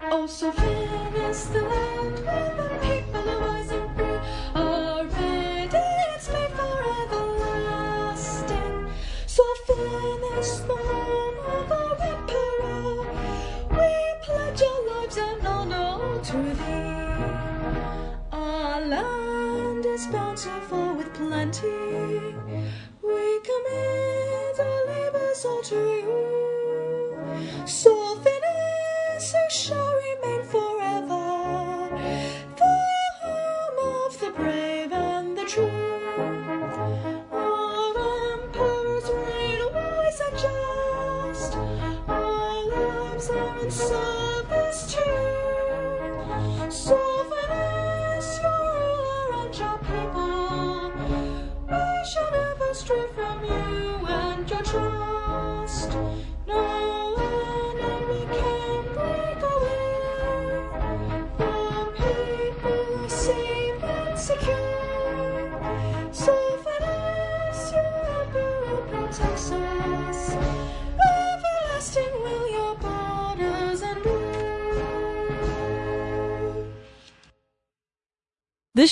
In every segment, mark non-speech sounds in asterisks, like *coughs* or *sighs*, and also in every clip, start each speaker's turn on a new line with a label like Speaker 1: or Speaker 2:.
Speaker 1: Oh, Sophia is the land where the people are wise and free. Already it's made for everlasting. Sophia is the land of the Ripper. We pledge our lives and honor to thee. Our land is bountiful with plenty. We commit our labors all to you. So finis, who shall remain forever, the home of the brave and the true. Our emperors reign wise and just. Our lives are in service to you. Sovereignest ruler and your people, we shall never stray from you and your trust. No enemy can break away. The people are safe and secure. Sovereignest, your emperor protects us. Everlasting will your borders endure.
Speaker 2: This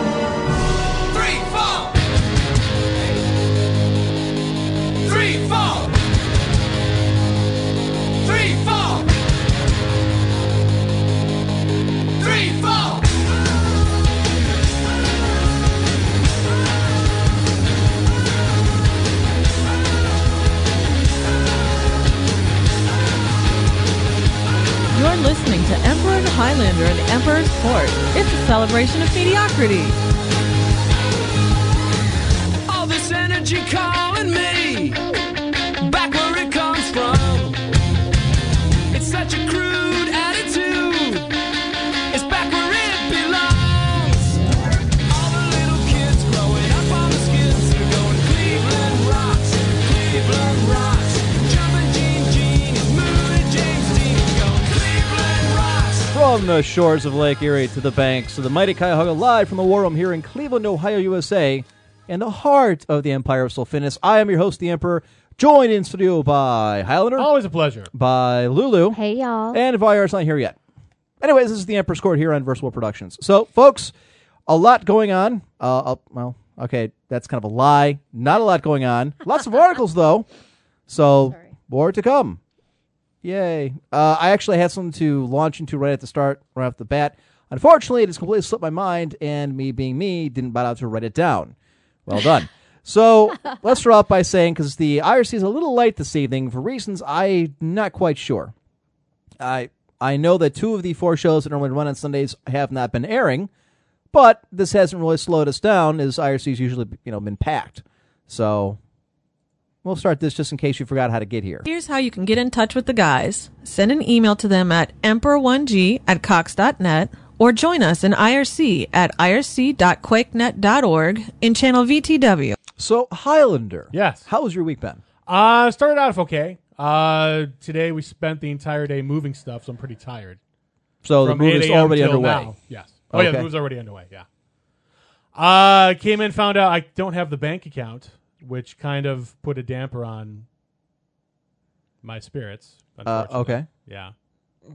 Speaker 3: Three, four. Three, four. Three, four. Three, four.
Speaker 2: You're listening to Emperor and Highlander and the Emperor's Court. It's a celebration of mediocrity.
Speaker 3: All this energy calling me back where it comes from. It's such a crude attitude. It's back where it belongs. All the little kids growing up on the skids are going Cleveland rocks, Cleveland rocks. Jumping Gene Gene is moving James Dean is going Cleveland rocks.
Speaker 4: From the shores of Lake Erie to the banks of the mighty Cuyahoga, live from the War Room here in Cleveland, Ohio, USA, and the heart of the Empire of Solfinis, I am your host, the Emperor, joined in studio by Highlander,
Speaker 5: Always a pleasure.
Speaker 4: by Lulu,
Speaker 6: Hey y'all.
Speaker 4: and VIR's not here yet. Anyways, this is the Emperor's Court here on Versatile Productions. So, folks, a lot going on. Uh, uh, well, okay, that's kind of a lie. Not a lot going on. Lots of articles, though.
Speaker 6: *laughs*
Speaker 4: So, more to come. Yay. Uh, I actually had something to launch into right at the start, right off the bat. Unfortunately, it has completely slipped my mind, and me being me, didn't bother to write it down. Well done. so let's start off by saying, because the IRC is a little light this evening for reasons I'm not quite sure. I I know that two of the four shows that normally run on Sundays have not been airing, but this hasn't really slowed us down as IRC's usually you know been packed. So we'll start this just in case you forgot how to get here.
Speaker 2: Here's how you can get in touch with the guys. Send an email to them at emperor1g at cox.net or join us in IRC at irc.quakenet.org in channel VTW.
Speaker 4: So Highlander,
Speaker 5: Yes.
Speaker 4: how was your week been?
Speaker 5: Uh, started off okay. Uh, today we spent the entire day moving stuff, so I'm pretty tired.
Speaker 4: So Oh, the
Speaker 5: From
Speaker 4: movie's
Speaker 5: 8 a.m.
Speaker 4: already
Speaker 5: till
Speaker 4: underway.
Speaker 5: now. Yes. Oh yeah, the
Speaker 4: Okay.
Speaker 5: movie's already underway. Yeah. Uh, came in, found out I don't have the bank account, which kind of put a damper on my spirits.
Speaker 4: Uh,
Speaker 5: unfortunately.
Speaker 4: okay,
Speaker 5: Yeah.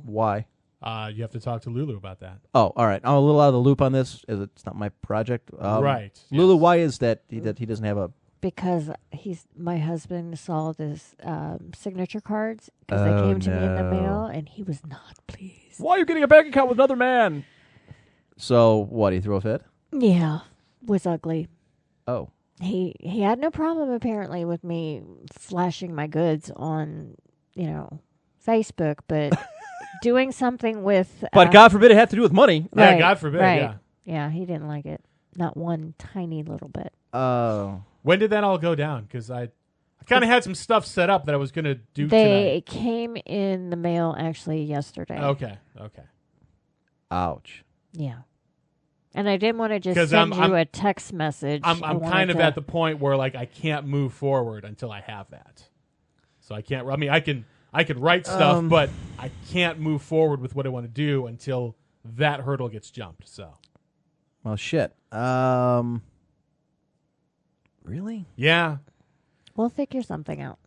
Speaker 4: why?
Speaker 5: Uh, you have to talk to Lulu about that.
Speaker 4: Oh, all right. I'm a little out of the loop on this. as It's not my project. Um,
Speaker 5: Right,
Speaker 4: Lulu.
Speaker 5: yes.
Speaker 4: Why is that he, that he doesn't have a?
Speaker 6: because he's my husband sold his um, signature cards because they
Speaker 4: Oh,
Speaker 6: came to me in the
Speaker 4: no.
Speaker 6: mail and he was not pleased.
Speaker 4: Why are you getting a bank account with another man? So what? He threw a fit.
Speaker 6: Yeah, was ugly.
Speaker 4: Oh,
Speaker 6: He he had no problem apparently with me flashing my goods on you know Facebook,
Speaker 4: *laughs*
Speaker 6: but doing something with
Speaker 4: But
Speaker 6: uh,
Speaker 5: Uh-huh.
Speaker 4: God forbid it had to do with money.
Speaker 5: Yeah,
Speaker 6: right,
Speaker 5: God forbid,
Speaker 6: right.
Speaker 5: yeah.
Speaker 6: yeah he didn't like it. Not one tiny little bit.
Speaker 4: Oh.
Speaker 5: When did that all go down? Because I, I kind of had some stuff set up that I was going to do
Speaker 6: They came in the mail actually yesterday.
Speaker 5: tonight. Okay, okay.
Speaker 4: Ouch.
Speaker 6: Yeah. And I didn't want to just
Speaker 5: 'Cause
Speaker 6: send
Speaker 5: I'm-
Speaker 6: you
Speaker 5: I'm-
Speaker 6: a text message.
Speaker 5: I'm
Speaker 6: I
Speaker 5: I'm
Speaker 6: wanted
Speaker 5: kind of
Speaker 6: to-
Speaker 5: at the point where like I can't move forward until I have that. So I can't. I mean, I can I can write stuff,
Speaker 4: Um.
Speaker 5: but I can't move forward with what I want to do until that hurdle gets jumped. So
Speaker 4: Well, shit. Um. Really?
Speaker 5: yeah,
Speaker 6: We'll figure something out.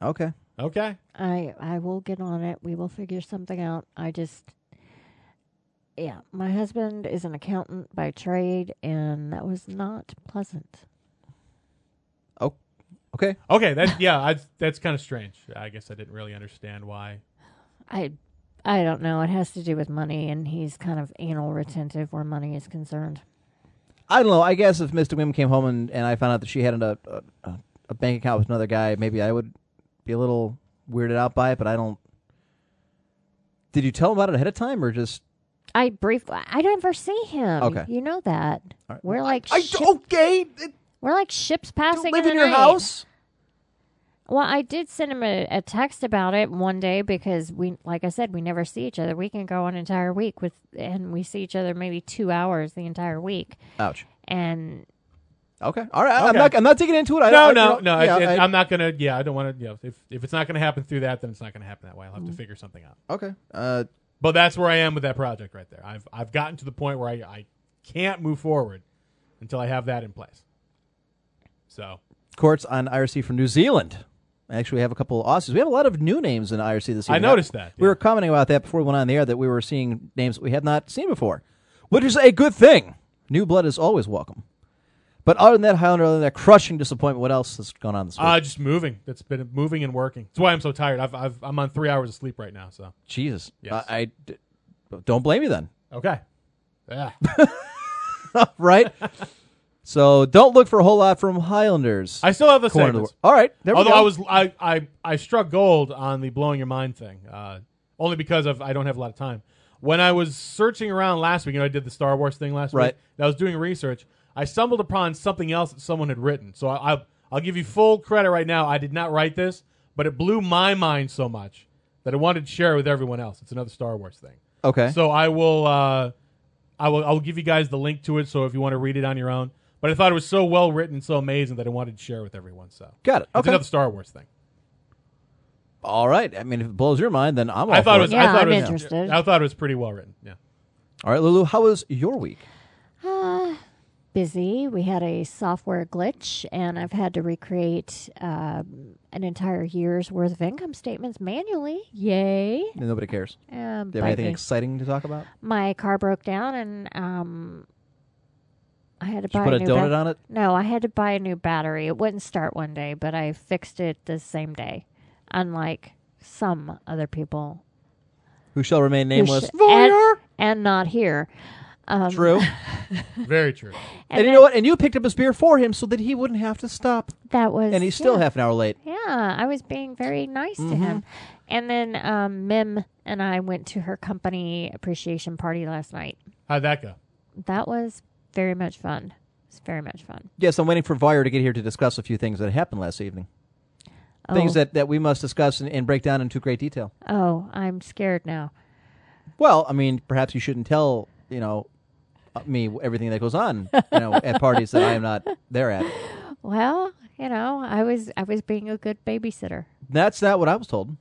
Speaker 4: Okay.
Speaker 5: okay.
Speaker 6: I I will get on it. We will figure something out. I just yeah, my husband is an accountant by trade and that was not pleasant.
Speaker 4: Oh. Okay.
Speaker 5: Okay, that yeah, I, that's kind of strange. I guess I didn't really understand why.
Speaker 6: I I don't know. It has to do with money and he's kind of anal retentive where money is concerned.
Speaker 4: I don't know. I guess if Mr. Wim came home and, and I found out that she had an, a, a a bank account with another guy, maybe I would be a little weirded out by it. But I don't. Did you tell him about it ahead of time, or just
Speaker 6: I briefly I never see him.
Speaker 4: Okay.
Speaker 6: You know that.
Speaker 4: right.
Speaker 6: We're like
Speaker 4: I
Speaker 6: ship-
Speaker 4: okay? It-
Speaker 6: we're like ships passing
Speaker 4: Don't live
Speaker 6: in,
Speaker 4: in
Speaker 6: the
Speaker 4: your
Speaker 6: night.
Speaker 4: house.
Speaker 6: Well, I did send him a, a text about it one day because we, like I said, we never see each other. We can go an entire week with, and we see each other maybe two hours the entire week.
Speaker 4: Ouch.
Speaker 6: And *sighs*
Speaker 4: Okay. All right. I'm
Speaker 5: Okay.
Speaker 4: not. I'm not digging into it. I,
Speaker 5: No,
Speaker 4: I,
Speaker 5: no,
Speaker 4: you
Speaker 5: no.
Speaker 4: know,
Speaker 5: I,
Speaker 4: yeah, I-
Speaker 5: am not gonna. Yeah, I don't want to. You know, if if it's not gonna happen through that, then it's not gonna happen that way. I'll have
Speaker 4: Mm.
Speaker 5: to figure something out.
Speaker 4: okay. Uh,
Speaker 5: But that's where I am with that project right there. I've I've gotten to the point where I, I can't move forward until I have that in place. So
Speaker 4: courts on IRC from New Zealand. Actually, we have a couple of Aussies. We have a lot of new names in IRC this year.
Speaker 5: I noticed that,
Speaker 4: We
Speaker 5: yeah.
Speaker 4: were commenting about that before we went on the air that we were seeing names that we had not seen before, which is a good thing. New blood is always welcome. But other than that, Highlander, other than that crushing disappointment, what else has gone on this week?
Speaker 5: uh, just moving. That's been moving and working. That's why I'm so tired. I've, I've I'm on three hours of sleep right now. So
Speaker 4: Jesus.
Speaker 5: yes.
Speaker 4: Uh, I d- don't blame you then,
Speaker 5: okay, yeah.
Speaker 4: right? *laughs* so don't look for a whole lot from Highlanders.
Speaker 5: I still have the
Speaker 4: Corner of the
Speaker 5: same.
Speaker 4: world. All right. There
Speaker 5: Although
Speaker 4: we go.
Speaker 5: I was I, I I struck gold on the blowing your mind thing, uh, only because of I don't have a lot of time. When I was searching around last week, you know, I did the Star Wars thing last
Speaker 4: Right.
Speaker 5: week. And I was doing research. I stumbled upon something else that someone had written. So I, I I'll give you full credit right now. I did not write this, but it blew my mind so much that I wanted to share it with everyone else. It's another Star Wars thing.
Speaker 4: Okay.
Speaker 5: So I will, uh, I will, I will give you guys the link to it. So if you want to read it on your own, but I thought it was so well written, and so amazing that I wanted to share with everyone. So
Speaker 4: Got it.
Speaker 5: It's
Speaker 4: Okay.
Speaker 5: another Star Wars thing.
Speaker 4: All right. I mean, if it blows your mind, then I'm all
Speaker 5: I thought
Speaker 4: for
Speaker 5: it was.
Speaker 6: Yeah,
Speaker 5: I thought
Speaker 6: I'm
Speaker 5: it was,
Speaker 6: interested.
Speaker 5: I thought it was pretty well written. Yeah.
Speaker 4: All right, Lulu, how was your week?
Speaker 6: uh, busy. We had a software glitch, and I've had to recreate um, an entire year's worth of income statements manually. Yay!
Speaker 4: Nobody cares.
Speaker 6: Um,
Speaker 4: Do you
Speaker 6: but
Speaker 4: have anything
Speaker 6: we-
Speaker 4: exciting to talk about?
Speaker 6: my car broke down and um I had to
Speaker 4: Did you
Speaker 6: buy
Speaker 4: put
Speaker 6: a
Speaker 4: a
Speaker 6: new
Speaker 4: donut
Speaker 6: bat-
Speaker 4: on it?
Speaker 6: No, I had to buy a new battery. It wouldn't start one day, but I fixed it the same day. Unlike some other people,
Speaker 4: Who shall remain
Speaker 6: who
Speaker 4: nameless?
Speaker 6: sh- and, and not here. Um,
Speaker 4: True.
Speaker 5: Very true.
Speaker 4: and you
Speaker 6: then
Speaker 4: know what? And you picked up his beer for him so that he wouldn't have to stop.
Speaker 6: That was
Speaker 4: And he's still
Speaker 6: yeah.
Speaker 4: half an hour late.
Speaker 6: Yeah, I was being very nice to him.
Speaker 4: Mm-hmm.
Speaker 6: And then um, Mim and I went to her company appreciation party last night.
Speaker 5: How'd that go?
Speaker 6: That was very much fun. It was very much fun.
Speaker 4: Yes, I'm waiting for Vire to get here to discuss a few things that happened last evening. Things
Speaker 6: Oh.
Speaker 4: that, that we must discuss and, and break down into great detail.
Speaker 6: Oh, I'm scared now.
Speaker 4: Well, I mean, perhaps you shouldn't tell, you know, uh, me everything that goes on, you know, at parties that I am not there at.
Speaker 6: Well, you know, I was I was being a good babysitter.
Speaker 4: That's not what I was told.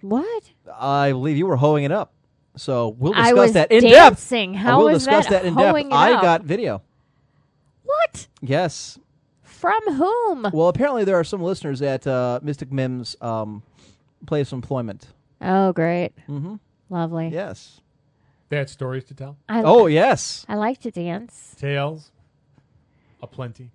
Speaker 6: What?
Speaker 4: I believe you were hoeing it up. So we'll discuss
Speaker 6: I was
Speaker 4: that in
Speaker 6: dancing.
Speaker 4: depth. Oh,
Speaker 6: How
Speaker 4: we'll
Speaker 6: was
Speaker 4: discuss
Speaker 6: that
Speaker 4: that in
Speaker 6: hoeing
Speaker 4: depth. I
Speaker 6: it up?
Speaker 4: got video.
Speaker 6: What?
Speaker 4: Yes.
Speaker 6: From whom?
Speaker 4: Well, apparently there are some listeners at uh, Mystic Mims um, place of employment.
Speaker 6: Oh, great. Mm-hmm. Lovely.
Speaker 4: Yes.
Speaker 5: They had stories to tell,
Speaker 6: I,
Speaker 4: Oh, yes.
Speaker 6: I like to dance. *laughs*
Speaker 5: tales, a plenty.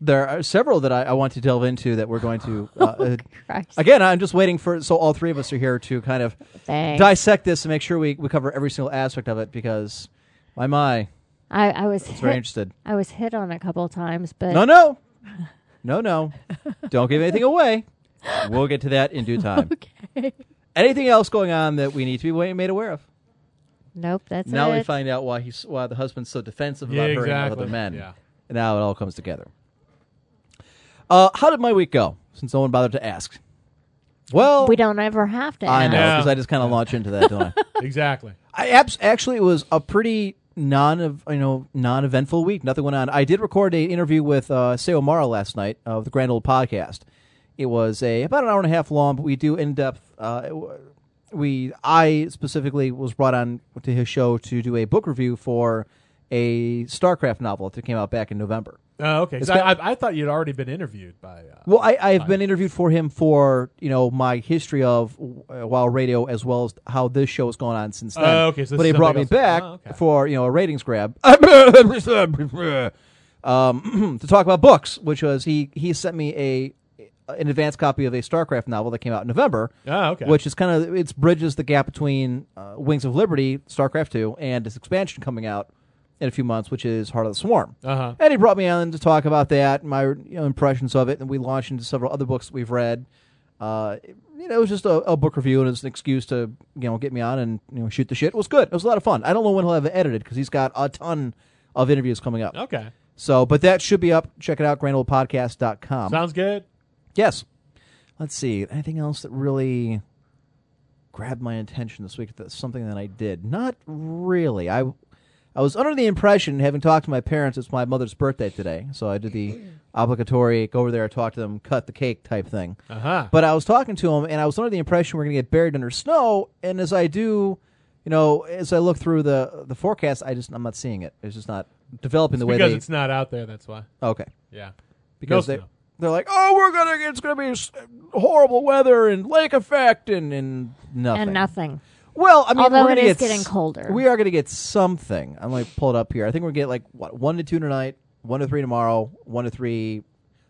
Speaker 4: There are several that I, I want to delve into that we're going to. Uh, uh,
Speaker 6: Christ.
Speaker 4: again, I'm just waiting for so all three of us are here to kind of
Speaker 6: Thanks.
Speaker 4: dissect this and make sure we, we cover every single aspect of it because my my,
Speaker 6: I, I was *laughs*
Speaker 4: it's very
Speaker 6: hit,
Speaker 4: interested.
Speaker 6: I was hit on a couple times, but
Speaker 4: No, no, no, no. Don't give anything away. We'll get to that in due time.
Speaker 6: okay.
Speaker 4: Anything else going on that we need to be wa- made aware of?
Speaker 6: Nope, that's
Speaker 4: now
Speaker 6: it.
Speaker 4: we find out why he's why the husband's so defensive about
Speaker 5: Yeah,
Speaker 4: her and
Speaker 5: exactly.
Speaker 4: other men.
Speaker 5: Yeah.
Speaker 4: And now it all comes together. Uh, how did my week go? Since no one bothered to ask. Well,
Speaker 6: we don't ever have to.
Speaker 4: I know
Speaker 6: ask.
Speaker 5: Yeah.
Speaker 4: because I just kind of launch into that,
Speaker 6: *laughs*
Speaker 4: don't I?
Speaker 5: exactly.
Speaker 4: I abs- actually it was a pretty non of you know non eventful week. Nothing went on. I did record an interview with uh, Sayo Mara last night of the Grand Old Podcast. It was a about an hour and a half long, but we do in depth. Uh, w- we I specifically was brought on to his show to do a book review for a StarCraft novel that came out back in November.
Speaker 5: Uh, okay. 'cause
Speaker 4: It's
Speaker 5: I, I, I thought you'd already been interviewed by. Uh,
Speaker 4: Well, I, I have been interviewed for him for you know my history of uh, Wild Radio as well as how this show has gone on since then.
Speaker 5: Oh, okay, so this
Speaker 4: but
Speaker 5: is
Speaker 4: he brought me
Speaker 5: something else.
Speaker 4: back
Speaker 5: Oh, okay.
Speaker 4: for you know a ratings grab *coughs* um, *clears throat* to talk about books, which was he he sent me a an advanced copy of a StarCraft novel that came out in November.
Speaker 5: Oh, okay.
Speaker 4: Which is kind of it bridges the gap between uh, Wings of Liberty, StarCraft two, and its expansion coming out in a few months, which is Heart of the Swarm.
Speaker 5: Uh-huh.
Speaker 4: And he brought me on to talk about that, my you know, impressions of it, and we launched into several other books that we've read. Uh, you know, it was just a, a book review, and it was an excuse to you know get me on and you know shoot the shit. It was good. It was a lot of fun. I don't know when he'll have it edited because he's got a ton of interviews coming up.
Speaker 5: okay.
Speaker 4: So, but that should be up. Check it out, grandoldpodcast.com.
Speaker 5: Sounds good.
Speaker 4: yes. Let's see. Anything else that really grabbed my attention this week? That's something that I did. Not really. I I was under the impression, having talked to my parents, it's my mother's birthday today, so I did
Speaker 5: *clears throat*
Speaker 4: the obligatory go over there, talk to them, cut the cake type thing.
Speaker 5: Uh huh.
Speaker 4: But I was talking to him, and I was under the impression we're going to get buried under snow. And as I do, you know, as I look through the the forecast, I just I'm not seeing it. It's just not developing the way
Speaker 5: Because
Speaker 4: they.
Speaker 5: it's not out there. That's why.
Speaker 4: okay
Speaker 5: Yeah.
Speaker 4: because
Speaker 5: No
Speaker 4: they
Speaker 5: snow.
Speaker 4: they're like, oh, we're gonna it's gonna be s- horrible weather and lake effect and and nothing.
Speaker 6: and nothing.
Speaker 4: Well, I mean,
Speaker 6: Although
Speaker 4: we're
Speaker 6: it
Speaker 4: gonna
Speaker 6: is
Speaker 4: get s-
Speaker 6: getting colder.
Speaker 4: we are gonna get something. I'm like pull it up here. I think we're gonna get like what one to two tonight, one to three tomorrow, one to three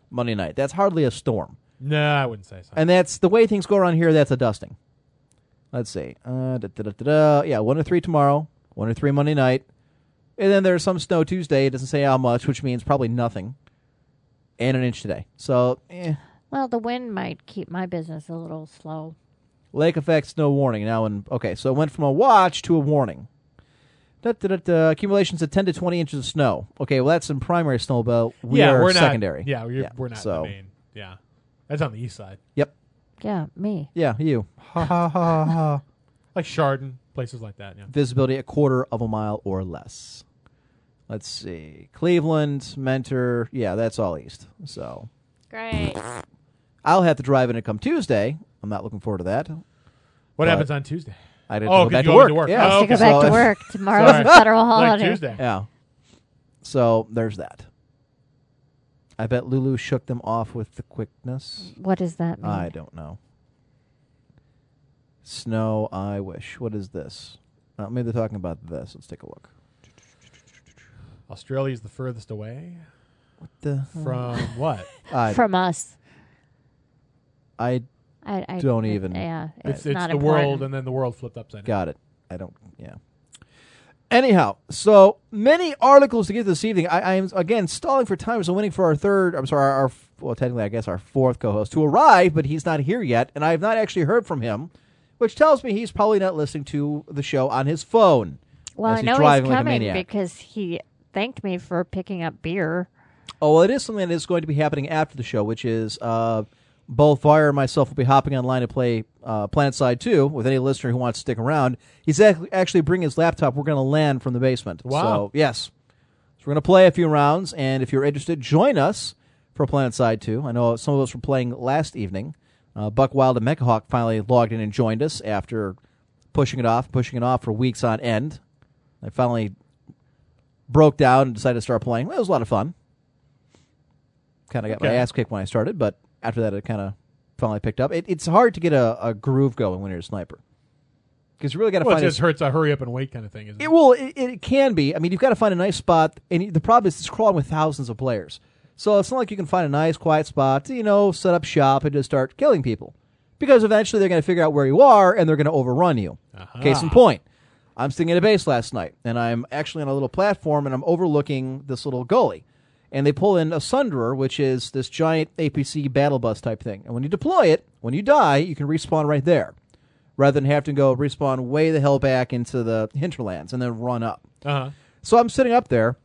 Speaker 4: Monday night. That's hardly a storm,
Speaker 5: No, I wouldn't say so.
Speaker 4: and that's the way things go around here. That's a dusting. Let's see, uh, da, da, da, da, da. yeah, one to three tomorrow, one to three Monday night, and then there's some snow Tuesday. It doesn't say how much, which means probably nothing, and an inch today. So. Eh.
Speaker 6: Well, the wind might keep my business a little slow.
Speaker 4: Lake effect, no warning. Now, and okay, so it went from a watch to a warning. Da, da, da, da. Accumulations of 10 to 20 inches of snow. Okay, well, that's in primary snow, but we
Speaker 5: yeah,
Speaker 4: are
Speaker 5: we're
Speaker 4: secondary.
Speaker 5: Not, yeah, we're, we're not
Speaker 4: So,
Speaker 5: in the main. Yeah. That's on the east side.
Speaker 4: yep.
Speaker 6: Yeah, me.
Speaker 4: Yeah, you.
Speaker 5: Like Chardon, places like that. Yeah.
Speaker 4: Visibility a quarter of a mile or less. Let's see. Cleveland, Mentor. Yeah, that's all east. So
Speaker 6: Great.
Speaker 4: I'll have to drive in and come Tuesday. I'm not looking forward to that.
Speaker 5: What
Speaker 4: But-
Speaker 5: happens on Tuesday?
Speaker 4: I didn't
Speaker 5: Oh,
Speaker 4: go
Speaker 5: 'cause
Speaker 4: back to
Speaker 5: you go
Speaker 4: work.
Speaker 5: to work.
Speaker 4: Yeah.
Speaker 5: Oh,
Speaker 6: to
Speaker 5: okay.
Speaker 6: go back
Speaker 4: So
Speaker 6: to
Speaker 4: if-
Speaker 5: *laughs*
Speaker 6: work. Tomorrow's a
Speaker 5: Sorry.
Speaker 6: federal
Speaker 5: Like
Speaker 6: holiday.
Speaker 5: Tuesday.
Speaker 4: Yeah. So there's that. I bet Lulu shook them off with the quickness.
Speaker 6: What does that mean?
Speaker 4: I don't know. Snow, I wish. What is this? Uh, maybe they're talking about this. Let's take a look.
Speaker 5: Australia is the furthest away
Speaker 4: The
Speaker 6: *laughs*
Speaker 5: from what?
Speaker 4: I,
Speaker 6: From us.
Speaker 4: I
Speaker 6: I, I
Speaker 4: Don't
Speaker 6: it-
Speaker 4: even-
Speaker 6: Yeah,
Speaker 5: It's,
Speaker 6: it's,
Speaker 5: it's
Speaker 6: not
Speaker 5: the
Speaker 6: important.
Speaker 5: world, and then the world flipped upside down.
Speaker 4: got it. I don't. Yeah. Anyhow, so many articles to get this evening. I, I am again stalling for time, so waiting for our third. I'm sorry, our, our f- well, technically, I guess our fourth co-host to arrive, but he's not here yet, and I have not actually heard from him, which tells me he's probably not listening to the show on his phone.
Speaker 6: Well,
Speaker 4: as
Speaker 6: I
Speaker 4: he's
Speaker 6: know
Speaker 4: driving
Speaker 6: he's
Speaker 4: like a
Speaker 6: coming
Speaker 4: maniac.
Speaker 6: because he thanked me for picking up beer.
Speaker 4: Oh, well, it is something that is going to be happening after the show, which is uh, both Fire and myself will be hopping online to play uh, Planet Side 2 with any listener who wants to stick around. He's ac- actually bringing his laptop. We're going to land from the basement.
Speaker 5: Wow.
Speaker 4: So, yes. So we're going to play a few rounds, and if you're interested, join us for Planet Side 2. I know some of us were playing last evening. Uh, Buck Wild and Mechahawk finally logged in and joined us after pushing it off, pushing it off for weeks on end. I finally broke down and decided to start playing. It was a lot of fun. Kind of got my
Speaker 5: Okay.
Speaker 4: ass kicked when I started, but after that, it kind of finally picked up. It, it's hard to get a, a groove going when you're a sniper because you really got to
Speaker 5: Well, it
Speaker 4: find a-
Speaker 5: just hurts a hurry up and wait kind of thing, isn't it?
Speaker 4: it will. It, it can be. I mean, you've got to find a nice spot, and the problem is it's crawling with thousands of players. So it's not like you can find a nice quiet spot, to, you know, set up shop and just start killing people, because eventually they're going to figure out where you are and they're going to overrun you. Case in point, I'm sitting at a base last night, and I'm actually on a little platform, and I'm overlooking this little gully, and they pull in a sunderer, which is this giant APC battle bus type thing, and when you deploy it, when you die, you can respawn right there rather than have to go respawn way the hell back into the hinterlands and then run up.
Speaker 5: Uh-huh.
Speaker 4: So I'm sitting up there,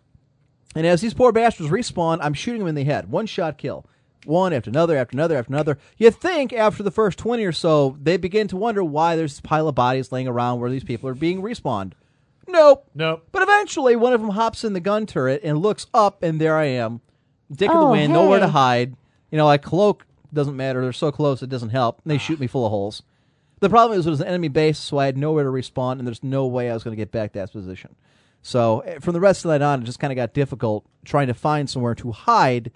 Speaker 4: and as these poor bastards respawn, I'm shooting them in the head. One shot kill. One after another, after another, after another. You think after the first 20 or so, they begin to wonder why there's this pile of bodies laying around where these people are being respawned. Nope.
Speaker 5: Nope.
Speaker 4: But eventually, one of them hops in the gun turret and looks up, and there I am. Dick in the
Speaker 6: Oh,
Speaker 4: wind, nowhere to
Speaker 6: hey.
Speaker 4: hide. You know, I cloak, doesn't matter. They're so close, it doesn't help. And they shoot me full of holes. The problem is it was an enemy base, so I had nowhere to respawn, and there's no way I was going to get back to that position. So eh, from the rest of that on, it just kind of got difficult trying to find somewhere to hide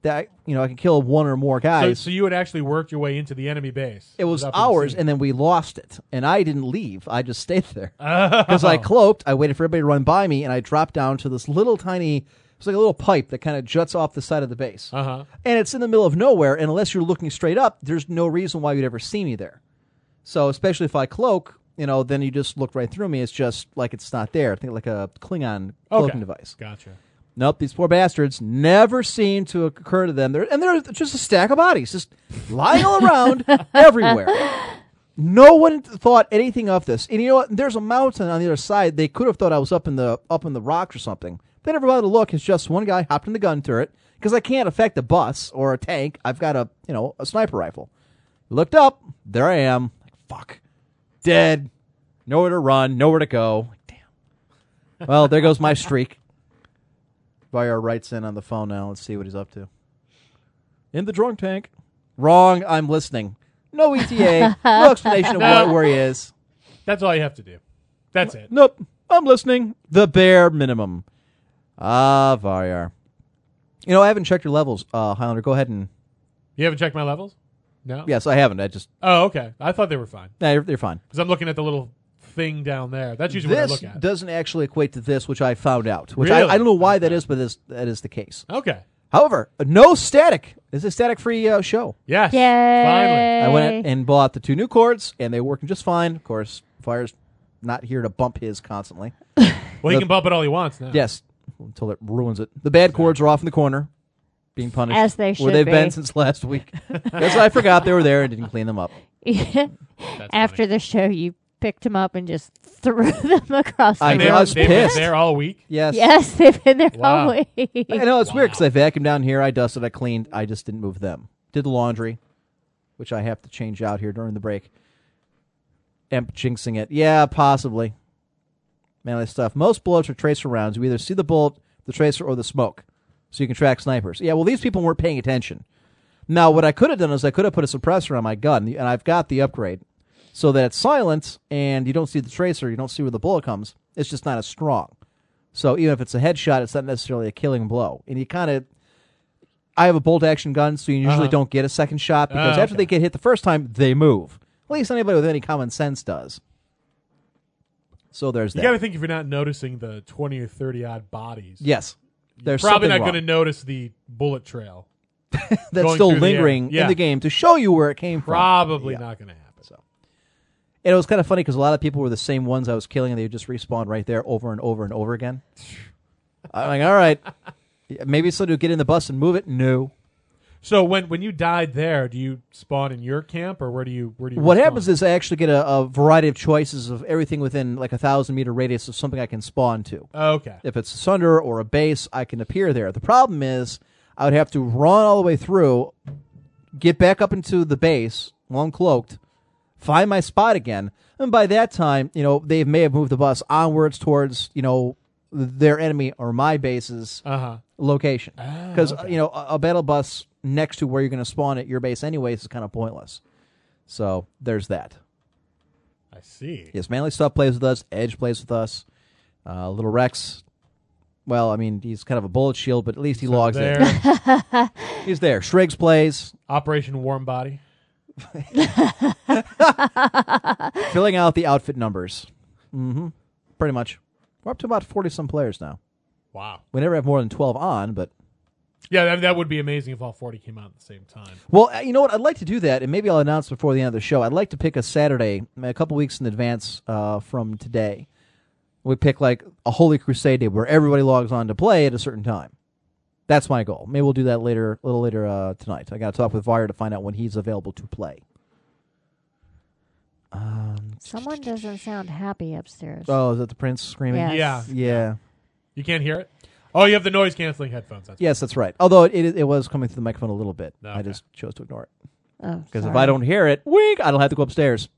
Speaker 4: that, you know, I could kill one or more
Speaker 5: So,
Speaker 4: guys.
Speaker 5: so you had actually worked your way into the enemy base.
Speaker 4: It was
Speaker 5: without being
Speaker 4: hours,
Speaker 5: seen.
Speaker 4: and then we lost it. And I didn't leave. I just stayed
Speaker 5: *laughs*
Speaker 4: there
Speaker 5: Oh.
Speaker 4: because I cloaked. I waited for everybody to run by me, and I dropped down to this little tiny. It's like a little pipe that kind of juts off the side of the base,
Speaker 5: Uh-huh.
Speaker 4: and it's in the middle of nowhere. And unless you're looking straight up, there's no reason why you'd ever see me there. So especially if I cloak, you know, then you just look right through me. It's just like it's not there. I think like a Klingon
Speaker 5: Okay.
Speaker 4: cloaking device.
Speaker 5: Gotcha.
Speaker 4: Nope, these poor bastards never seem to occur to them. They're, and they're just a stack of bodies, just lying all around everywhere. No one thought anything of this. And you know what? There's a mountain on the other side. They could have thought I was up in the up in the rocks or something. They never bothered to look. It's just one guy hopped in the gun turret because I can't affect a bus or a tank. I've got a you know a sniper rifle. Looked up, there I am. Fuck, dead. Nowhere to run, nowhere to go. Damn. Well, there goes my streak. *laughs* Vyar writes in on the phone now. Let's see what he's up to. In the drunk tank. Wrong. I'm listening. No ETA. *laughs* no explanation of what, where he is.
Speaker 5: That's all you have to do. That's it.
Speaker 4: Nope. I'm listening. The bare minimum. Ah, Vyar. You know, I haven't checked your levels, uh, Highlander. Go ahead and.
Speaker 5: You haven't checked my levels? No.
Speaker 4: Yes, I haven't. I just.
Speaker 5: Oh, okay. I thought they were fine
Speaker 4: Nah, you're, they're fine.
Speaker 5: because I'm looking at the little thing down there. That's usually what I
Speaker 4: This
Speaker 5: look at.
Speaker 4: doesn't actually equate to this, which I found out. Which
Speaker 5: Really?
Speaker 4: I, I don't know why that is, but this, that is the case.
Speaker 5: okay.
Speaker 4: However, no static. This is a static free uh, show.
Speaker 5: Yes.
Speaker 6: Yay.
Speaker 5: Finally.
Speaker 4: I went and bought the two new cords, and they working just fine. Of course, Fire's not here to bump his constantly.
Speaker 5: Well, he can bump it all he wants now.
Speaker 4: Yes, until it ruins it. The bad cords are off in the corner, being punished
Speaker 6: As they should
Speaker 4: where they've been
Speaker 6: be.
Speaker 4: since last
Speaker 6: *laughs*
Speaker 4: week. That's why I forgot they were there and didn't clean them up. *laughs*
Speaker 6: After the show, you picked them up and just threw *laughs* them across
Speaker 4: I
Speaker 6: the
Speaker 5: They,
Speaker 4: know.
Speaker 6: room.
Speaker 4: was
Speaker 5: they've been
Speaker 4: pissed.
Speaker 5: there all week.
Speaker 4: Yes,
Speaker 6: *laughs* Yes, they've been there
Speaker 4: *laughs*
Speaker 5: Wow.
Speaker 6: all week. *laughs*
Speaker 4: I know it's weird 'cause weird because I vacuumed down here, I dusted, I cleaned, I just didn't move them. Did the laundry, which I have to change out here during the break. Am jinxing it, yeah, possibly. Manly stuff. Most bullets are tracer rounds. You either see the bullet, the tracer, or the smoke, so you can track snipers. Yeah, well, these people weren't paying attention. Now, what I could have done is I could have put a suppressor on my gun, and I've got the upgrade, so that it's silent and you don't see the tracer, you don't see where the bullet comes. It's just not as strong. So even if it's a headshot, it's not necessarily a killing blow. And you kind of, I have a bolt action gun, so you usually don't get a second shot because
Speaker 5: Uh-huh. Ah,
Speaker 4: after they get hit the first time, they move. At least anybody with any common sense does. So there's
Speaker 5: You
Speaker 4: that.
Speaker 5: got to think if you're not noticing the 20 or 30 odd bodies.
Speaker 4: yes, there's
Speaker 5: Probably not
Speaker 4: something
Speaker 5: going to
Speaker 4: wrong
Speaker 5: notice the bullet trail.
Speaker 4: that's
Speaker 5: going
Speaker 4: still
Speaker 5: through the air.
Speaker 4: lingering
Speaker 5: Yeah.
Speaker 4: in the game to show you where it came from.
Speaker 5: Probably
Speaker 4: Yeah.
Speaker 5: not going to happen. So.
Speaker 4: And it was kind of funny because a lot of people were the same ones I was killing, and they would just respawn right there over and over and over again. I'm like, all right, maybe somebody would get in the bus and move it. No.
Speaker 5: when when you died there, do you spawn in your camp or where do you where do you?
Speaker 4: What
Speaker 5: respawn?
Speaker 4: happens is I actually get a, a variety of choices of everything within like a thousand meter radius of something I can spawn to.
Speaker 5: Okay.
Speaker 4: If it's Sunder or a base, I can appear there. The problem is I would have to run all the way through, get back up into the base while I'm cloaked, find my spot again, and by that time, you know, they may have moved the bus onwards towards, you know, their enemy or my base's
Speaker 5: Uh huh.
Speaker 4: location. Because, you know, a, a battle bus next to where you're going to spawn at your base anyways is kind of pointless. So there's that.
Speaker 5: I see.
Speaker 4: Yes, Manly Stuff plays with us. Edge plays with us. Uh, Little Rex. Well, I mean, he's kind of a bullet shield, but at least he logs
Speaker 5: there.
Speaker 4: *laughs* in. He's there. Shriggs plays,
Speaker 5: Operation Warm Body.
Speaker 4: filling out the outfit numbers. Mm-hmm. Pretty much. We're up to about 40 some players now.
Speaker 5: Wow.
Speaker 4: We never have more than 12 on, but.
Speaker 5: Yeah, that, that would be amazing if all 40 came out at the same time.
Speaker 4: Well, uh, you know what? I'd like to do that, and maybe I'll announce before the end of the show. I'd like to pick a Saturday, a couple weeks in advance uh, from today. We pick like a Holy Crusade day where everybody logs on to play at a certain time. That's my goal. Maybe we'll do that later, a little later uh, tonight. I got to talk with Vire to find out when he's available to play.
Speaker 6: Someone doesn't sound happy upstairs.
Speaker 4: Oh, is that the prince screaming?
Speaker 5: Yeah.
Speaker 6: Yes.
Speaker 4: Yeah.
Speaker 5: You can't hear it? Oh, you have the noise canceling headphones. That's
Speaker 4: Yes, that's right. Although it, it, it was coming through the microphone a little bit. I
Speaker 5: Okay.
Speaker 4: just chose to ignore it.
Speaker 6: Oh,
Speaker 4: Because if
Speaker 6: sorry.
Speaker 4: I don't hear it, wink, I don't have to go upstairs.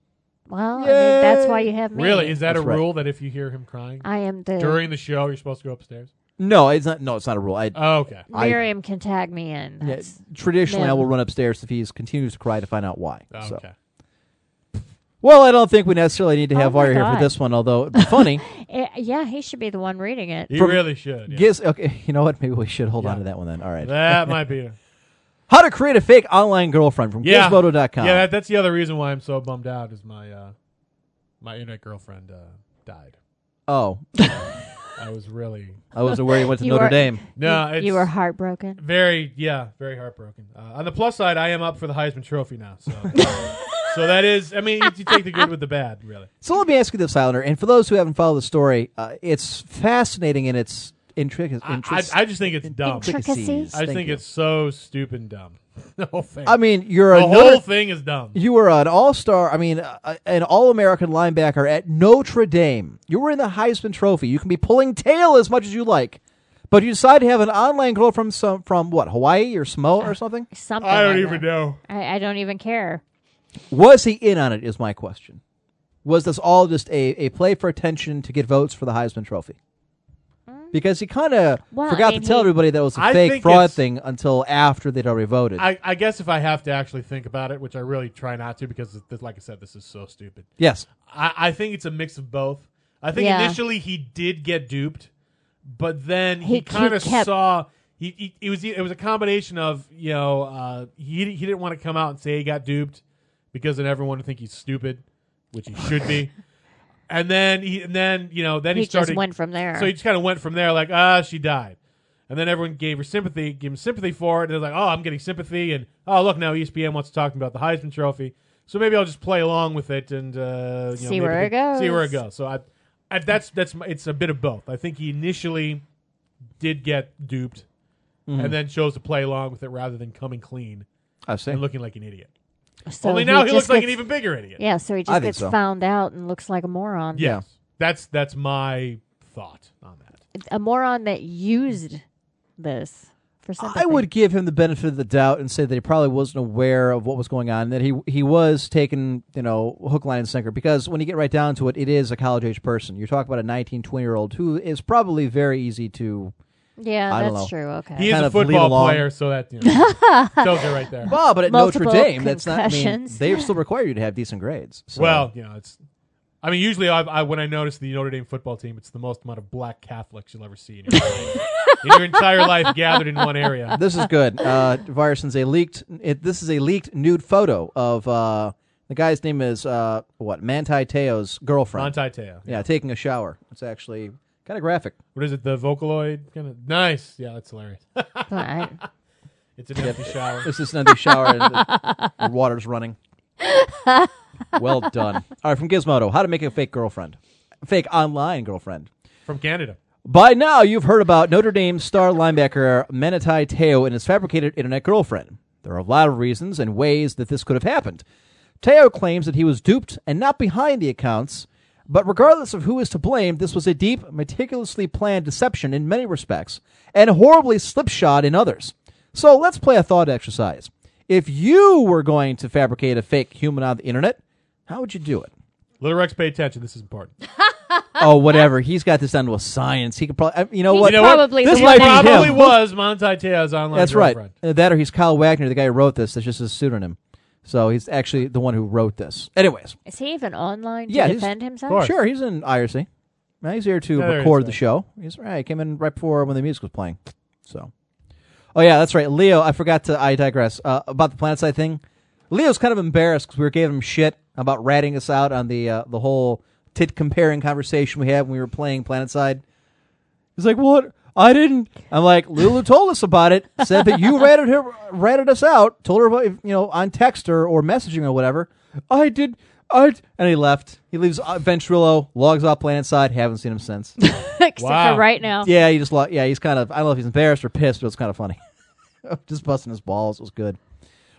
Speaker 6: well, I mean, that's why
Speaker 4: Yay.
Speaker 6: you have me.
Speaker 5: Really? Is that
Speaker 4: That's
Speaker 5: a
Speaker 4: right.
Speaker 5: rule that if you hear him crying
Speaker 6: I am the
Speaker 5: during the show, you're supposed to go upstairs?
Speaker 4: No, it's not. No, it's not a rule. I,
Speaker 5: Oh, okay.
Speaker 4: I-
Speaker 6: Miriam can tag me in.
Speaker 4: yeah,
Speaker 6: That's,
Speaker 4: traditionally, I
Speaker 6: no.
Speaker 4: will run upstairs if he is- continues to cry to find out why.
Speaker 5: Oh,
Speaker 4: So.
Speaker 5: okay.
Speaker 4: Well, I don't think we necessarily need to have
Speaker 6: Oh my
Speaker 4: Arya here for
Speaker 6: God.
Speaker 4: this one, although it'd be
Speaker 6: *laughs*
Speaker 4: funny.
Speaker 6: Eh, yeah, he should be the one reading it.
Speaker 5: You
Speaker 4: From-
Speaker 5: really should. yeah.
Speaker 4: Guess, okay, you know what? Maybe we should hold
Speaker 5: Yeah.
Speaker 4: on to that one then. All right.
Speaker 5: That might be. a-
Speaker 4: How to create a fake online girlfriend from
Speaker 5: Yeah.
Speaker 4: Gizmodo.com.
Speaker 5: Yeah, that, that's the other reason why I'm so bummed out is my uh, my internet girlfriend uh, died.
Speaker 4: oh,
Speaker 5: I was really
Speaker 4: I wasn't aware you went to
Speaker 6: *laughs* You
Speaker 4: Notre
Speaker 6: are-
Speaker 4: Dame.
Speaker 5: no.
Speaker 6: you,
Speaker 5: it's
Speaker 6: you were heartbroken.
Speaker 5: very yeah, very heartbroken. Uh, on the plus side, I am up for the Heisman Trophy now. So so that is. I mean, you, you take the good with the bad, really.
Speaker 4: So let me ask you this, Highlander, and for those who haven't followed the story, uh, it's fascinating in its intric-
Speaker 5: I, I,
Speaker 4: interest-
Speaker 5: I just think it's dumb.
Speaker 6: Intricacies.
Speaker 4: intricacies.
Speaker 5: I just
Speaker 4: Thank
Speaker 5: think
Speaker 4: you.
Speaker 5: it's so stupid and dumb. *laughs* the whole thing.
Speaker 4: I mean, you're
Speaker 5: the
Speaker 4: a
Speaker 5: whole
Speaker 4: Notre-
Speaker 5: thing is dumb.
Speaker 4: you were an all-star. I mean, uh, an all-American linebacker at Notre Dame. You were in the Heisman Trophy. You can be pulling tail as much as you like, but you decide to have an online girl from some from what Hawaii or Samoa or something.
Speaker 6: Something.
Speaker 5: I don't
Speaker 6: like
Speaker 5: even
Speaker 6: that.
Speaker 5: know.
Speaker 6: I, I don't even care.
Speaker 4: Was he in on it? Is my question. Was this all just a, a play for attention to get votes for the Heisman Trophy? Because he kind of
Speaker 6: Mm. Well, I
Speaker 4: forgot
Speaker 6: mean,
Speaker 4: to tell
Speaker 6: he-
Speaker 4: everybody that it was a
Speaker 5: I
Speaker 4: fake
Speaker 5: think
Speaker 4: fraud
Speaker 5: it's-
Speaker 4: thing until after they'd already voted.
Speaker 5: I, I guess if I have to actually think about it, which I really try not to, because th- like I said, this is so stupid.
Speaker 4: yes.
Speaker 5: I, I think it's a mix of both. I think
Speaker 6: Yeah.
Speaker 5: initially he did get duped, but then
Speaker 6: He-
Speaker 5: he,
Speaker 6: he
Speaker 5: kind of
Speaker 6: kept-
Speaker 5: saw he, he it was it was a combination of you know uh, he he didn't want to come out and say he got duped because then everyone would think he's stupid, which he should be.
Speaker 6: *laughs*
Speaker 5: And then he and then you know then
Speaker 6: He,
Speaker 5: he,
Speaker 6: just
Speaker 5: started
Speaker 6: went from there.
Speaker 5: so he just kind of went from there, like, ah, she died. And then everyone gave her sympathy, gave him sympathy for it. And they're like, oh, I'm getting sympathy. And, oh, look, now ESPN wants to talk to me about the Heisman Trophy. So maybe I'll just play along with it and uh, you know,
Speaker 6: See
Speaker 5: maybe
Speaker 6: where it
Speaker 5: they- See where it
Speaker 6: goes.
Speaker 5: goes. So I, I, that's, that's, my- it's a bit of both. I think he initially did get duped and then chose to play along with it rather than coming clean
Speaker 4: I see.
Speaker 5: and looking like an idiot.
Speaker 6: So
Speaker 5: Only now he,
Speaker 6: just
Speaker 5: looks like
Speaker 6: gets-
Speaker 5: an even bigger idiot.
Speaker 6: Yeah, so he
Speaker 4: I
Speaker 6: just
Speaker 4: think
Speaker 6: gets
Speaker 4: so.
Speaker 6: found out and looks like a moron.
Speaker 4: Yeah.
Speaker 5: Yes. That's, that's my thought on that.
Speaker 6: A moron that used this for something.
Speaker 4: I would give him the benefit of the doubt and say that he probably wasn't aware of what was going on, that he he was taken, you know, hook, line, and sinker. Because when you get right down to it, it is a college age person. You're talking about a 19, 20 year old who is probably very easy to.
Speaker 6: Yeah,
Speaker 4: I don't
Speaker 6: that's
Speaker 4: know.
Speaker 6: true. Okay.
Speaker 5: He is
Speaker 4: kind
Speaker 5: a
Speaker 4: of lead
Speaker 5: football
Speaker 4: along.
Speaker 5: player, so that you know, tells you right there.
Speaker 4: Well, but at
Speaker 6: Multiple
Speaker 4: Notre Dame, that's not. I mean,
Speaker 6: concussions. *laughs*
Speaker 4: they still require you to have decent grades. So.
Speaker 5: Well, you know, it's. I mean, usually, I, I when I notice the Notre Dame football team, it's the most amount of black Catholics you'll ever see in your, life. in your entire life gathered in one area.
Speaker 4: this is
Speaker 6: *laughs*
Speaker 4: good. Uh, Viarson's a leaked. It, this is a leaked nude photo of uh, the guy's name is uh, what Manti Teo's girlfriend.
Speaker 5: Monty Teo.
Speaker 4: Yeah, taking a shower. It's actually kind of graphic.
Speaker 5: What is it? The Vocaloid kind of nice. Yeah, that's hilarious.
Speaker 6: All right.
Speaker 5: It's an empty
Speaker 4: *laughs*
Speaker 5: shower.
Speaker 4: It's just an empty shower and the, the water's running. well done. All right, from Gizmodo, how to make a fake girlfriend, fake online girlfriend.
Speaker 5: from Canada.
Speaker 4: By now, you've heard about Notre Dame star linebacker Manatee Teo and his fabricated internet girlfriend. There are a lot of reasons and ways that this could have happened. Teo claims that he was duped and not behind the accounts, but regardless of who is to blame, this was a deep, meticulously planned deception in many respects, and horribly slipshod in others. So let's play a thought exercise. If you were going to fabricate a fake human on the internet, how would you do it?
Speaker 5: Little Rex, pay attention. This is important.
Speaker 4: oh, whatever. He's got this down to a science. He could probably, you know
Speaker 6: He's
Speaker 4: what?
Speaker 6: You know what? probably
Speaker 4: this
Speaker 6: the
Speaker 4: might
Speaker 6: one
Speaker 4: be
Speaker 6: that-
Speaker 5: Probably
Speaker 4: him.
Speaker 5: was Monty Teo's online
Speaker 4: That's right.
Speaker 5: girlfriend.
Speaker 4: Uh, That or he's Kyle Wagner, the guy who wrote this. That's just his pseudonym. So he's actually the one who wrote this. Anyways,
Speaker 6: Is he even online to
Speaker 4: Yeah, he's-
Speaker 6: defend himself?
Speaker 5: course.
Speaker 4: sure, he's in IRC. Now he's here to
Speaker 5: Yeah, there
Speaker 4: record
Speaker 5: is
Speaker 4: the
Speaker 5: that.
Speaker 4: show. He's right. He came in right before when the music was playing. So, oh yeah, that's right. Leo, I forgot to. I digress uh, about the planet side thing. Leo's kind of embarrassed because we were giving him shit about ratting us out on the uh, the whole tit comparing conversation we had when we were playing Planet Side. He's like, "What? I didn't." I'm like, "Lulu told us about it. Said that you *laughs* ratted her, ratted us out. Told her about you know on text or, or messaging or whatever. I did. I d-" and he left. He leaves uh, Venturillo, logs off planet side. Haven't seen him since.
Speaker 6: *laughs* Except
Speaker 5: Wow.
Speaker 6: for right now.
Speaker 4: yeah, he just lo- yeah he's kind of I don't know if he's embarrassed or pissed, but it's kind of funny. *laughs* just busting his balls was good.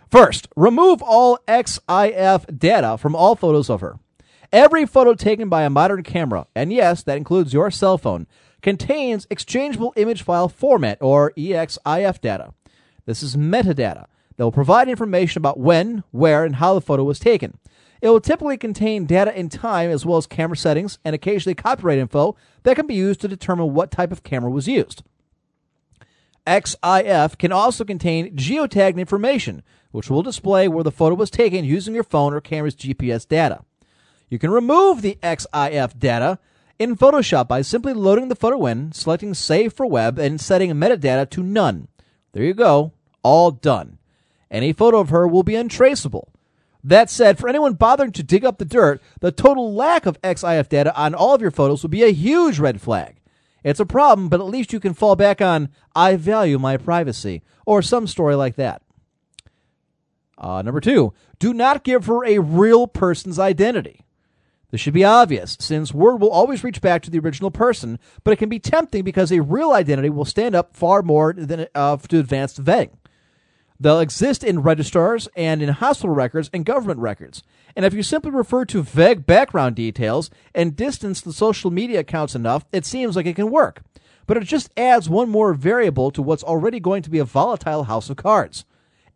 Speaker 4: First, remove all XIF data from all photos of her. Every photo taken by a modern camera, and yes, that includes your cell phone, contains exchangeable image file format or E EXIF data. This is metadata that will provide information about when, where, and how the photo was taken. It will typically contain data in time as well as camera settings and occasionally copyright info that can be used to determine what type of camera was used. XIF can also contain geotagged information, which will display where the photo was taken using your phone or camera's GPS data. You can remove the XIF data in Photoshop by simply loading the photo in, selecting Save for Web, and setting metadata to none. There you go, all done. Any photo of her will be untraceable. That said, for anyone bothering to dig up the dirt, the total lack of XIF data on all of your photos would be a huge red flag. It's a problem, but at least you can fall back on I value my privacy or some story like that. Uh, number two, do not give her a real person's identity. This should be obvious, since word will always reach back to the original person, but it can be tempting because a real identity will stand up far more than uh, to advanced vetting. They'll exist in registrars and in hospital records and government records. And if you simply refer to vague background details and distance the social media accounts enough, it seems like it can work. But it just adds one more variable to what's already going to be a volatile house of cards.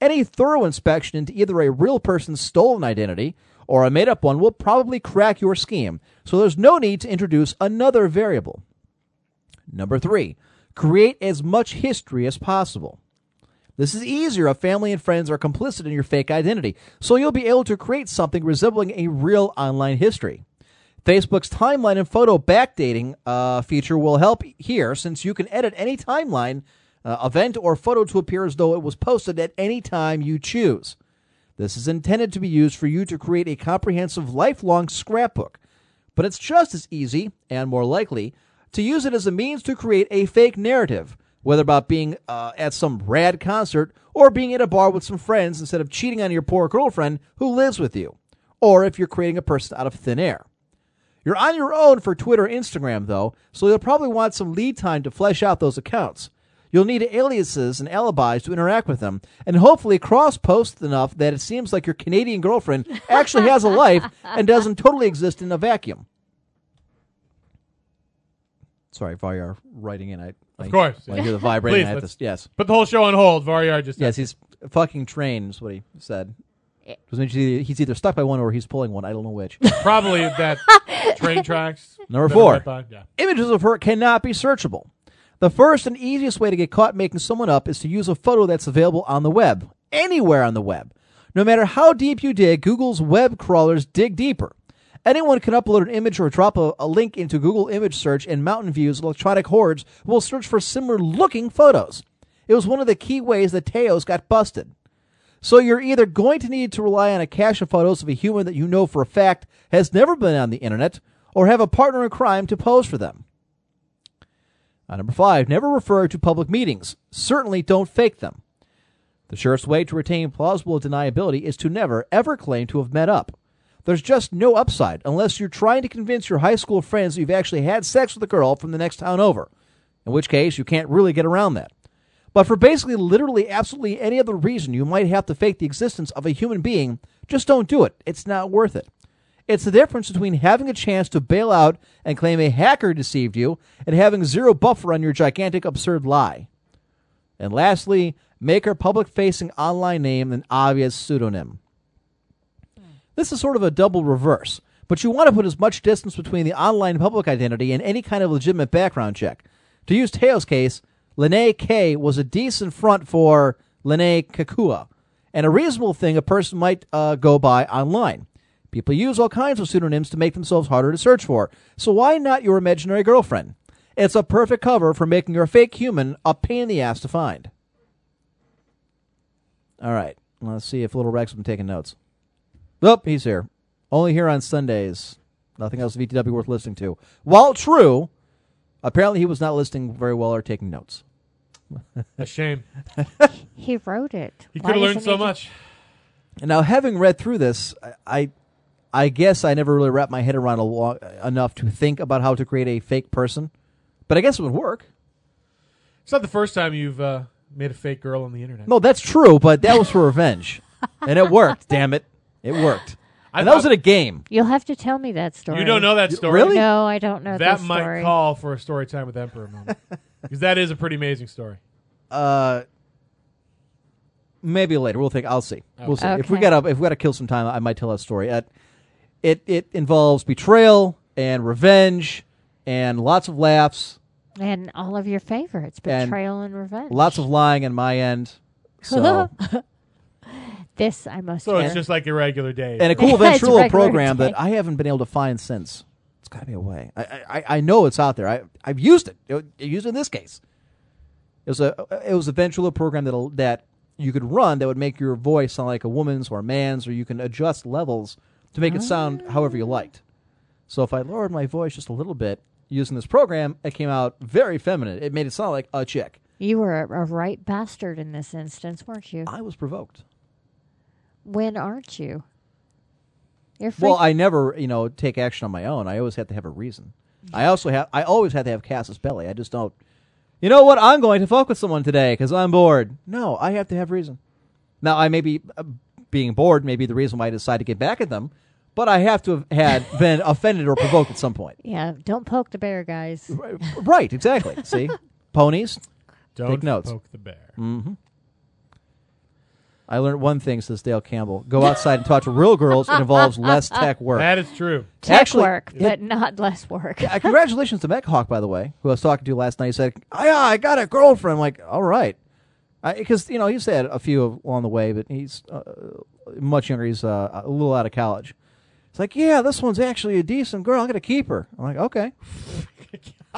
Speaker 4: Any thorough inspection into either a real person's stolen identity or a made up one will probably crack your scheme, so there's no need to introduce another variable. Number three, create as much history as possible. This is easier if family and friends are complicit in your fake identity, so you'll be able to create something resembling a real online history. Facebook's timeline and photo backdating uh, feature will help here since you can edit any timeline, uh, event, or photo to appear as though it was posted at any time you choose. This is intended to be used for you to create a comprehensive lifelong scrapbook, but it's just as easy and more likely to use it as a means to create a fake narrative, whether about being uh, at some rad concert or being at a bar with some friends instead of cheating on your poor girlfriend who lives with you, or if you're creating a person out of thin air. You're on your own for Twitter and Instagram, though, so you'll probably want some lead time to flesh out those accounts. You'll need aliases and alibis to interact with them, and hopefully cross post enough that it seems like your Canadian girlfriend actually has a life and doesn't totally exist in a vacuum. Sorry, if I are writing in, I, I,
Speaker 5: Of course.
Speaker 4: I hear the vibrating.
Speaker 5: Please,
Speaker 4: I have
Speaker 5: let's-
Speaker 4: to, yes.
Speaker 5: Put the whole show on hold. Varyar just
Speaker 4: Yes, he's fucking trained, is what he said. Which means he- he's either stuck by one or he's pulling one. I don't know which.
Speaker 5: probably that train tracks.
Speaker 4: Number
Speaker 5: Better
Speaker 4: four.
Speaker 5: than I thought, Yeah.
Speaker 4: Images of her cannot be searchable. The first and easiest way to get caught making someone up is to use a photo that's available on the web, anywhere on the web. No matter how deep you dig, Google's web crawlers dig deeper. Anyone can upload an image or drop a, a link into Google image search, and Mountain View's electronic hordes will search for similar looking photos. It was one of the key ways that Teos got busted. So you're either going to need to rely on a cache of photos of a human that you know for a fact has never been on the internet, or have a partner in crime to pose for them. Uh, number five, never refer to public meetings. Certainly don't fake them. The surest way to retain plausible deniability is to never, ever claim to have met up. There's just no upside unless you're trying to convince your high school friends that you've actually had sex with a girl from the next town over, in which case you can't really get around that. But for basically literally absolutely any other reason you might have to fake the existence of a human being, just don't do it. It's not worth it. It's the difference between having a chance to bail out and claim a hacker deceived you and having zero buffer on your gigantic absurd lie. And lastly, make her public facing online name an obvious pseudonym. This is sort of a double reverse, but you want to put as much distance between the online public identity and any kind of legitimate background check. To use Teo's case, Lene K was a decent front for Lene Kakua, and a reasonable thing a person might uh, go by online. People use all kinds of pseudonyms to make themselves harder to search for, so why not your imaginary girlfriend? It's a perfect cover for making your fake human a pain in the ass to find. All right, let's see if Little Rex has been taking notes. Nope, he's here. Only here on Sundays. Nothing else VTW worth listening to. While true, apparently he was not listening very well or taking notes.
Speaker 5: A shame.
Speaker 6: He wrote it.
Speaker 5: He
Speaker 6: Why
Speaker 5: could have learned
Speaker 6: doesn't
Speaker 5: so
Speaker 6: he
Speaker 5: much.
Speaker 4: And now, having read through this, I, I, I guess I never really wrapped my head around a lo- enough to think about how to create a fake person. But I guess it would work.
Speaker 5: It's not the first time you've uh, made a fake girl on the internet.
Speaker 4: No, that's true, but that was for revenge, and it worked. Damn it, it worked.
Speaker 5: *laughs* I
Speaker 4: and that was at
Speaker 5: thought-
Speaker 4: a game.
Speaker 6: You'll have to tell me that story.
Speaker 5: You don't know that story.
Speaker 4: really?
Speaker 6: No, I don't know
Speaker 5: That
Speaker 6: this
Speaker 5: might
Speaker 6: story.
Speaker 5: call for a story time with Emperor
Speaker 6: *laughs*
Speaker 5: moment. Because that is a pretty amazing story.
Speaker 4: Uh, maybe later. We'll think. I'll see. We'll see. If we
Speaker 6: Okay.
Speaker 4: gotta if we gotta kill some time, I might tell that story. Uh, it it involves betrayal and revenge and lots of laughs,
Speaker 6: and all of your favorites,
Speaker 4: And
Speaker 6: betrayal and, revenge.
Speaker 4: lots of lying on my end. So
Speaker 6: this I must.
Speaker 5: So it's
Speaker 6: admit.
Speaker 5: just like irregular days.
Speaker 4: and a cool
Speaker 6: *laughs* It's
Speaker 4: ventrilo
Speaker 6: regular
Speaker 4: program
Speaker 6: day.
Speaker 4: that I haven't been able to find since. It's got to be a way. I, I I know it's out there. I I've used it. I used it in this case. It was a it was a ventrilo program that that you could run that would make your voice sound like a woman's or a man's, or you can adjust levels to make it sound however you liked. So if I lowered my voice just a little bit using this program, it came out very feminine. It made it sound like a chick.
Speaker 6: you were a, a right bastard in this instance, weren't you?
Speaker 4: I was provoked.
Speaker 6: When aren't you? You're freak-
Speaker 4: Well, I never, you know, take action on my own. I always have to have a reason. I also have. I always have to have Cass's belly. I just don't. You know what? I'm going to fuck with someone today because I'm bored. No, I have to have reason. Now I may be uh, being bored. May be the reason why I decide to get back at them, but I have to have had *laughs* been offended or provoked at some point.
Speaker 6: yeah, don't poke the bear, guys.
Speaker 4: Right? Exactly. See, ponies.
Speaker 5: Don't
Speaker 4: Take notes.
Speaker 5: poke the bear.
Speaker 4: I learned one thing says Dale Campbell: go outside and talk to real girls. It involves less tech work.
Speaker 5: That is true.
Speaker 6: Tech
Speaker 4: Actually,
Speaker 6: work,
Speaker 4: it-
Speaker 6: but not less work.
Speaker 4: Uh, congratulations to Mechhawk, by the way, who I was talking to last night. He said, I, I got a girlfriend. I'm like, all right. Because, you know, he's had a few along the way, but he's uh, much younger. He's uh, a little out of college. It's like, yeah, this one's actually a decent girl. I'm going to keep her. I'm like,
Speaker 5: *laughs*
Speaker 4: okay.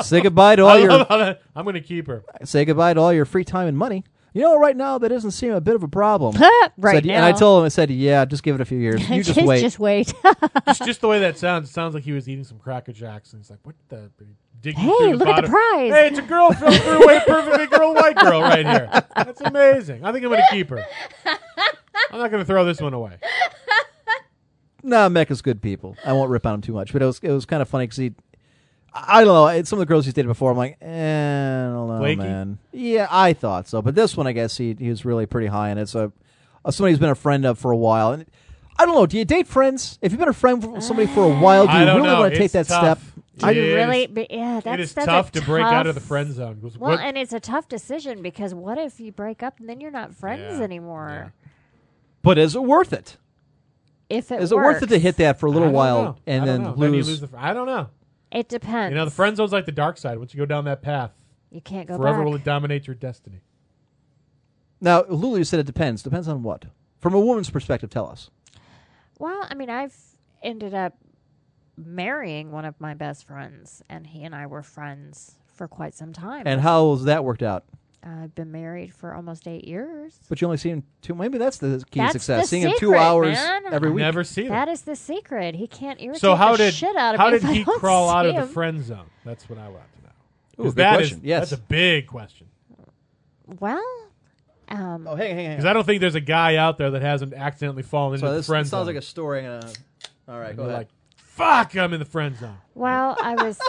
Speaker 4: say goodbye to all
Speaker 5: I
Speaker 4: your
Speaker 5: love how that- I'm going to keep
Speaker 6: *laughs*
Speaker 5: her.
Speaker 4: say goodbye to all your free time and money. You know, right now that doesn't seem a bit of a problem.
Speaker 6: *laughs* right
Speaker 4: Said-
Speaker 6: now,
Speaker 4: And I told him, I said, yeah, just give it a few years.
Speaker 6: *laughs*
Speaker 4: You just wait.
Speaker 6: Just wait.
Speaker 5: It's just the way that sounds. It sounds like he was eating some Cracker Jacks, and he's like, "What the?" Digging
Speaker 6: Hey,
Speaker 5: through the
Speaker 6: look at the
Speaker 5: bottom.
Speaker 6: prize.
Speaker 5: Hey, it's a girl filter away perfectly girl, white girl right here. That's amazing. I think I'm going to keep her. I'm not going to throw this one away.
Speaker 4: No, Mecca's good people. I won't rip on him too much, but it was it was kind of funny because he, I I don't know, it- some of the girls he's dated before. I'm like, eh, I don't know,
Speaker 5: Flaky?
Speaker 4: man. Yeah, I thought so, but this one, I guess he he was really pretty high in it. So, uh, somebody who's been a friend of for a while, and I don't know. Do you date friends? If you've been a friend with somebody for a while, do you
Speaker 5: I don't
Speaker 4: really
Speaker 5: know.
Speaker 4: want to take that
Speaker 5: It's tough.
Speaker 4: step?
Speaker 6: Are you *laughs*
Speaker 5: It is-
Speaker 6: really? But yeah, that's
Speaker 5: it is
Speaker 6: that's a
Speaker 5: tough to break out of the
Speaker 6: tough-
Speaker 5: friend zone. Because
Speaker 6: Well,
Speaker 5: what-
Speaker 6: and it's a tough decision because what if you break up and then you're not friends
Speaker 5: Yeah,
Speaker 6: anymore?
Speaker 4: But is it worth it?
Speaker 6: If it
Speaker 4: Is it worth it to
Speaker 6: works.
Speaker 4: hit that for a
Speaker 5: I
Speaker 4: little
Speaker 5: don't
Speaker 4: while
Speaker 5: know. I
Speaker 4: and
Speaker 5: don't
Speaker 4: then
Speaker 5: know. you
Speaker 4: lose?
Speaker 5: lose the. fr- I don't know.
Speaker 6: It depends.
Speaker 5: You know, the friend zone's like the dark side. Once you go down that path,
Speaker 6: You can't go
Speaker 5: forever
Speaker 6: back.
Speaker 5: will it dominate your destiny.
Speaker 4: now, Lulu said it depends. Depends on what? From a woman's perspective, tell us.
Speaker 6: Well, I mean, I've ended up marrying one of my best friends, and he and I were friends for quite some time.
Speaker 4: And how has that worked out?
Speaker 6: I've been married for almost eight years.
Speaker 4: But you only see him two. Maybe that's the key to
Speaker 6: That's
Speaker 4: success.
Speaker 6: the
Speaker 4: Seeing him two
Speaker 6: secret,
Speaker 4: hours
Speaker 6: man.
Speaker 4: every week.
Speaker 5: Never see that.
Speaker 6: That is the secret. He can't irritate
Speaker 5: So how
Speaker 6: the
Speaker 5: did
Speaker 6: shit out of
Speaker 5: how
Speaker 6: me
Speaker 5: did
Speaker 6: if I
Speaker 5: he
Speaker 6: don't
Speaker 5: crawl
Speaker 6: see
Speaker 5: out of
Speaker 6: him.
Speaker 5: the friend zone? That's what I want to know.
Speaker 4: Ooh,
Speaker 5: 'Cause
Speaker 4: good
Speaker 5: that is-
Speaker 4: question. Yes.
Speaker 5: that's a big question.
Speaker 6: Well, um,
Speaker 4: oh, hang, hang, hang.
Speaker 5: Because I don't think there's a guy out there that hasn't accidentally fallen into
Speaker 4: so
Speaker 5: the
Speaker 4: this
Speaker 5: friend
Speaker 4: sounds
Speaker 5: zone.
Speaker 4: like a story. And a, all right,
Speaker 5: And
Speaker 4: go
Speaker 5: you're
Speaker 4: ahead.
Speaker 5: like, fuck, I'm in the friend zone.
Speaker 6: well, I was.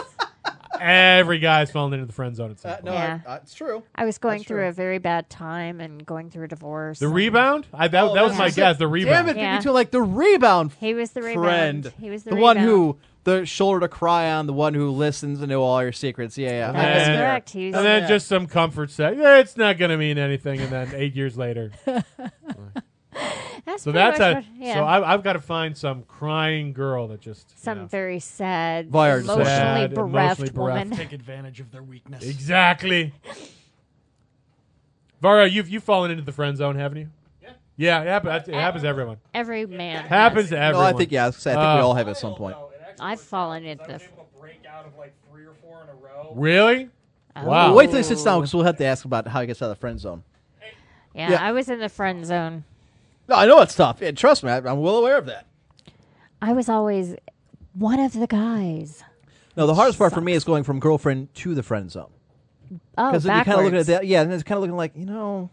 Speaker 5: Every guy's fallen into the friend zone at some
Speaker 4: Uh,
Speaker 5: point.
Speaker 4: no,
Speaker 6: Yeah.
Speaker 4: I- I- it's true.
Speaker 6: I
Speaker 5: *laughs*
Speaker 6: was going
Speaker 4: That's
Speaker 6: through
Speaker 4: true.
Speaker 6: a very bad time and going through a divorce.
Speaker 5: The rebound? I, that
Speaker 4: Oh,
Speaker 5: that was
Speaker 4: that's
Speaker 5: my
Speaker 4: just
Speaker 5: guess.
Speaker 4: it.
Speaker 5: The
Speaker 4: Damn
Speaker 5: rebound.
Speaker 4: it,
Speaker 6: Yeah.
Speaker 4: you two like the rebound
Speaker 6: He was the rebound.
Speaker 4: friend.
Speaker 6: He was the,
Speaker 4: one
Speaker 6: rebound.
Speaker 4: who the shoulder to cry on, the one who listens to know all your secrets. Yeah, yeah.
Speaker 6: That is
Speaker 5: And-
Speaker 6: correct. He was
Speaker 5: And then
Speaker 4: Yeah.
Speaker 5: just some comfort set. "Eh, It's not going to mean anything. And then eight years
Speaker 6: *laughs*
Speaker 5: later.
Speaker 6: That's
Speaker 5: So
Speaker 6: pretty
Speaker 5: that's
Speaker 6: much
Speaker 5: a.
Speaker 6: what- yeah.
Speaker 5: So I, I've got to find some crying girl that just. you
Speaker 6: some
Speaker 5: know,
Speaker 6: very sad,
Speaker 4: Wired
Speaker 6: emotionally,
Speaker 5: sad,
Speaker 6: bereft
Speaker 5: emotionally bereft.
Speaker 6: woman.
Speaker 7: Take advantage of their weakness.
Speaker 5: Exactly. Vara, you've you've fallen into the friend zone, haven't you? Yeah. Yeah, it happens. It happens to everyone.
Speaker 6: Every man
Speaker 5: Happens to
Speaker 4: No,
Speaker 5: everyone.
Speaker 4: Oh, I think yeah. I, was gonna say, I think
Speaker 5: Uh,
Speaker 4: we all have at some point.
Speaker 6: has. I've fallen into the.
Speaker 5: Really? Wow.
Speaker 6: Oh.
Speaker 4: Well, wait till he sits down because we'll have to ask about how he gets out of the friend zone.
Speaker 6: Yeah,
Speaker 4: Yeah.
Speaker 6: I was in the friend zone.
Speaker 4: No, I know it's tough. And trust me, I, I'm well aware of that.
Speaker 6: I was always one of the guys.
Speaker 4: No, the hardest part for me is going from girlfriend to the friend zone.
Speaker 6: Oh,
Speaker 4: Because you kind of looking at
Speaker 6: backwards.
Speaker 4: that, yeah, and it's kind of looking like you know,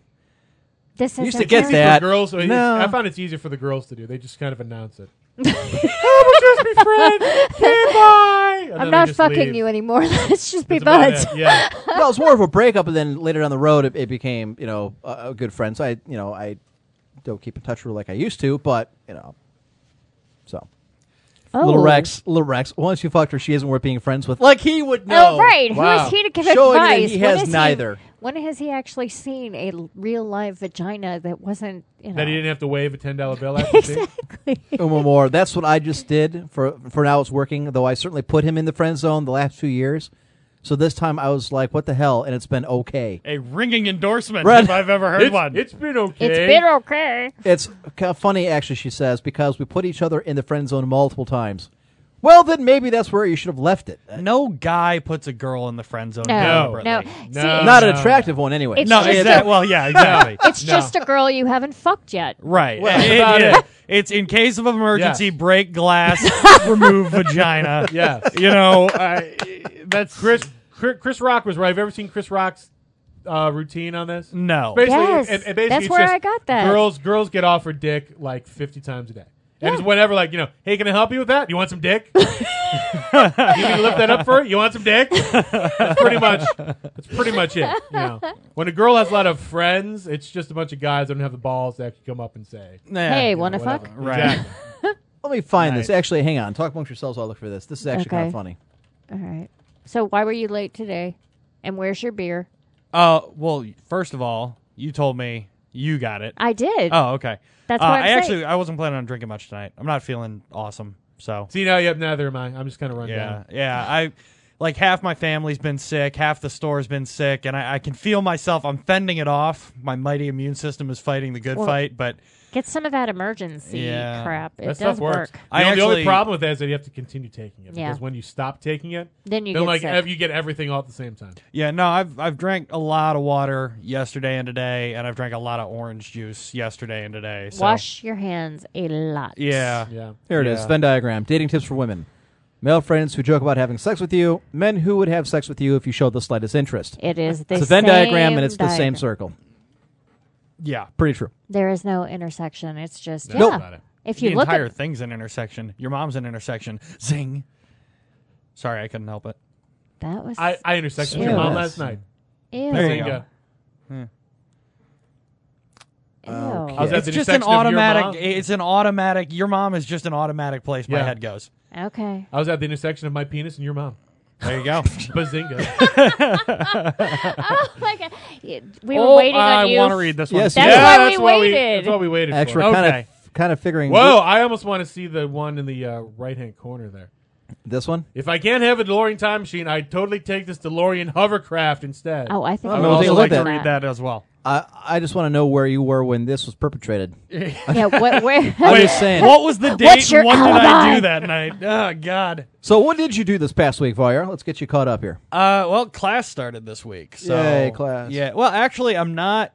Speaker 6: This is
Speaker 4: used to get
Speaker 5: Easy
Speaker 4: that.
Speaker 5: For girls, I-
Speaker 4: No.
Speaker 5: I found it's easier for the girls to do. They just kind of announce
Speaker 6: *laughs*
Speaker 5: it. oh, we'll just be friends. Okay, bye. And
Speaker 6: I'm
Speaker 5: then they
Speaker 6: not
Speaker 5: just
Speaker 6: fucking
Speaker 5: leave.
Speaker 6: you anymore. *laughs* Let's just be
Speaker 5: That's about
Speaker 6: buds.
Speaker 5: it. Yeah.
Speaker 4: well, it was more of a breakup, and then later down the road, it, it became you know a, a good friend. So I, you know, I don't keep in touch with her like I used to, but you know, So
Speaker 6: Oh.
Speaker 4: little Rex, little Rex. Once you fucked her, she isn't worth being friends with. Like he would know.
Speaker 6: Oh, right. Who
Speaker 4: Wow.
Speaker 6: is he to give
Speaker 4: Showing that
Speaker 6: advice?
Speaker 4: he
Speaker 6: When
Speaker 4: has
Speaker 6: is *laughs*
Speaker 4: neither.
Speaker 6: when has he actually seen a l- real live vagina that wasn't, you know?
Speaker 5: That he didn't have to wave a ten dollar bill at. you see?
Speaker 4: Uma Moore. That's what I just did. For for now, it's working. Though I certainly put him in the friend zone the last few years. So this time I was like, "What the hell?" And it's been okay.
Speaker 7: A ringing endorsement
Speaker 4: Right.
Speaker 7: if I've ever heard
Speaker 5: It's,
Speaker 7: one.
Speaker 5: it's been okay.
Speaker 6: It's been okay.
Speaker 4: It's kind of funny, actually. She says because we put each other in the friend zone multiple times. Well, then maybe that's where you should have left it.
Speaker 5: Oh,
Speaker 7: no guy puts a girl in the friend zone
Speaker 6: No,
Speaker 7: deliberately.
Speaker 6: no,
Speaker 5: No.
Speaker 6: See, it's-
Speaker 4: Not an attractive one, anyway.
Speaker 6: It's
Speaker 7: No,
Speaker 6: just
Speaker 7: exactly. Well, yeah, exactly.
Speaker 6: It's just a girl you haven't fucked yet.
Speaker 7: right.
Speaker 5: Well,
Speaker 7: It-
Speaker 5: about
Speaker 7: it-
Speaker 5: it.
Speaker 7: It's in case of emergency,
Speaker 5: Yes.
Speaker 7: break glass, remove vagina.
Speaker 5: Yeah.
Speaker 7: You know, uh, I, *laughs* that's
Speaker 5: Chris, Chris Chris Rock was right. Have you ever seen Chris Rock's uh, routine on this?
Speaker 7: No.
Speaker 5: Basically,
Speaker 6: Yes.
Speaker 5: and- and basically
Speaker 6: That's
Speaker 5: it's
Speaker 6: where
Speaker 5: just
Speaker 6: I got that.
Speaker 5: Girls girls get offered dick like fifty times a day. And it's whenever like, you know, hey, can I help you with that? You want some
Speaker 6: *laughs*
Speaker 5: dick? you can lift that up for it? You want some dick? That's pretty much that's pretty much it. You know. When a girl has a lot of friends, it's just a bunch of guys that don't have the balls to actually come up and say
Speaker 7: Yeah.
Speaker 6: hey, want to fuck?
Speaker 7: Right.
Speaker 5: Exactly.
Speaker 4: Let me find this. Actually, hang on. Talk amongst yourselves. I'll look for this. This is actually kind
Speaker 6: Okay.
Speaker 4: of funny.
Speaker 6: All right. So why were you late today? And where's your beer?
Speaker 7: Uh, well, first of all, you told me you got it.
Speaker 6: I did.
Speaker 7: Oh, okay.
Speaker 6: That's
Speaker 7: uh,
Speaker 6: what I'm
Speaker 7: I
Speaker 6: saying.
Speaker 7: actually I wasn't planning on drinking much tonight. I'm not feeling awesome, so
Speaker 5: See now yep, neither am I. I'm just kinda run
Speaker 7: yeah,
Speaker 5: down.
Speaker 7: yeah. I like half my family's been sick, half the store's been sick, and I, I can feel myself. I'm fending it off. My mighty immune system is fighting the good
Speaker 6: Well,
Speaker 7: fight, but
Speaker 6: Get some of that emergency
Speaker 7: Yeah.
Speaker 6: crap. It
Speaker 5: That
Speaker 6: does
Speaker 5: stuff
Speaker 6: work.
Speaker 5: works. You
Speaker 7: I
Speaker 5: know, the only
Speaker 7: actually-
Speaker 5: problem with that is that you have to continue taking it.
Speaker 6: Yeah.
Speaker 5: Because when you stop taking it,
Speaker 6: Then you
Speaker 5: then
Speaker 6: get
Speaker 5: like
Speaker 6: sick.
Speaker 5: ev- you get everything all at the same time.
Speaker 7: yeah, no. I've I've drank a lot of water yesterday and today, and I've drank a lot of orange juice yesterday and today. So.
Speaker 6: Wash your hands a lot.
Speaker 7: Yeah.
Speaker 5: Yeah.
Speaker 4: Here it is. Venn diagram. Dating tips for women. Male friends who joke about having sex with you. Men who would have sex with you if you showed the slightest interest.
Speaker 6: It is the
Speaker 4: it's a Venn diagram
Speaker 6: same
Speaker 4: and it's the
Speaker 6: diagram.
Speaker 4: same circle.
Speaker 7: Yeah.
Speaker 4: Pretty true.
Speaker 6: There is no intersection. It's just
Speaker 5: Nope.
Speaker 6: yeah.
Speaker 5: Got it.
Speaker 6: If
Speaker 7: the
Speaker 6: you look
Speaker 7: entire
Speaker 6: at
Speaker 7: thing's an intersection. Your mom's an intersection. Zing. Sorry, I couldn't help it.
Speaker 6: that was
Speaker 5: I, I intersected with
Speaker 4: Ew.
Speaker 5: your mom
Speaker 4: Yes.
Speaker 5: last night.
Speaker 6: ew.
Speaker 7: There you
Speaker 5: Zynga.
Speaker 7: go.
Speaker 6: Ew.
Speaker 5: I was at the
Speaker 7: it's just an
Speaker 5: intersection of your mom-
Speaker 7: automatic. It's an automatic. Your mom is just an automatic place my
Speaker 5: Yeah.
Speaker 7: head goes.
Speaker 6: Okay.
Speaker 5: I was at the intersection of my penis and your mom.
Speaker 7: There you
Speaker 5: *laughs*
Speaker 7: go.
Speaker 5: Bazinga.
Speaker 6: Oh *laughs* my god. Y- We were waiting
Speaker 7: Oh, I
Speaker 6: on you.
Speaker 7: want to read this one.
Speaker 4: Yes,
Speaker 6: That's
Speaker 4: Yeah,
Speaker 6: why we
Speaker 5: that's why we
Speaker 6: waited.
Speaker 5: That's why we waited
Speaker 4: Actually,
Speaker 5: for.
Speaker 4: we're kind
Speaker 7: Okay.
Speaker 4: of kind of figuring.
Speaker 5: Whoa, I almost want to see the one in the uh, right-hand corner there.
Speaker 4: This one.
Speaker 5: If I can't have a DeLorean time machine, I'd totally take this DeLorean hovercraft instead.
Speaker 6: Oh, I think
Speaker 4: I
Speaker 7: I
Speaker 4: I'm
Speaker 7: would
Speaker 4: gonna take
Speaker 7: also
Speaker 4: a
Speaker 7: like
Speaker 4: look
Speaker 7: to
Speaker 4: at
Speaker 7: read that as well.
Speaker 4: I I just want to know where you were when this was perpetrated.
Speaker 6: Yeah, what,
Speaker 7: *laughs*
Speaker 6: where?
Speaker 4: I'm just saying.
Speaker 7: What was the date?
Speaker 6: What's your
Speaker 7: and what did I
Speaker 6: alibi?
Speaker 7: do that night? Oh God.
Speaker 4: So what did you do this past week, Voyeur? Let's get you caught up here.
Speaker 7: Uh, well, class started this week. So
Speaker 4: Yay, class.
Speaker 7: Yeah. Well, actually, I'm not.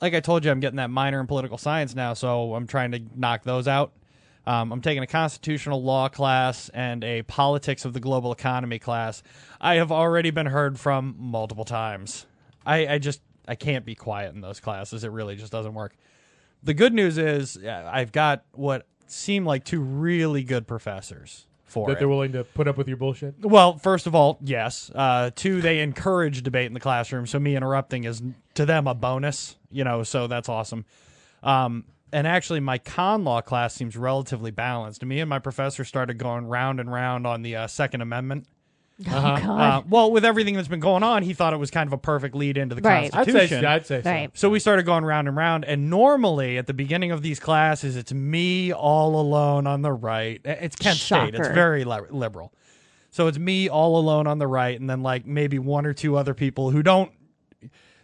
Speaker 7: Like I told you, I'm getting that minor in political science now, so I'm trying to knock those out. Um, I'm taking a constitutional law class and a politics of the global economy class. I have already been heard from multiple times. I, I just I can't be quiet in those classes. It really just doesn't work. The good news is uh, I've got what seem like two really good professors for
Speaker 5: that
Speaker 7: it.
Speaker 5: they're willing to put up with your bullshit.
Speaker 7: Well, first of all, yes. Uh, two, they encourage debate in the classroom, so me interrupting is to them a bonus, you know, so that's awesome. Um, and actually, my con law class seems relatively balanced. Me and my professor started going round and round on the uh, Second Amendment.
Speaker 6: Oh, God.
Speaker 7: Uh, well, with everything that's been going on, he thought it was kind of a perfect lead into the
Speaker 6: Right.
Speaker 5: I'd
Speaker 7: Constitution.
Speaker 5: say, I'd
Speaker 6: *laughs*
Speaker 5: say so.
Speaker 6: right.
Speaker 7: So we started going round and round, and normally at the beginning of these classes, it's me all alone on the right. It's Kent State. It's
Speaker 6: Shocker.
Speaker 7: very li- liberal. So it's me all alone on the right, and then like maybe one or two other people who don't.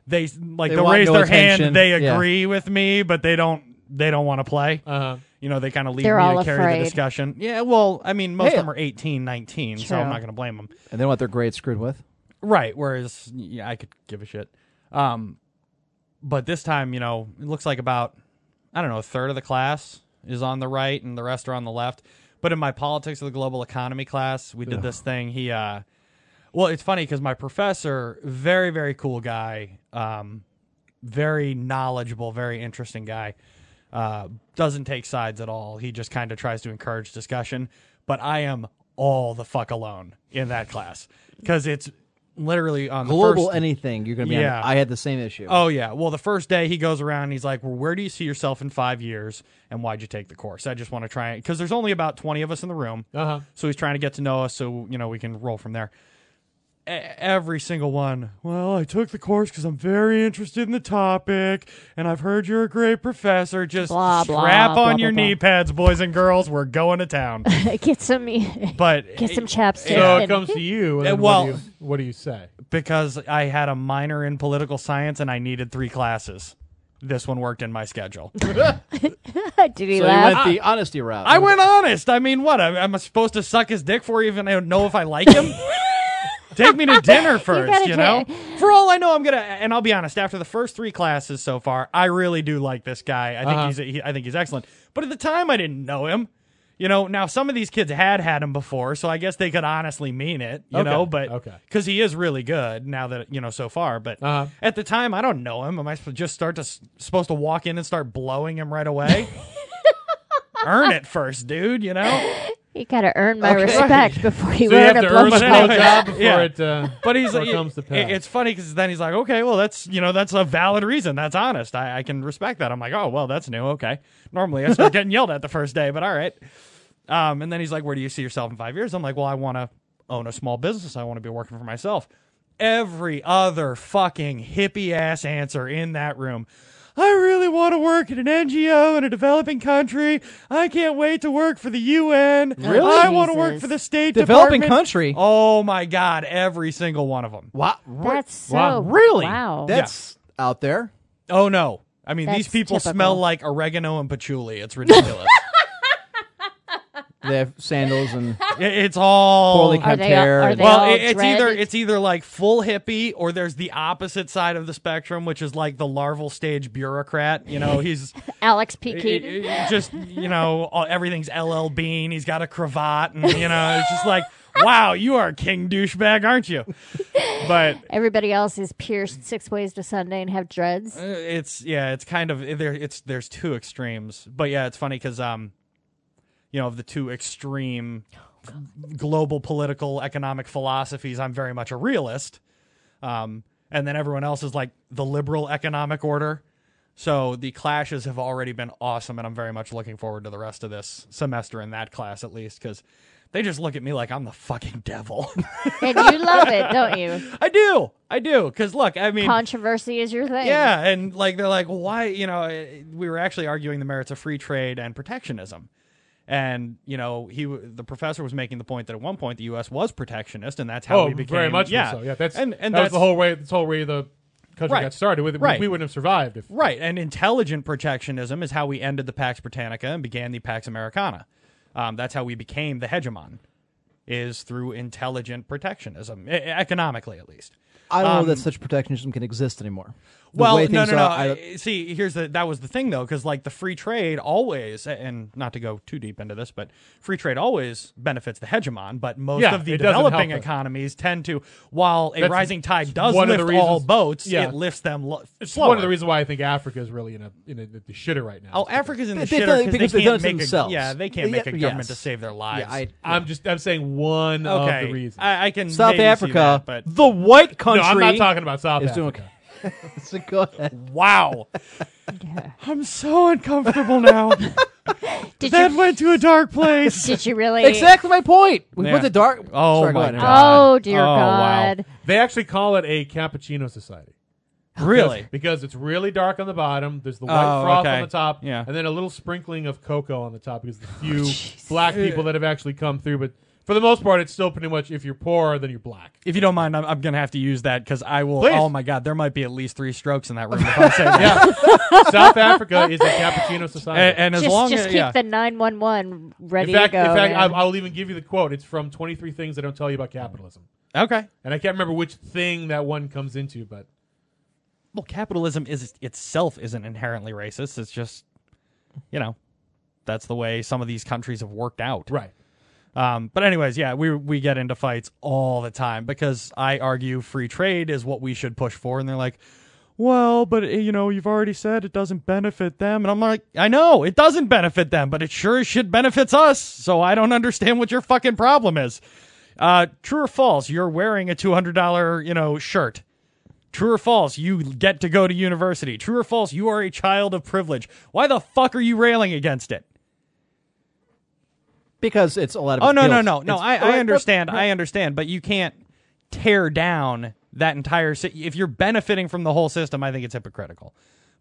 Speaker 7: They like
Speaker 4: They
Speaker 7: they will
Speaker 4: want
Speaker 7: raise
Speaker 4: no
Speaker 7: their
Speaker 4: attention.
Speaker 7: hand. They
Speaker 4: Yeah. Uh,
Speaker 7: agree with me, but they don't. They don't want to play.
Speaker 5: Uh-huh.
Speaker 7: You know, they kind of leave
Speaker 6: They're
Speaker 7: me
Speaker 6: all
Speaker 7: to carry
Speaker 6: afraid.
Speaker 7: the discussion. Yeah, well, I mean, most
Speaker 4: Hey.
Speaker 7: of them are 18, 19, so I'm
Speaker 6: True.
Speaker 7: not going to blame them.
Speaker 4: And then what their grades screwed with.
Speaker 7: Right. Whereas yeah, I could give a shit. Um, but this time, you know, it looks like about I don't know a third of the class is on the right and the rest are on the left. But in my politics of the global economy class, we did this thing. He, uh, well, it's funny because my professor, very very cool guy, um, very knowledgeable, very interesting guy. Uh, doesn't take sides at all. He just kind of tries to encourage discussion. But I am all the fuck alone in that class because it's literally on the
Speaker 4: global
Speaker 7: first,
Speaker 4: anything, you're going to be. on-
Speaker 7: Yeah.
Speaker 4: I had the same issue.
Speaker 7: Oh yeah. Well, the first day he goes around and he's like, "Well, where do you see yourself in five years? And why'd you take the course? I just want to try it because there's only about twenty of us in the room,
Speaker 5: Uh-huh.
Speaker 7: so he's trying to get to know us, so you know we can roll from there." E- Every single one. Well, I took the course because I'm very interested in the topic, and I've heard you're a great professor. Just
Speaker 6: Blah, blah,
Speaker 7: strap
Speaker 6: blah,
Speaker 7: on
Speaker 6: blah,
Speaker 7: your
Speaker 6: blah.
Speaker 7: knee pads, boys and girls. We're going
Speaker 6: *laughs*
Speaker 7: to town.
Speaker 6: Get some, *laughs*
Speaker 7: But
Speaker 6: get some chapstick.
Speaker 5: So it
Speaker 6: and-
Speaker 5: comes to you. And
Speaker 7: Uh,
Speaker 5: then what do
Speaker 7: well-
Speaker 5: you- what do you say?
Speaker 7: because I had a minor in political science and I needed three classes, this one worked in my schedule.
Speaker 6: *laughs* Did he
Speaker 4: so
Speaker 6: laugh?
Speaker 4: you went the honesty route.
Speaker 7: I went honest. I mean, what? I- I'm supposed to suck his dick for you even I know if I like him? Take me to dinner first,
Speaker 6: gotta
Speaker 7: you, know?
Speaker 6: try-
Speaker 7: For all I know, I'm gonna. And I'll be honest. After the first three classes so far, I really do like this guy. I think he's. He, I think he's excellent. But at the time, I didn't know him. You know, now some of these kids had had him before, so I guess they could honestly mean it. You
Speaker 5: Okay,
Speaker 7: know, but
Speaker 5: okay.
Speaker 7: because he is really good now that you know so far. But
Speaker 5: Uh-huh.
Speaker 7: at the time, I don't know him. Am I sp- just start to s- supposed to walk in and start blowing him right away? Earn it first, dude. You know.
Speaker 6: You gotta earn my respect
Speaker 7: *laughs*
Speaker 6: before you
Speaker 5: So you
Speaker 6: earn
Speaker 5: have
Speaker 6: a
Speaker 5: to earn the
Speaker 6: blow
Speaker 7: blowjob.
Speaker 5: whole
Speaker 6: job.
Speaker 5: job before
Speaker 7: Yeah.
Speaker 5: it. Uh,
Speaker 7: But he's
Speaker 5: before
Speaker 7: like,
Speaker 5: it comes to
Speaker 7: it-
Speaker 5: pass.
Speaker 7: it's funny because then he's like, okay, well, that's you know, that's a valid reason. That's honest. I, I can respect that. I'm like, oh, well, that's new. Okay. Normally,
Speaker 5: *laughs*
Speaker 7: I start getting yelled at the first day, but all right. Um, and then he's like, where do you see yourself in five years? I'm like, well, I want to own a small business. I want to be working for myself. Every other fucking hippie ass answer in that room. I really want to work at an NGO in a developing country. I can't wait to work for the UN.
Speaker 6: Really?
Speaker 7: I want to work
Speaker 6: Jesus.
Speaker 7: for the State
Speaker 4: Developing
Speaker 7: Department.
Speaker 4: country?
Speaker 7: Oh my God! Every single one of them.
Speaker 4: Wow.
Speaker 6: That's so
Speaker 7: Wow.
Speaker 4: Really?
Speaker 6: Wow.
Speaker 4: That's out there.
Speaker 7: Oh no! I mean,
Speaker 6: That's
Speaker 7: these people
Speaker 6: typical.
Speaker 7: smell like oregano and patchouli. It's
Speaker 6: *laughs*
Speaker 7: ridiculous.
Speaker 4: They have sandals
Speaker 7: *laughs*
Speaker 4: and
Speaker 7: I- it's all
Speaker 4: poorly
Speaker 6: Are
Speaker 4: cut
Speaker 6: they all-
Speaker 4: hair.
Speaker 6: are
Speaker 4: and-
Speaker 6: they
Speaker 7: Oh, well,
Speaker 6: all
Speaker 7: it- it's
Speaker 6: dread?
Speaker 7: either it's either like full hippie or there's the opposite side of the spectrum, which is like the larval stage bureaucrat. You
Speaker 6: *laughs*
Speaker 7: know, he's
Speaker 6: Alex P.
Speaker 7: it-
Speaker 6: Keaton.
Speaker 7: it- it just you know all, everything's LL Bean. He's got a cravat, and you know it's just like. Wow, you are king douchebag,
Speaker 6: *laughs*
Speaker 7: aren't you? But
Speaker 6: Everybody else is pierced six ways to Sunday and have dreads.
Speaker 7: Uh, it's yeah it's kind of eh, there it's there's two extremes but yeah it's funny because um you know of the two extreme global political economic philosophies i'm very much a realist um and then everyone else is like the liberal economic order so the clashes have already been awesome and i'm very much looking forward to the rest of this semester in that class at least because they just look at me like i'm the fucking devil *laughs*
Speaker 6: and you love it, don't you?
Speaker 7: i do i do because look i mean
Speaker 6: Controversy is your thing.
Speaker 7: yeah, and like they're like, why? You know, eh, we were actually arguing the merits of free trade and protectionism, and you know, he w- the professor was making the point that at one point the U.S. was protectionist, and that's
Speaker 5: *laughs*
Speaker 7: how
Speaker 5: oh,
Speaker 7: we became
Speaker 5: very much
Speaker 7: yeah,
Speaker 5: so. Yeah, that's
Speaker 7: and and
Speaker 5: that
Speaker 7: that's
Speaker 5: was the whole way. This whole way the country
Speaker 7: Right.
Speaker 5: got started. With,
Speaker 7: Right.
Speaker 5: we wouldn't have survived if
Speaker 7: Right, and intelligent protectionism is how we ended the Pax Britannica and began the Pax Americana. Um, that's how we became the hegemon, is through intelligent protectionism, e- economically at least.
Speaker 4: I don't
Speaker 7: Um,
Speaker 4: know that such protectionism can exist anymore. The
Speaker 7: well,
Speaker 4: way
Speaker 7: no,
Speaker 4: things
Speaker 7: no, no.
Speaker 4: are, I-
Speaker 7: Uh, See, here's the that was the thing though, because like the free trade always, and not to go too deep into this, but free trade always benefits the hegemon. But most
Speaker 5: Yeah,
Speaker 7: of the
Speaker 5: it doesn't help
Speaker 7: developing
Speaker 5: it.
Speaker 7: economies tend to, while a
Speaker 5: That's
Speaker 7: rising tide does
Speaker 5: one of
Speaker 7: lift
Speaker 5: the
Speaker 7: all
Speaker 5: reasons-
Speaker 7: boats,
Speaker 5: yeah.
Speaker 7: it lifts them. Lo-
Speaker 5: It's
Speaker 7: slower.
Speaker 5: one of the reasons why I think Africa is really in a in a, the shitter right now.
Speaker 7: Oh, Africa's in the
Speaker 4: They- they've
Speaker 7: shitter
Speaker 4: done it
Speaker 7: 'cause
Speaker 4: because
Speaker 7: they
Speaker 4: they've done
Speaker 7: can't
Speaker 4: it
Speaker 7: make
Speaker 4: themselves.
Speaker 7: A, yeah, they can't
Speaker 4: Yeah,
Speaker 7: make a
Speaker 4: yes.
Speaker 7: government to save their lives.
Speaker 4: yeah, I-
Speaker 5: I'm just I'm saying one
Speaker 7: okay,
Speaker 5: of the reasons.
Speaker 7: I, I can
Speaker 4: South
Speaker 7: maybe see
Speaker 4: Africa,
Speaker 7: that, but
Speaker 4: the white country.
Speaker 5: no, I'm not talking about South
Speaker 4: is
Speaker 5: Africa.
Speaker 4: doing okay. *laughs* So go ahead.
Speaker 7: wow, I'm so uncomfortable *laughs* now.
Speaker 6: Did
Speaker 7: that
Speaker 6: you?
Speaker 7: went to a dark place.
Speaker 6: *laughs* Did you really?
Speaker 4: Exactly my point. We
Speaker 7: Yeah.
Speaker 4: put the dark.
Speaker 7: Oh
Speaker 4: Sorry, go
Speaker 7: my
Speaker 4: ahead.
Speaker 7: God.
Speaker 6: Oh dear
Speaker 7: Oh, wow.
Speaker 6: God!
Speaker 5: They actually call it a cappuccino society.
Speaker 7: Really?
Speaker 5: Because it's really dark on the bottom. There's the white
Speaker 7: Oh,
Speaker 5: froth
Speaker 7: okay.
Speaker 5: on the top,
Speaker 7: Yeah. Oh,
Speaker 5: and then a little sprinkling of cocoa on the top because the few black people that have actually come through. But for the most part, it's still pretty much if you're poor, then you're black.
Speaker 7: If you don't mind, I'm, I'm gonna have to use that because I will.
Speaker 5: Please.
Speaker 7: Oh my god, there might be at least three strokes in that room. If I say *laughs* that.
Speaker 5: South Africa is a cappuccino society.
Speaker 7: and, and as
Speaker 6: just
Speaker 7: long
Speaker 6: just
Speaker 7: as
Speaker 6: keep
Speaker 7: yeah,
Speaker 6: the nine one one ready
Speaker 5: in fact,
Speaker 6: to go.
Speaker 5: in fact,
Speaker 6: man.
Speaker 5: I, I'll even give you the quote. It's from 23 Things That Don't Tell You About Capitalism.
Speaker 7: okay.
Speaker 5: And I can't remember which thing that one comes into, but
Speaker 7: Well, capitalism is itself isn't inherently racist. It's just, you know, that's the way some of these countries have worked out.
Speaker 5: right.
Speaker 7: Um, but anyways, yeah, we we get into fights all the time because I argue free trade is what we should push for, and they're like, "Well, but eh, you know, you've already said it doesn't benefit them," and I'm like, "I know it doesn't benefit them, but it sure as shit benefits us." So I don't understand what your fucking problem is. Uh, true or false? You're wearing a two hundred dollar you know shirt. True or false? You get to go to university. True or false? You are a child of privilege. Why the fuck are you railing against it?
Speaker 4: because it's a lot of.
Speaker 7: Oh
Speaker 4: it's
Speaker 7: no, no,
Speaker 4: guilt.
Speaker 7: no, no.
Speaker 4: It's-
Speaker 7: I,
Speaker 4: Right,
Speaker 7: I
Speaker 4: but-
Speaker 7: understand. I understand. But you can't tear down that entire. Si- if you're benefiting from the whole system, I think it's hypocritical.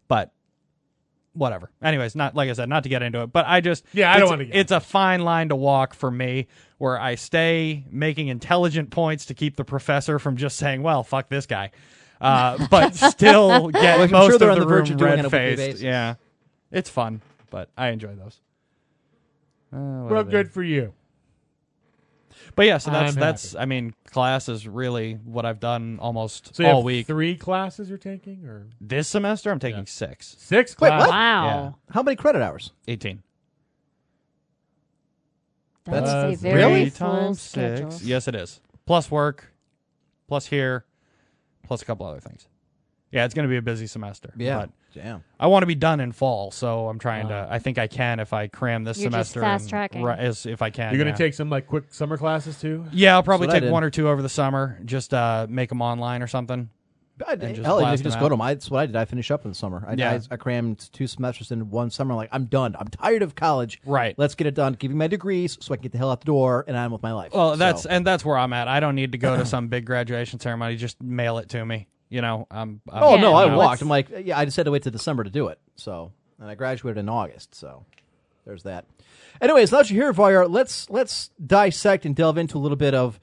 Speaker 7: But whatever. Anyways, not like I said, not to get into it. But I just
Speaker 5: Yeah, I don't
Speaker 7: it's-
Speaker 5: wanna get
Speaker 7: It's a fine line to walk for me, where I stay making intelligent points to keep the professor from just saying, "Well, fuck this guy,"
Speaker 4: *laughs*
Speaker 7: uh, but still get
Speaker 4: I'm sure
Speaker 7: most
Speaker 4: they're
Speaker 7: of
Speaker 4: on
Speaker 7: the,
Speaker 4: the verge of
Speaker 7: room
Speaker 4: doing it on a
Speaker 7: red
Speaker 4: weekly
Speaker 7: faced.
Speaker 4: basis.
Speaker 7: Yeah, it's fun, but I enjoy those. Uh, what
Speaker 5: Well,
Speaker 7: are they?
Speaker 5: good for you.
Speaker 7: But yeah, so
Speaker 5: I'm
Speaker 7: that's
Speaker 5: happy.
Speaker 7: that's I mean, class is really what I've done almost
Speaker 5: So you
Speaker 7: all
Speaker 5: have
Speaker 7: week.
Speaker 5: three classes you're taking, or
Speaker 7: This semester I'm taking six.
Speaker 5: six
Speaker 4: Wait,
Speaker 5: classes?
Speaker 4: what?
Speaker 6: Wow.
Speaker 4: How many credit hours?
Speaker 7: Eighteen.
Speaker 6: That is
Speaker 5: That's
Speaker 6: a very
Speaker 7: Uh, Three
Speaker 6: full
Speaker 7: times
Speaker 6: schedule.
Speaker 7: six. Yes it is. Plus work, plus here, plus a couple other things. Yeah, it's gonna be a busy semester. But
Speaker 4: Damn.
Speaker 7: I want to be done in fall, so I'm trying
Speaker 5: Uh-huh.
Speaker 7: to I think I can if I cram this
Speaker 6: You're just
Speaker 7: semester
Speaker 6: fast
Speaker 7: and
Speaker 6: tracking.
Speaker 7: ri- as if I can.
Speaker 5: You're gonna
Speaker 7: yeah.
Speaker 5: take some like quick summer classes too.
Speaker 7: Yeah, I'll probably
Speaker 4: That's what I
Speaker 7: take
Speaker 4: did.
Speaker 7: one or two over the summer, just uh make them online or something.
Speaker 4: I,
Speaker 7: just
Speaker 4: hell, I
Speaker 7: blast
Speaker 4: just, just
Speaker 7: them
Speaker 4: go
Speaker 7: out.
Speaker 4: to 'em. I, that's what I did. I finished up in the summer. I,
Speaker 7: Yeah.
Speaker 4: I, I crammed two semesters in one summer. Like I'm done. I'm tired of college.
Speaker 7: Right.
Speaker 4: Let's get it done. Give me my degrees so I can get the hell out the door and on with my life.
Speaker 7: Well, that's
Speaker 4: So,
Speaker 7: and that's where I'm at. I don't need to go to some big graduation ceremony. Just mail it to me. You know, I'm. I'm
Speaker 4: oh
Speaker 6: Yeah,
Speaker 4: no, I
Speaker 6: no,
Speaker 4: walked.
Speaker 6: it's-
Speaker 4: I'm like, yeah, I just had to wait till December to do it. So, and I graduated in August. So, there's that. Anyways, now that you're here, Voyeur, let's let's dissect and delve into a little bit of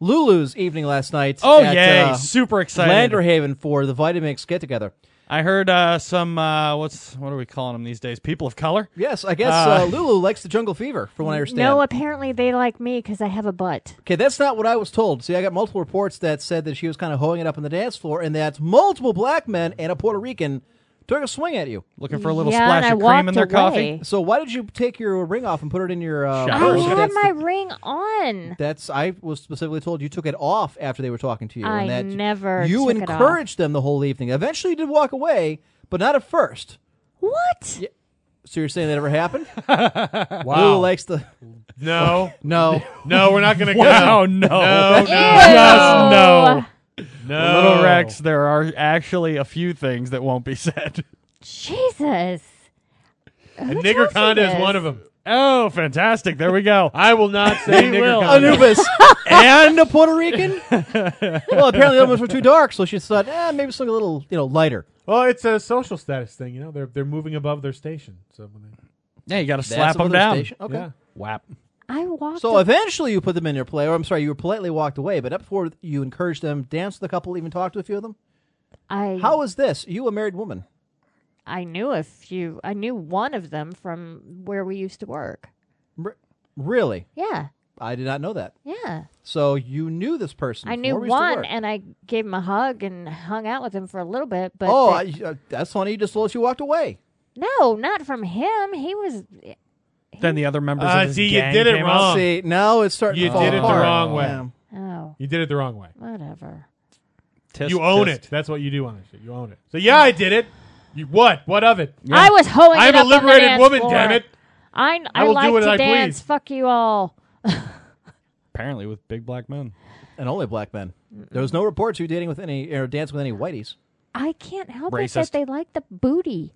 Speaker 4: Lulu's evening last night.
Speaker 7: Oh
Speaker 4: at,
Speaker 7: yay!
Speaker 4: uh,
Speaker 7: Super excited.
Speaker 4: Landerhaven for the Vitamix get together.
Speaker 7: I heard uh, some. Uh, what's what are we calling them these days? People of color.
Speaker 4: Yes, I guess uh,
Speaker 7: Uh,
Speaker 4: Lulu likes the jungle fever, from what I understand.
Speaker 6: No, apparently they like me because I have a butt.
Speaker 4: Okay, that's not what I was told. See, I got multiple reports that said that she was kind of hoeing it up on the dance floor, and that multiple black men and a Puerto Rican took a swing at you.
Speaker 7: Looking for a little
Speaker 6: yeah, and
Speaker 7: splash
Speaker 6: I
Speaker 7: of cream
Speaker 6: walked
Speaker 7: in their coffee.
Speaker 6: away.
Speaker 4: So why did you take your ring off and put it in your? Uh,
Speaker 7: Shower.
Speaker 6: I
Speaker 4: purse?
Speaker 7: First,
Speaker 6: had
Speaker 4: that's
Speaker 6: Oh, my
Speaker 4: The,
Speaker 6: ring on.
Speaker 4: that's I was specifically told you took it off after they were talking to you.
Speaker 6: I
Speaker 4: and that
Speaker 6: never
Speaker 4: You
Speaker 6: took it off.
Speaker 4: encouraged them the whole evening. Eventually, you did walk away, but not at first.
Speaker 6: What?
Speaker 4: So you're saying that never happened? Lulu
Speaker 5: Wow.
Speaker 4: likes the *laughs*
Speaker 5: no,
Speaker 4: no.
Speaker 5: no, we're not gonna go.
Speaker 7: Wow, no,
Speaker 5: No, no,
Speaker 7: Yes, no.
Speaker 5: no.
Speaker 7: Little Rex, there are actually a few things that won't be said.
Speaker 6: Jesus.
Speaker 5: And Nigger
Speaker 6: tells you
Speaker 5: Conda is
Speaker 6: this?
Speaker 5: one of them.
Speaker 7: Oh, fantastic! There we go.
Speaker 5: I will
Speaker 7: *laughs*
Speaker 5: not say
Speaker 7: He
Speaker 5: Nigger
Speaker 7: will.
Speaker 5: Conda. *laughs*
Speaker 4: Anubis and a Puerto Rican. well, apparently the other ones were too dark, so she thought, eh, maybe something a little, you know, lighter.
Speaker 5: Well, it's a social status thing, you know. They're they're moving above their station. So when they,
Speaker 7: Yeah, you got to
Speaker 4: That's
Speaker 7: slap them
Speaker 4: another
Speaker 7: down.
Speaker 4: station. Okay.
Speaker 5: yeah.
Speaker 7: Whap.
Speaker 6: I walked.
Speaker 4: So eventually you put them in your play, or I'm sorry, you politely walked away, but up before you encouraged them, danced with a couple, even talked to a few of them.
Speaker 6: I
Speaker 4: How is this? You a married woman?
Speaker 6: I knew a few. I knew one of them from where we used to work.
Speaker 4: R- really?
Speaker 6: Yeah,
Speaker 4: I did not know that.
Speaker 6: yeah.
Speaker 4: So you knew this person.
Speaker 6: I
Speaker 4: from
Speaker 6: knew
Speaker 4: where we used to
Speaker 6: one,
Speaker 4: work.
Speaker 6: and I gave him a hug and hung out with him for a little bit. But
Speaker 4: oh,
Speaker 6: the-
Speaker 4: I, uh, that's funny. You just told us you walked away.
Speaker 6: no, not from him. He was.
Speaker 7: Then the other members
Speaker 5: Uh,
Speaker 7: of his
Speaker 5: see, you
Speaker 7: gang
Speaker 5: did it
Speaker 7: came
Speaker 5: wrong.
Speaker 7: out.
Speaker 5: Oh.
Speaker 4: See, now it's starting
Speaker 5: You
Speaker 4: to fall
Speaker 5: did it the
Speaker 4: apart.
Speaker 5: wrong way.
Speaker 4: Yeah.
Speaker 6: Oh,
Speaker 5: You did it the wrong way.
Speaker 6: whatever.
Speaker 7: Tisk,
Speaker 5: You own
Speaker 7: tisk.
Speaker 5: it. That's what you do on this shit. You own it. So yeah, I did it. You what? What of it?
Speaker 6: I was hoeing.
Speaker 5: I'm
Speaker 6: it
Speaker 5: a
Speaker 6: up on the
Speaker 5: liberated
Speaker 6: dance
Speaker 5: woman,
Speaker 6: floor.
Speaker 5: damn it.
Speaker 6: I, I,
Speaker 5: will do
Speaker 6: like
Speaker 5: what
Speaker 6: to
Speaker 5: I
Speaker 6: dance.
Speaker 5: please.
Speaker 6: Fuck you all.
Speaker 7: Apparently with big black men.
Speaker 4: And only black men. There was no reports you dating with any or dancing with any whiteys.
Speaker 6: I can't help it
Speaker 7: Racist.
Speaker 6: that they like the booty.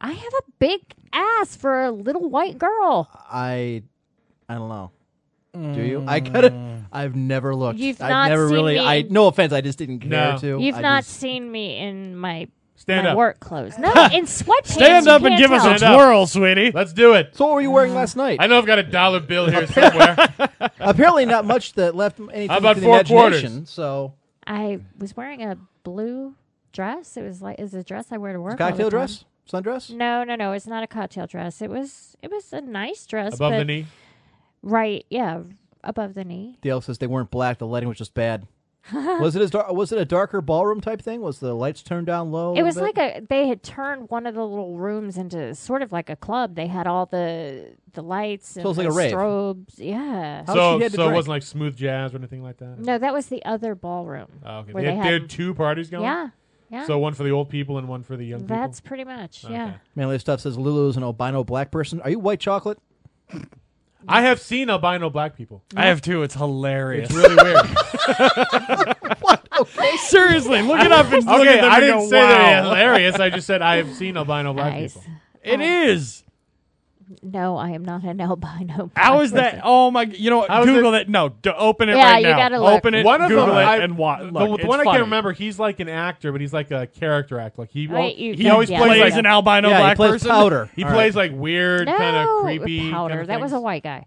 Speaker 6: I have a big ass for a little white girl.
Speaker 4: I, I don't know. Do you? I
Speaker 5: Mm.
Speaker 4: gotta. I've never looked.
Speaker 6: You've
Speaker 4: I've
Speaker 6: not
Speaker 4: never
Speaker 6: seen
Speaker 4: really.
Speaker 6: me
Speaker 4: I
Speaker 6: in-
Speaker 4: no offense. I just didn't care
Speaker 5: No.
Speaker 4: to.
Speaker 6: You've
Speaker 4: Oh, I
Speaker 6: not
Speaker 4: just-
Speaker 6: seen me in my,
Speaker 5: Stand
Speaker 6: my
Speaker 5: up.
Speaker 6: work clothes. No, in sweatpants.
Speaker 7: Stand
Speaker 6: you
Speaker 7: up and
Speaker 6: can't
Speaker 7: give us
Speaker 6: tell.
Speaker 7: a
Speaker 5: Stand up.
Speaker 7: twirl, sweetie.
Speaker 5: Let's do it.
Speaker 4: So what were you wearing last night?
Speaker 5: *laughs* I know I've got a dollar bill here somewhere.
Speaker 4: Apparently not much that left anything
Speaker 5: How about
Speaker 4: to the
Speaker 5: four
Speaker 4: imagination.
Speaker 5: quarters?
Speaker 4: So
Speaker 6: I was wearing a blue dress. It was like is a dress I wear to work. all the
Speaker 4: cocktail
Speaker 6: time.
Speaker 4: dress, sundress.
Speaker 6: No, no, no. It's not a cocktail dress. It was it was a nice dress.
Speaker 5: Above the
Speaker 6: but-
Speaker 5: knee.
Speaker 6: Right. Yeah. Above the knee.
Speaker 4: Dale says they weren't black. The lighting was just
Speaker 6: *laughs*
Speaker 4: bad. was it as dar- was it a darker ballroom type thing? Was the lights turned down low?
Speaker 6: It was like a they had turned one of the little rooms into sort of like a club. They had all the the lights and
Speaker 4: it's like
Speaker 6: the
Speaker 4: a rave.
Speaker 6: strobes. Yeah.
Speaker 4: How
Speaker 5: so
Speaker 4: Oh, she
Speaker 5: so
Speaker 4: had to
Speaker 5: it
Speaker 4: drink.
Speaker 5: wasn't like smooth jazz or anything like that.
Speaker 6: No, that was the other ballroom.
Speaker 5: Oh, okay.
Speaker 6: where
Speaker 5: They had,
Speaker 6: they
Speaker 5: they
Speaker 6: had-
Speaker 5: had two parties going.
Speaker 6: Yeah. Yeah.
Speaker 5: So one for the old people and one for the young
Speaker 6: that's
Speaker 5: people.
Speaker 6: pretty much.
Speaker 5: Okay.
Speaker 6: Yeah.
Speaker 4: Manly stuff says Lulu's an albino black person. Are you white chocolate?
Speaker 5: I have seen albino black people.
Speaker 7: I have two. It's hilarious.
Speaker 5: It's really
Speaker 7: *laughs*
Speaker 5: weird.
Speaker 7: Seriously, look it *laughs* up and look
Speaker 5: okay,
Speaker 7: at them
Speaker 5: I
Speaker 7: and
Speaker 5: didn't
Speaker 7: go,
Speaker 5: say they're
Speaker 7: wow.
Speaker 5: hilarious. I just said I have seen albino black
Speaker 6: Nice.
Speaker 5: people.
Speaker 7: It is.
Speaker 6: No, I am not an albino.
Speaker 7: *laughs* How is that? Oh my! You know what?
Speaker 5: How is
Speaker 7: Google it? No, d- open it
Speaker 6: Yeah,
Speaker 7: right
Speaker 6: you
Speaker 7: now.
Speaker 6: gotta look.
Speaker 7: Open it.
Speaker 5: One of
Speaker 7: Google
Speaker 5: them,
Speaker 7: it
Speaker 5: I,
Speaker 7: and watch.
Speaker 5: the,
Speaker 7: Look,
Speaker 5: the
Speaker 7: it's
Speaker 5: one I
Speaker 7: funny.
Speaker 5: can remember, he's like an actor, but he's like a character act. Like he
Speaker 6: Right,
Speaker 5: won't,
Speaker 6: you-
Speaker 5: he always
Speaker 6: yeah.
Speaker 5: plays
Speaker 7: Plays
Speaker 5: like
Speaker 7: an albino
Speaker 4: Yeah, he
Speaker 7: black
Speaker 4: plays
Speaker 7: person.
Speaker 4: powder.
Speaker 5: *laughs* he
Speaker 7: All
Speaker 5: plays like weird,
Speaker 6: No,
Speaker 5: kind of creepy
Speaker 6: powder.
Speaker 5: kinda
Speaker 6: that was a
Speaker 5: things.
Speaker 6: white guy.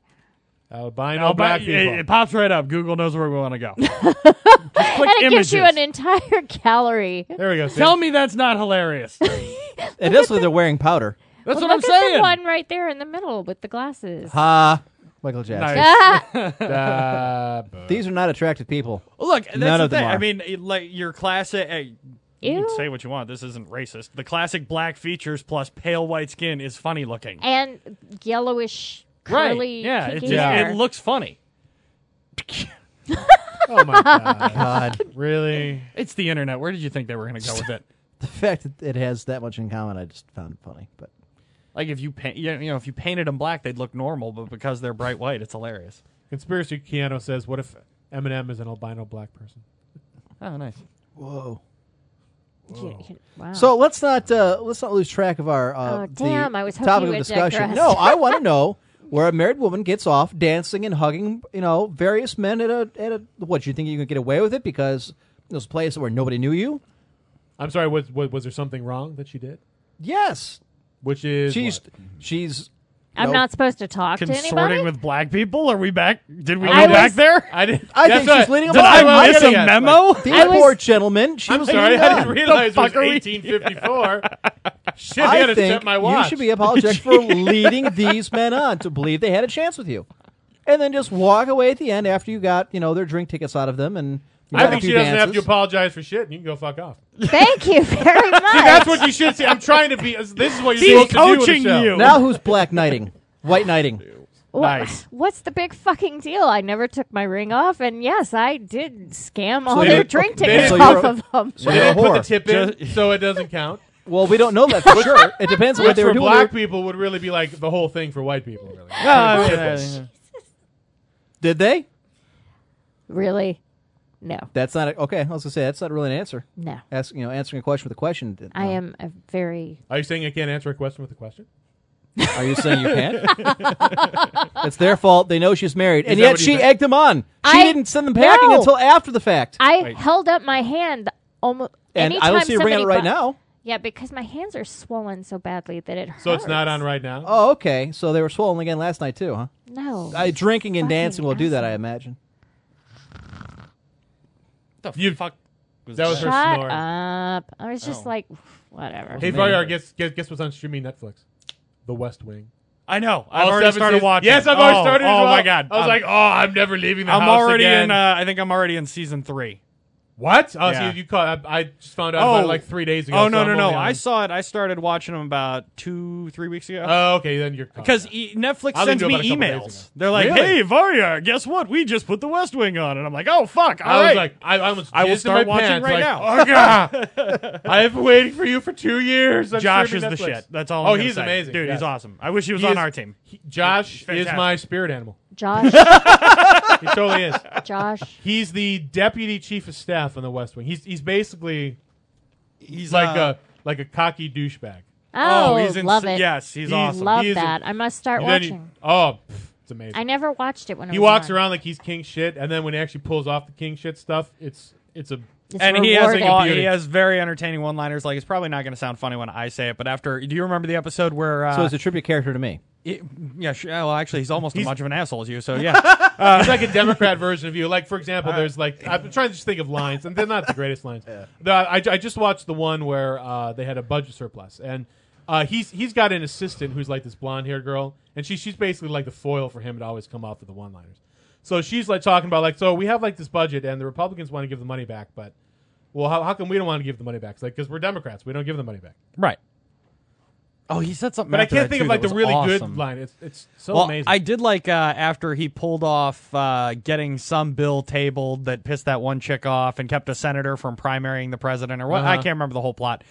Speaker 5: albino
Speaker 7: Albi-
Speaker 5: black people.
Speaker 7: it, it pops right up. Google knows where we want
Speaker 6: *laughs*
Speaker 7: to go. Just click
Speaker 6: And it
Speaker 7: images.
Speaker 6: gives you an entire *laughs* gallery.
Speaker 5: there we go. see?
Speaker 7: Tell me that's not hilarious. That's
Speaker 4: And instantly they're wearing powder.
Speaker 7: what
Speaker 6: Look
Speaker 7: I'm
Speaker 6: at
Speaker 7: saying.
Speaker 6: the one right there in the middle with the glasses.
Speaker 4: Ha. Michael Jackson.
Speaker 7: Nice.
Speaker 6: *laughs*
Speaker 5: Uh, boo.
Speaker 4: These are not attractive people.
Speaker 7: Look, that's
Speaker 4: None
Speaker 7: the
Speaker 4: of them
Speaker 7: thing.
Speaker 4: are.
Speaker 7: I mean, it- like your classic. Hey, you can
Speaker 6: Ew.
Speaker 7: say what you want. This isn't racist. The classic black features plus pale white skin is funny looking.
Speaker 6: And yellowish, curly,
Speaker 7: Yeah. It,
Speaker 6: kinky
Speaker 7: just-
Speaker 6: hair.
Speaker 7: it looks funny.
Speaker 5: oh my *laughs* god!
Speaker 4: God.
Speaker 5: Really?
Speaker 7: It's the internet. Where did you think they were going to go
Speaker 6: *laughs*
Speaker 7: with it?
Speaker 4: the fact that it has that much in common, I just found funny. But
Speaker 7: Like if you paint, you know, if you painted them black, they'd look normal, but because they're bright white, it's hilarious.
Speaker 5: Conspiracy Keanu says, "What if Eminem is an albino black person?"
Speaker 7: Oh, nice.
Speaker 4: whoa.
Speaker 6: You- you- wow.
Speaker 4: So let's not uh, let's not lose track of our uh,
Speaker 6: Oh,
Speaker 4: the
Speaker 6: damn, I was hoping
Speaker 4: topic
Speaker 6: you
Speaker 4: of
Speaker 6: would
Speaker 4: discussion.
Speaker 6: digress.
Speaker 4: No, I
Speaker 6: *laughs*
Speaker 4: want to know where a married woman gets off dancing and hugging, you know, various men at a at a what you think you can get away with it because it was a place where nobody knew you.
Speaker 5: I'm sorry. Was, was was there something wrong that she did?
Speaker 4: Yes,
Speaker 5: Which is
Speaker 4: she's
Speaker 5: what?
Speaker 4: she's.
Speaker 6: I'm
Speaker 4: no.
Speaker 6: not supposed to talk to anybody.
Speaker 7: Consorting with *laughs* black people? Are we back? Did we go
Speaker 6: I was-
Speaker 7: back there?
Speaker 5: I didn't.
Speaker 7: *laughs*
Speaker 4: I
Speaker 5: that's
Speaker 4: think
Speaker 5: what-
Speaker 4: she's leading
Speaker 7: Did
Speaker 4: them on.
Speaker 7: I
Speaker 5: I'm
Speaker 7: miss
Speaker 4: *laughs*
Speaker 7: a
Speaker 5: getting at.
Speaker 7: memo?
Speaker 4: These
Speaker 6: I was-
Speaker 4: poor gentlemen. She
Speaker 5: I'm
Speaker 4: was
Speaker 5: sorry,
Speaker 4: leading
Speaker 5: I
Speaker 4: them
Speaker 5: didn't
Speaker 4: on.
Speaker 5: realize it was
Speaker 7: fuck are we- *laughs*
Speaker 5: 1854. *laughs* Shit, I,
Speaker 4: I
Speaker 5: gotta check
Speaker 4: think
Speaker 5: my watch.
Speaker 4: you should be apologetic
Speaker 5: *laughs*
Speaker 4: for leading these men on to believe they had a chance with you, and then just walk away at the end after you got you know their drink tickets out of them and. you
Speaker 5: I
Speaker 4: got a
Speaker 5: think she
Speaker 4: few
Speaker 5: doesn't have to
Speaker 4: dances.
Speaker 5: apologize for shit, and you can go fuck
Speaker 7: *laughs*
Speaker 5: off.
Speaker 6: *laughs* Thank you very much.
Speaker 5: That's what you should see. I'm trying to be. This is what you're
Speaker 7: He's
Speaker 5: supposed to do. with a
Speaker 7: coaching
Speaker 5: show.
Speaker 7: you.
Speaker 4: Now who's black knighting? White knighting.
Speaker 6: Wha-
Speaker 7: Nice.
Speaker 6: What's the big fucking deal? I never took my ring off, and yes, I did scam all
Speaker 4: they
Speaker 6: their
Speaker 4: didn't-
Speaker 6: drink
Speaker 4: they
Speaker 6: tickets
Speaker 5: didn't-
Speaker 6: off
Speaker 4: so
Speaker 6: of them.
Speaker 4: So
Speaker 5: They
Speaker 4: you're a
Speaker 5: didn't put the
Speaker 4: whore.
Speaker 5: tip in, so it doesn't count.
Speaker 4: Well, we don't know that for sure. It depends on what
Speaker 5: Which
Speaker 4: they were
Speaker 5: for
Speaker 4: doing.
Speaker 5: black people would really be like the whole thing for white people. Really,
Speaker 7: Oh, I mean, I-
Speaker 4: Did they?
Speaker 6: Really? No,
Speaker 4: That's not a, okay. I was gonna say that's not really an answer.
Speaker 6: no.
Speaker 4: Ask you know answering a question with a question. did-
Speaker 6: I
Speaker 4: no.
Speaker 6: am a very
Speaker 5: are you saying I can't answer a question with a question?
Speaker 4: Are you saying you
Speaker 6: *laughs*
Speaker 4: can't? it's their fault. They know she's married, and
Speaker 5: that
Speaker 4: yet
Speaker 5: what you
Speaker 4: she
Speaker 5: think?
Speaker 4: egged them on. She
Speaker 6: I-
Speaker 4: didn't send them packing
Speaker 6: No.
Speaker 4: until after the fact.
Speaker 6: I held up my hand almost.
Speaker 4: and I don't see her ring out right now.
Speaker 6: Yeah, because my hands are swollen so badly that it hurts.
Speaker 5: So it's not on right now.
Speaker 4: Oh, okay. So they were swollen again last night too, huh?
Speaker 6: No.
Speaker 4: I, drinking and
Speaker 6: Fucking
Speaker 4: dancing will do that, I
Speaker 6: asshole.
Speaker 4: imagine.
Speaker 7: the
Speaker 5: You-
Speaker 7: fuck was
Speaker 5: that was her
Speaker 6: Shut
Speaker 5: snoring.
Speaker 6: up. I was just
Speaker 7: Oh.
Speaker 6: like, whatever.
Speaker 5: Hey, Voyar, guess, guess guess what's on streaming Netflix? The West Wing.
Speaker 7: I know. I've
Speaker 5: All
Speaker 7: already
Speaker 5: seven
Speaker 7: started
Speaker 5: seasons-
Speaker 7: watching.
Speaker 5: Yes, I've already
Speaker 7: Oh,
Speaker 5: started. as
Speaker 7: Oh
Speaker 5: well.
Speaker 7: my god!
Speaker 5: I was
Speaker 7: I'm-
Speaker 5: like, oh, I'm never leaving the
Speaker 7: I'm
Speaker 5: house
Speaker 7: already
Speaker 5: again.
Speaker 7: in. Uh, I think I'm already in season three.
Speaker 5: what? Oh,
Speaker 7: Yeah.
Speaker 5: so you caught? I, I just found out about it like three days ago.
Speaker 7: Oh
Speaker 5: so
Speaker 7: no,
Speaker 5: I'm
Speaker 7: no, no!
Speaker 5: only on-
Speaker 7: I saw it. I started watching them about two, three weeks ago.
Speaker 5: Oh, okay, then you're caught.
Speaker 7: Because e- Netflix
Speaker 5: I only
Speaker 7: sends
Speaker 5: knew
Speaker 7: me
Speaker 5: about it a couple days ago.
Speaker 7: emails. They're like,
Speaker 5: Really?
Speaker 7: "Hey, Varya, guess what? We just put The West Wing on," and I'm like, "Oh fuck!
Speaker 5: I
Speaker 7: all
Speaker 5: was
Speaker 7: right."
Speaker 5: like, I, I almost
Speaker 7: I will
Speaker 5: jizzed in
Speaker 7: start
Speaker 5: my
Speaker 7: watching
Speaker 5: pants,
Speaker 7: right
Speaker 5: like,
Speaker 7: now.
Speaker 5: Oh
Speaker 7: *laughs*
Speaker 5: god, I've been waiting for you for two years. on
Speaker 7: Josh is
Speaker 5: streaming
Speaker 7: the
Speaker 5: Netflix.
Speaker 7: shit. That's all.
Speaker 5: Oh,
Speaker 7: I'm gonna
Speaker 5: he's
Speaker 7: say.
Speaker 5: amazing,
Speaker 7: dude.
Speaker 5: Yeah.
Speaker 7: He's awesome. I wish he was
Speaker 5: He
Speaker 7: on
Speaker 5: is-
Speaker 7: our team.
Speaker 5: he- Josh is
Speaker 7: fantastic.
Speaker 5: my spirit animal.
Speaker 6: Josh,
Speaker 5: He totally is.
Speaker 6: Josh.
Speaker 5: He's the deputy chief of staff on the West Wing. He's he's basically
Speaker 7: He's
Speaker 5: like
Speaker 7: uh,
Speaker 5: a oh, like a cocky douchebag.
Speaker 6: Oh,
Speaker 7: he's in,
Speaker 6: love it.
Speaker 7: Yes, he's
Speaker 5: He
Speaker 7: awesome.
Speaker 6: Love
Speaker 5: He is a-
Speaker 6: that. I must start
Speaker 5: And then he-
Speaker 6: watching.
Speaker 5: oh, pff, it's amazing.
Speaker 6: I never watched it when it
Speaker 5: he
Speaker 6: was
Speaker 5: walks
Speaker 6: on.
Speaker 5: around like he's king shit, and then when he actually pulls off the king shit stuff, it's it's a
Speaker 6: It's
Speaker 7: and he has,
Speaker 6: rewarding.
Speaker 7: all,
Speaker 5: beauty.
Speaker 7: he has very entertaining one-liners. Like it's probably not going to sound funny when I say it, but after, do you remember the episode where? Uh,
Speaker 4: So it's a tribute character to me.
Speaker 7: it- yeah, sh- well, actually, he's almost as
Speaker 5: He's-
Speaker 7: much of an asshole as you.
Speaker 5: *laughs*
Speaker 7: So yeah,
Speaker 5: It's like a Democrat version of you. Like, for example,
Speaker 7: Uh,
Speaker 5: there's like I'm trying to just think of lines, and they're not the greatest
Speaker 7: *laughs*
Speaker 5: lines. The- I, I just watched the one where uh, they had a budget surplus, and uh, he's he's got an assistant who's like this blonde haired girl, and she she's basically like the foil for him to always come off with the one liners. So she's like talking about like, so we have like this budget, and the Republicans want to give the money back, but well, how, how come we don't want to give the money back? It's like because we're Democrats, we don't give the money back.
Speaker 7: right. Oh, he said something.
Speaker 5: But I
Speaker 7: after
Speaker 5: can't
Speaker 7: that,
Speaker 5: think
Speaker 7: too,
Speaker 5: of like
Speaker 7: that
Speaker 5: the
Speaker 7: was
Speaker 5: really
Speaker 7: awesome.
Speaker 5: good line. It's it's so
Speaker 7: Well,
Speaker 5: amazing.
Speaker 7: I did like uh, after he pulled off uh, getting some bill tabled that pissed that one chick off and kept a senator from primarying the president or what. I
Speaker 5: Uh-huh.
Speaker 7: can't remember the whole plot.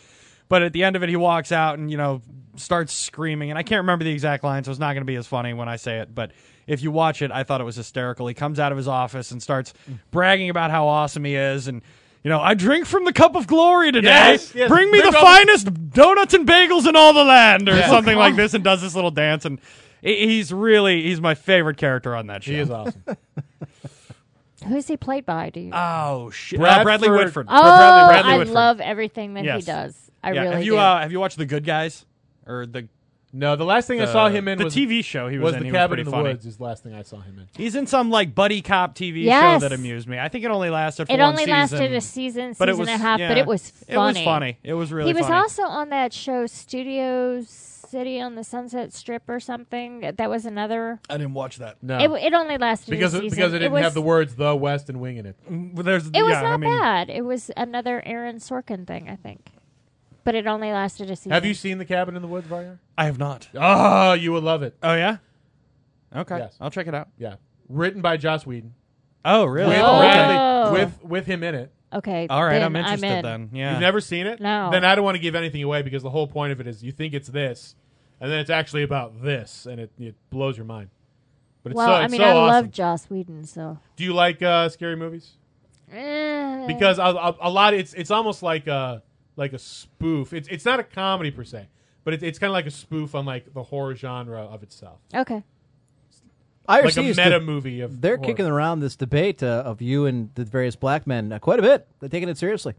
Speaker 7: But at the end of it, he walks out and you know starts screaming, and I can't remember the exact line, so it's not going to be as funny when I say it. But if you watch it, I thought it was hysterical. He comes out of his office and starts bragging about how awesome he is, and you know, I drink from the cup of glory today.
Speaker 5: Yes, yes.
Speaker 7: Bring me
Speaker 5: Big
Speaker 7: the
Speaker 5: up-
Speaker 7: finest donuts and bagels in all the land, or
Speaker 5: Yeah. Oh.
Speaker 7: something like this, and does this little dance. And he- he's really he's my favorite character on that show.
Speaker 5: He
Speaker 7: *laughs*
Speaker 5: is awesome.
Speaker 6: Who's he played by? Do you?
Speaker 7: Oh shit!
Speaker 5: Bradford-
Speaker 7: Bradley Whitford.
Speaker 6: oh,
Speaker 7: Bradley, Bradley
Speaker 6: I
Speaker 7: Whitford.
Speaker 6: love everything that
Speaker 7: Yes.
Speaker 6: he does. I
Speaker 7: Yeah.
Speaker 6: really
Speaker 7: have you
Speaker 6: do.
Speaker 7: uh, have you watched The Good Guys or the
Speaker 5: No, the last thing I
Speaker 7: the-
Speaker 5: saw him in
Speaker 7: the
Speaker 5: was
Speaker 7: TV show he was,
Speaker 5: was
Speaker 7: in?
Speaker 5: the
Speaker 7: he
Speaker 5: cabin
Speaker 7: was
Speaker 5: in the
Speaker 7: pretty funny.
Speaker 5: woods. Is the last thing I saw him in.
Speaker 7: He's in some like buddy cop TV
Speaker 6: Yes.
Speaker 7: show that amused me. I think it only lasted. For
Speaker 6: it
Speaker 7: one
Speaker 6: only
Speaker 7: season,
Speaker 6: lasted a season, season
Speaker 7: but it
Speaker 6: and
Speaker 7: was,
Speaker 6: a half, but
Speaker 7: yeah.
Speaker 6: it was funny.
Speaker 7: It was funny. It was really.
Speaker 6: he was
Speaker 7: funny.
Speaker 6: also on that show Studio City on the Sunset Strip or something. That that was another.
Speaker 7: I didn't watch that.
Speaker 5: No,
Speaker 6: It, it only lasted
Speaker 5: because
Speaker 6: a
Speaker 5: it,
Speaker 6: season.
Speaker 5: because it didn't
Speaker 6: was, Mm-hmm.
Speaker 5: have the words "the West" and "wing" in it.
Speaker 7: Mm, There's,
Speaker 6: It was
Speaker 7: yeah,
Speaker 6: not
Speaker 7: I mean,
Speaker 6: bad. It was another Aaron Sorkin thing, I think. But it only lasted a season.
Speaker 5: Have you seen the cabin in the woods, Varya?
Speaker 7: I have not.
Speaker 5: Oh, you would love it.
Speaker 7: Oh yeah. Okay,
Speaker 5: Yes.
Speaker 7: I'll check it out.
Speaker 5: Yeah, written by Joss Whedon
Speaker 7: Oh really?
Speaker 5: with
Speaker 6: Oh.
Speaker 5: Bradley with with him in it.
Speaker 6: Okay.
Speaker 7: All right,
Speaker 6: then
Speaker 7: I'm interested
Speaker 6: in.
Speaker 7: then. Yeah.
Speaker 5: You've never seen it?
Speaker 6: No.
Speaker 5: Then I don't want to give anything away because the whole point of it is you think it's this, and then it's actually about this, and it, it blows your mind. But it's
Speaker 6: Well,
Speaker 5: so,
Speaker 6: I
Speaker 5: it's
Speaker 6: mean,
Speaker 5: so
Speaker 6: I
Speaker 5: awesome.
Speaker 6: love Joss Whedon, so.
Speaker 5: Do you like uh, scary movies?
Speaker 6: Eh.
Speaker 5: Because a, a, a lot, it's it's almost like a like a spoof. It's it's not a comedy per se, but it, it's kind of like a spoof on like the horror genre of itself,
Speaker 6: Okay.
Speaker 4: IRC
Speaker 5: like a
Speaker 4: is
Speaker 5: meta
Speaker 4: the-
Speaker 5: movie of.
Speaker 4: They're
Speaker 5: horror.
Speaker 4: kicking around this debate uh, of you and the various black men uh, quite a bit. They're taking it seriously.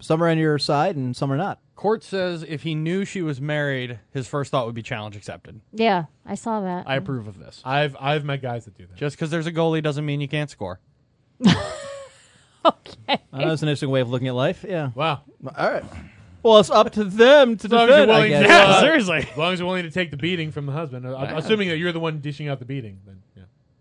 Speaker 4: Some are on your side and some are not.
Speaker 7: Court says if he knew she was married, his first thought would be challenge accepted.
Speaker 6: Yeah, I saw that.
Speaker 5: Mm-hmm.
Speaker 7: I approve of this.
Speaker 5: I've I've met guys that do that.
Speaker 7: Just because there's a goalie doesn't mean you can't score.
Speaker 6: *laughs* okay.
Speaker 4: Uh, that's an interesting way of looking at life. Yeah.
Speaker 5: Wow.
Speaker 4: All right. Well, it's up to them to
Speaker 5: long as you're
Speaker 4: defend. I
Speaker 5: willing to- uh,
Speaker 4: guess.
Speaker 5: *laughs* Yeah,
Speaker 7: seriously.
Speaker 5: As long as you're willing to take the beating from the husband, uh, assuming that you're the one dishing out the beating, then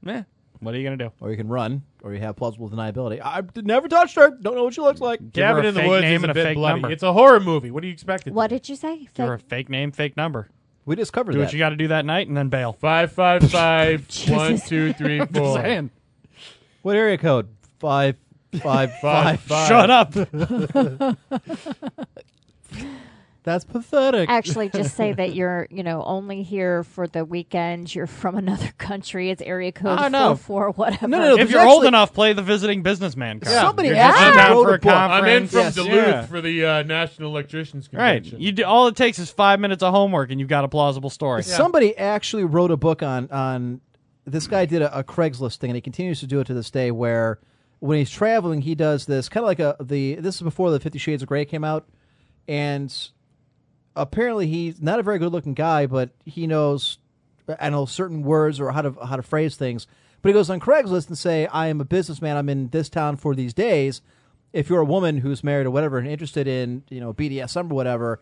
Speaker 5: yeah.
Speaker 7: Eh, what are you gonna do?
Speaker 4: Or you can run, or you have plausible deniability. I d- never touched her. Don't know what she looks like.
Speaker 7: Give her
Speaker 5: Cabin
Speaker 7: a
Speaker 5: in the
Speaker 7: fake
Speaker 5: Woods
Speaker 7: name
Speaker 5: is
Speaker 7: and
Speaker 5: a
Speaker 7: a
Speaker 5: bit
Speaker 7: fake
Speaker 5: bloody.
Speaker 7: number.
Speaker 5: It's a horror movie. What do you expect?
Speaker 6: What did you say? *laughs*
Speaker 7: Give her a
Speaker 6: Fake-
Speaker 7: fake name, fake number.
Speaker 4: We discovered
Speaker 7: Do
Speaker 4: that.
Speaker 7: what you got to do that night and then bail.
Speaker 5: Five five
Speaker 7: *laughs*
Speaker 5: five one
Speaker 6: Jesus.
Speaker 5: two three four.
Speaker 4: What area code? Five, five, five.
Speaker 5: Five, five.
Speaker 7: Shut up.
Speaker 4: That's pathetic.
Speaker 6: Actually, just say that you're, you know, only here for the weekend. You're from another *laughs* country. It's area code
Speaker 7: Oh, no.
Speaker 6: four four whatever.
Speaker 4: No, no, no.
Speaker 7: if you're
Speaker 4: Actually-
Speaker 7: old enough, play the visiting businessman card.
Speaker 4: Somebody
Speaker 7: You're
Speaker 4: actually
Speaker 7: just in town
Speaker 4: wrote
Speaker 7: for
Speaker 4: a
Speaker 7: a
Speaker 4: book.
Speaker 5: I'm in
Speaker 7: conference.
Speaker 5: from
Speaker 4: Yes,
Speaker 5: Duluth
Speaker 7: yeah.
Speaker 5: for the uh, National Electricians
Speaker 7: Right.
Speaker 5: Convention.
Speaker 7: You do, all it takes is five minutes of homework and you've got a plausible story.
Speaker 4: Somebody actually wrote a book on on this guy did a, a Craigslist thing, and he continues to do it to this day. Where when he's traveling, he does this kind of like a the this is before the Fifty Shades of Grey came out, and apparently he's not a very good looking guy, but he knows uh, I know certain words or how to how to phrase things. But he goes on Craigslist and say, "I am a businessman. I'm in this town for these days." If you're a woman who's married or whatever and interested in you know BDSM or whatever,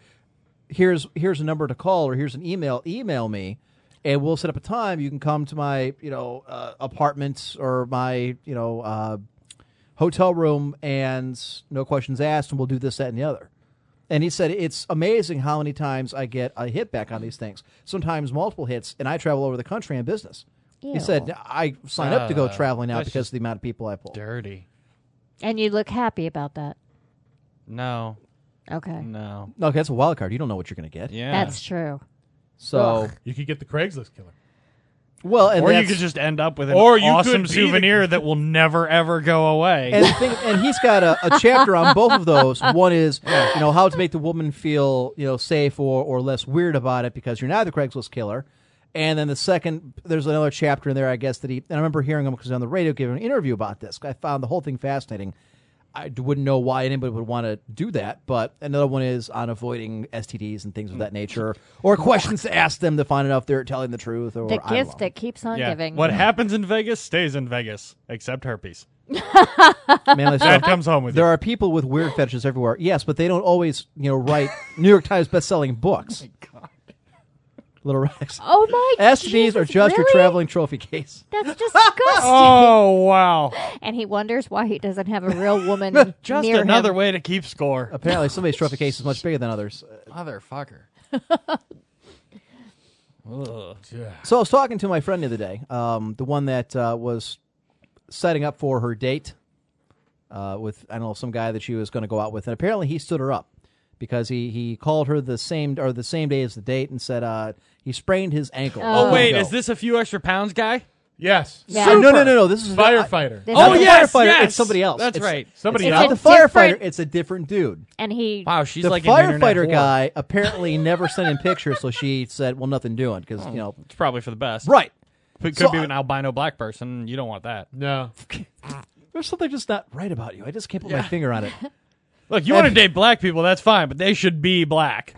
Speaker 4: here's here's a number to call or here's an email email me and we'll set up a time you can come to my you know uh, apartment or my you know uh, hotel room and no questions asked and we'll do this that and the other and he said it's amazing how many times i get a hit back on these things sometimes multiple hits and i travel over the country in business he
Speaker 6: Ew.
Speaker 4: said i sign up to go
Speaker 7: Uh,
Speaker 4: traveling now
Speaker 7: that's
Speaker 4: because
Speaker 7: just
Speaker 4: of the amount of people i pull
Speaker 7: Dirty.
Speaker 6: and you look happy about that.
Speaker 7: No.
Speaker 6: Okay,
Speaker 7: No.
Speaker 4: okay that's a wild card you don't know what you're going to get
Speaker 7: Mm, Yeah.
Speaker 6: that's true.
Speaker 4: so
Speaker 5: You could get the Craigslist killer.
Speaker 4: well and
Speaker 7: or you
Speaker 4: that's-
Speaker 7: could just end up with an
Speaker 5: Or you
Speaker 7: awesome
Speaker 5: could be the-
Speaker 7: souvenir that will never ever go away.
Speaker 4: and think, and he's got a, a chapter on both of those. One is you know how to make the woman feel you know safe or or less weird about it because you're not the Craigslist killer. And then the second, there's another chapter in there, I guess that he. And I remember hearing him because he was on the radio giving an interview about this. I found the whole thing fascinating. I d- wouldn't know why anybody would want to do that, but another one is on avoiding STDs and things of that nature, or questions to ask them to find out if they're telling the truth. Or
Speaker 6: The
Speaker 4: I don't know.
Speaker 6: gift that keeps on
Speaker 7: Yeah.
Speaker 6: giving.
Speaker 7: What happens in Vegas stays in Vegas, except herpes.
Speaker 4: Manly
Speaker 6: Uh,
Speaker 7: *laughs* That
Speaker 4: stuff.
Speaker 7: comes home with
Speaker 4: There
Speaker 7: you.
Speaker 4: are people with weird fetishes everywhere. Yes, but they don't always, you know, write New York Times best-selling books. Little Rex.
Speaker 6: Oh my!
Speaker 4: STDs are
Speaker 6: Jesus,
Speaker 4: just your
Speaker 6: really?
Speaker 4: traveling trophy case.
Speaker 6: That's disgusting.
Speaker 4: *laughs*
Speaker 7: Oh wow!
Speaker 6: And he wonders why he doesn't have a real woman
Speaker 7: Just
Speaker 6: near
Speaker 7: another
Speaker 6: him.
Speaker 7: way to keep score.
Speaker 4: Apparently, somebody's trophy case is much bigger than others.
Speaker 7: Motherfucker.
Speaker 4: So I was talking to my friend the other day, um, the one that uh, was setting up for her date uh, with I don't know some guy that she was going to go out with, and apparently he stood her up because he, he called her the same or the same day as the date and said uh, he sprained his ankle.
Speaker 6: Oh,
Speaker 7: Oh wait,
Speaker 4: There you
Speaker 7: is
Speaker 4: go.
Speaker 7: this a few extra pounds guy?
Speaker 5: Yes.
Speaker 6: Yeah. Uh,
Speaker 4: Uh, no, no, no, no. This is
Speaker 5: Firefighter.
Speaker 6: This
Speaker 4: Oh
Speaker 6: is-
Speaker 4: yeah,
Speaker 7: yes,
Speaker 4: firefighter.
Speaker 7: yes.
Speaker 4: It's somebody else.
Speaker 7: That's
Speaker 4: It's-
Speaker 7: right
Speaker 5: Somebody
Speaker 6: It's
Speaker 4: Not
Speaker 6: a
Speaker 4: the
Speaker 5: else.
Speaker 6: different-
Speaker 4: firefighter. It's a different dude.
Speaker 6: and he
Speaker 7: Wow, she's
Speaker 4: the
Speaker 7: like an internet
Speaker 4: firefighter
Speaker 7: whore.
Speaker 4: guy apparently never sent in pictures, so she said, "Well, nothing doing," because
Speaker 5: Oh.
Speaker 4: you know,
Speaker 7: It's probably for the best.
Speaker 4: right?
Speaker 7: But It could
Speaker 4: So
Speaker 7: be
Speaker 4: I-
Speaker 7: an albino black person. You don't want that.
Speaker 5: No.
Speaker 4: There's something just not right about you. I just can't put my finger
Speaker 5: *laughs*
Speaker 4: on it.
Speaker 7: Look, you want to date black people, that's fine, but they should be black,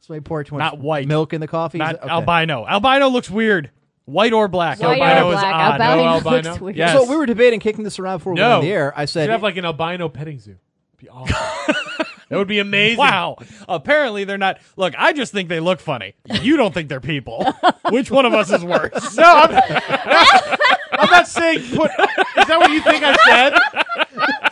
Speaker 4: So I pour too much
Speaker 7: Not white.
Speaker 4: milk in the coffee.
Speaker 7: not
Speaker 4: Is it- okay.
Speaker 7: albino. Albino looks weird. White or black.
Speaker 6: White or
Speaker 7: albino is
Speaker 6: black.
Speaker 7: odd.
Speaker 6: Albino,
Speaker 5: No albino.
Speaker 6: looks weird.
Speaker 7: Yeah.
Speaker 4: So
Speaker 7: Yes.
Speaker 4: we were debating kicking this around before we went
Speaker 5: No.
Speaker 4: on the air. I
Speaker 5: Should
Speaker 4: said,
Speaker 5: have like an albino petting zoo. Be awesome. that would be amazing.
Speaker 7: Wow. Apparently they're not. Look, I just think they look funny. You don't think
Speaker 5: *laughs*
Speaker 7: they're people. Which one of us is worse?
Speaker 5: No, I'm, I'm
Speaker 4: *laughs*
Speaker 5: not saying put. Is that what you think I said?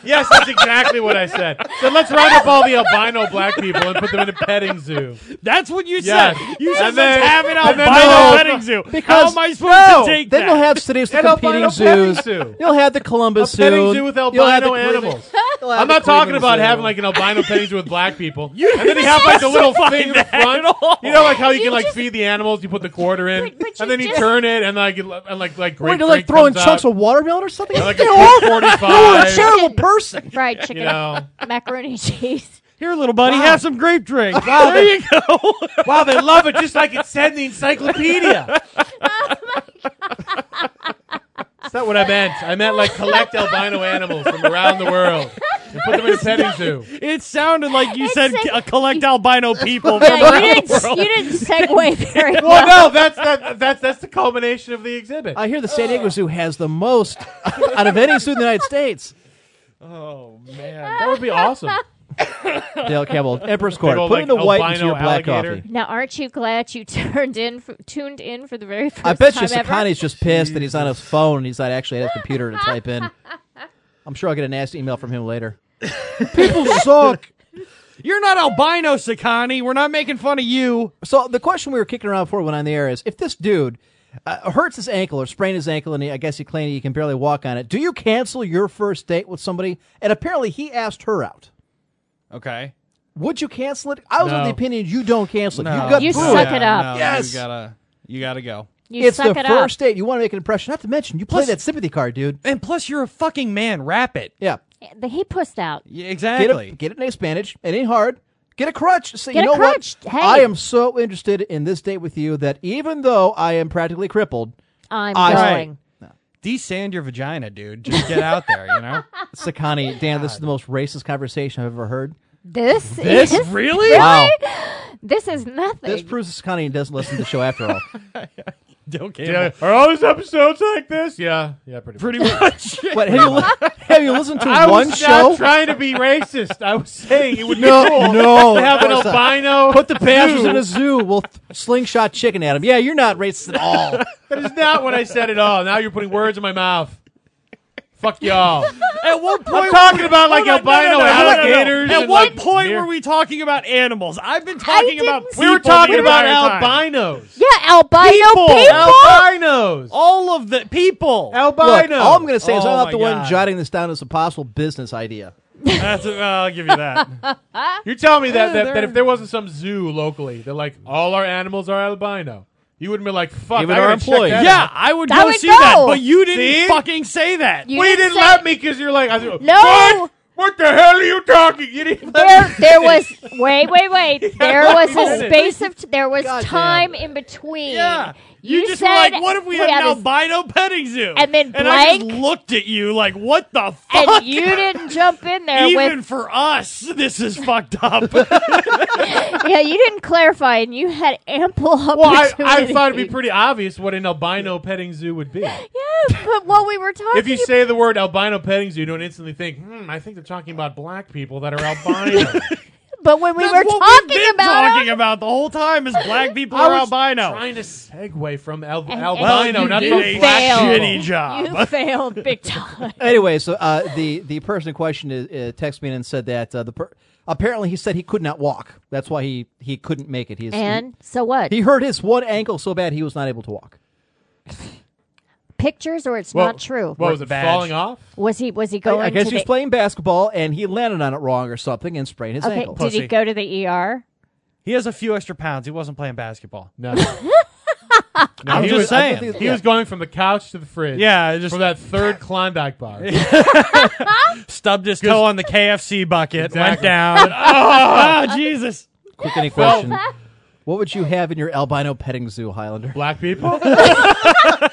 Speaker 5: Yes, that's exactly what I said. So let's round up all the albino black people and put them in a petting zoo.
Speaker 7: That's what you
Speaker 5: Yes.
Speaker 7: said. You
Speaker 5: And
Speaker 7: said
Speaker 5: then-
Speaker 7: let's have an
Speaker 5: and then
Speaker 7: albino
Speaker 5: they'll-
Speaker 7: petting zoo.
Speaker 4: because
Speaker 7: How am I supposed
Speaker 4: no,
Speaker 7: to take
Speaker 4: then
Speaker 7: that?
Speaker 4: you'll have cities with
Speaker 5: And albino
Speaker 4: competing
Speaker 5: petting
Speaker 4: zoos.
Speaker 5: zoo.
Speaker 4: You'll have the Columbus
Speaker 5: A petting
Speaker 4: zoo.
Speaker 5: zoo with
Speaker 4: You'll have the
Speaker 5: albino
Speaker 4: Cleveland-
Speaker 5: animals.
Speaker 4: *laughs* you'll have
Speaker 5: I'm
Speaker 4: the
Speaker 5: not talking
Speaker 4: Cleveland
Speaker 5: about
Speaker 4: zoo.
Speaker 5: having like an albino petting zoo with black people. and then you have like the little
Speaker 7: specify
Speaker 5: thing in the
Speaker 7: that
Speaker 5: front.
Speaker 7: at all.
Speaker 5: You know, like how you,
Speaker 6: You
Speaker 5: can like
Speaker 6: just-
Speaker 5: feed the animals. You put the quarter in,
Speaker 6: But- but
Speaker 5: and
Speaker 6: you
Speaker 5: then you
Speaker 6: just-
Speaker 5: turn it, and like you le- and like like
Speaker 4: Wait,
Speaker 5: great.
Speaker 4: they're like throwing chunks of watermelon or something.
Speaker 5: like a
Speaker 4: You're awful. You're a
Speaker 5: 45. *laughs*
Speaker 4: terrible person.
Speaker 6: fried chicken,
Speaker 5: You know.
Speaker 6: *laughs* macaroni cheese.
Speaker 7: Here, little buddy, have some grape drink. there you go. *laughs*
Speaker 5: Wow, they love it just like it said in the *laughs* encyclopedia. That's not what I meant. I meant like collect albino animals from around the world and put them in a petting zoo.
Speaker 7: It sounded like you
Speaker 6: It
Speaker 7: said
Speaker 6: said-
Speaker 7: uh, collect albino people.
Speaker 6: Yeah,
Speaker 7: from around
Speaker 6: you, didn't,
Speaker 7: the world.
Speaker 6: you didn't segue very well.
Speaker 5: Well, no, *laughs* that's that, that's that's the culmination of the exhibit.
Speaker 4: I hear the San Diego Zoo has the
Speaker 5: *laughs*
Speaker 4: most out of any zoo in the United States.
Speaker 7: Oh man.
Speaker 5: that would be awesome.
Speaker 4: Dale Campbell, Empress Court.
Speaker 5: Big old,
Speaker 4: Put in the
Speaker 5: like,
Speaker 4: white into your
Speaker 5: albino
Speaker 4: black
Speaker 5: alligator.
Speaker 4: coffee.
Speaker 6: Now, aren't you glad you *laughs* turned in, f- tuned in for the very first
Speaker 4: I bet you
Speaker 6: time ever?
Speaker 4: Sakani's just pissed that he's on his phone and he's not actually at his computer to type
Speaker 5: *laughs*
Speaker 4: in. I'm sure I'll get a nasty email from him later. People *laughs* suck.
Speaker 7: *laughs* You're not albino, Sakani. We're not making fun of you.
Speaker 4: So the question we were kicking around before we went on the air is: If this dude uh, hurts his ankle or sprained his ankle, and he, I guess he claimed he can barely walk on it, do you cancel your first date with somebody? And apparently, he asked her out.
Speaker 7: Okay.
Speaker 4: Would you cancel it? I was of
Speaker 5: No.
Speaker 4: the opinion you don't cancel it.
Speaker 7: No.
Speaker 4: You got
Speaker 6: You
Speaker 4: through
Speaker 6: suck
Speaker 4: it.
Speaker 6: it up.
Speaker 7: no,
Speaker 4: Yes.
Speaker 7: You gotta you gotta go.
Speaker 6: You
Speaker 4: it's
Speaker 6: suck
Speaker 4: the
Speaker 6: it
Speaker 4: first
Speaker 6: up.
Speaker 4: date. You want to make an impression. Not to mention, you play
Speaker 7: Plus-
Speaker 4: that sympathy card, dude.
Speaker 7: And plus you're a fucking man. Wrap it.
Speaker 4: Yeah.
Speaker 6: The- He pussed out.
Speaker 7: Yeah,
Speaker 4: Get
Speaker 7: exactly.
Speaker 4: it, get it in a bandage. It ain't hard. Get a crutch. Say,
Speaker 6: Get
Speaker 4: you
Speaker 6: a
Speaker 4: know
Speaker 6: crutch.
Speaker 4: what?
Speaker 6: Hey.
Speaker 4: I am so interested in this date with you that even though I am practically crippled,
Speaker 6: I'm
Speaker 4: I-
Speaker 6: going.
Speaker 7: Desand your vagina, dude. Just get out there, you know?
Speaker 4: Sakani, Dan, this is the most racist conversation I've ever heard.
Speaker 6: This, is
Speaker 7: really?
Speaker 4: Wow.
Speaker 6: this is nothing.
Speaker 4: This proves that Sakani doesn't listen to the show after all.
Speaker 7: Okay.
Speaker 5: Yeah. Are all these episodes like this? Yeah, yeah, *laughs* pretty.
Speaker 7: Pretty much.
Speaker 4: But have you, li- have you listened to
Speaker 5: I
Speaker 4: one
Speaker 5: was
Speaker 4: show?
Speaker 5: not trying to be racist. I was saying it would be *laughs*
Speaker 4: no,
Speaker 5: cool
Speaker 4: no.
Speaker 5: to have
Speaker 4: of
Speaker 5: an
Speaker 4: course not.
Speaker 5: albino.
Speaker 4: Put the pastors
Speaker 5: zoo.
Speaker 4: in a zoo. We'll th- slingshot chicken at him. Yeah, you're not racist at all.
Speaker 5: That is not what I said at all. Now you're putting words in my mouth. Fuck *laughs* y'all.
Speaker 7: At what point
Speaker 5: I'm talking about like
Speaker 7: Hold on, no,
Speaker 5: albino
Speaker 7: no, no, no, no, no.
Speaker 5: alligators.
Speaker 7: At
Speaker 5: and,
Speaker 7: what
Speaker 5: like,
Speaker 7: point
Speaker 5: deer.
Speaker 7: were we talking about animals? I've been talking about
Speaker 6: didn't-
Speaker 7: people
Speaker 5: We were talking
Speaker 7: the
Speaker 5: about
Speaker 7: entire time.
Speaker 5: albinos.
Speaker 6: yeah, albino people.
Speaker 5: Albinos.
Speaker 7: All of the people.
Speaker 4: Look,
Speaker 5: Albino.
Speaker 4: all I'm going to say is
Speaker 7: Oh
Speaker 4: I'm not
Speaker 7: my
Speaker 4: the one
Speaker 7: God.
Speaker 4: jotting this down as a possible business idea.
Speaker 7: That's, uh, I'll give you that.
Speaker 5: You're telling me that,
Speaker 7: Yeah,
Speaker 5: that,
Speaker 7: they're-
Speaker 5: that if there wasn't some zoo locally, they're like, all our animals are albino. You wouldn't be like, fuck,
Speaker 4: Even
Speaker 5: I
Speaker 4: our
Speaker 5: gotta check
Speaker 4: employees.
Speaker 5: that
Speaker 7: *laughs* Yeah,
Speaker 5: out.
Speaker 7: I would go
Speaker 6: I would
Speaker 7: see that,
Speaker 6: go.
Speaker 7: but you didn't
Speaker 5: See?
Speaker 7: fucking say that.
Speaker 6: You
Speaker 5: Well, you
Speaker 6: didn't
Speaker 5: didn't
Speaker 6: say-
Speaker 5: let me because you're like, I said,
Speaker 6: No.
Speaker 5: What? What the hell are you talking? You didn't let
Speaker 6: There,
Speaker 5: me
Speaker 7: *laughs*
Speaker 6: there
Speaker 5: finish."
Speaker 6: was wait, wait, wait. There
Speaker 5: Yeah,
Speaker 6: was a
Speaker 5: no.
Speaker 6: space of t- there was
Speaker 4: Goddamn.
Speaker 6: time in between.
Speaker 7: yeah. You, just were
Speaker 6: said,
Speaker 7: like, what if we
Speaker 6: "Wait,
Speaker 7: had an
Speaker 6: I was-
Speaker 7: albino petting zoo?
Speaker 6: And then
Speaker 7: I just
Speaker 6: blank.
Speaker 7: looked at you like, what the fuck?
Speaker 6: And you didn't jump in there
Speaker 7: *laughs* Even
Speaker 6: with
Speaker 7: for us, this is fucked up.
Speaker 6: yeah. You didn't clarify, and you had ample
Speaker 5: Well, I,
Speaker 6: opportunity.
Speaker 5: I thought it'd be pretty obvious what an albino petting zoo would be.
Speaker 6: *laughs* yeah, but what we were talking
Speaker 5: If you say the word albino petting zoo, you don't instantly think, hmm, I think they're talking about black people that are albino.
Speaker 6: But when we
Speaker 7: That's
Speaker 6: were
Speaker 7: what
Speaker 6: talking
Speaker 7: we've been
Speaker 6: about
Speaker 7: talking
Speaker 6: them,
Speaker 7: about the whole time is
Speaker 6: *laughs*
Speaker 7: black people
Speaker 5: I
Speaker 7: are
Speaker 5: was
Speaker 7: albino.
Speaker 5: Trying to segue from al-
Speaker 6: And-
Speaker 7: Well,
Speaker 5: albino,
Speaker 7: you
Speaker 5: not
Speaker 7: did
Speaker 5: from
Speaker 7: a
Speaker 5: black
Speaker 6: failed.
Speaker 5: people.
Speaker 7: shitty job.
Speaker 6: you *laughs* failed big time.
Speaker 4: Anyway, so uh, the the person in question is, uh, texted me and said that uh, the per- apparently he said he could not walk. That's why he he couldn't make it. He's
Speaker 6: *laughs* And so what?
Speaker 4: he, he hurt his one ankle so bad he was not able to walk.
Speaker 6: pictures or it's
Speaker 5: Well,
Speaker 6: not true.
Speaker 5: What was it?
Speaker 7: Badge.
Speaker 5: Falling off?
Speaker 6: Was he was he
Speaker 4: I,
Speaker 6: going
Speaker 4: I guess
Speaker 6: to
Speaker 4: he was
Speaker 6: the
Speaker 4: playing basketball and he landed on it wrong or something and sprained his
Speaker 6: Okay,
Speaker 4: ankle.
Speaker 6: did he
Speaker 7: Pussy.
Speaker 6: go to the ER?
Speaker 7: He has a few extra pounds. He wasn't playing basketball.
Speaker 5: No. No,
Speaker 7: I'm
Speaker 5: he
Speaker 7: just
Speaker 5: was,
Speaker 7: saying.
Speaker 4: thought
Speaker 5: He was going from the couch to the fridge.
Speaker 7: yeah, I just
Speaker 5: From that third Klondike bar.
Speaker 7: stubbed his toe on the KFC bucket, went
Speaker 5: Exactly. *laughs*
Speaker 7: down. oh, Jesus.
Speaker 4: Quick,
Speaker 6: *laughs*
Speaker 4: any question? what would you have in your albino petting zoo,
Speaker 5: *laughs*
Speaker 4: Highlander?
Speaker 5: Black people?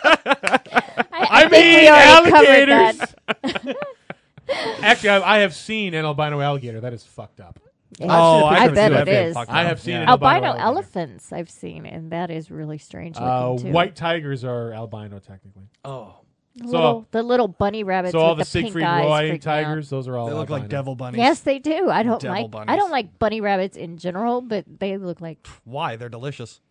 Speaker 6: I,
Speaker 7: think we mean, already covered alligators.
Speaker 5: *laughs* Actually, I, I have seen an albino alligator. That is fucked up.
Speaker 7: Oh,
Speaker 4: I
Speaker 7: I, could
Speaker 6: bet
Speaker 7: see
Speaker 6: it
Speaker 7: that being
Speaker 6: is.
Speaker 7: fucked
Speaker 5: I
Speaker 7: up.
Speaker 5: have seen
Speaker 7: Yeah.
Speaker 5: it.
Speaker 6: Albino
Speaker 5: alligator.
Speaker 6: elephants I've seen, and that is really strange looking
Speaker 5: Uh,
Speaker 6: too.
Speaker 5: white tigers are albino, technically.
Speaker 6: the
Speaker 5: so-
Speaker 6: little, the little bunny rabbits.
Speaker 5: so all
Speaker 6: with
Speaker 5: the,
Speaker 6: the, pink
Speaker 5: Siegfried
Speaker 6: eyes
Speaker 5: Roy
Speaker 6: freak me out.
Speaker 5: tigers, those are all
Speaker 7: They look like
Speaker 5: albino.
Speaker 7: devil bunnies.
Speaker 6: Yes, they do. I don't
Speaker 7: Devil
Speaker 6: like. I
Speaker 7: bunnies.
Speaker 6: don't like bunny rabbits in general, but they look like.
Speaker 7: Why? They're delicious.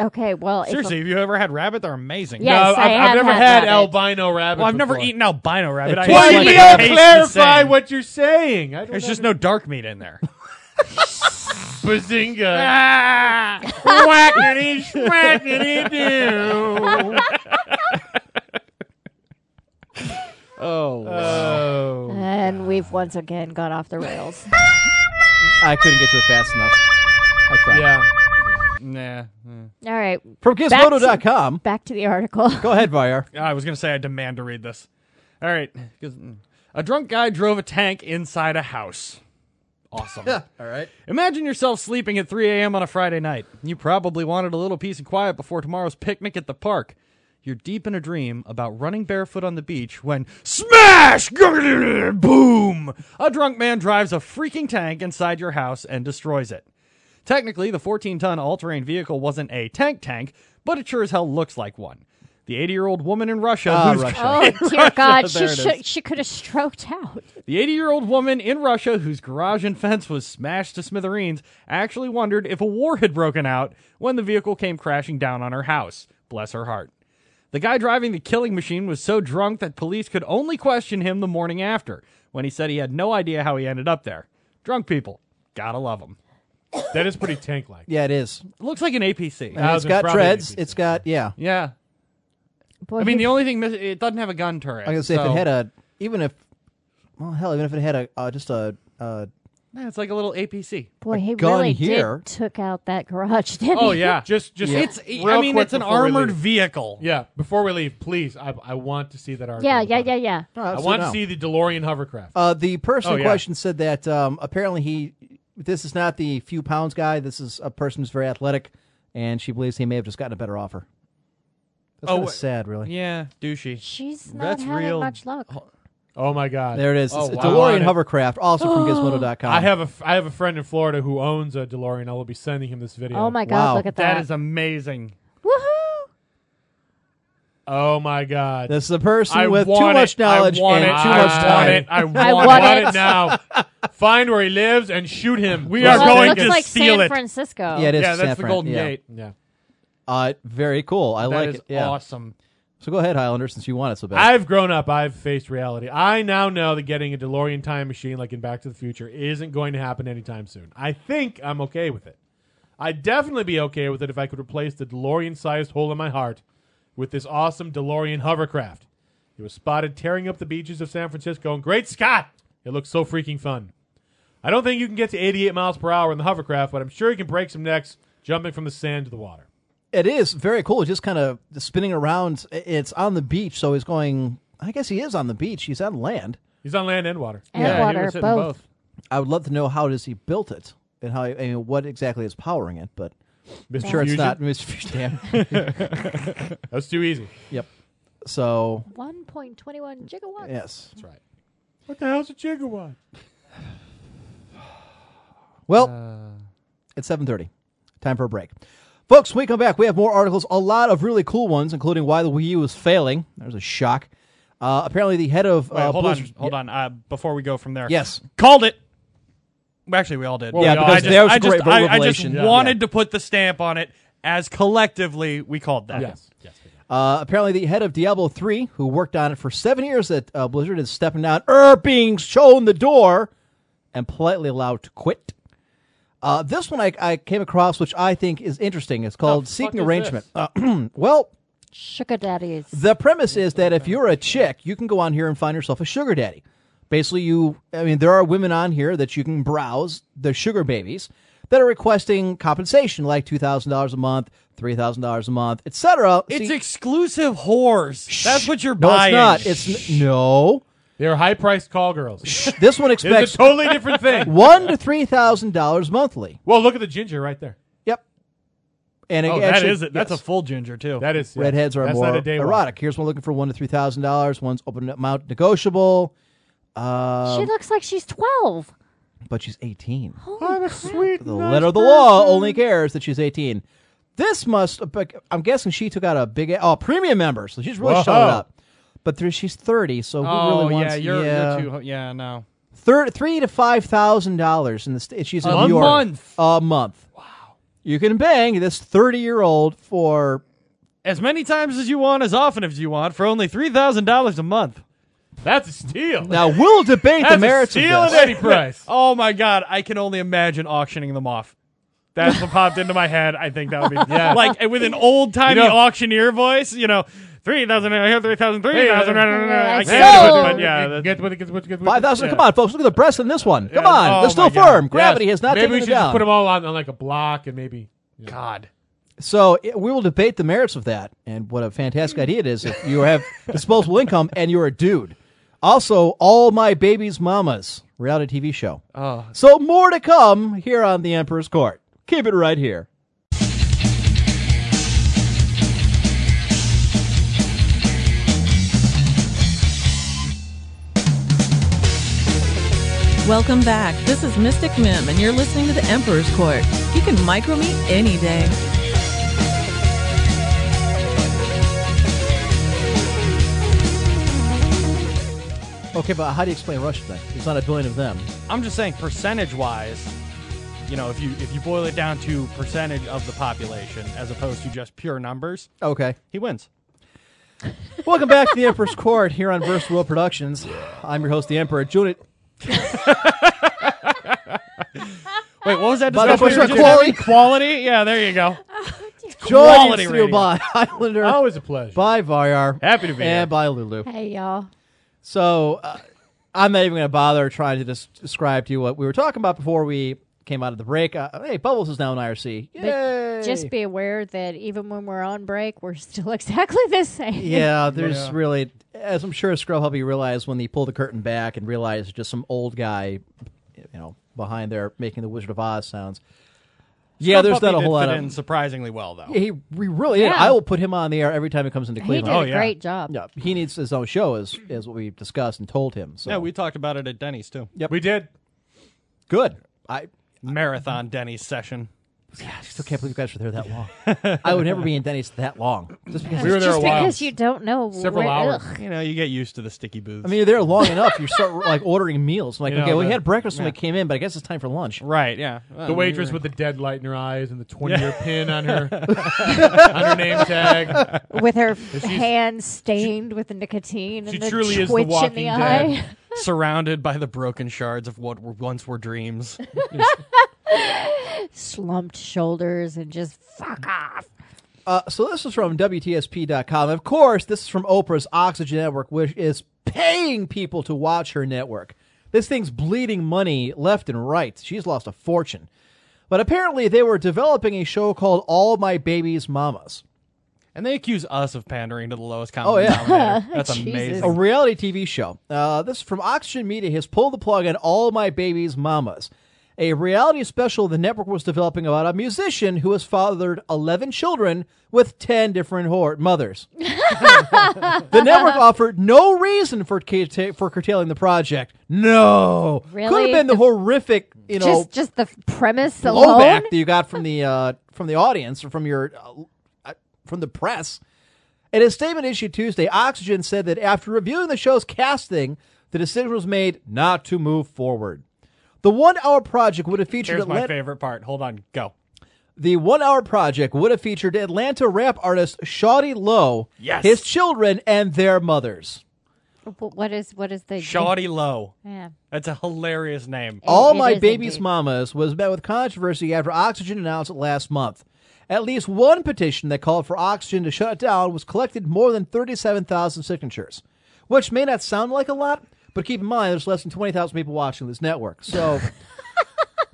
Speaker 6: Okay, well, if a-
Speaker 7: Seriously, have you ever had rabbit? They're amazing.
Speaker 6: Yeah. Yes,
Speaker 5: no, I've,
Speaker 6: I have
Speaker 5: I've never
Speaker 6: had
Speaker 5: had
Speaker 6: rabbits.
Speaker 5: albino rabbit.
Speaker 7: Well, I've never
Speaker 5: before.
Speaker 7: eaten albino rabbit. I
Speaker 5: Why
Speaker 7: just,
Speaker 5: you
Speaker 7: like,
Speaker 5: gotta
Speaker 7: taste the
Speaker 5: clarify
Speaker 7: same.
Speaker 5: what you're saying? I don't
Speaker 7: There's
Speaker 5: know.
Speaker 7: just no dark meat in there.
Speaker 5: *laughs* bazinga.
Speaker 7: Ah!
Speaker 5: Whackity, smackity, do.
Speaker 4: Oh,
Speaker 5: Oh.
Speaker 6: and we've once again got off the rails.
Speaker 4: I couldn't get to it fast enough. I tried.
Speaker 5: Yeah.
Speaker 7: nah.
Speaker 6: All right,
Speaker 4: From
Speaker 6: Back to-
Speaker 4: Gizmodo.com.
Speaker 6: back to the
Speaker 7: *laughs*
Speaker 6: article.
Speaker 4: Go ahead, Vyar.
Speaker 7: I was going to say I demand to read this. All right. 'cause- A drunk guy drove a tank inside a house. Awesome. *laughs*
Speaker 4: All right.
Speaker 7: Imagine yourself sleeping at 3 a.m. on a Friday night. You probably wanted a little peace and quiet before tomorrow's picnic at the park. You're deep in a dream about running barefoot on the beach when smash boom! A drunk man drives a freaking tank inside your house and destroys it. Technically, the 14 ton all terrain vehicle wasn't a tank tank, but it sure as hell looks like one. The 80 year old woman in Uh, Russia
Speaker 4: Ah,
Speaker 7: who's
Speaker 4: Russia.
Speaker 6: Oh
Speaker 7: *laughs*
Speaker 6: dear God, she
Speaker 7: There it
Speaker 6: should,
Speaker 7: is.
Speaker 6: she could have stroked out.
Speaker 7: The 80 year old woman in Russia whose garage and fence was smashed to smithereens actually wondered if a war had broken out when the vehicle came crashing down on her house. Bless her heart. The guy driving the killing machine was so drunk that police could only question him the morning after when he said he had no idea how he ended up there. Drunk people. Gotta love them.
Speaker 5: That is pretty tank like.
Speaker 4: Yeah, it is.
Speaker 7: Looks like an APC.
Speaker 4: And it's
Speaker 5: Thousand
Speaker 4: got
Speaker 5: probably
Speaker 4: dreads.
Speaker 5: would be
Speaker 4: It's got, yeah.
Speaker 7: yeah.
Speaker 6: Boy,
Speaker 7: I mean,
Speaker 6: he-
Speaker 7: the only thing, miss- it doesn't have a gun turret.
Speaker 4: I was gonna say if
Speaker 7: so-
Speaker 4: it had a, even if, well, hell, even if it had a, uh, just a, uh,
Speaker 7: Yeah, it's like a
Speaker 4: *laughs*
Speaker 7: little APC.
Speaker 6: boy, he
Speaker 4: gun
Speaker 6: really
Speaker 4: here.
Speaker 6: did took out that garage, didn't
Speaker 7: Oh,
Speaker 6: he?
Speaker 7: yeah.
Speaker 5: Just, just.
Speaker 7: It's, I
Speaker 5: real
Speaker 7: mean,
Speaker 5: quick
Speaker 7: it's an
Speaker 5: before we
Speaker 7: armored
Speaker 5: leave.
Speaker 7: vehicle.
Speaker 5: *laughs* Yeah. Before we leave, please, I, I want to see that article.
Speaker 6: yeah, yeah, yeah, yeah.
Speaker 5: I want to see the DeLorean hovercraft.
Speaker 4: Uh, the person
Speaker 7: Oh,
Speaker 4: in
Speaker 7: yeah.
Speaker 4: question said that um, apparently he, this is not the few pounds guy. This is a person who's very athletic, and she believes he may have just gotten a better offer. That's
Speaker 7: Oh,
Speaker 4: kinda
Speaker 7: wait.
Speaker 4: sad, really.
Speaker 7: Yeah, douchey.
Speaker 6: She's not
Speaker 7: That's
Speaker 6: having
Speaker 7: real.
Speaker 6: much luck.
Speaker 5: oh my God.
Speaker 4: There it is.
Speaker 5: Oh,
Speaker 4: it's
Speaker 5: wow.
Speaker 4: a DeLorean
Speaker 5: I-
Speaker 4: hovercraft, also
Speaker 5: *gasps*
Speaker 4: from Gizmodo.com.
Speaker 5: I have a f- I have a friend in Florida who owns a DeLorean. I will be sending him this video.
Speaker 6: Oh my God,
Speaker 4: Wow.
Speaker 6: look at that.
Speaker 7: That is amazing.
Speaker 6: Woohoo!
Speaker 5: Oh my God.
Speaker 4: This is a person
Speaker 5: I
Speaker 4: with too
Speaker 5: want
Speaker 4: much
Speaker 5: it.
Speaker 4: knowledge
Speaker 5: I want
Speaker 4: and
Speaker 5: it.
Speaker 4: too
Speaker 5: I
Speaker 4: much
Speaker 5: want
Speaker 4: time.
Speaker 5: It. *laughs*
Speaker 6: *laughs*
Speaker 5: I want,
Speaker 6: want
Speaker 5: it.
Speaker 6: it.
Speaker 5: now. Find where he lives and shoot him. We
Speaker 7: are
Speaker 6: Well, it
Speaker 7: going
Speaker 6: looks
Speaker 7: to
Speaker 6: like
Speaker 7: steal
Speaker 6: San
Speaker 7: it.
Speaker 6: Francisco.
Speaker 4: Yeah, it is
Speaker 7: yeah,
Speaker 4: San
Speaker 7: that's the
Speaker 4: Fran,
Speaker 7: Golden
Speaker 4: yeah.
Speaker 7: Gate.
Speaker 5: Yeah.
Speaker 4: Uh, very cool. I
Speaker 7: That
Speaker 4: like
Speaker 7: is
Speaker 4: it. Yeah.
Speaker 7: awesome.
Speaker 4: So go ahead, Highlander, since you want it so bad.
Speaker 5: I've grown up. I've faced reality. I now know that getting a DeLorean time machine like in Back to the Future isn't going to happen anytime soon. I think I'm okay with it. I'd definitely be okay with it if I could replace the DeLorean sized hole in my heart with this awesome DeLorean hovercraft. It was spotted tearing up the beaches of San Francisco, and great Scott! It looks so freaking fun. I don't think you can get to 88 miles per hour in the hovercraft, but I'm sure you can break some necks jumping from the sand to the water.
Speaker 4: It is very cool. It's just kind of spinning around. I- It's on the beach, so he's going. I guess he is on the beach. He's on land.
Speaker 5: He's on land and water.
Speaker 6: And
Speaker 7: yeah,
Speaker 6: water,
Speaker 7: both.
Speaker 6: both.
Speaker 4: I would love to know how does he built it and how I mean what exactly is powering it, but
Speaker 5: Mr.
Speaker 4: sure it's
Speaker 5: Fusion?
Speaker 4: not Mr. Fusion. *laughs* Damn.
Speaker 5: That was too easy.
Speaker 4: so
Speaker 6: 1.21 gigawatts.
Speaker 4: yes.
Speaker 5: That's right. What the hell's a gigawatt?
Speaker 4: Well,
Speaker 7: Uh,
Speaker 4: it's seven thirty. Time for a break. Folks, when we come back, we have more articles, a lot of really cool ones, including why the Wii U is failing. There's a shock. Uh, apparently, the head of
Speaker 7: Wait,
Speaker 4: uh,
Speaker 7: hold
Speaker 4: Blizzard-
Speaker 7: on, hold on. Uh, before we go from there,
Speaker 4: Yes.
Speaker 7: called it. Well, actually, we all did.
Speaker 4: Yeah,
Speaker 7: I
Speaker 4: because
Speaker 7: just-
Speaker 4: there was
Speaker 7: I
Speaker 4: a
Speaker 7: just,
Speaker 4: great
Speaker 7: I, I just
Speaker 4: revelation. Yeah.
Speaker 7: wanted to put the stamp on it as collectively we called that.
Speaker 5: Yes. Yes.
Speaker 4: Uh, apparently, the head of Diablo 3, who worked on it for seven years at uh, Blizzard, is stepping down, er, being shown the door, and politely allowed to quit. Uh, this one I, I came across, which I think is interesting. It's called
Speaker 5: The fuck
Speaker 4: Seeking
Speaker 5: is
Speaker 4: Arrangement.
Speaker 5: this?
Speaker 4: Uh, *clears throat* well,
Speaker 6: Sugar daddies.
Speaker 4: The premise is that if you're a chick, you can go on here and find yourself a sugar daddy. Basically, you, I mean, there are women on here that you can browse, the sugar babies, that are requesting compensation like $2,000 a month, $3,000 a month, etc.
Speaker 7: It's
Speaker 4: See-
Speaker 7: exclusive whores. That's what you're
Speaker 4: no,
Speaker 7: buying.
Speaker 4: it's not. It's n- no.
Speaker 5: They're high priced call girls.
Speaker 4: This
Speaker 7: *laughs*
Speaker 4: one
Speaker 5: It's a
Speaker 4: expects
Speaker 5: totally
Speaker 4: *laughs*
Speaker 5: different thing.
Speaker 4: one to three thousand dollars monthly.
Speaker 5: Well, look at the ginger right there.
Speaker 4: Yep. And
Speaker 7: oh,
Speaker 4: it
Speaker 7: that
Speaker 4: actually-
Speaker 7: is it. That's
Speaker 4: yes.
Speaker 7: a full ginger too.
Speaker 5: That is yeah,
Speaker 4: Redheads are
Speaker 5: that's
Speaker 4: more
Speaker 5: not a day one. *laughs*
Speaker 4: erotic. Here's one looking for one to three thousand dollars. One's open amount negotiable,
Speaker 7: um,
Speaker 6: she looks like she's 12.
Speaker 4: but she's eighteen.
Speaker 5: Oh,
Speaker 6: Holy crap.
Speaker 4: the letter of the law only cares that she's eighteen. This must. uh, I'm guessing she took out a big oh premium member, so she's really
Speaker 5: Whoa.
Speaker 4: showing up. But there, she's thirty, so who
Speaker 7: Oh
Speaker 4: really wants?
Speaker 7: yeah, you're, you're too. Yeah, no.
Speaker 4: Thir- three to five thousand dollars in the state. She's in
Speaker 7: A
Speaker 4: New York.
Speaker 7: month.
Speaker 4: A month. Wow. You can bang this thirty-year-old for
Speaker 7: As many times as you want, as often as you want, for only three thousand dollars a month.
Speaker 5: That's a steal.
Speaker 4: now.
Speaker 5: *laughs*
Speaker 4: We'll debate
Speaker 5: That's
Speaker 4: the merits
Speaker 5: a
Speaker 4: of
Speaker 5: steal
Speaker 4: this.
Speaker 5: at any
Speaker 4: *laughs*
Speaker 5: price.
Speaker 7: Oh my god, I can only imagine auctioning them off. That's what popped into my head. I think that would
Speaker 4: *laughs*
Speaker 7: be
Speaker 5: Yeah.
Speaker 7: like and with an old timey
Speaker 5: You know-
Speaker 7: auctioneer voice. You know, three thousand, I hear three thousand, three thousand. I can't,
Speaker 6: So-
Speaker 7: but yeah, that's,
Speaker 5: get with it, get with it, get with it.
Speaker 4: Five thousand.
Speaker 5: Yeah.
Speaker 4: Come on, folks. Look at the breast in this one. Come
Speaker 7: Yeah.
Speaker 4: on,
Speaker 7: Oh,
Speaker 4: they're still
Speaker 7: my God.
Speaker 4: firm. Gravity
Speaker 5: Yes.
Speaker 4: has not
Speaker 5: maybe we
Speaker 4: taken
Speaker 5: should
Speaker 4: them
Speaker 5: just
Speaker 4: down.
Speaker 5: put them all on, on like a block and maybe.
Speaker 7: God.
Speaker 4: so it- we will debate the merits of that, and what a fantastic idea it is if you
Speaker 5: *laughs*
Speaker 4: have disposable income and you're a dude. Also, all my baby's mamas reality TV show.
Speaker 7: Oh.
Speaker 4: So more to come here on the Emperor's Court. Keep it right here.
Speaker 2: Welcome back. This is Mystic Mim, and you're listening to The Emperor's Court. You can micro me any day.
Speaker 4: Okay, but how do you explain Russia then? There's not a billion of them.
Speaker 7: I'm just saying, percentage wise, you know, if you if you boil it down to percentage of the population as opposed to just pure numbers,
Speaker 4: Okay.
Speaker 7: he wins.
Speaker 4: Welcome back to the Emperor's Court here on Verse World Productions. I'm your host, the Emperor. Judith.
Speaker 7: Wait, what was that?
Speaker 4: By the
Speaker 7: discussion
Speaker 4: way,
Speaker 7: we were just
Speaker 4: quality-
Speaker 7: having? quality. Yeah, there you go.
Speaker 4: Joined
Speaker 7: Quality
Speaker 4: in
Speaker 7: radio.
Speaker 4: studio by *laughs* Islander,
Speaker 5: Always a pleasure.
Speaker 4: by Vyar,
Speaker 7: Happy to be here.
Speaker 4: and by Lulu.
Speaker 6: Hey, y'all.
Speaker 4: So uh, I'm not even going to bother trying to des- describe to you what we were talking about before we came out of the break. Uh, hey, Bubbles is now in IRC. Yay!
Speaker 6: But just be aware that even when we're on break, we're still *laughs* exactly the same.
Speaker 4: yeah, there's really, as I'm sure Scrub you realized when they pulled the curtain back and realized just some old guy, you know, behind there making the Wizard of Oz sounds. Yeah,
Speaker 7: Scrub
Speaker 4: there's
Speaker 7: Puppy
Speaker 4: not a
Speaker 7: did
Speaker 4: whole lot
Speaker 7: fit
Speaker 4: of.
Speaker 7: in surprisingly well though.
Speaker 4: Yeah, he we really did.
Speaker 6: Yeah.
Speaker 4: I will put him on the air every time he comes into
Speaker 6: *laughs* He
Speaker 4: Cleveland.
Speaker 6: did
Speaker 7: Oh,
Speaker 6: a
Speaker 7: yeah.
Speaker 6: great job.
Speaker 4: Yeah, he needs his own show, is is what we discussed and told him. So
Speaker 7: Yeah, we talked about it at Denny's too.
Speaker 5: We did.
Speaker 4: good. I
Speaker 7: Marathon Denny's session.
Speaker 4: I still can't believe you guys were there that long.
Speaker 5: *laughs*
Speaker 4: I would never be in Denny's that long. Just because
Speaker 5: We were there
Speaker 6: Just
Speaker 5: a while.
Speaker 6: because you don't know
Speaker 5: Several
Speaker 6: where,
Speaker 5: hours.
Speaker 6: ugh.
Speaker 7: You know, you get used to the sticky booths.
Speaker 4: I mean, you're there long enough. You start like ordering meals. I'm like,
Speaker 5: You know,
Speaker 4: okay, we
Speaker 5: the-
Speaker 4: had breakfast when we came in, but I guess it's time for lunch.
Speaker 7: right? Yeah.
Speaker 4: Oh,
Speaker 5: The waitress with the dead light in her eyes and the 20 year pin
Speaker 4: *laughs*
Speaker 5: on her on her name tag. *laughs*
Speaker 6: with her hands stained with nicotine
Speaker 5: she
Speaker 6: and the
Speaker 5: truly is the
Speaker 6: twitch in
Speaker 5: Walking
Speaker 6: the
Speaker 5: Dead.
Speaker 6: eye.
Speaker 7: *laughs*
Speaker 6: *laughs*
Speaker 7: surrounded by the broken shards of what were, once were
Speaker 4: *laughs*
Speaker 7: dreams.
Speaker 6: slumped shoulders and just fuck off.
Speaker 4: Uh, so this is from WTSP.com. Of course, this is from Oprah's Oxygen Network, which is paying people to watch her network. This thing's bleeding money left and right. She's lost a fortune. But apparently, they were developing a show called All My Baby's Mamas,
Speaker 7: and they accuse us of pandering to the lowest common
Speaker 4: Oh, yeah.
Speaker 7: denominator.
Speaker 4: *laughs*
Speaker 7: That's
Speaker 6: Jesus.
Speaker 4: a
Speaker 7: amazing.
Speaker 4: reality TV show. Uh, this is from Oxygen Media has pulled the plug on All My Baby's Mamas, a reality special the network was developing about a musician who has fathered 11 children with 10 different whore- mothers. *laughs* The network offered no reason for curta- for curtailing the project. No, could have
Speaker 6: Really?
Speaker 4: been the,
Speaker 6: The-
Speaker 4: horrific, you know,
Speaker 6: just just the premise alone.
Speaker 4: blowback that you got from the uh, from the audience or from your uh, uh, from the press. In a statement issued Tuesday, Oxygen said that after reviewing the show's casting, the decision was made not to move forward. The one-hour project would have featured
Speaker 7: Here's my
Speaker 4: Atlan-
Speaker 7: favorite part. Hold on, go.
Speaker 4: the one-hour project would have featured Atlanta rap artist Shawty Lowe,
Speaker 7: Yes.
Speaker 4: his children, and their mothers.
Speaker 6: Wh- What is what is the
Speaker 7: Shawty Low.
Speaker 6: Yeah.
Speaker 7: That's a hilarious name.
Speaker 4: All
Speaker 6: It
Speaker 4: My
Speaker 6: is
Speaker 4: Baby's
Speaker 6: indeed.
Speaker 4: Mamas was met with controversy after Oxygen announced it last month. At least one petition that called for oxygen to shut it down was collected more than 37,000 signatures, which may not sound like a lot, but keep in mind there's less than 20,000 people watching this network.
Speaker 6: *laughs*
Speaker 4: So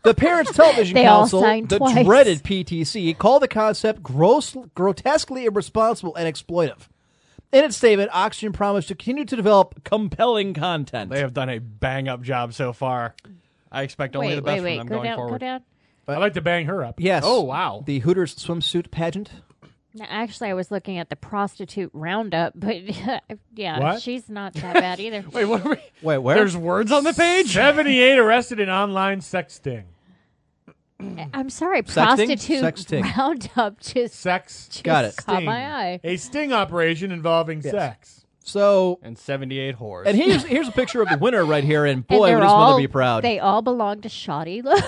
Speaker 4: the Parents Television
Speaker 6: They all
Speaker 4: Council,
Speaker 6: signed
Speaker 4: the
Speaker 6: twice.
Speaker 4: dreaded PTC, called the concept gross, grotesquely irresponsible and exploitive. In its statement, Oxygen promised to continue to develop compelling content.
Speaker 7: They have done a bang up job so far. I expect only the
Speaker 6: Wait, wait,
Speaker 7: best from
Speaker 6: wait.
Speaker 7: them
Speaker 6: Go
Speaker 7: going
Speaker 6: down,
Speaker 7: forward.
Speaker 6: go down.
Speaker 5: I'd like to bang her up.
Speaker 4: Yes.
Speaker 7: Oh, wow.
Speaker 4: The Hooters swimsuit pageant.
Speaker 6: No, actually, I was looking at the prostitute roundup, but *laughs* yeah,
Speaker 5: What?
Speaker 6: she's not
Speaker 4: *laughs*
Speaker 6: that bad either.
Speaker 7: Wait, what are we?
Speaker 4: Wait, where?
Speaker 7: There's words on the page.
Speaker 5: 78 arrested in online sex sting.
Speaker 6: I'm sorry,
Speaker 4: Sexting?
Speaker 6: prostitute
Speaker 4: Sexting.
Speaker 6: roundup just,
Speaker 5: Sex.
Speaker 6: just
Speaker 4: Got it.
Speaker 6: caught
Speaker 5: Sting.
Speaker 6: my eye.
Speaker 5: A sting operation involving sex.
Speaker 4: so
Speaker 7: and 78 whores.
Speaker 4: And here's here's a picture of the winner right here, and
Speaker 6: And
Speaker 4: boy,
Speaker 6: they're
Speaker 4: would his
Speaker 6: all,
Speaker 4: mother be proud.
Speaker 6: They all belong to shoddy. Look,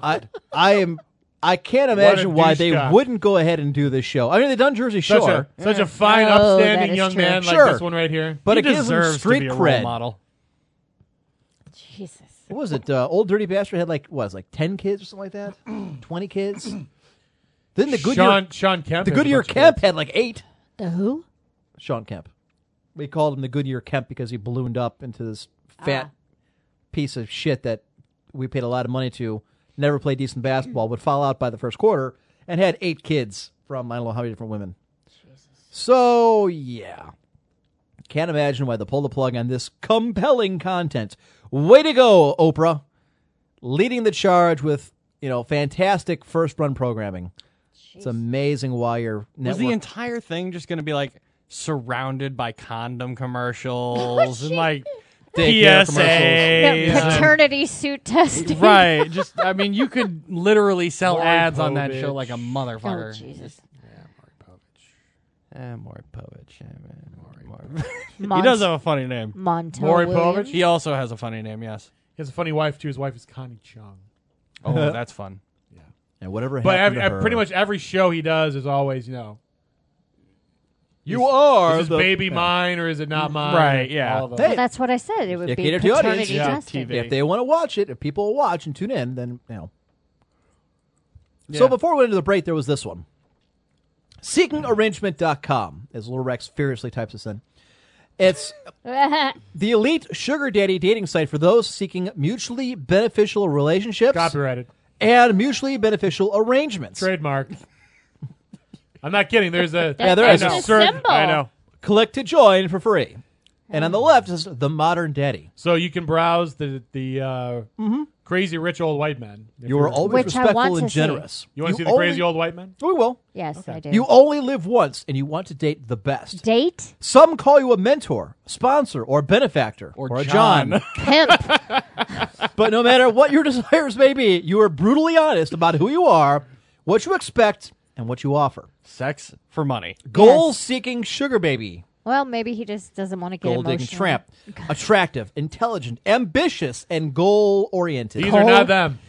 Speaker 4: I, I am. I can't imagine why they
Speaker 5: douchebag.
Speaker 4: wouldn't go ahead and do this show. I mean, they've done Jersey
Speaker 5: Such,
Speaker 4: Shore,
Speaker 5: a, such a fine,
Speaker 6: Oh, that
Speaker 5: upstanding
Speaker 6: is
Speaker 5: young
Speaker 6: true.
Speaker 5: man
Speaker 4: Sure.
Speaker 5: like this one right here.
Speaker 4: but
Speaker 7: he
Speaker 4: it gives them
Speaker 7: deserves
Speaker 4: street
Speaker 7: to be a
Speaker 4: cred.
Speaker 7: role model.
Speaker 6: Jesus.
Speaker 4: What was it? Uh, Old Dirty Bastard had like what, was it, like ten kids or something like that, twenty kids. Then the Goodyear,
Speaker 5: Sean, Sean Kemp.
Speaker 4: the
Speaker 5: has a
Speaker 4: Goodyear
Speaker 5: bunch of
Speaker 4: Kemp had like eight.
Speaker 6: The who?
Speaker 4: Sean Kemp. We called him the Goodyear Kemp because he ballooned up into this fat piece of shit that we paid a lot of money to, never played decent basketball, would fall out by the first quarter, and had eight kids from I don't know how many different women. So, yeah. Can't imagine why they pulled the plug on this compelling content. Way to go, Oprah. Leading the charge with, you know, fantastic first run programming. It's amazing why your
Speaker 7: Was
Speaker 4: network
Speaker 7: the entire thing just going to be like surrounded by condom
Speaker 6: *laughs*
Speaker 7: commercials and like
Speaker 4: Daycare
Speaker 6: The
Speaker 7: PSAs?
Speaker 6: paternity
Speaker 4: *laughs*
Speaker 6: suit testing.
Speaker 7: *laughs* Right. Just I mean, you could literally sell
Speaker 5: Maury
Speaker 7: ads on that
Speaker 5: Povich.
Speaker 7: show like a motherfucker.
Speaker 6: Oh Jesus.
Speaker 7: Eh, Maury Povich. Eh, man, Maury- Maury-
Speaker 6: Mont-
Speaker 7: he does have a funny name.
Speaker 6: Montel
Speaker 5: Maury
Speaker 6: Williams.
Speaker 5: Povich?
Speaker 7: He also has a funny name. Yes.
Speaker 5: He has a funny wife too. His wife is Connie Chung.
Speaker 7: Oh, that's fun.
Speaker 4: and whatever
Speaker 5: But
Speaker 4: happened
Speaker 5: ev-
Speaker 4: to
Speaker 5: ev-
Speaker 4: her.
Speaker 5: pretty much every show he does is always, you know,
Speaker 4: You are
Speaker 5: is this baby mine or is it not mine?
Speaker 7: Right, yeah.
Speaker 5: All of those.
Speaker 4: Hey,
Speaker 6: That's what I said. It would
Speaker 4: Yeah,
Speaker 6: be
Speaker 4: cater to the audience.
Speaker 6: paternity
Speaker 4: Yeah,
Speaker 6: testing.
Speaker 7: TV.
Speaker 4: if they want to watch it, if people will watch and tune in, then you know. So before we went into the break, there was this one. Seekingarrangement.com, as Little Rex furiously types this in.
Speaker 6: *laughs*
Speaker 4: It's the elite sugar daddy dating site for those seeking mutually beneficial relationships
Speaker 5: Copyrighted.
Speaker 4: and mutually beneficial arrangements.
Speaker 5: Trademark. I'm not kidding. There's a
Speaker 4: Yeah, there is.
Speaker 6: That's
Speaker 4: a
Speaker 6: the
Speaker 4: certain-
Speaker 6: symbol.
Speaker 5: I know.
Speaker 4: Click to join for free. And
Speaker 6: Hmm.
Speaker 4: on the left is the modern daddy.
Speaker 5: So you can browse the the uh, crazy rich old white men. If
Speaker 4: You are
Speaker 5: you're-
Speaker 4: always
Speaker 6: Which I want
Speaker 4: respectful
Speaker 6: to
Speaker 4: and
Speaker 6: see.
Speaker 4: generous.
Speaker 5: You want to see the
Speaker 4: only-
Speaker 5: crazy old white men?
Speaker 4: We will.
Speaker 6: Yes, I do.
Speaker 4: You only live once and you want to date the best.
Speaker 6: date
Speaker 4: Some call you a mentor, sponsor, or benefactor, or, a John.
Speaker 5: *laughs*
Speaker 6: pimp. *laughs*
Speaker 4: but no matter what your *laughs* desires may be, you are brutally honest about who you are, what you expect, and what you offer.
Speaker 7: Sex for money.
Speaker 4: Goal seeking sugar baby,
Speaker 6: well, maybe he just doesn't want to get
Speaker 4: gold digging
Speaker 6: emotional. *laughs*
Speaker 4: tramp. Attractive, intelligent, ambitious, and goal oriented.
Speaker 5: These are not them.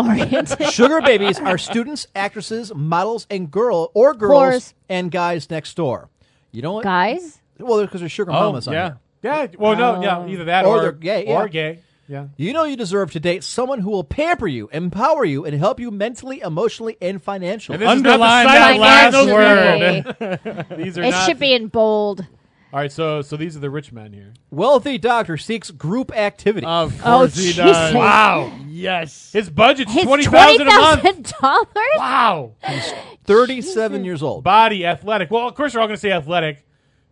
Speaker 4: *laughs*
Speaker 6: oriented.
Speaker 4: Sugar babies are students, actresses, models, and girl or girls
Speaker 6: Whores.
Speaker 4: and guys next door. You know what?
Speaker 6: Guys,
Speaker 4: Well, because there's sugar mamas on
Speaker 5: Oh, yeah.
Speaker 4: here.
Speaker 5: Yeah. Well, no,
Speaker 6: Oh.
Speaker 5: yeah. Either that
Speaker 4: Or
Speaker 5: or,
Speaker 4: they're gay, yeah.
Speaker 5: Or gay. Yeah.
Speaker 4: You know you deserve to date someone who will pamper you, empower you, and help you mentally, emotionally, and financially.
Speaker 5: And this is not the
Speaker 7: Underline
Speaker 5: site
Speaker 7: that
Speaker 5: of last
Speaker 6: Financially.
Speaker 5: *laughs* word. These are
Speaker 6: it
Speaker 5: not.
Speaker 6: should be in bold.
Speaker 5: All right. So so these are the rich men here.
Speaker 4: Wealthy doctor seeks group activity.
Speaker 5: Of
Speaker 6: Oh,
Speaker 5: course he does.
Speaker 6: Jesus.
Speaker 5: Wow.
Speaker 7: Yes.
Speaker 5: His budget's
Speaker 6: His
Speaker 5: twenty thousand a month.
Speaker 6: dollars.
Speaker 5: Wow.
Speaker 4: 37 years old.
Speaker 5: Body athletic. Well, of course we're all going to say athletic.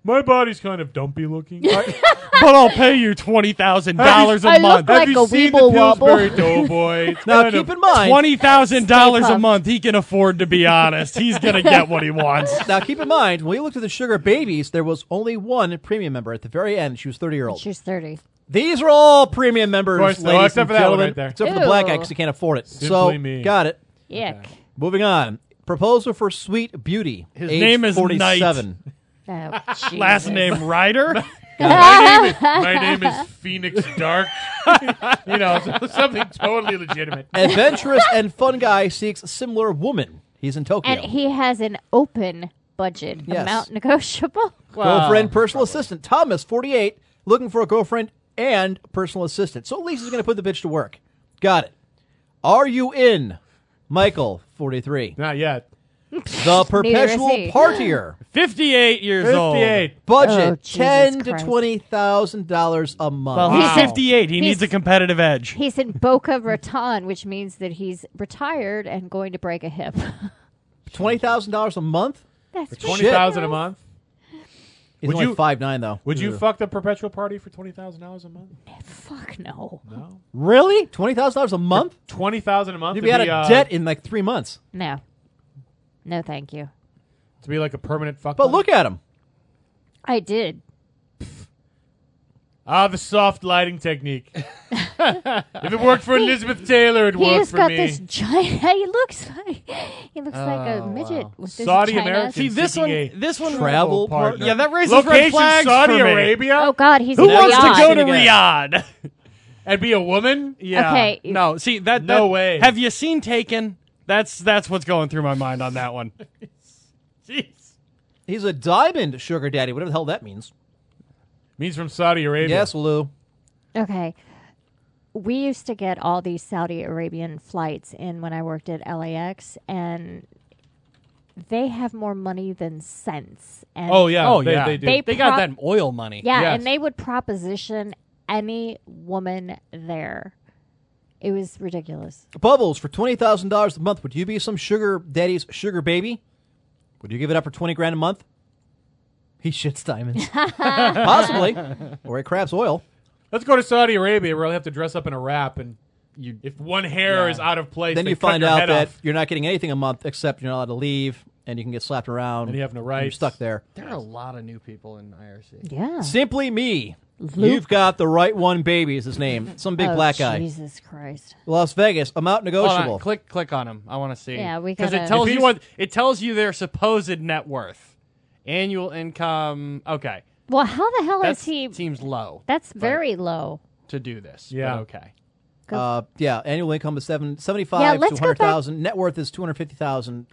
Speaker 5: My body's kind of dumpy looking.
Speaker 7: but I'll pay you twenty thousand
Speaker 6: *laughs*
Speaker 7: dollars
Speaker 6: I
Speaker 7: a
Speaker 6: look
Speaker 7: month.
Speaker 6: like
Speaker 5: Have you
Speaker 6: a
Speaker 5: seen the
Speaker 6: Weeble *laughs*
Speaker 5: Pillsbury
Speaker 6: Wobble.
Speaker 5: Doughboy? It's
Speaker 4: Now,
Speaker 5: kind
Speaker 4: keep
Speaker 5: of-
Speaker 4: in mind.
Speaker 7: Twenty thousand dollars a
Speaker 6: pumped.
Speaker 7: month. He can afford to *laughs* be honest. He's gonna get what he wants.
Speaker 4: Now, keep in mind, when we looked at the sugar babies, there was only one premium member at the very end. She was 30 year old.
Speaker 6: She's thirty.
Speaker 4: These are all premium members,
Speaker 5: Of course, no,
Speaker 4: ladies and
Speaker 5: except for that one
Speaker 4: gentlemen,
Speaker 5: right there.
Speaker 4: Except for the black guy
Speaker 6: Ew.
Speaker 4: because he can't afford it. so,
Speaker 5: Simply me.
Speaker 4: got it.
Speaker 6: Yuck.
Speaker 4: Moving on. Proposal for sweet beauty.
Speaker 7: His
Speaker 4: age
Speaker 7: name is
Speaker 4: 47.
Speaker 5: *laughs*
Speaker 6: Oh, Jesus. Ah,
Speaker 7: Last name Ryder.
Speaker 5: my, name is, my name is Phoenix
Speaker 7: *laughs*
Speaker 5: Dark. you know, *laughs* so- something totally legitimate.
Speaker 4: Adventurous and fun guy seeks similar woman. He's in Tokyo.
Speaker 6: And he has an open budget
Speaker 4: Yes.
Speaker 6: amount negotiable.
Speaker 5: *laughs*
Speaker 4: girlfriend, personal assistant. Thomas, 48, looking for a girlfriend and personal assistant. So at least he's going to put the bitch to work. Got it. Are you in? Michael, 43.
Speaker 5: Not yet. *laughs*
Speaker 4: The
Speaker 6: Neither is
Speaker 4: Perpetual
Speaker 5: *gasps*
Speaker 6: he.
Speaker 4: Partier.
Speaker 5: Oh,
Speaker 7: 58 years old.
Speaker 5: 58.
Speaker 6: Oh,
Speaker 4: Budget
Speaker 6: Jesus
Speaker 4: ten to
Speaker 6: Christ.
Speaker 4: twenty thousand dollars a month.
Speaker 7: Well,
Speaker 6: He's
Speaker 7: he's
Speaker 6: in-
Speaker 7: 58. He
Speaker 6: he's-
Speaker 7: needs a competitive edge.
Speaker 6: He's in Boca Raton, which means that he's retired and going to break a hip. *laughs*
Speaker 4: Twenty thousand dollars a month.
Speaker 6: That's
Speaker 5: Twenty thousand a month.
Speaker 4: He's
Speaker 5: Would
Speaker 4: only
Speaker 5: you-
Speaker 4: five nine though.
Speaker 5: Would you
Speaker 4: Ugh.
Speaker 5: fuck the perpetual party for twenty thousand dollars a month?
Speaker 6: Fuck no.
Speaker 5: No.
Speaker 4: really twenty thousand dollars a month?
Speaker 5: Twenty thousand a month.
Speaker 4: You'd
Speaker 5: to
Speaker 4: be out of
Speaker 5: be, uh,
Speaker 4: debt in like three months.
Speaker 6: No. No, thank you.
Speaker 5: to be like a permanent fuck.
Speaker 4: But
Speaker 5: buddy?
Speaker 4: look at him.
Speaker 6: I did.
Speaker 5: ah, the soft lighting technique. if it worked for Elizabeth Taylor, it
Speaker 6: He
Speaker 5: worked
Speaker 6: has
Speaker 5: for
Speaker 6: got
Speaker 5: me.
Speaker 6: this *laughs* giant. He looks like he looks like a
Speaker 7: Oh,
Speaker 6: midget
Speaker 7: wow.
Speaker 6: with this
Speaker 5: Saudi
Speaker 6: China.
Speaker 5: American.
Speaker 7: See, this one,
Speaker 5: 58.
Speaker 7: this one,
Speaker 4: Travel partner.
Speaker 7: Yeah, that raises red
Speaker 5: Location
Speaker 7: flags
Speaker 5: Saudi
Speaker 7: for me.
Speaker 5: Arabia
Speaker 6: Oh God, he's
Speaker 7: Who
Speaker 6: in
Speaker 7: wants
Speaker 6: Riyadh.
Speaker 7: to go to
Speaker 4: again.
Speaker 7: Riyadh?
Speaker 5: and be a woman.
Speaker 7: yeah.
Speaker 6: Okay.
Speaker 7: No, see that.
Speaker 5: No
Speaker 7: that-
Speaker 5: way.
Speaker 7: Have you seen Taken? That's that's what's going through my mind on that one.
Speaker 5: Jeez.
Speaker 4: He's a diamond sugar daddy. Whatever the hell that means.
Speaker 5: Means from Saudi Arabia.
Speaker 4: Yes, Lou.
Speaker 6: Okay. We used to get all these Saudi Arabian flights in when I worked at LAX, and they have more money than sense. And
Speaker 5: Oh yeah.
Speaker 7: Oh
Speaker 5: they,
Speaker 7: yeah,
Speaker 5: They do.
Speaker 6: They
Speaker 7: They got
Speaker 6: prop-
Speaker 7: that oil money.
Speaker 6: Yeah,
Speaker 5: Yes.
Speaker 6: and they would proposition any woman there. It was ridiculous.
Speaker 4: Bubbles for twenty thousand dollars a month. Would you be some sugar daddy's sugar baby? Would you give it up for twenty grand a month? He shits
Speaker 6: *laughs*
Speaker 4: diamonds, possibly, or a crab's oil.
Speaker 5: Let's go to Saudi Arabia where I'll have to dress up in a wrap and you, if one hair
Speaker 7: Yeah.
Speaker 5: is out of place,
Speaker 4: then
Speaker 5: they
Speaker 4: you
Speaker 5: cut
Speaker 4: find
Speaker 5: your
Speaker 4: out
Speaker 5: head
Speaker 4: that
Speaker 5: off.
Speaker 4: you're not getting anything a month except you're not allowed to leave, and you can get slapped around,
Speaker 5: And you have no
Speaker 4: You're
Speaker 5: rights.
Speaker 4: stuck there.
Speaker 7: There are a lot of new people in IRC.
Speaker 6: Yeah.
Speaker 4: Simply me. You've got the right one, baby. Is his name? Some big
Speaker 6: oh,
Speaker 4: black guy.
Speaker 6: Jesus Christ.
Speaker 4: Las Vegas. Amount
Speaker 7: Hold
Speaker 4: negotiable.
Speaker 7: on, click click on them. I want to see.
Speaker 6: Yeah, we
Speaker 7: because
Speaker 6: gotta-
Speaker 7: it tells
Speaker 5: If
Speaker 7: you
Speaker 5: he's-
Speaker 7: what it tells you their supposed net worth, annual income. Okay,
Speaker 6: Well, how the hell
Speaker 7: that
Speaker 6: is he?
Speaker 7: seems low
Speaker 6: That's very low.
Speaker 7: to do this. but
Speaker 5: Yeah.
Speaker 7: okay.
Speaker 4: Uh, yeah, annual income is seven seventy
Speaker 6: Yeah,
Speaker 4: five
Speaker 6: let's
Speaker 4: to
Speaker 6: go
Speaker 4: hundred thousand. Net worth is two hundred fifty thousand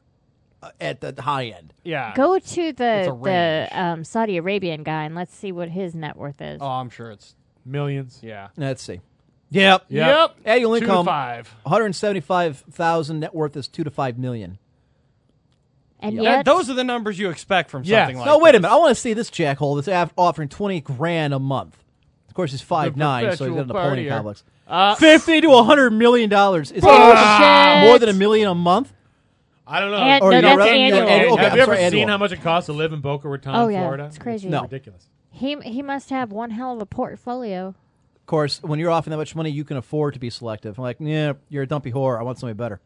Speaker 4: uh, at the high end.
Speaker 7: Yeah.
Speaker 6: Go to the the
Speaker 7: range.
Speaker 6: um, Saudi Arabian guy and let's see what his net worth is.
Speaker 7: Oh, I'm sure it's
Speaker 5: Millions.
Speaker 7: yeah.
Speaker 4: Let's see. Yep.
Speaker 7: Yep.
Speaker 4: Annual
Speaker 7: Two
Speaker 4: income.
Speaker 7: to five.
Speaker 4: One hundred seventy-five thousand net worth is two to five million.
Speaker 6: and
Speaker 4: yeah.
Speaker 6: yet,
Speaker 7: That- those are the numbers you expect from
Speaker 5: Yeah.
Speaker 7: something like.
Speaker 4: no, wait a
Speaker 7: this.
Speaker 4: minute. I want to see this jackhole that's af- offering twenty grand a month. Of course, he's five nine, so he's
Speaker 7: perpetual
Speaker 4: got an opponent
Speaker 7: partier. Uh,
Speaker 4: complex. Fifty to hundred million dollars is
Speaker 6: Bullshit.
Speaker 4: more than a million a month.
Speaker 5: I don't know. *laughs*
Speaker 6: And-
Speaker 4: Or
Speaker 6: No,
Speaker 4: you
Speaker 6: that's
Speaker 4: know, rather-
Speaker 6: annual.
Speaker 4: yeah, annual- okay,
Speaker 5: have
Speaker 4: I'm
Speaker 5: you ever
Speaker 4: sorry,
Speaker 5: seen
Speaker 4: annual.
Speaker 5: how much it costs to live in Boca Raton,
Speaker 6: Oh, yeah,
Speaker 5: Florida?
Speaker 6: it's crazy.
Speaker 4: No.
Speaker 5: ridiculous.
Speaker 6: he he must have one hell of a portfolio.
Speaker 4: Of course, when you're offering that much money, you can afford to be selective. I'm like, yeah, you're a dumpy whore. I want somebody better.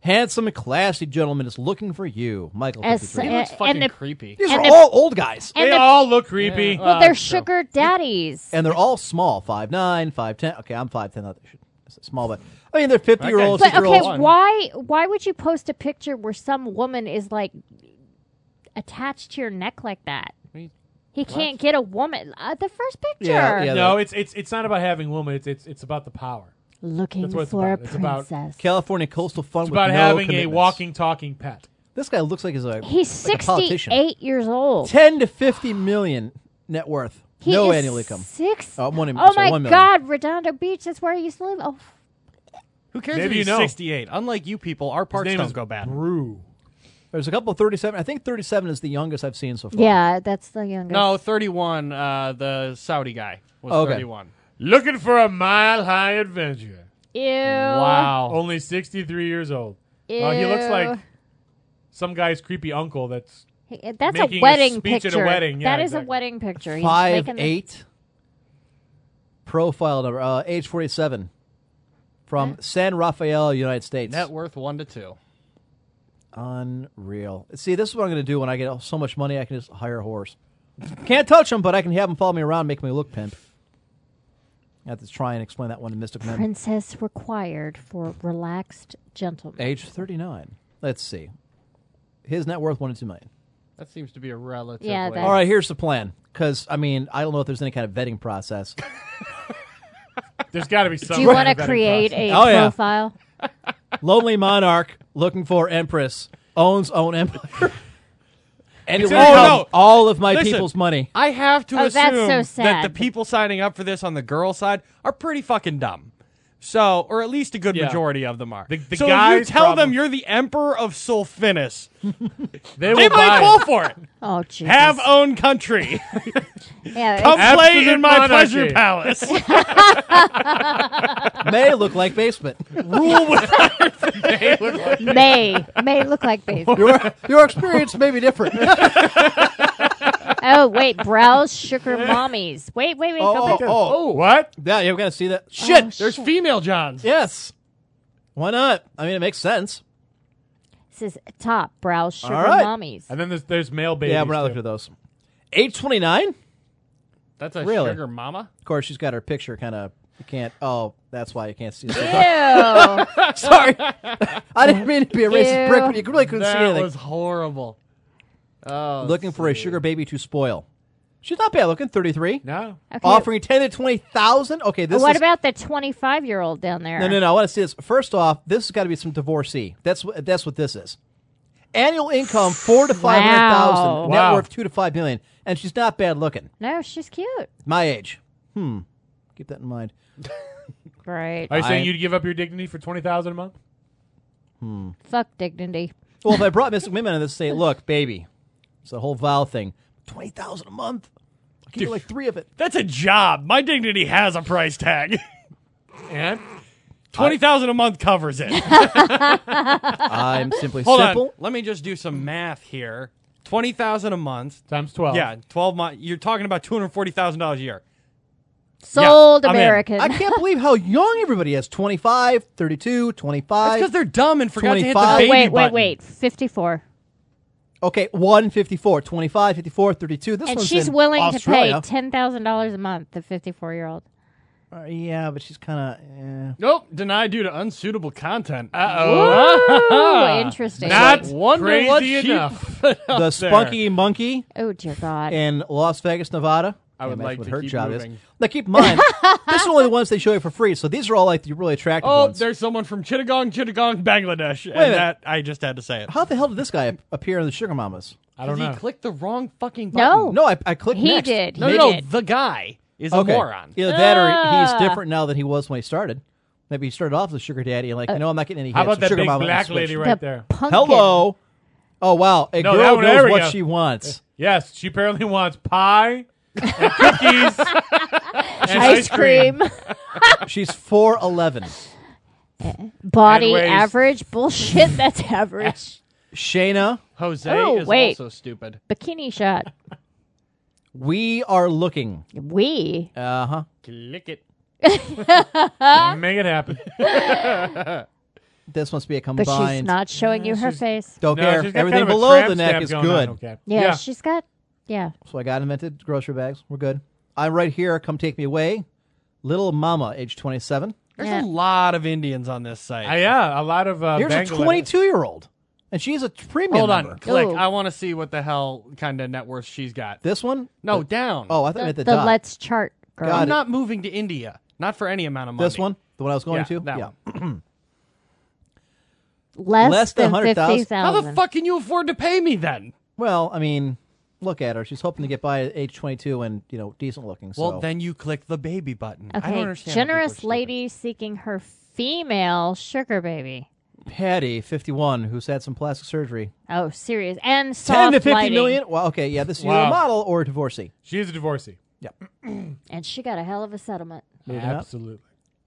Speaker 4: Handsome and classy gentleman is looking for you, Michael.
Speaker 6: As-
Speaker 4: 53.
Speaker 7: He looks
Speaker 6: And-
Speaker 7: fucking
Speaker 6: and the-
Speaker 7: creepy. Uh,
Speaker 4: These
Speaker 6: and
Speaker 4: are
Speaker 6: the-
Speaker 4: all old guys,
Speaker 6: And
Speaker 5: they
Speaker 6: the-
Speaker 5: all look creepy.
Speaker 6: well, they're sugar daddies.
Speaker 4: and they're all small five nine, five ten. Okay, I'm five ten. Small, but I mean, they're fifty year olds.
Speaker 6: But okay,
Speaker 7: One.
Speaker 6: why why would you post a picture where some woman is like attached to your neck like that?
Speaker 7: What?
Speaker 6: He can't get a woman. Uh, the first picture.
Speaker 4: Yeah, yeah.
Speaker 5: No, Oh, it's it's it's not about having woman. It's it's it's about the power.
Speaker 6: Looking
Speaker 5: That's what it's
Speaker 6: for
Speaker 5: about.
Speaker 6: a
Speaker 5: It's about-
Speaker 6: princess.
Speaker 4: California coastal fun
Speaker 5: It's
Speaker 4: with
Speaker 5: about
Speaker 4: no
Speaker 5: having a
Speaker 4: commitments.
Speaker 5: walking, talking pet.
Speaker 4: This guy looks like he's a
Speaker 6: He's
Speaker 4: like a politician.
Speaker 6: 68 years old.
Speaker 4: Ten to fifty million net worth.
Speaker 6: He
Speaker 4: no
Speaker 6: is
Speaker 4: annual income.
Speaker 6: Six.
Speaker 4: Oh, one-
Speaker 6: oh
Speaker 4: sorry,
Speaker 6: my
Speaker 4: one million.
Speaker 6: God, Redondo Beach. That's where I used to live. Oh,
Speaker 7: Who cares
Speaker 5: Maybe
Speaker 7: if he's
Speaker 5: you know.
Speaker 7: 68? Unlike you people, our
Speaker 5: His
Speaker 7: parts
Speaker 5: name
Speaker 7: don't
Speaker 5: is
Speaker 7: go bad.
Speaker 5: Brew.
Speaker 4: There's a couple of thirty-seven. I think thirty-seven is the youngest I've seen so far.
Speaker 6: yeah, that's the youngest.
Speaker 7: No, 31. Uh, the Saudi guy was
Speaker 4: Okay.
Speaker 7: 31.
Speaker 5: Looking for a mile high adventure.
Speaker 6: Ew.
Speaker 7: Wow.
Speaker 5: Only sixty three years old. Uh, he looks
Speaker 6: Ew.
Speaker 5: like some guy's creepy uncle. That's
Speaker 6: He- That's
Speaker 5: making
Speaker 6: a
Speaker 5: a
Speaker 6: wedding
Speaker 5: speech at a
Speaker 6: picture.
Speaker 5: wedding. Yeah,
Speaker 6: that is
Speaker 5: exactly.
Speaker 6: a wedding picture. He's
Speaker 4: five
Speaker 6: making the-
Speaker 4: eight profile number uh, age 47 from san rafael united states
Speaker 7: Net worth one to two.
Speaker 4: unreal see this is what i'm going to do when i get so much money i can just hire a horse can't touch him but i can have him follow me around and make me look pimp i have to try and explain that one to mystic men
Speaker 6: Princess required for relaxed gentlemen.
Speaker 4: age 39 let's see his net worth one to two million
Speaker 7: That seems to be a relatively.
Speaker 6: Yeah, that-
Speaker 4: all right here's the plan because i mean i don't know if there's any kind of vetting process
Speaker 5: there's got to be some.
Speaker 6: Do you
Speaker 5: kind *laughs* of
Speaker 6: want to
Speaker 5: vetting
Speaker 6: create
Speaker 5: process.
Speaker 6: a
Speaker 4: Oh, yeah.
Speaker 6: profile?
Speaker 4: Lonely monarch looking for empress owns own empire. and it will
Speaker 7: Oh,
Speaker 4: become
Speaker 7: no.
Speaker 4: all of my
Speaker 7: Listen.
Speaker 4: people's money.
Speaker 7: I have to
Speaker 6: Oh, that's
Speaker 7: assume
Speaker 6: so
Speaker 7: that the
Speaker 6: sad.
Speaker 7: people signing up for this on the girl side are pretty fucking dumb. So, or at least a good
Speaker 5: Yeah.
Speaker 7: majority of them are.
Speaker 5: The- the
Speaker 7: so if you
Speaker 5: guys
Speaker 7: tell them
Speaker 5: probably-
Speaker 7: you're the emperor of Solfinis,
Speaker 5: They
Speaker 7: they
Speaker 5: will buy.
Speaker 7: might fall for
Speaker 5: *laughs*
Speaker 7: it.
Speaker 6: Oh, Jesus.
Speaker 7: Have own country.
Speaker 6: yeah,
Speaker 7: Come
Speaker 6: it's-
Speaker 7: play
Speaker 5: Absolute
Speaker 7: in my
Speaker 5: monarchy.
Speaker 7: pleasure palace.
Speaker 4: May look like basement.
Speaker 7: Rule with
Speaker 6: *laughs* may may look like base.
Speaker 4: Your, your experience may be different.
Speaker 6: Oh wait, browse sugar mommies. Wait, wait, wait. go back. Oh,
Speaker 5: What?
Speaker 4: Oh, Yeah, you gotta see that. Shit.
Speaker 8: There's female Johns.
Speaker 4: Yes. Why not? I mean, it makes sense.
Speaker 6: This is top browse sugar
Speaker 4: right.
Speaker 6: mommies.
Speaker 5: And then there's, there's male babies.
Speaker 4: yeah, we're not
Speaker 5: too.
Speaker 4: looking at those. 829? Of
Speaker 8: That's a
Speaker 4: Really?
Speaker 8: sugar mama.
Speaker 4: course, she's got her picture kind of. You can't. Oh, that's why you can't *laughs* see.
Speaker 6: *laughs* Ew.
Speaker 4: it. Sorry. I didn't mean to be a racist
Speaker 6: Ew.
Speaker 4: prick, but you really couldn't see
Speaker 8: That
Speaker 4: anything.
Speaker 8: was horrible. Oh,
Speaker 4: looking for a sugar baby to spoil. She's not bad looking, 33.
Speaker 5: No.
Speaker 6: Okay.
Speaker 4: Offering 10 to 20,000? Okay, this
Speaker 6: what
Speaker 4: is.
Speaker 6: about the 25 year old down there?
Speaker 4: No, no, no. I want to see this. First off, this has got to be some divorcee. That's what that's what this is. Annual income four to five hundred thousand. Net
Speaker 5: Wow.
Speaker 4: worth two to five million. And she's not bad looking.
Speaker 6: No, she's cute.
Speaker 4: My age. Hmm. Keep that in mind.
Speaker 6: Right.
Speaker 5: Are you saying
Speaker 4: I-
Speaker 5: you'd give up your dignity for 20000 a month?
Speaker 6: Fuck dignity.
Speaker 4: Well, if I brought Miss Women and this say, look, baby, it's the whole vow thing. Twenty thousand a month. I can get like three of it.
Speaker 7: That's a job. My dignity has a price tag.
Speaker 5: And?
Speaker 7: Twenty thousand a month covers it.
Speaker 4: I'm *laughs* simply
Speaker 7: Hold
Speaker 4: simple.
Speaker 7: on. Let me just do some math here. Twenty thousand a month.
Speaker 5: Times 12.
Speaker 7: Yeah, twelve month. You're talking about two hundred forty thousand dollars a year.
Speaker 6: Sold
Speaker 7: I'm in.
Speaker 6: American.
Speaker 4: I *laughs* can't believe how young everybody is. 25, 32,
Speaker 7: That's because
Speaker 4: 25.
Speaker 7: they're dumb and forgot to hit the
Speaker 4: 25.
Speaker 7: baby
Speaker 6: Oh, wait, wait,
Speaker 7: button.
Speaker 6: wait. 54.
Speaker 4: Okay, 154, 25, 54, 32. This
Speaker 6: And
Speaker 4: one's
Speaker 6: she's
Speaker 4: in
Speaker 6: willing
Speaker 4: Australia.
Speaker 6: to pay $10,000 a month, the 54
Speaker 4: *laughs*
Speaker 6: year old.
Speaker 4: Uh, yeah, but she's kind of. Eh.
Speaker 8: Nope, denied due to unsuitable content.
Speaker 6: Oh, interesting.
Speaker 5: Not
Speaker 8: Wonder what
Speaker 5: crazy
Speaker 8: she-
Speaker 5: enough.
Speaker 4: the spunky monkey
Speaker 6: Oh, dear God.
Speaker 4: in Las Vegas, Nevada. I
Speaker 8: would
Speaker 4: that's
Speaker 8: like
Speaker 4: what
Speaker 8: to
Speaker 4: her
Speaker 8: keep
Speaker 4: job is.
Speaker 8: moving.
Speaker 4: Now keep in mind, this is only the ones they show you for free. So these are all like the really attractive
Speaker 8: oh,
Speaker 4: ones.
Speaker 8: there's someone from Chittagong, Chittagong, Bangladesh.
Speaker 4: Wait a
Speaker 7: And
Speaker 4: minute.
Speaker 7: that I just had to say it.
Speaker 4: How the hell did this guy ap- appear in the Sugar Mamas?
Speaker 5: I don't know.
Speaker 8: He clicked the wrong fucking
Speaker 6: No.
Speaker 8: button.
Speaker 4: No, I, I clicked.
Speaker 6: He
Speaker 4: next.
Speaker 6: did.
Speaker 8: No,
Speaker 6: He
Speaker 8: no, no,
Speaker 6: did.
Speaker 8: the guy is
Speaker 4: Okay.
Speaker 8: a moron.
Speaker 4: Either that or
Speaker 6: Ah.
Speaker 4: he's different now than he was when he started. Maybe he started off as a sugar daddy and like,
Speaker 6: Uh,
Speaker 4: you know, I'm not getting any
Speaker 5: How
Speaker 4: hits.
Speaker 5: about that
Speaker 4: sugar
Speaker 5: big
Speaker 4: mama and
Speaker 5: black
Speaker 4: switch.
Speaker 5: lady
Speaker 6: the
Speaker 5: right there?
Speaker 6: Pumpkin.
Speaker 4: Hello. Oh wow, a
Speaker 5: No, that
Speaker 4: girl
Speaker 5: one- there
Speaker 4: knows
Speaker 5: we
Speaker 4: what
Speaker 5: go.
Speaker 4: she wants.
Speaker 5: Yes, she apparently wants pie and
Speaker 7: *laughs*
Speaker 5: cookies and
Speaker 6: Ice cream.
Speaker 4: She's four eleven.
Speaker 6: Body
Speaker 5: Anyways.
Speaker 6: average. Bullshit, *laughs* that's average.
Speaker 4: Shayna,
Speaker 8: Jose
Speaker 6: Oh,
Speaker 8: is
Speaker 6: wait.
Speaker 8: also stupid.
Speaker 6: Bikini shot.
Speaker 4: we are looking.
Speaker 6: We.
Speaker 4: Uh huh.
Speaker 8: Click it.
Speaker 5: Make it happen.
Speaker 4: This must be a
Speaker 6: But
Speaker 4: combined.
Speaker 6: she's not showing you her face.
Speaker 4: Don't
Speaker 5: No,
Speaker 4: care.
Speaker 5: she's got
Speaker 4: Everything
Speaker 5: kind of a
Speaker 4: below
Speaker 5: tramp
Speaker 4: the neck
Speaker 5: stamp
Speaker 4: is
Speaker 5: going
Speaker 4: good.
Speaker 5: on. Okay.
Speaker 6: Yeah, she's got. Yeah.
Speaker 4: So I got invented grocery bags. We're good. I'm right here. Come take me away. Little Mama, age 27.
Speaker 7: There's
Speaker 6: Yeah.
Speaker 7: a lot of Indians on this site.
Speaker 5: Uh, yeah, a lot of uh,
Speaker 4: Here's
Speaker 5: Bangladesh.
Speaker 4: a 22 year old, and she's a t- premium.
Speaker 8: Hold on.
Speaker 4: member.
Speaker 8: Click.
Speaker 6: Ooh.
Speaker 8: I want to see what the hell kind of net worth she's got.
Speaker 4: This one?
Speaker 8: no,
Speaker 4: The-
Speaker 8: down.
Speaker 4: oh, I thought I
Speaker 6: The,
Speaker 4: meant the,
Speaker 6: the
Speaker 4: dot.
Speaker 6: let's chart girl.
Speaker 4: Got
Speaker 8: I'm
Speaker 4: it.
Speaker 8: not moving to India. Not for any amount of money.
Speaker 4: This one, the one I was going
Speaker 8: Yeah,
Speaker 4: to.
Speaker 8: that
Speaker 4: yeah.
Speaker 8: one.
Speaker 6: Less,
Speaker 4: Less than
Speaker 6: than,
Speaker 4: 100,000.
Speaker 6: fifty
Speaker 8: How
Speaker 6: thousand.
Speaker 8: the fuck can you afford to pay me then?
Speaker 4: Well, I mean, look at her. She's hoping to get by at age 22 and you know decent looking. So
Speaker 7: Well, then you click the baby button. I don't
Speaker 6: Okay,
Speaker 7: understand. how people are
Speaker 6: generous
Speaker 7: stupid.
Speaker 6: lady seeking her female sugar baby.
Speaker 4: Patty, 51, who's had some plastic surgery,
Speaker 6: Oh, serious and soft
Speaker 4: 10 to fifty million.
Speaker 6: lighting.
Speaker 4: Well, okay, yeah. This is either
Speaker 5: Wow.
Speaker 4: a model or a divorcee.
Speaker 5: She is a divorcee.
Speaker 6: And she got a hell of
Speaker 4: *laughs*
Speaker 6: a settlement.
Speaker 4: Maybe not.
Speaker 5: Absolutely.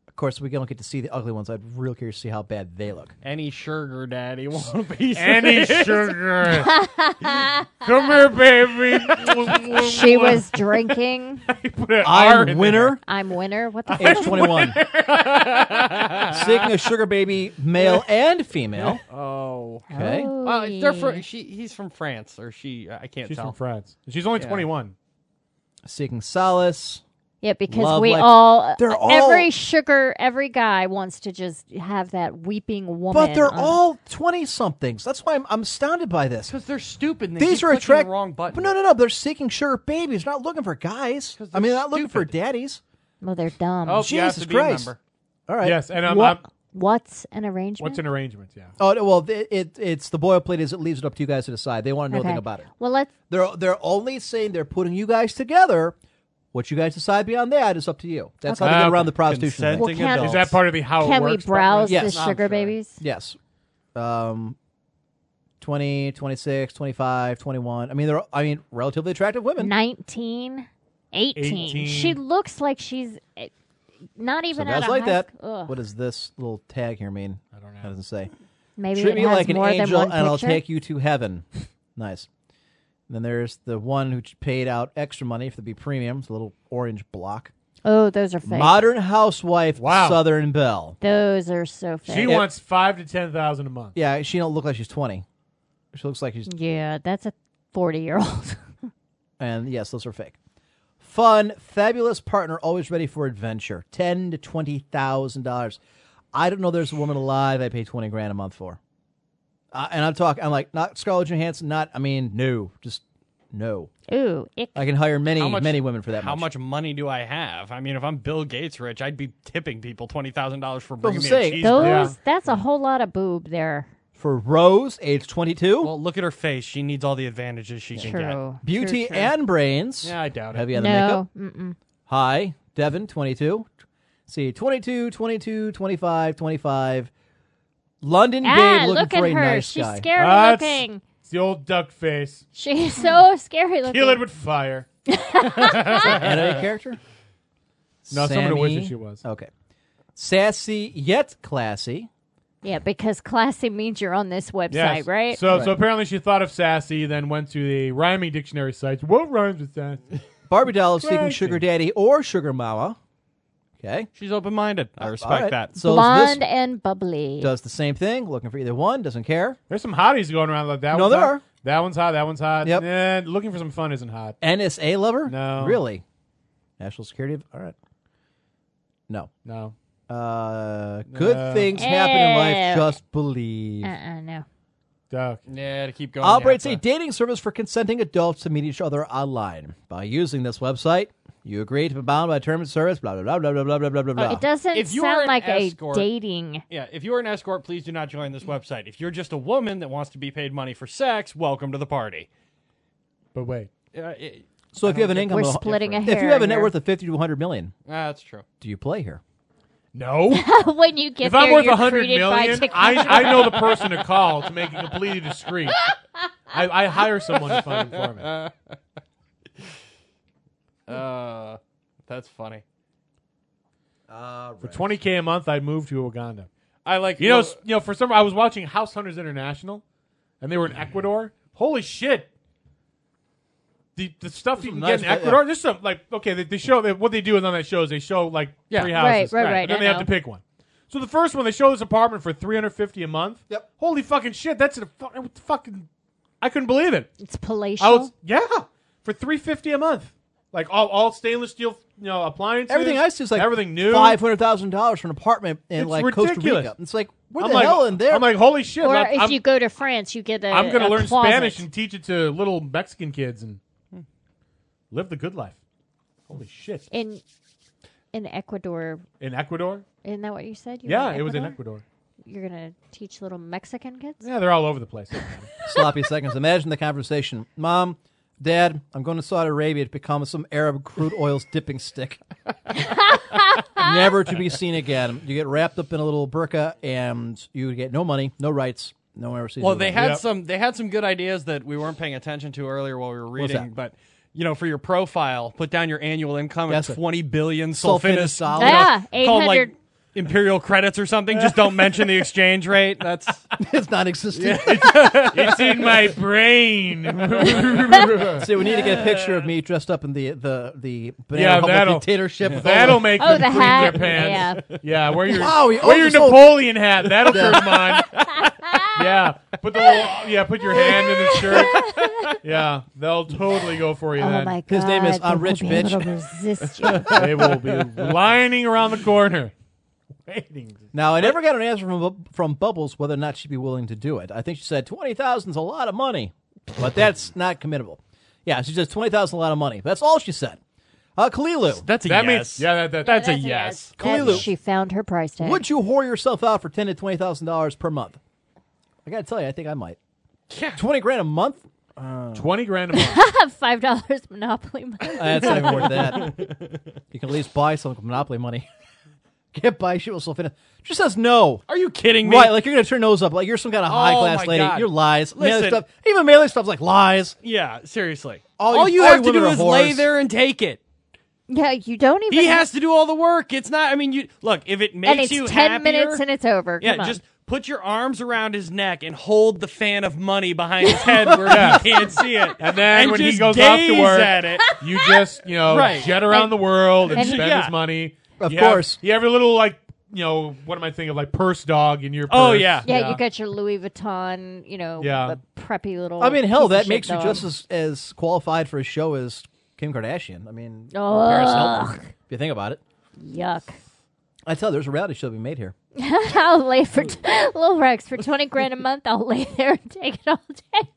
Speaker 4: Of course, we don't get to see the ugly ones. I'd real curious to see how bad they look.
Speaker 8: Any sugar daddy want a piece
Speaker 7: *laughs*
Speaker 5: Any
Speaker 8: of this?
Speaker 6: *laughs*
Speaker 5: sugar. Come here,
Speaker 7: *laughs*
Speaker 5: baby.
Speaker 6: She was drinking.
Speaker 5: You put an R in
Speaker 4: I'm
Speaker 5: there.
Speaker 4: winner.
Speaker 6: I'm winner. What the
Speaker 4: age
Speaker 6: fuck?
Speaker 4: 21. *laughs* Seeking a sugar baby, male and female.
Speaker 8: Oh.
Speaker 4: Okay.
Speaker 6: Oh,
Speaker 8: Well, they're
Speaker 6: yeah.
Speaker 8: fr- she, he's from France, or she,
Speaker 7: uh,
Speaker 8: I can't
Speaker 5: She's
Speaker 8: tell.
Speaker 5: from France. She's only 21.
Speaker 4: Seeking solace.
Speaker 6: yeah, because
Speaker 4: Love
Speaker 6: we
Speaker 4: life.
Speaker 6: all,
Speaker 4: They're all-
Speaker 6: every sugar, every guy wants to just have that weeping woman.
Speaker 4: But they're
Speaker 6: on-
Speaker 4: all 20 somethings. That's why I'm, I'm astounded by this.
Speaker 8: Because they're stupid. And they
Speaker 4: These
Speaker 8: keep
Speaker 4: are
Speaker 8: clicking
Speaker 4: attractive.
Speaker 8: The wrong button.
Speaker 4: no, no, no. They're seeking sugar babies. They're not looking for guys. I mean, they're not looking for
Speaker 8: stupid.
Speaker 4: daddies.
Speaker 6: Well, they're dumb.
Speaker 8: Oh, you have
Speaker 4: Jesus
Speaker 8: to be a
Speaker 4: Christ.
Speaker 8: member.
Speaker 4: All right.
Speaker 5: Yes, and I'm,
Speaker 4: Wha-
Speaker 5: I'm,
Speaker 6: What's an arrangement?
Speaker 5: what's an arrangement? Yeah.
Speaker 4: Oh no, well, it, it it's the boilerplate is it leaves it up to you guys to decide. They want to know
Speaker 6: Okay.
Speaker 4: nothing about it.
Speaker 6: Well, let's
Speaker 4: They're they're only saying they're putting you guys together What you guys decide beyond that is up to you. That's how they
Speaker 5: Okay.
Speaker 4: get around the prostitution. thing.
Speaker 7: Consenting
Speaker 6: Well,
Speaker 7: adults.
Speaker 5: Is that part of the how it
Speaker 6: Can we
Speaker 5: works?
Speaker 6: browse
Speaker 4: Yes.
Speaker 6: the
Speaker 8: I'm
Speaker 6: sugar
Speaker 8: sure.
Speaker 6: babies?
Speaker 4: Yes. Um, 20, 26, 25, 21. I mean, they're I mean, relatively attractive women.
Speaker 6: 19, 18.
Speaker 5: 18.
Speaker 6: She looks like she's eh, not
Speaker 4: so
Speaker 6: even out
Speaker 4: guys
Speaker 6: of
Speaker 4: like
Speaker 6: high
Speaker 4: that.
Speaker 6: sc- Ugh.
Speaker 4: What does this little tag here mean? I don't know. That doesn't say.
Speaker 6: Maybe
Speaker 4: Treat
Speaker 6: it
Speaker 4: me
Speaker 6: has
Speaker 4: like an
Speaker 6: more
Speaker 4: angel,
Speaker 6: than
Speaker 4: and
Speaker 6: one
Speaker 4: I'll
Speaker 6: picture?
Speaker 4: take you to heaven. *laughs* nice. And then there's the one who paid out extra money for the B premium. It's a little orange block.
Speaker 6: Oh, those are fake.
Speaker 4: Modern housewife,
Speaker 5: Wow.
Speaker 4: Southern Belle.
Speaker 6: those are so
Speaker 5: She
Speaker 6: fake.
Speaker 5: wants five to ten thousand a month.
Speaker 4: Yeah, she don't look like she's twenty. She looks like she's
Speaker 6: yeah, that's a 40 year old.
Speaker 4: And yes, those are fake. Fun, fabulous partner, always ready for adventure. Ten to twenty thousand dollars. I don't know. There's a woman alive. I pay twenty grand a month for. Uh, and I'm talking. I'm like not Scarlett Johansson. Not. I mean, no. Just no.
Speaker 6: *laughs* Ooh, ick.
Speaker 4: I can hire many,
Speaker 7: How much-
Speaker 4: many women for that.
Speaker 7: How much money do I have? I mean, if I'm Bill Gates rich, I'd be tipping people twenty thousand dollars for *laughs* bringing me
Speaker 4: say,
Speaker 7: a cheeseburger.
Speaker 6: those,
Speaker 5: Yeah.
Speaker 6: that's a whole lot of boob there.
Speaker 4: for Rose, age 22,
Speaker 7: Well, look at her face. She needs all the advantages she can get.
Speaker 6: True.
Speaker 4: beauty
Speaker 6: True, true.
Speaker 4: and brains.
Speaker 5: Yeah, I doubt it.
Speaker 4: Heavy on the makeup.
Speaker 6: no. Mm-mm.
Speaker 4: Hi, Devin, 22. See, 22, 22, 25, 25. London
Speaker 6: Ah,
Speaker 4: babe looking
Speaker 6: look at
Speaker 4: for
Speaker 6: her.
Speaker 4: a nice
Speaker 6: She's
Speaker 4: guy.
Speaker 6: scary
Speaker 5: That's-
Speaker 6: looking.
Speaker 5: It's the old duck face.
Speaker 6: She's so *laughs* scary looking.
Speaker 5: Kill it with fire.
Speaker 4: anime character?
Speaker 5: No, someone who
Speaker 4: Sammy-
Speaker 5: wishes she was.
Speaker 4: Okay. Sassy yet classy.
Speaker 6: yeah, because classy means you're on this website,
Speaker 5: Yes.
Speaker 6: right?
Speaker 5: So, so apparently she thought of sassy, then went to the rhyming dictionary sites. What rhymes with sassy?
Speaker 4: Barbie doll is seeking
Speaker 5: Classy.
Speaker 4: sugar daddy or sugar mama. Okay.
Speaker 7: She's open minded. I respect
Speaker 4: All right.
Speaker 7: that.
Speaker 4: So
Speaker 6: Blonde
Speaker 4: this
Speaker 6: and bubbly.
Speaker 4: does the same thing, looking for either one, doesn't care.
Speaker 5: There's some hotties going around like that.
Speaker 4: No,
Speaker 5: one's
Speaker 4: there
Speaker 5: hot.
Speaker 4: are.
Speaker 5: That one's hot. That one's hot.
Speaker 4: Yep.
Speaker 5: Eh, looking for some fun isn't hot.
Speaker 4: NSA lover?
Speaker 5: No.
Speaker 4: Really? National security? All right. No.
Speaker 5: No.
Speaker 4: Uh, good
Speaker 5: No.
Speaker 4: things happen in life.
Speaker 6: Ew.
Speaker 4: Just believe.
Speaker 6: Uh-uh, no.
Speaker 5: Duck.
Speaker 8: Yeah, to keep going.
Speaker 4: operates a
Speaker 8: yeah,
Speaker 4: dating service for consenting adults to meet each other online. By using this website, you agree to be bound by terms of service, blah, blah, blah, blah, blah, blah, blah, blah, blah.
Speaker 6: Oh, It doesn't
Speaker 7: If you were
Speaker 6: sound
Speaker 7: an
Speaker 6: like
Speaker 7: escort-
Speaker 6: a dating. *laughs*
Speaker 7: Yeah, if you're an escort, please do not join this website. If you're just a woman that wants to be paid money for sex, welcome to the party.
Speaker 5: But wait.
Speaker 7: Uh, it-
Speaker 4: so if you have an income,
Speaker 6: We're
Speaker 4: of-
Speaker 6: splitting a hair.
Speaker 4: if you have a net
Speaker 6: here.
Speaker 4: worth of 50 to 100 million,
Speaker 7: that's true.
Speaker 4: do you play here?
Speaker 6: *laughs*
Speaker 5: No.
Speaker 6: when you get
Speaker 5: if
Speaker 6: there,
Speaker 5: I'm worth
Speaker 6: you're
Speaker 5: a hundred
Speaker 6: treated
Speaker 5: million,
Speaker 6: by
Speaker 5: I, I know the person to call to make it completely discreet. I, I hire someone to
Speaker 6: *laughs*
Speaker 5: find it for me.
Speaker 8: Uh, that's funny.
Speaker 5: For twenty k a month, I moved to Uganda.
Speaker 8: I like
Speaker 5: You know, s- you know. For some, I was watching House Hunters International, and they were in Ecuador. Holy shit! The the stuff you can
Speaker 4: nice-
Speaker 5: get in Ecuador. There's some like okay. They, they show they, what they do on that show is they show like
Speaker 8: Yeah.
Speaker 5: three
Speaker 6: Right,
Speaker 5: houses,
Speaker 6: right, right,
Speaker 5: And then
Speaker 6: I
Speaker 5: they have
Speaker 6: know.
Speaker 5: to pick one. So the first one they show this apartment for three hundred fifty a month.
Speaker 4: Yep.
Speaker 5: Holy fucking shit! That's a fu- what the fucking. I couldn't believe it.
Speaker 6: it's
Speaker 5: I
Speaker 6: palatial.
Speaker 5: was yeah for three fifty a month. Like all, all stainless steel, you know, appliances.
Speaker 4: Everything I see is like
Speaker 5: everything new.
Speaker 4: $500,000 for an apartment in
Speaker 5: It's
Speaker 4: like Costa
Speaker 5: ridiculous.
Speaker 4: Rica. It's like, where
Speaker 5: I'm
Speaker 4: the
Speaker 5: like,
Speaker 4: hell in there?
Speaker 5: I'm like, holy shit!
Speaker 6: or
Speaker 5: like,
Speaker 6: if
Speaker 5: I'm,
Speaker 6: you go to France, you get a.
Speaker 5: I'm going to
Speaker 6: a
Speaker 5: learn
Speaker 6: closet.
Speaker 5: Spanish and teach it to little Mexican kids and live the good life. Holy shit.
Speaker 6: in in Ecuador.
Speaker 5: In Ecuador?
Speaker 6: Isn't that what you said? You were
Speaker 5: Yeah, it was in Ecuador.
Speaker 6: You're gonna teach little Mexican kids.
Speaker 5: Yeah, they're all over the
Speaker 6: *laughs*
Speaker 5: place.
Speaker 4: sloppy seconds. Imagine the conversation. Mom, Dad, I'm going to Saudi Arabia to become some Arab crude oil's dipping stick. *laughs* Never to be seen again. You get wrapped up in a little burqa and you get no money, no rights, no one ever sees
Speaker 7: Well,
Speaker 4: you
Speaker 7: they
Speaker 4: again.
Speaker 7: had
Speaker 5: Yep.
Speaker 7: some they had some good ideas that we weren't paying attention to earlier while we were
Speaker 4: What's
Speaker 7: reading,
Speaker 4: that?
Speaker 7: but you know, for your profile, put down your annual income
Speaker 4: That's it.
Speaker 7: at twenty billion
Speaker 4: Sulfinis
Speaker 7: sulfinis
Speaker 4: dollars.
Speaker 7: you know,
Speaker 6: Yeah,
Speaker 7: called like
Speaker 6: 800
Speaker 7: imperial credits or something. Just don't mention the exchange rate. That's
Speaker 4: *laughs* It's not existent. *laughs*
Speaker 5: it's in my brain.
Speaker 4: so we need to get a picture of me dressed up in the the the
Speaker 5: *laughs* Yeah,
Speaker 4: banana Republic
Speaker 5: that'll-
Speaker 4: dictatorship.
Speaker 5: That'll make
Speaker 6: Oh,
Speaker 5: them
Speaker 6: the
Speaker 5: poop their pants.
Speaker 6: hat.
Speaker 5: Yeah, wear your,
Speaker 4: Wow, he
Speaker 5: wear your
Speaker 4: owns this whole-
Speaker 5: Napoleon hat. That'll turn mine.
Speaker 6: *laughs*
Speaker 5: Yeah, put the little, yeah, put your hand in the shirt. Yeah, they'll totally go for you
Speaker 6: Oh
Speaker 5: then.
Speaker 6: my god!
Speaker 4: His name is
Speaker 6: they
Speaker 4: a rich
Speaker 6: won't be able
Speaker 4: bitch.
Speaker 6: to
Speaker 5: *laughs*
Speaker 6: resist you.
Speaker 5: They will be lining around the corner. Waiting.
Speaker 4: Now I never got an answer from Bu- from Bubbles whether or not she'd be willing to do it. I think she said twenty thousand is a lot of money, but that's not committable. Yeah, she says twenty thousand is a lot of money. That's all she said. Uh, Kalilu,
Speaker 7: that's a
Speaker 5: That
Speaker 7: yes.
Speaker 5: means yeah, that, that,
Speaker 7: that's, a
Speaker 6: That's a
Speaker 7: yes.
Speaker 6: And
Speaker 4: Clue.
Speaker 6: she found her price tag.
Speaker 4: would you whore yourself out for ten to twenty thousand dollars per month? I gotta tell you, I think I might.
Speaker 7: Yeah.
Speaker 4: Twenty grand a month?
Speaker 5: Twenty grand
Speaker 7: *laughs*
Speaker 5: a month.
Speaker 6: Five dollars *laughs* Monopoly
Speaker 5: *laughs*
Speaker 6: money.
Speaker 4: That's not even worth that. You can at least buy some Monopoly money. *laughs* Can't buy shit with sulfina. Just says no.
Speaker 7: Are you kidding me? Oh
Speaker 4: Right, like you're gonna turn those up. Like you're some kind of high
Speaker 7: my
Speaker 4: class lady.
Speaker 7: God.
Speaker 4: You're lies. Melee
Speaker 7: Listen.
Speaker 4: stuff. Even melee stuff's like lies.
Speaker 7: yeah, seriously.
Speaker 4: All
Speaker 7: All,
Speaker 4: you-
Speaker 7: you
Speaker 4: all you
Speaker 7: have to
Speaker 4: women
Speaker 7: do
Speaker 4: are
Speaker 7: is lay
Speaker 4: whores.
Speaker 7: there and take it.
Speaker 6: Yeah, you don't even.
Speaker 7: He has to do all the work. It's not. I mean, you look if it makes
Speaker 6: and it's
Speaker 7: you
Speaker 6: ten
Speaker 7: happier-
Speaker 6: minutes and it's over.
Speaker 7: yeah,
Speaker 6: Come on.
Speaker 7: just put your arms around his neck and hold the fan of money behind his head *laughs* where he can't see it.
Speaker 5: And then when he
Speaker 7: just
Speaker 5: goes off to
Speaker 7: gaze
Speaker 5: work,
Speaker 7: at it.
Speaker 5: you just you know
Speaker 7: Right.
Speaker 5: jet around the world and,
Speaker 6: and-
Speaker 5: spend
Speaker 7: Yeah.
Speaker 5: his money.
Speaker 4: Of
Speaker 5: You have-
Speaker 4: course.
Speaker 5: you have your little like you know what am I thinking of like purse dog in your. Purse.
Speaker 7: Oh, yeah.
Speaker 6: yeah, you got your Louis Vuitton, you know,
Speaker 5: Yeah.
Speaker 6: the preppy little.
Speaker 4: I mean,
Speaker 6: piece
Speaker 4: hell,
Speaker 6: of
Speaker 4: that
Speaker 6: shit
Speaker 4: makes you
Speaker 6: dog.
Speaker 4: just as, as qualified for a show as Kim Kardashian. I mean,
Speaker 6: Oh, Ugh.
Speaker 4: Paris Hilton. If you think about it,
Speaker 6: yuck. *laughs*
Speaker 4: I tell you, there's a reality show to be made here.
Speaker 6: I'll lay for t- *laughs* little Rex for twenty grand a month. I'll lay there and take it all day.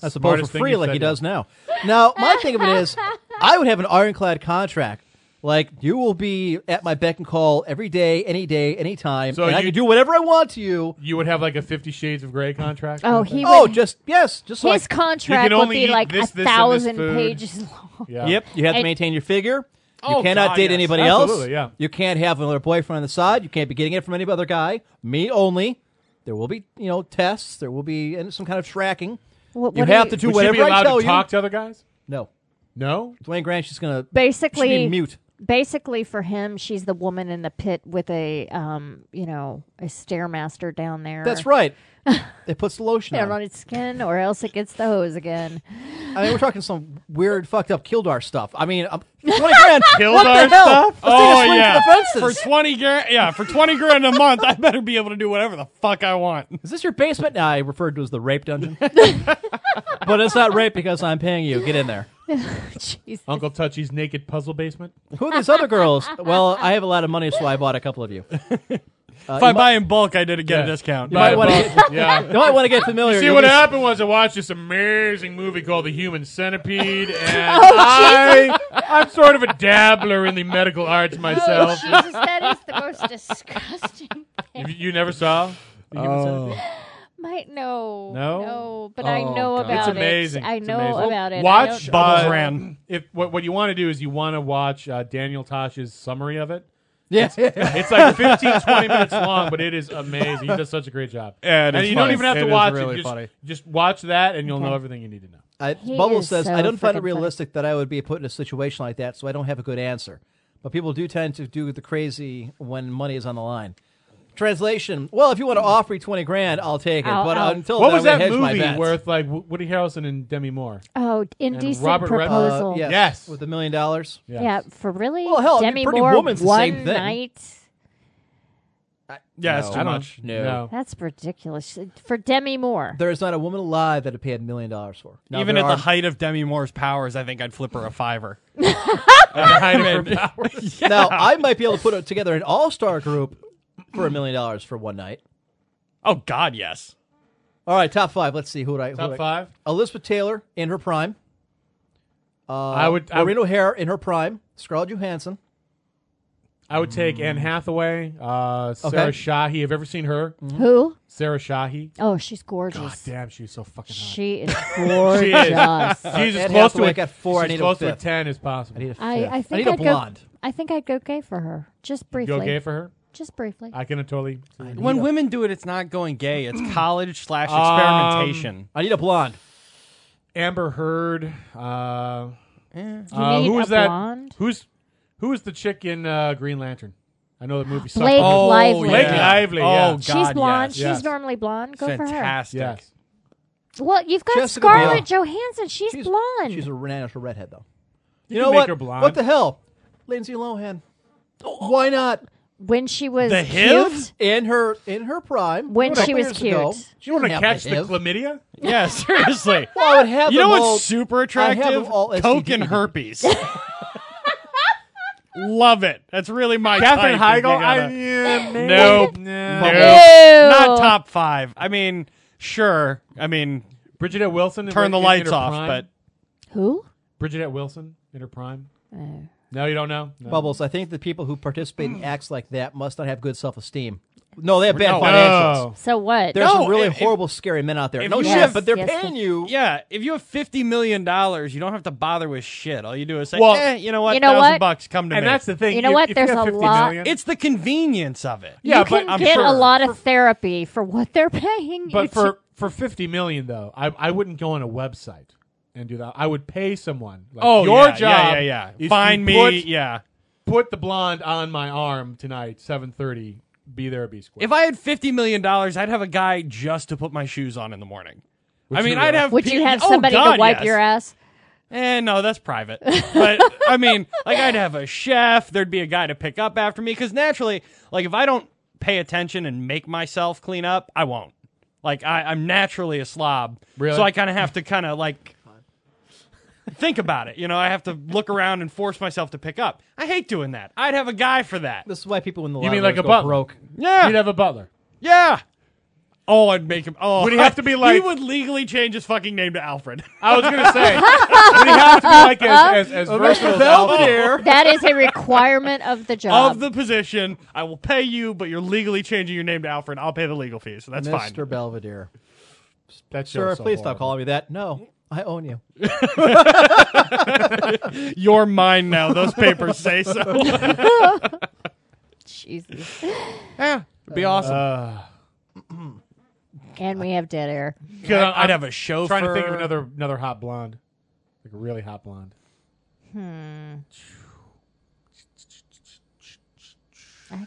Speaker 4: That's a
Speaker 5: Smartest
Speaker 4: for
Speaker 5: thing
Speaker 4: free,
Speaker 5: you
Speaker 4: like he
Speaker 5: said, yeah.
Speaker 4: does now. Now, my thing of it
Speaker 6: *laughs*
Speaker 4: is, I would have an ironclad contract. Like you will be at my beck and call every day, any day, any time,
Speaker 5: So
Speaker 4: and I
Speaker 5: you-
Speaker 4: can do whatever I want to you.
Speaker 5: You would have like a Fifty Shades of Grey contract.
Speaker 6: Oh, he.
Speaker 4: Oh,
Speaker 6: would,
Speaker 4: just yes, just
Speaker 6: his
Speaker 4: like
Speaker 6: contract would
Speaker 5: only
Speaker 6: be
Speaker 5: eat
Speaker 6: like
Speaker 5: this,
Speaker 6: a
Speaker 5: this, and this
Speaker 6: thousand
Speaker 5: food.
Speaker 6: pages long.
Speaker 5: yeah.
Speaker 4: Yep, you have to
Speaker 6: And-
Speaker 4: maintain your figure. You
Speaker 7: Oh,
Speaker 4: cannot
Speaker 7: God,
Speaker 4: date
Speaker 7: yes.
Speaker 4: anybody else.
Speaker 5: Absolutely, yeah.
Speaker 4: You can't have another boyfriend on the side. You can't be getting it from any other guy. Me only. There will be, you know, tests. There will be and some kind of tracking.
Speaker 6: *laughs* What,
Speaker 4: You
Speaker 6: what do
Speaker 4: have to do
Speaker 5: Would you be
Speaker 4: whatever I
Speaker 5: allowed
Speaker 4: tell
Speaker 5: to talk
Speaker 4: you.
Speaker 5: to other guys?
Speaker 4: No,
Speaker 5: No.
Speaker 4: Dwayne Grant's just gonna
Speaker 6: *laughs*
Speaker 4: should
Speaker 6: Basically,
Speaker 4: be mute.
Speaker 6: basically for him she's the woman in the pit with a um you know a stairmaster down there
Speaker 4: That's right. it puts the lotion
Speaker 6: down
Speaker 4: on.
Speaker 6: on its skin or else it gets the hose again *laughs*
Speaker 4: I mean, we're talking some weird, fucked up Kildar stuff. I mean, I'm, 20 grand. what the
Speaker 7: Kildar
Speaker 4: hell?
Speaker 7: stuff?
Speaker 4: Let's
Speaker 5: Oh,
Speaker 4: take a swing for the
Speaker 7: for
Speaker 4: fences.
Speaker 7: twenty grand. Yeah, for twenty grand a month, I better be able to do whatever the fuck I want.
Speaker 4: Is this your basement? No, I referred to as the rape dungeon. but it's not rape because I'm paying you. Get in there.
Speaker 5: Uncle Touchy's naked puzzle basement.
Speaker 4: Who are these other
Speaker 5: *laughs*
Speaker 4: girls? Well, I have a lot of money, so I bought a couple of you.
Speaker 7: if I buy in bulk, I did get a discount.
Speaker 4: might
Speaker 5: Yeah,
Speaker 4: wanna
Speaker 5: but- yeah.
Speaker 4: You might want to
Speaker 5: *laughs*
Speaker 4: get familiar.
Speaker 5: See
Speaker 4: You'll
Speaker 5: what
Speaker 4: be-
Speaker 5: happened was I watched this amazing movie called The Human
Speaker 6: *laughs*
Speaker 5: Centipede,
Speaker 6: Oh,
Speaker 5: and I I'm sort of a dabbler in the medical arts myself.
Speaker 6: oh jesus that is the
Speaker 4: *laughs*
Speaker 6: most disgusting thing
Speaker 5: you, you never saw The Human Centipede?
Speaker 6: might no
Speaker 5: No? Oh,
Speaker 6: but i know
Speaker 5: It's
Speaker 6: about it
Speaker 5: amazing.
Speaker 6: i
Speaker 5: It's
Speaker 6: know
Speaker 5: amazing.
Speaker 6: about it I
Speaker 5: Watch
Speaker 6: don't-
Speaker 7: Bubbles
Speaker 5: uh,
Speaker 7: ran.
Speaker 5: If what, what you want to do is you want to watch uh, Daniel Tosh's summary of it.
Speaker 4: Yeah.
Speaker 5: It's like
Speaker 7: *laughs*
Speaker 5: 15, 20 minutes long, but it is amazing. He does such a great job.
Speaker 7: *laughs* Yeah, it
Speaker 5: and
Speaker 7: is
Speaker 5: you don't
Speaker 7: funny.
Speaker 5: even have
Speaker 7: It
Speaker 5: to
Speaker 7: is
Speaker 5: watch
Speaker 7: really
Speaker 5: it. Just,
Speaker 7: funny.
Speaker 5: just watch that, and you'll know everything you need to know.
Speaker 4: I,
Speaker 6: He
Speaker 4: Bubble
Speaker 6: is
Speaker 4: says,
Speaker 6: so
Speaker 4: I don't find
Speaker 6: freaking
Speaker 4: it
Speaker 6: funny.
Speaker 4: realistic that I would be put in a situation like that, so I don't have a good answer. But people do tend to do the crazy when money is on the line. Translation: Well, if you want to offer me twenty grand, I'll take it.
Speaker 6: I'll-
Speaker 4: but
Speaker 6: I'll-
Speaker 4: until
Speaker 5: What
Speaker 4: then,
Speaker 5: was
Speaker 4: I'm gonna
Speaker 5: that
Speaker 4: hedge my
Speaker 5: movie
Speaker 4: bets.
Speaker 5: with like W- Woody Harrelson and Demi Moore?
Speaker 6: oh
Speaker 5: And
Speaker 6: indecent
Speaker 5: Robert Redford.
Speaker 4: Uh,
Speaker 6: proposal
Speaker 4: yes,
Speaker 5: Yes.
Speaker 4: with a million dollars.
Speaker 5: Yes.
Speaker 6: yeah for really
Speaker 4: Well, hell, I mean,
Speaker 6: demi
Speaker 4: Pretty
Speaker 6: moore
Speaker 4: Woman's the
Speaker 6: one
Speaker 4: same thing.
Speaker 6: night
Speaker 7: Yeah, it's
Speaker 4: No.
Speaker 7: too much.
Speaker 4: No.
Speaker 6: that's ridiculous for demi moore
Speaker 4: There is not a woman alive that would pay a million dollars for. Now,
Speaker 7: even
Speaker 4: there
Speaker 7: at
Speaker 4: are-
Speaker 7: the height of Demi Moore's powers, I think I'd flip her a *laughs* fiver.
Speaker 5: *laughs*
Speaker 4: now, I might be able to put it together an all-star group for a million dollars for one night.
Speaker 7: Oh God, yes.
Speaker 4: All right, top five. Let's see who would I. who
Speaker 5: Top
Speaker 4: would I-
Speaker 5: five.
Speaker 4: Elizabeth Taylor in her prime.
Speaker 5: I would. I would,
Speaker 4: Maureen O'Hara Uh, in her prime. Scarlett Johansson.
Speaker 5: I would take Anne Hathaway, uh, Sarah
Speaker 4: Okay. Mm-hmm.
Speaker 5: Shahi. Have you ever seen her?
Speaker 6: who
Speaker 5: Sarah Shahi.
Speaker 6: oh she's gorgeous
Speaker 5: God damn, she was so fucking hot.
Speaker 6: she
Speaker 5: *laughs*
Speaker 6: is gorgeous
Speaker 5: She's as
Speaker 4: Anne
Speaker 5: close to
Speaker 4: Hathaway
Speaker 5: a,
Speaker 4: got four, I
Speaker 5: she's
Speaker 4: need a
Speaker 5: close to a
Speaker 4: fifth.
Speaker 5: ten as possible.
Speaker 4: need a
Speaker 6: I,
Speaker 4: fifth.
Speaker 6: I think
Speaker 4: need a
Speaker 6: would
Speaker 4: blonde.
Speaker 6: Go, I think I'd go gay for her, just
Speaker 5: You
Speaker 6: briefly.
Speaker 5: go gay for her?
Speaker 6: Just briefly.
Speaker 5: I can totally.
Speaker 7: When women do it, it's not going gay. *clears throat* It's college slash
Speaker 5: Um,
Speaker 7: experimentation.
Speaker 4: I need a blonde.
Speaker 5: Amber Heard. Uh,
Speaker 6: you
Speaker 5: uh,
Speaker 6: need
Speaker 5: who
Speaker 6: a
Speaker 5: is that?
Speaker 6: blonde.
Speaker 5: Who's who is the chick in uh, Green Lantern? I know the movie. sucked.
Speaker 6: Blake
Speaker 5: Oh,
Speaker 6: Lively.
Speaker 5: Blake Lively, yeah.
Speaker 7: Oh God,
Speaker 6: She's blonde.
Speaker 7: Yes.
Speaker 6: She's
Speaker 5: Yes.
Speaker 6: normally blonde. Go
Speaker 7: Fantastic.
Speaker 5: yes.
Speaker 6: for her. Well, you've got
Speaker 4: Jessica
Speaker 6: Scarlett Johansson. She's,
Speaker 4: She's
Speaker 6: blonde.
Speaker 4: She's a natural redhead, though. You,
Speaker 5: can
Speaker 4: know
Speaker 5: make
Speaker 4: what?
Speaker 5: her blonde.
Speaker 4: What the hell? Lindsay Lohan. Why not?
Speaker 6: when she was
Speaker 7: The
Speaker 6: cute,
Speaker 7: HIV?
Speaker 4: In her in her prime,
Speaker 6: When
Speaker 4: a couple
Speaker 6: she was
Speaker 4: years
Speaker 6: cute.
Speaker 4: ago,
Speaker 5: Do you want to
Speaker 4: didn't have
Speaker 5: catch the
Speaker 4: HIV.
Speaker 5: chlamydia?
Speaker 7: *laughs* Yeah, seriously.
Speaker 4: Well, I would have
Speaker 7: you know
Speaker 4: them
Speaker 7: what's
Speaker 4: all-
Speaker 7: super
Speaker 4: have them
Speaker 7: attractive?
Speaker 5: E
Speaker 4: all
Speaker 7: Coke
Speaker 4: STD.
Speaker 7: and herpes. Love it. That's really my
Speaker 5: Catherine
Speaker 7: type if you
Speaker 5: Heigl. I,
Speaker 7: gotta-
Speaker 5: yeah,
Speaker 4: *laughs*
Speaker 5: maybe.
Speaker 7: Nope.
Speaker 5: Nah.
Speaker 6: Ew.
Speaker 7: Not top five. I mean, sure. I mean,
Speaker 5: Bridget Wilson. in her-
Speaker 7: turn the
Speaker 5: in- in
Speaker 7: lights
Speaker 5: her
Speaker 7: off,
Speaker 5: prime?
Speaker 7: but
Speaker 6: Who?
Speaker 5: Bridget Wilson in her prime.
Speaker 6: Uh.
Speaker 5: No, you don't know. No.
Speaker 4: Bubbles. I think the people who participate in acts like that must not have good self-esteem. No, they have bad
Speaker 5: Oh,
Speaker 7: No.
Speaker 4: financials.
Speaker 6: So what?
Speaker 4: There's some
Speaker 7: No,
Speaker 4: really
Speaker 7: if- if-
Speaker 4: horrible, scary men out there.
Speaker 7: if
Speaker 4: No
Speaker 7: you
Speaker 4: shit,
Speaker 6: have-
Speaker 4: but they're
Speaker 6: Yes, yes,
Speaker 4: paying
Speaker 6: yes.
Speaker 4: you.
Speaker 7: Yeah, if you have fifty million dollars, you don't have to bother with shit. All you do is say,
Speaker 5: Well-
Speaker 7: eh, you know what,
Speaker 6: You know
Speaker 7: thousand
Speaker 6: what?
Speaker 7: bucks, come to
Speaker 5: and
Speaker 7: me.
Speaker 5: that's the thing.
Speaker 6: You know
Speaker 5: if-
Speaker 6: what?
Speaker 5: if
Speaker 6: There's
Speaker 5: have
Speaker 6: a
Speaker 5: 50
Speaker 6: lot-
Speaker 5: million-
Speaker 7: it's the convenience of it.
Speaker 5: yeah,
Speaker 6: you
Speaker 5: but
Speaker 6: can
Speaker 5: I'm
Speaker 6: get
Speaker 5: sure.
Speaker 6: a lot of therapy for what they're paying you.
Speaker 5: But
Speaker 6: to-
Speaker 5: for for fifty million though, I I wouldn't go on a website and do that. I would pay someone. Like,
Speaker 7: Oh,
Speaker 5: your
Speaker 7: yeah,
Speaker 5: job.
Speaker 7: Yeah, yeah,
Speaker 5: is
Speaker 7: yeah.
Speaker 5: to
Speaker 7: Find me.
Speaker 5: put-
Speaker 7: yeah.
Speaker 5: Put the blonde on my arm tonight, seven thirty. Be there, be square.
Speaker 7: If I had fifty million dollars, I'd have a guy just to put my shoes on in the morning. I mean,
Speaker 5: you
Speaker 7: I'd
Speaker 5: really?
Speaker 7: have.
Speaker 6: would
Speaker 7: pe-
Speaker 6: you have
Speaker 7: oh,
Speaker 6: somebody
Speaker 7: God,
Speaker 6: to wipe
Speaker 7: yes.
Speaker 6: your ass?
Speaker 7: Eh, no, that's private. But I mean, like I'd have a chef. There'd be a guy to pick up after me because naturally, like if I don't pay attention and make myself clean up, I won't. Like I, I'm naturally a slob,
Speaker 5: Really?
Speaker 7: so I kind of have to kind of like think about it. You know, I have to look around and force myself to pick up. I hate doing that. I'd have a guy for that.
Speaker 4: This is why people in the
Speaker 5: you mean
Speaker 4: libraries
Speaker 5: like a
Speaker 4: go
Speaker 5: butler?
Speaker 4: broke.
Speaker 7: Yeah,
Speaker 5: You'd have a butler.
Speaker 7: yeah. Oh, I'd make him. Oh,
Speaker 5: Would he have
Speaker 7: *laughs*
Speaker 5: to be like-
Speaker 7: He would legally change his fucking name to *laughs* Alfred.
Speaker 5: I was gonna
Speaker 6: *laughs*
Speaker 5: say would he have to be like as as, as versatile as
Speaker 6: *laughs*
Speaker 7: Belvedere.
Speaker 6: That is a requirement of the job.
Speaker 7: *laughs* of the position. I will pay you, but you're legally changing your name to Alfred. I'll pay the legal fees. So that's
Speaker 4: Mr.
Speaker 7: fine.
Speaker 4: Belvedere.
Speaker 5: That's
Speaker 4: Sir, please stop calling me that. No, I own you.
Speaker 7: You're mine now. Those papers say *laughs* so.
Speaker 6: Jesus.
Speaker 7: yeah, it'd be awesome. Uh.
Speaker 6: And we have dead air.
Speaker 7: I'd, I'd have a show.
Speaker 5: Trying to think of another another hot blonde, like a really hot blonde. Hmm.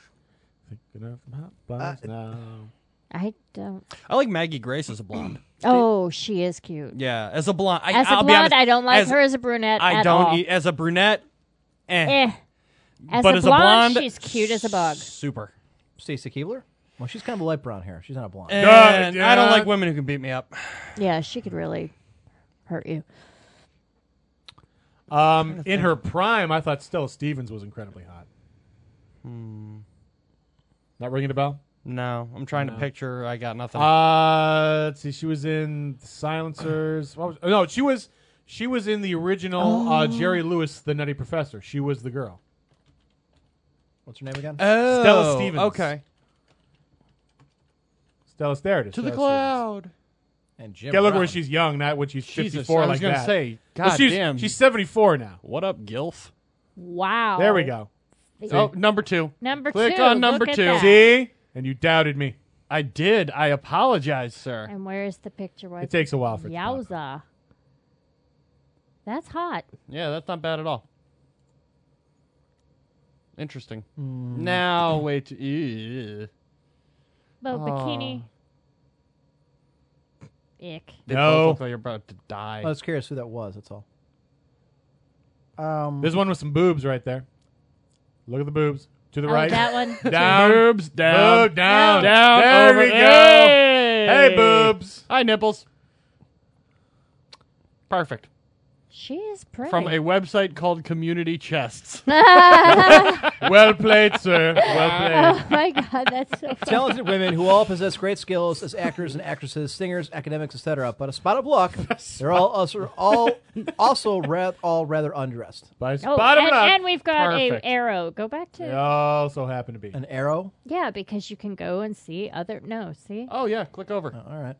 Speaker 5: Thinking of hot blondes now.
Speaker 6: I don't.
Speaker 7: I like Maggie Grace as a blonde.
Speaker 6: Oh, she is cute.
Speaker 7: Yeah, as a blonde. I,
Speaker 6: As a
Speaker 7: I'll be
Speaker 6: blonde,
Speaker 7: honest,
Speaker 6: I don't like
Speaker 7: as-
Speaker 6: her as a brunette.
Speaker 7: I
Speaker 6: at
Speaker 7: don't
Speaker 6: all.
Speaker 7: eat as a brunette. Eh.
Speaker 6: Eh. As
Speaker 7: But
Speaker 6: a
Speaker 7: as
Speaker 6: blonde,
Speaker 7: a blonde,
Speaker 6: she's cute as a bug.
Speaker 7: Super.
Speaker 4: Stacey Keebler? Well, she's kind of a light brown hair. She's not a blonde.
Speaker 7: And I don't
Speaker 5: yeah.
Speaker 7: like women who can beat me up.
Speaker 6: Yeah, she could really hurt you.
Speaker 5: Um, in her prime, I thought Stella Stevens was incredibly hot.
Speaker 3: Hmm.
Speaker 5: Not ringing a bell.
Speaker 7: No, I'm trying to picture. I got nothing.
Speaker 5: Uh, let's see. She was in Silencers. What was, oh, no, she was she was in the original uh,
Speaker 3: Oh.
Speaker 5: Jerry Lewis, The Nutty Professor. She was the girl.
Speaker 4: What's her name again?
Speaker 7: oh,
Speaker 5: Stella Stevens.
Speaker 7: Okay.
Speaker 5: Stella there it is.
Speaker 3: To the
Speaker 5: Stella Stevens.
Speaker 3: cloud.
Speaker 4: and Jim.
Speaker 5: Yeah, look
Speaker 4: Brown.
Speaker 5: where she's young, not when she's
Speaker 3: Jesus,
Speaker 5: 54
Speaker 3: I was
Speaker 5: like
Speaker 3: gonna
Speaker 5: that.
Speaker 3: say,
Speaker 5: Well,
Speaker 3: God
Speaker 5: she's,
Speaker 3: damn.
Speaker 5: She's 74 now.
Speaker 3: What up, Gilf?
Speaker 6: Wow.
Speaker 5: There we go.
Speaker 3: Oh, number two.
Speaker 6: Number
Speaker 3: Click
Speaker 6: two.
Speaker 3: on number
Speaker 6: look at
Speaker 3: two.
Speaker 6: that.
Speaker 5: See? And you doubted me.
Speaker 3: I did. I apologize, sir.
Speaker 6: And where is the picture? Was
Speaker 5: It takes a while for it to pop up.
Speaker 6: Yowza. That's hot.
Speaker 3: Yeah, that's not bad at all. Interesting. Now, wait. To, ew.
Speaker 6: But bikini. Ick.
Speaker 3: They
Speaker 5: No.
Speaker 3: both look like you're about to die.
Speaker 4: I was curious who that was. That's all.
Speaker 5: There's one with some boobs right there. Look at the boobs. To the
Speaker 6: Oh,
Speaker 5: right.
Speaker 6: that one.
Speaker 5: Down.
Speaker 3: Boobs, down,
Speaker 5: Boob, down.
Speaker 3: down.
Speaker 5: There
Speaker 3: over-
Speaker 5: we go.
Speaker 3: Hey!
Speaker 5: *laughs* Hey, boobs.
Speaker 3: Hi, nipples. Perfect.
Speaker 6: She is pretty. *laughs* Oh
Speaker 3: From a website called Community Chests.
Speaker 5: well played,
Speaker 6: *laughs*
Speaker 5: sir. Well played.
Speaker 6: oh my god, that's so funny.
Speaker 4: *laughs* Talented women who all possess great skills as actors and actresses, singers, academics, etc. But a spot of luck, they're all also, all also ra- all rather undressed.
Speaker 5: By
Speaker 6: Oh,
Speaker 5: bottom
Speaker 6: and,
Speaker 5: up.
Speaker 6: and we've got
Speaker 3: Perfect.
Speaker 6: a arrow. Go back to
Speaker 5: They also happen to be.
Speaker 4: An arrow.
Speaker 6: yeah, because you can go and see other. No, see.
Speaker 3: oh, yeah, click over.
Speaker 4: All right.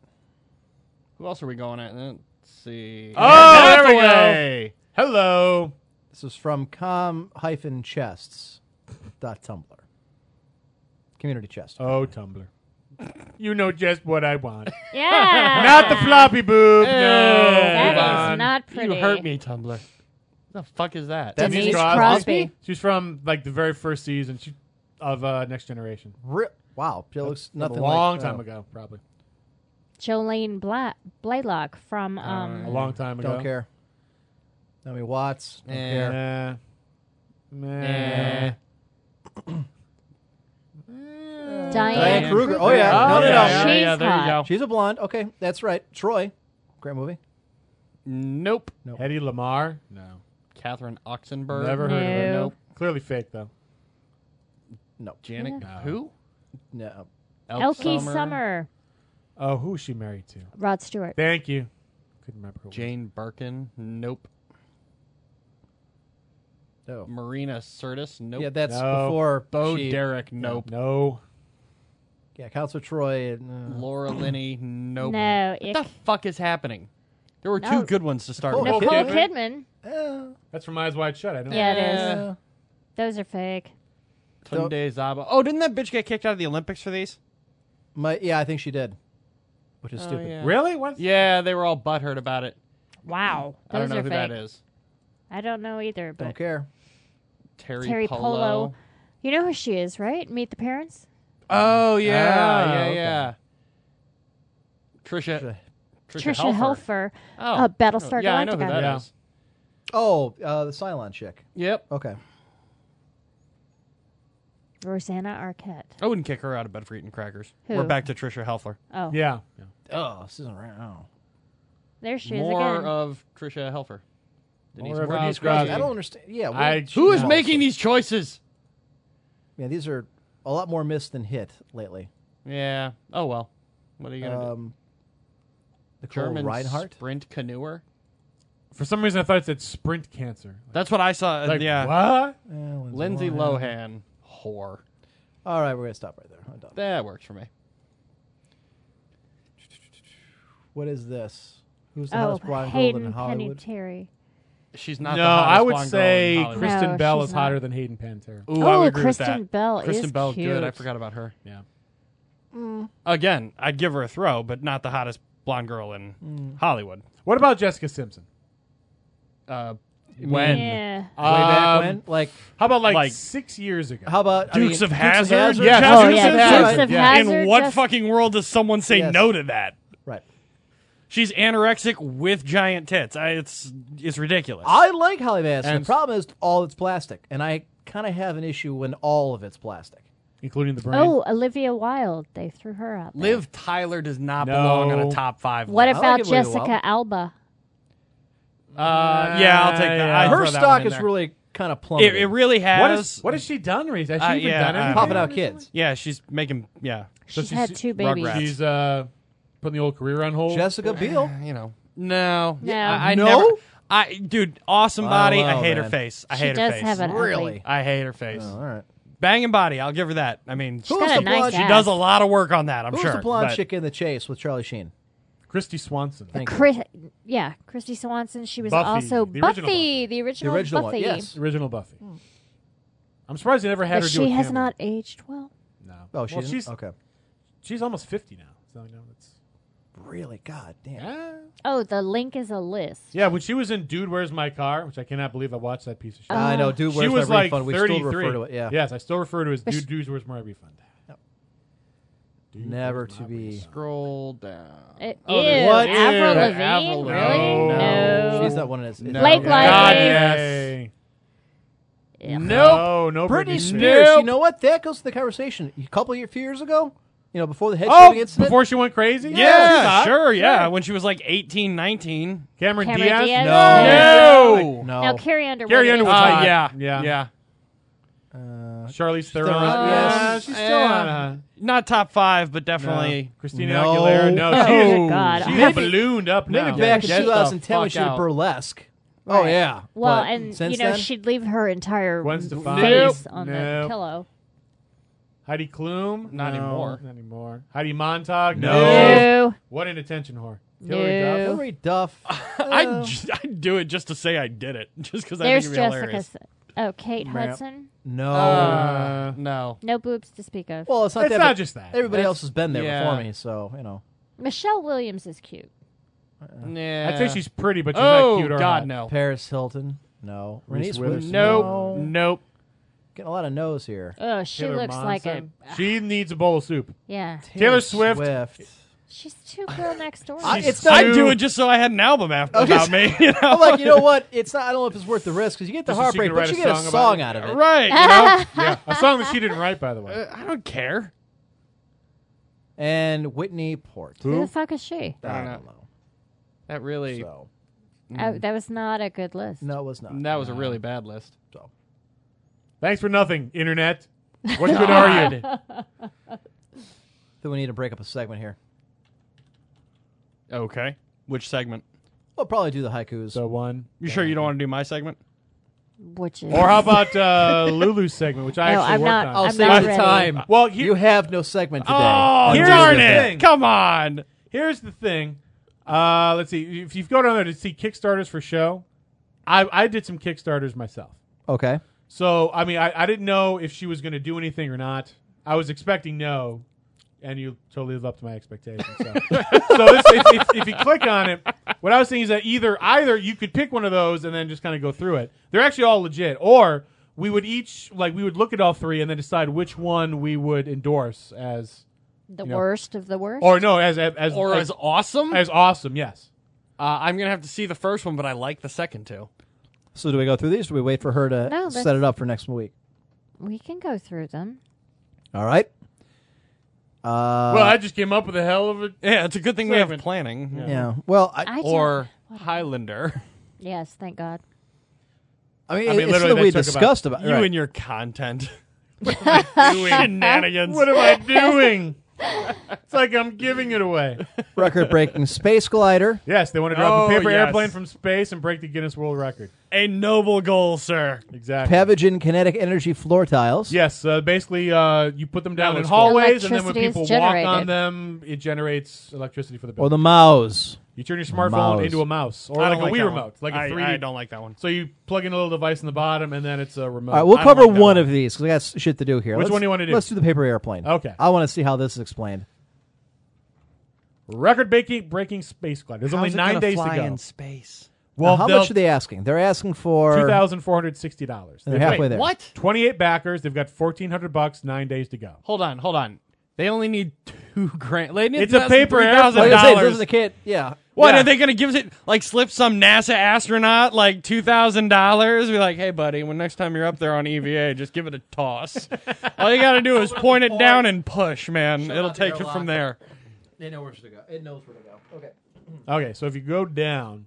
Speaker 3: Who else are we going at? Let's see.
Speaker 5: Oh,
Speaker 3: Anne
Speaker 5: there we go.
Speaker 3: Hathaway.
Speaker 5: Hello.
Speaker 4: This is from com-chests.tumblr. Community chest.
Speaker 5: Oh, Tumblr. You know just what I want.
Speaker 6: Yeah.
Speaker 5: Not the floppy boob.
Speaker 6: That
Speaker 5: No.
Speaker 6: is
Speaker 5: Come on.
Speaker 6: not pretty.
Speaker 3: You hurt me, Tumblr. The fuck is that?
Speaker 4: That's
Speaker 6: Denise
Speaker 5: Crosby.
Speaker 6: Crosby.
Speaker 5: She's from like the very first season she, of uh, Next Generation.
Speaker 4: Re- wow, it looks
Speaker 5: A
Speaker 4: nothing
Speaker 5: long
Speaker 4: like,
Speaker 5: time
Speaker 4: oh,
Speaker 5: ago, probably.
Speaker 6: Jolene Bla- Blaylock from um,
Speaker 5: A long time ago.
Speaker 4: Don't care. Naomi Watts. Don't
Speaker 6: Uh,
Speaker 4: care.
Speaker 5: Nah. Nah.
Speaker 6: Diane,
Speaker 4: Diane Kruger. Oh yeah, no, no, no.
Speaker 3: yeah,
Speaker 6: She's
Speaker 3: yeah, there you
Speaker 6: hot.
Speaker 3: go.
Speaker 4: She's a blonde. Okay, that's right. Troy, great movie.
Speaker 3: Nope.
Speaker 5: Eddie Lamar? No.
Speaker 3: Catherine Oxenberg.
Speaker 5: Never heard of her.
Speaker 6: No.
Speaker 5: Nope. Clearly fake, though.
Speaker 4: No,
Speaker 3: Janet. Who?
Speaker 4: no.
Speaker 6: Elkie Summer.
Speaker 5: Oh, who is she married to?
Speaker 6: Rod Stewart.
Speaker 5: Thank you. Couldn't remember who. it was.
Speaker 3: Jane Birkin. Nope.
Speaker 4: No.
Speaker 3: Marina Sirtis. Nope.
Speaker 4: Yeah, that's
Speaker 5: No.
Speaker 4: before
Speaker 3: Bo
Speaker 4: she-
Speaker 3: Derek. Nope.
Speaker 5: No.
Speaker 4: Yeah, Counselor Troy. And, uh,
Speaker 7: *clears throat* Laura Linney Noble.
Speaker 6: No, ick.
Speaker 7: what the fuck is happening? There were
Speaker 6: No.
Speaker 7: two good ones to start
Speaker 4: Nicole
Speaker 7: with.
Speaker 6: Nicole
Speaker 5: Kidman.
Speaker 6: Kidman.
Speaker 5: That's from Eyes Wide Shut. I don't
Speaker 6: Yeah,
Speaker 5: know.
Speaker 6: it is. Those are fake.
Speaker 7: Tunde Zaba. Oh, didn't that bitch get kicked out of the Olympics for these?
Speaker 4: my, yeah, I think she did, which is stupid.
Speaker 7: yeah.
Speaker 5: Really? What?
Speaker 7: Yeah, they were all butthurt about it.
Speaker 6: Wow.
Speaker 7: I
Speaker 6: Those
Speaker 7: don't know
Speaker 6: are
Speaker 7: who
Speaker 6: fake.
Speaker 7: that is.
Speaker 6: I don't know either, but
Speaker 4: Don't care.
Speaker 7: Terry,
Speaker 6: Terry
Speaker 7: Polo.
Speaker 6: Polo. you know who she is, right? Meet the Parents?
Speaker 7: Oh yeah,
Speaker 5: Ah,
Speaker 7: yeah,
Speaker 5: okay.
Speaker 7: yeah. Trisha, Trisha,
Speaker 6: Trisha
Speaker 7: Helfer.
Speaker 6: Helfer.
Speaker 7: Oh,
Speaker 6: uh, Battlestar
Speaker 7: yeah, I know who
Speaker 6: Galactica.
Speaker 7: that is.
Speaker 5: Yeah.
Speaker 4: Oh, uh, the Cylon chick.
Speaker 7: Yep.
Speaker 4: Okay.
Speaker 6: Rosanna Arquette.
Speaker 7: I wouldn't kick her out of bed for eating crackers.
Speaker 6: Who?
Speaker 7: We're back to Trisha Helfer.
Speaker 6: Oh,
Speaker 5: Yeah. yeah.
Speaker 4: Oh, Susan Randall.
Speaker 6: there she is
Speaker 7: More uh,
Speaker 6: again.
Speaker 7: of Trisha Helfer. Denise
Speaker 5: More of
Speaker 7: Rouse-
Speaker 5: Denise
Speaker 4: I
Speaker 5: Rouse.
Speaker 7: Rouse-
Speaker 4: don't understand. Yeah, what-
Speaker 5: I-
Speaker 7: Who is making these choices?
Speaker 4: yeah, these are a lot more missed than hit lately.
Speaker 7: Yeah. Oh well. What are you gonna
Speaker 4: Um,
Speaker 7: do?
Speaker 4: Nicole
Speaker 7: German
Speaker 4: Reinhardt.
Speaker 7: sprint canoeer.
Speaker 5: For some reason, I thought it said sprint cancer.
Speaker 7: That's what I saw. uh,
Speaker 5: Like,
Speaker 7: yeah.
Speaker 5: what?
Speaker 4: Eh, Lindsay
Speaker 7: Lindsay
Speaker 4: Lohan.
Speaker 7: Lohan. Whore.
Speaker 4: All right, we're gonna stop right there. I'm done.
Speaker 7: That works for me.
Speaker 4: What is this? Who's the
Speaker 6: oh,
Speaker 4: hottest blonde girl in
Speaker 6: Hayden
Speaker 4: Hollywood?
Speaker 6: Panettiere.
Speaker 7: She's not.
Speaker 5: no,
Speaker 7: the
Speaker 5: I
Speaker 7: hottest
Speaker 5: would
Speaker 7: blonde girl in
Speaker 5: say
Speaker 7: Hollywood.
Speaker 5: Kristen
Speaker 6: No,
Speaker 5: Bell
Speaker 6: she's
Speaker 5: is hotter
Speaker 6: not.
Speaker 5: than Hayden Panter.
Speaker 7: Ooh, I
Speaker 6: Oh,
Speaker 7: would agree with
Speaker 6: Kristen
Speaker 7: that.
Speaker 6: Bell
Speaker 7: Kristen
Speaker 6: is
Speaker 7: Bell, good. I
Speaker 6: cute.
Speaker 7: forgot about her.
Speaker 5: Yeah.
Speaker 7: Again, I'd give her a throw, but not the hottest blonde girl in Hollywood.
Speaker 5: What about Jessica Simpson?
Speaker 7: Uh, when
Speaker 6: Yeah.
Speaker 7: uh,
Speaker 4: Way back
Speaker 5: Um,
Speaker 4: when, like,
Speaker 5: How about like,
Speaker 7: Like-
Speaker 5: six years ago?
Speaker 4: how about I mean,
Speaker 7: Dukes of Hazzard?
Speaker 4: Hazzard?
Speaker 5: Yes.
Speaker 7: Jessica
Speaker 6: Oh, yeah,
Speaker 7: Simpson?
Speaker 6: Dukes of
Speaker 5: Yeah.
Speaker 6: Hazzard.
Speaker 7: In what
Speaker 6: just-
Speaker 7: fucking world does someone say
Speaker 4: Yes.
Speaker 7: no to that?
Speaker 4: Right.
Speaker 7: She's anorexic with giant tits. I, it's it's ridiculous.
Speaker 4: I like Holly Madison.
Speaker 5: And-
Speaker 4: the problem is all it's plastic, and I kind of have an issue when all of it's plastic.
Speaker 5: including the brain?
Speaker 6: Oh, Olivia Wilde. They threw her out. there.
Speaker 7: Liv Tyler does not
Speaker 5: No.
Speaker 7: belong on a top five.
Speaker 6: What
Speaker 7: list.
Speaker 6: about
Speaker 4: Olivia Wilde.
Speaker 6: Jessica Alba?
Speaker 7: Uh, yeah, I'll take that.
Speaker 5: Yeah.
Speaker 7: I'd
Speaker 4: Her
Speaker 7: throw that
Speaker 4: stock
Speaker 7: one in
Speaker 4: is
Speaker 7: there.
Speaker 4: really kind of plummeted.
Speaker 7: It, it really has.
Speaker 5: what, is, what has she done recently? Has she
Speaker 7: Uh,
Speaker 5: even
Speaker 7: yeah,
Speaker 5: done
Speaker 7: uh,
Speaker 5: anything?
Speaker 4: popping out
Speaker 5: recently?
Speaker 4: kids.
Speaker 7: yeah, she's making. Yeah,
Speaker 6: She's
Speaker 5: she's-
Speaker 6: had two babies.
Speaker 7: Rugrats.
Speaker 5: She's uh, putting the old career on hold.
Speaker 4: Jessica Biel.
Speaker 7: you know. No, Oh,
Speaker 6: No.
Speaker 7: I, I
Speaker 4: No?
Speaker 7: never. I dude, awesome body. I
Speaker 4: wow,
Speaker 7: hate her
Speaker 4: man.
Speaker 7: face. I
Speaker 6: She
Speaker 7: hate
Speaker 6: does
Speaker 7: her face.
Speaker 6: have an
Speaker 4: Really?
Speaker 6: really.
Speaker 7: I hate her face.
Speaker 4: Oh, all right.
Speaker 7: Banging body. I'll give her that. I mean,
Speaker 4: Who's
Speaker 6: got
Speaker 4: the
Speaker 6: a nice
Speaker 4: blonde?
Speaker 7: she
Speaker 6: ass.
Speaker 7: does a lot of work on that. I'm
Speaker 4: Who's
Speaker 7: sure.
Speaker 4: the blonde
Speaker 7: but-
Speaker 4: chick in the chase with Charlie Sheen?
Speaker 5: Christy Swanson.
Speaker 6: Chris, yeah, Christy Swanson. She was
Speaker 5: Buffy,
Speaker 6: also
Speaker 5: the original
Speaker 6: Buffy,
Speaker 5: Buffy.
Speaker 6: the
Speaker 4: The
Speaker 6: original
Speaker 4: original
Speaker 6: Buffy.
Speaker 4: one. Yes. Oh,
Speaker 5: Original Buffy. I'm surprised they never had
Speaker 6: But
Speaker 5: her do
Speaker 6: she
Speaker 5: a
Speaker 6: has
Speaker 5: cameo.
Speaker 6: not aged well.
Speaker 5: No.
Speaker 4: Oh, she
Speaker 5: well,
Speaker 4: didn't?
Speaker 5: she's
Speaker 4: okay.
Speaker 5: she's almost 50 now. So no, it's
Speaker 4: Really? God damn.
Speaker 5: yeah.
Speaker 6: Oh, the link is a list.
Speaker 5: Yeah, when she was in Dude, Where's My Car, which I cannot believe I watched that piece of shit.
Speaker 4: I know. Uh, Dude,
Speaker 5: she
Speaker 4: where's
Speaker 5: was
Speaker 4: my
Speaker 5: like
Speaker 4: refund? We
Speaker 5: 33.
Speaker 4: still refer to it. Yeah.
Speaker 5: Yes, I still refer to it as
Speaker 6: But
Speaker 5: Dude,
Speaker 6: she-
Speaker 5: Dude's Where's My Refund. Dude,
Speaker 4: Never
Speaker 5: Where's
Speaker 4: to
Speaker 5: My
Speaker 4: be.
Speaker 5: Refund.
Speaker 7: Scroll down.
Speaker 6: It
Speaker 7: Oh,
Speaker 6: is.
Speaker 7: there's-
Speaker 4: What?
Speaker 6: Avril
Speaker 7: Ew.
Speaker 6: Lavigne?
Speaker 7: Avril Lavigne.
Speaker 6: Really?
Speaker 7: No.
Speaker 4: She's not one of those.
Speaker 7: No.
Speaker 6: Blake
Speaker 5: God,
Speaker 6: Lively.
Speaker 5: yay.
Speaker 6: Yeah. Oh,
Speaker 5: No,
Speaker 7: Oh,
Speaker 5: no
Speaker 4: Britney
Speaker 5: Britney
Speaker 4: Spears.
Speaker 5: Nope.
Speaker 4: You know what? That goes to the conversation a couple of year- few years ago. You know, before the head
Speaker 5: Oh,
Speaker 4: shooting incident.
Speaker 5: before she went crazy?
Speaker 7: Yeah,
Speaker 5: she's hot.
Speaker 7: sure. Yeah, when she was like 18, 19.
Speaker 5: Cameron,
Speaker 6: Cameron
Speaker 5: Diaz?
Speaker 6: Diaz?
Speaker 7: No.
Speaker 4: no.
Speaker 6: Now Carrie Underwood.
Speaker 5: Carrie
Speaker 6: is-
Speaker 5: Underwood's
Speaker 7: Uh,
Speaker 5: hot.
Speaker 7: yeah,
Speaker 5: Yeah.
Speaker 7: yeah. Uh,
Speaker 5: Charlize Theron.
Speaker 4: hot,
Speaker 5: Yeah,
Speaker 4: yes.
Speaker 5: Ah, she's still
Speaker 7: Yeah.
Speaker 5: on. Uh,
Speaker 7: Not top five, but
Speaker 5: no.
Speaker 7: definitely.
Speaker 5: Christina
Speaker 4: No.
Speaker 5: Aguilera. No, she
Speaker 6: Oh,
Speaker 5: is.
Speaker 6: good God.
Speaker 5: She's
Speaker 6: Maybe-
Speaker 5: ballooned up
Speaker 4: Maybe
Speaker 5: now.
Speaker 4: back
Speaker 7: Get
Speaker 4: in
Speaker 7: the
Speaker 4: 2010 when
Speaker 7: fuck
Speaker 4: she did
Speaker 7: out.
Speaker 4: burlesque. Oh yeah.
Speaker 6: Well,
Speaker 4: But
Speaker 6: and
Speaker 4: since
Speaker 6: you know
Speaker 4: then,
Speaker 6: she'd leave her entire
Speaker 5: Gwen
Speaker 6: face
Speaker 5: Stefani. Nope.
Speaker 6: on
Speaker 5: Nope.
Speaker 6: the pillow.
Speaker 5: Heidi Klum?
Speaker 7: Not
Speaker 5: No,
Speaker 7: anymore.
Speaker 5: Not anymore. Heidi Montag?
Speaker 6: No.
Speaker 5: What an attention whore.
Speaker 6: No.
Speaker 5: Hillary Duff?
Speaker 4: Hillary Duff.
Speaker 5: Ah.
Speaker 7: I'd, j- I'd do it just to say I did it, *laughs* just because I think
Speaker 6: There's
Speaker 7: it'd be
Speaker 6: Jessica.
Speaker 7: hilarious.
Speaker 6: S- Oh, Kate
Speaker 4: Ma'am.
Speaker 6: Hudson.
Speaker 4: No.
Speaker 7: Uh, no.
Speaker 6: No boobs to speak of.
Speaker 4: well, it's not
Speaker 5: Ah. it's
Speaker 4: that.
Speaker 5: not
Speaker 4: but
Speaker 5: just that.
Speaker 4: everybody else has been there
Speaker 7: yeah.
Speaker 4: before me, so you know.
Speaker 6: Michelle Williams is cute.
Speaker 7: Yeah.
Speaker 5: I'd say she's pretty, but she's
Speaker 7: Oh,
Speaker 5: not cute or
Speaker 7: God,
Speaker 5: hot.
Speaker 7: no.
Speaker 4: Paris Hilton. No.
Speaker 5: Reese
Speaker 4: Renee
Speaker 5: Witherspoon.
Speaker 7: Nope.
Speaker 4: No.
Speaker 7: Nope.
Speaker 4: Getting a lot of no's here.
Speaker 6: Oh, she
Speaker 5: Taylor
Speaker 6: looks like a
Speaker 5: Momsen. She needs a bowl of
Speaker 6: *laughs*
Speaker 5: soup.
Speaker 6: yeah.
Speaker 5: Taylor Swift.
Speaker 6: She's too girl next door.
Speaker 4: I, it's not.
Speaker 7: I'd do it just so I had an album after
Speaker 4: Okay,
Speaker 7: about
Speaker 4: so-
Speaker 7: me. *laughs* You know?
Speaker 4: I'm like, you know what? It's not. I don't know if it's worth the risk because you get the
Speaker 5: Just so she
Speaker 4: heartbreak,
Speaker 5: can
Speaker 4: but
Speaker 5: write
Speaker 4: you
Speaker 5: a
Speaker 4: get a
Speaker 5: song about
Speaker 4: song
Speaker 5: it.
Speaker 4: out of it.
Speaker 7: Right. You know?
Speaker 4: *laughs*
Speaker 5: yeah, a song that she didn't write, by the way.
Speaker 7: I don't care.
Speaker 4: And Whitney Port.
Speaker 6: Who the fuck is she?
Speaker 4: I don't,
Speaker 7: don't
Speaker 4: know.
Speaker 7: That really,
Speaker 4: So
Speaker 5: Mm.
Speaker 6: Oh, that was not a good list.
Speaker 4: no, it was not.
Speaker 7: that was
Speaker 5: uh,
Speaker 7: a really bad list.
Speaker 4: So.
Speaker 5: Thanks for nothing, internet. What
Speaker 6: *laughs*
Speaker 5: good are you?
Speaker 4: Then we need to break up a segment here.
Speaker 7: Okay. Which segment?
Speaker 4: We'll probably do the haikus.
Speaker 5: So one.
Speaker 7: You sure you don't want to do my segment?
Speaker 6: which is
Speaker 5: Or how about uh, Lulu's segment, which I
Speaker 6: No,
Speaker 5: actually
Speaker 6: I'm
Speaker 5: worked
Speaker 6: not- Oh,
Speaker 5: on.
Speaker 4: I'll
Speaker 6: I'm
Speaker 4: save
Speaker 6: not
Speaker 4: the
Speaker 6: ready.
Speaker 4: time.
Speaker 5: Well, here-
Speaker 4: you have no segment today.
Speaker 7: Oh,
Speaker 5: Here's
Speaker 7: darn
Speaker 5: the
Speaker 7: it.
Speaker 5: thing.
Speaker 7: Come on.
Speaker 5: Here's the thing. Uh, let's see. If you go down there to see Kickstarters for show, I, I did some Kickstarters myself.
Speaker 4: okay.
Speaker 5: So I mean, I, I didn't know if she was going to do anything or not. I was expecting no, and you totally live up to my expectations. So, so this, if, if, if you click on it, what I was thinking is that either either you could pick one of those and then just kind of go through it. They're actually all legit, or we would each like we would look at all three and then decide which one we would endorse as
Speaker 6: the
Speaker 5: you know.
Speaker 6: worst of the worst.
Speaker 5: or no as as as,
Speaker 7: Or as awesome?
Speaker 5: as awesome. Yes.
Speaker 7: Uh, I'm gonna have to see the first one, but I like the second two.
Speaker 4: So do we go through these? Or do we wait for her to
Speaker 6: No,
Speaker 4: set
Speaker 6: that's-
Speaker 4: it up for next week?
Speaker 6: we can go through them.
Speaker 4: All right. Uh,
Speaker 5: Well, I just came up with a hell of a.
Speaker 7: Yeah, it's a good thing we have
Speaker 5: Segment.
Speaker 7: planning.
Speaker 4: yeah. Well, I,
Speaker 6: I don't-
Speaker 7: Or
Speaker 5: *laughs*
Speaker 7: Highlander.
Speaker 6: yes, thank God.
Speaker 4: I mean,
Speaker 5: I mean,
Speaker 4: it's
Speaker 5: literally,
Speaker 4: something
Speaker 5: that
Speaker 4: we
Speaker 5: took about-
Speaker 4: discussed about.
Speaker 7: You
Speaker 4: right.
Speaker 7: and
Speaker 5: *laughs*
Speaker 7: your content.
Speaker 4: *laughs*
Speaker 5: Shenanigans. What am I doing? it's like I'm giving it away.
Speaker 4: record-breaking space glider.
Speaker 5: Yes, they want to drop
Speaker 7: Oh,
Speaker 5: a paper
Speaker 7: yes.
Speaker 5: airplane from space and break the Guinness World Record.
Speaker 7: A noble goal, sir.
Speaker 5: Exactly.
Speaker 4: Pavagen kinetic energy floor tiles.
Speaker 5: Yes, uh, basically, uh, you put them down
Speaker 7: That
Speaker 5: in
Speaker 7: looks
Speaker 5: hallways, and then when
Speaker 6: Electricity is
Speaker 5: people
Speaker 6: generated.
Speaker 5: walk on them, it generates electricity for the
Speaker 4: Or
Speaker 5: building.
Speaker 4: the mouse.
Speaker 5: you turn your smartphone
Speaker 4: Mouse.
Speaker 5: into a mouse, or
Speaker 7: I
Speaker 5: like
Speaker 7: don't
Speaker 5: a
Speaker 7: like
Speaker 5: Wii
Speaker 7: that
Speaker 5: remote,
Speaker 7: one.
Speaker 5: like a
Speaker 7: I-
Speaker 5: 3D.
Speaker 7: I don't like that one.
Speaker 5: So you plug in a little device in the bottom, and then it's a remote.
Speaker 4: All right, we'll
Speaker 7: I don't
Speaker 4: cover
Speaker 7: like
Speaker 4: one
Speaker 7: that one.
Speaker 4: of these because I got s- shit to do here.
Speaker 5: Which
Speaker 4: Let's-
Speaker 5: one do you wanna do?
Speaker 4: Let's do the paper airplane.
Speaker 5: Okay.
Speaker 4: I want to see how this is explained.
Speaker 5: Record breaking breaking space glider. There's only nine days to go.
Speaker 7: space.
Speaker 4: Well,
Speaker 5: well,
Speaker 4: how
Speaker 5: they'll-
Speaker 4: much are they asking? They're asking for
Speaker 5: Two thousand four hundred sixty dollars.
Speaker 4: They're halfway there.
Speaker 7: What?
Speaker 5: 28 backers. They've got 1,400 bucks, nine days to go.
Speaker 7: Hold on, hold on. They only need two *laughs* grand. They need
Speaker 5: It's a paper
Speaker 7: thousand
Speaker 4: Like I said, this
Speaker 7: dollars.
Speaker 4: is a kid. Yeah.
Speaker 7: What
Speaker 5: Yeah.
Speaker 7: are they going to give it? Like slip some NASA astronaut like two thousand dollars? Be like, hey buddy, when next time you're up there on EVA, just give it a toss. *laughs* All you got to do is point it down and push, man. It'll
Speaker 4: out the
Speaker 7: take it from there.
Speaker 4: It knows where to go. It knows where to go. Okay.
Speaker 5: Okay, so if you go down,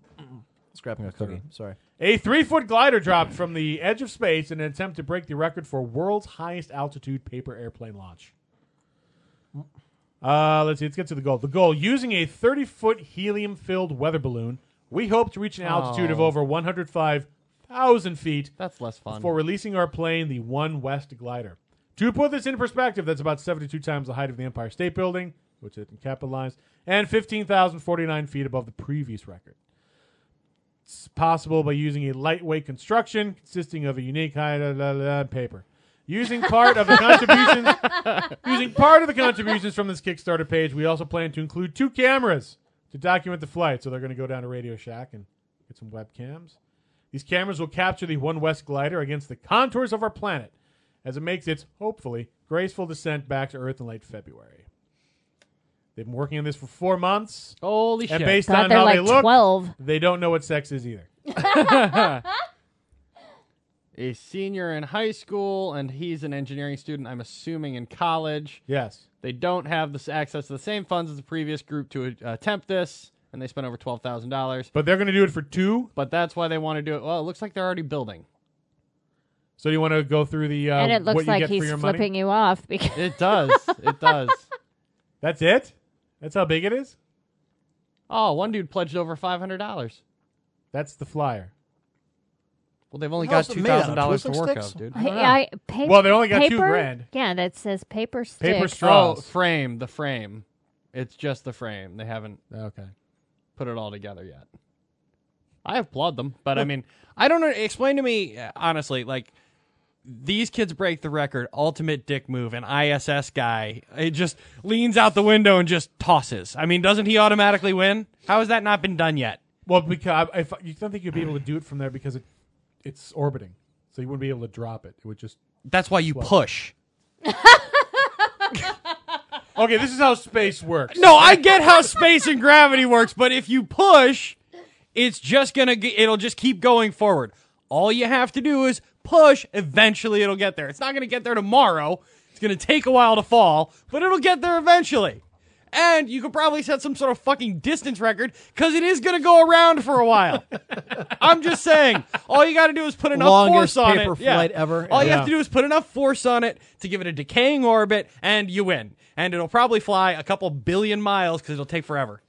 Speaker 4: It's grabbing a cookie. Sorry.
Speaker 5: a three foot glider dropped from the edge of space in an attempt to break the record for world's highest altitude paper airplane launch. Uh, let's see. Let's get to the goal. The goal using a 30 foot helium filled weather balloon, we hope to reach an altitude of over 105,000 feet
Speaker 7: That's less fun.
Speaker 5: for releasing our plane, the One West glider. To put this in perspective, that's about 72 times the height of the Empire State Building, which it capitalized, and 15,049 feet above the previous record. It's possible by using a lightweight construction consisting of a unique high da, da, da, da, paper. Using part of the contributions, using part of the contributions from this Kickstarter page, we also plan to include two cameras to document the flight. So they're going to go down to Radio Shack and get some webcams. These cameras will capture the One West glider against the contours of our planet as it makes its, hopefully, graceful descent back to Earth in late February. They've been working on this for four months,
Speaker 7: Holy
Speaker 5: and
Speaker 7: shit!
Speaker 5: based
Speaker 6: God,
Speaker 5: on
Speaker 6: they're
Speaker 5: how
Speaker 6: like
Speaker 5: they look, Uh,
Speaker 6: twelve.
Speaker 5: they don't know what sex is either.
Speaker 7: a senior in high school, and he's an engineering student. I'm assuming in college.
Speaker 5: Yes.
Speaker 7: They don't have this access to the same funds as the previous group to uh, attempt this, and they spent over twelve thousand dollars.
Speaker 5: But they're going to do it for two.
Speaker 7: But that's why they want to do it. Well, it looks like they're already building.
Speaker 5: So do you want to go through the uh,
Speaker 6: and it
Speaker 5: what
Speaker 6: looks
Speaker 5: you
Speaker 6: like
Speaker 5: get for
Speaker 6: he's
Speaker 5: your
Speaker 6: flipping
Speaker 5: money?
Speaker 6: you off because
Speaker 7: It does. it does.
Speaker 5: That's it. That's how big it is.
Speaker 7: Oh, one dude pledged over five hundred dollars.
Speaker 5: That's the flyer.
Speaker 7: Well, they've only
Speaker 4: How's
Speaker 7: got
Speaker 4: it
Speaker 7: two
Speaker 4: made out of?
Speaker 7: thousand dollars to
Speaker 4: Twizzler
Speaker 7: work
Speaker 4: sticks?
Speaker 7: off, dude.
Speaker 6: I, *laughs* I, pa-
Speaker 5: Well, they only got two
Speaker 6: paper,
Speaker 5: grand.
Speaker 6: Yeah, that says paper stick.
Speaker 5: Paper
Speaker 7: Oh,
Speaker 5: straws.
Speaker 7: frame the frame. It's just the frame. They haven't
Speaker 5: Okay.
Speaker 7: put it all together yet. I applaud them, but I mean, I don't know. Explain to me uh, honestly, like these kids break the record, ultimate dick move, an ISS guy. It just leans out the window and just tosses. I mean, doesn't he automatically win? How has that not been done yet?
Speaker 5: Well, because if you don't think you'd be able to do it from there because it it's orbiting, so you wouldn't be able to drop it. It would just.
Speaker 7: That's why you push.
Speaker 5: Okay, this is how space works.
Speaker 7: *laughs* No, I get *laughs* how space and gravity works, but if you push, it's just gonna g- it'll just keep going forward. All you have to do is push. Eventually, it'll get there. It's not gonna get there tomorrow. It's gonna take a while to fall, but it'll get there eventually. And you could probably set some sort of fucking distance record because it is gonna go around for
Speaker 4: *laughs*
Speaker 7: a while. I'm just saying. All you got to do is put enough
Speaker 4: Longest
Speaker 7: force on
Speaker 4: paper
Speaker 7: it. Yeah.
Speaker 4: flight ever.
Speaker 7: All you
Speaker 5: Yeah.
Speaker 7: have to do is put enough force on it to give it a decaying orbit, and you win. And it'll probably fly a couple billion miles because it'll take forever.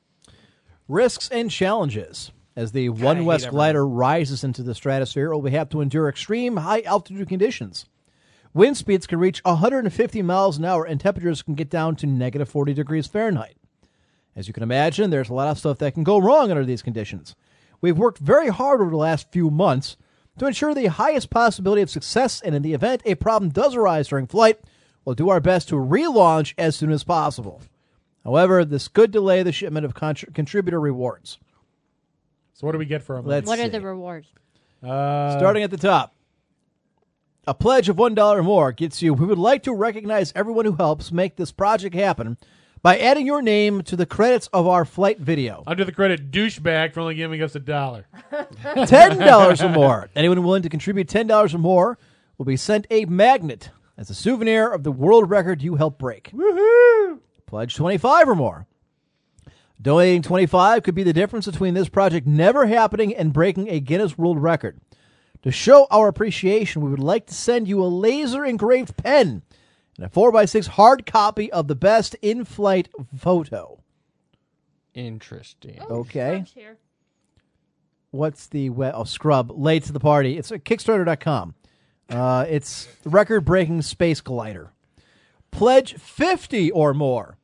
Speaker 4: Risks and challenges. As the One West glider rises into the stratosphere, it will have to endure extreme high altitude conditions. Wind speeds can reach 150 miles an hour, and temperatures can get down to negative 40 degrees Fahrenheit. As you can imagine, there's a lot of stuff that can go wrong under these conditions. We've worked very hard over the last few months to ensure the highest possibility of success, and in the event a problem does arise during flight, we'll do our best to relaunch as soon as possible. However, this could delay the shipment of contr- contributor rewards.
Speaker 5: So what do we get for him?
Speaker 4: Let's
Speaker 6: What are
Speaker 4: see.
Speaker 6: the rewards?
Speaker 5: uh,
Speaker 4: Starting at the top. A pledge of $1 or more gets you. We would like to recognize everyone who helps make this project happen by adding your name to the credits of our flight video.
Speaker 5: under the credit douchebag for only giving us a dollar.
Speaker 4: ten dollars or more. Anyone willing to contribute ten dollars or more will be sent a magnet as a souvenir of the world record you helped break. Woohoo! Pledge twenty-five or more. Donating twenty-five could be the difference between this project never happening and breaking a Guinness World Record. To show our appreciation, we would like to send you a laser engraved pen and a 4x6 hard copy of the best in flight photo.
Speaker 7: Interesting.
Speaker 4: Okay. What's the we- oh scrub late to the party? It's at Kickstarter.com. Uh, it's record breaking space collider. Pledge fifty or more.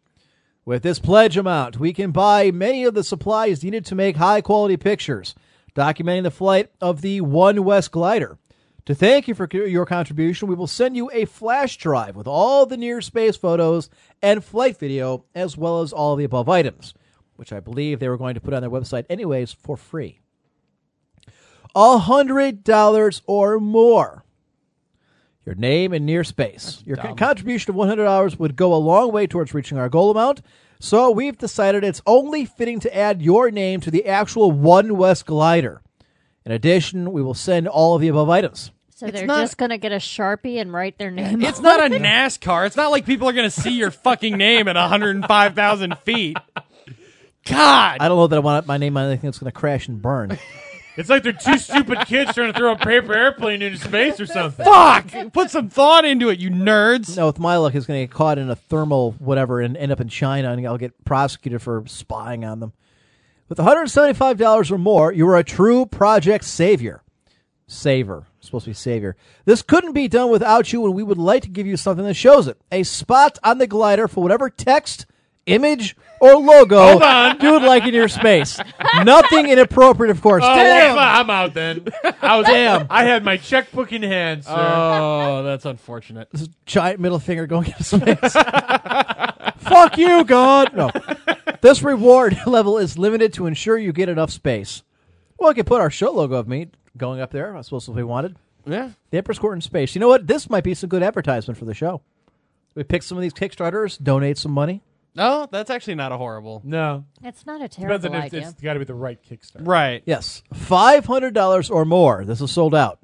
Speaker 4: With this pledge amount, we can buy many of the supplies needed to make high quality pictures documenting the flight of the One West glider. To thank you for co- your contribution, we will send you a flash drive with all the near space photos and flight video, as well as all the above items, which I believe they were going to put on their website anyways for free. $100 or more. Your name and near space. Your co- contribution of $100 would go a long way towards reaching our goal amount. So we've decided it's only fitting to add your name to the actual One West glider. In addition, we will send all of the above items.
Speaker 6: So they're
Speaker 7: not-
Speaker 6: just gonna get a sharpie and write their name.
Speaker 7: It's not a NASCAR. It's not like people are going to see your fucking name at 105,000 feet. God.
Speaker 4: I don't know that I want my name on anything that's going to crash and burn. *laughs*
Speaker 5: It's like they're two stupid kids trying to throw a paper airplane into space or something.
Speaker 7: Fuck. Put some thought into it, you nerds.
Speaker 4: no, with my luck, it's going to get caught in a thermal whatever and end up in China, and I'll get prosecuted for spying on them. With $175 or more, you are a true project savior. Saver. It's supposed to be savior. This couldn't be done without you, and we would like to give you something that shows it. A spot on the glider for whatever text, image, or logo you would like in your space. Nothing inappropriate, of course.
Speaker 5: Oh,
Speaker 4: Damn!
Speaker 5: well, I'm out then. I was, Damn. I had my checkbook in hand, sir.
Speaker 7: *laughs* Oh, that's unfortunate.
Speaker 4: giant middle finger going *laughs* into space. Fuck you, God. No. This reward *laughs* level is limited to ensure you get enough space. Well, I could put our show logo of me going up there, I suppose if we wanted.
Speaker 7: Yeah.
Speaker 4: The Emperor's Court in Space. You know what? This might be some good advertisement for the show. We pick some of these Kickstarters, donate some money.
Speaker 7: No, that's actually not a horrible.
Speaker 5: no.
Speaker 6: It's not a
Speaker 5: Depends
Speaker 6: terrible
Speaker 5: on if
Speaker 6: idea.
Speaker 5: it's got to be the right Kickstarter.
Speaker 7: Right.
Speaker 4: Yes. Five hundred dollars or more. This is sold out.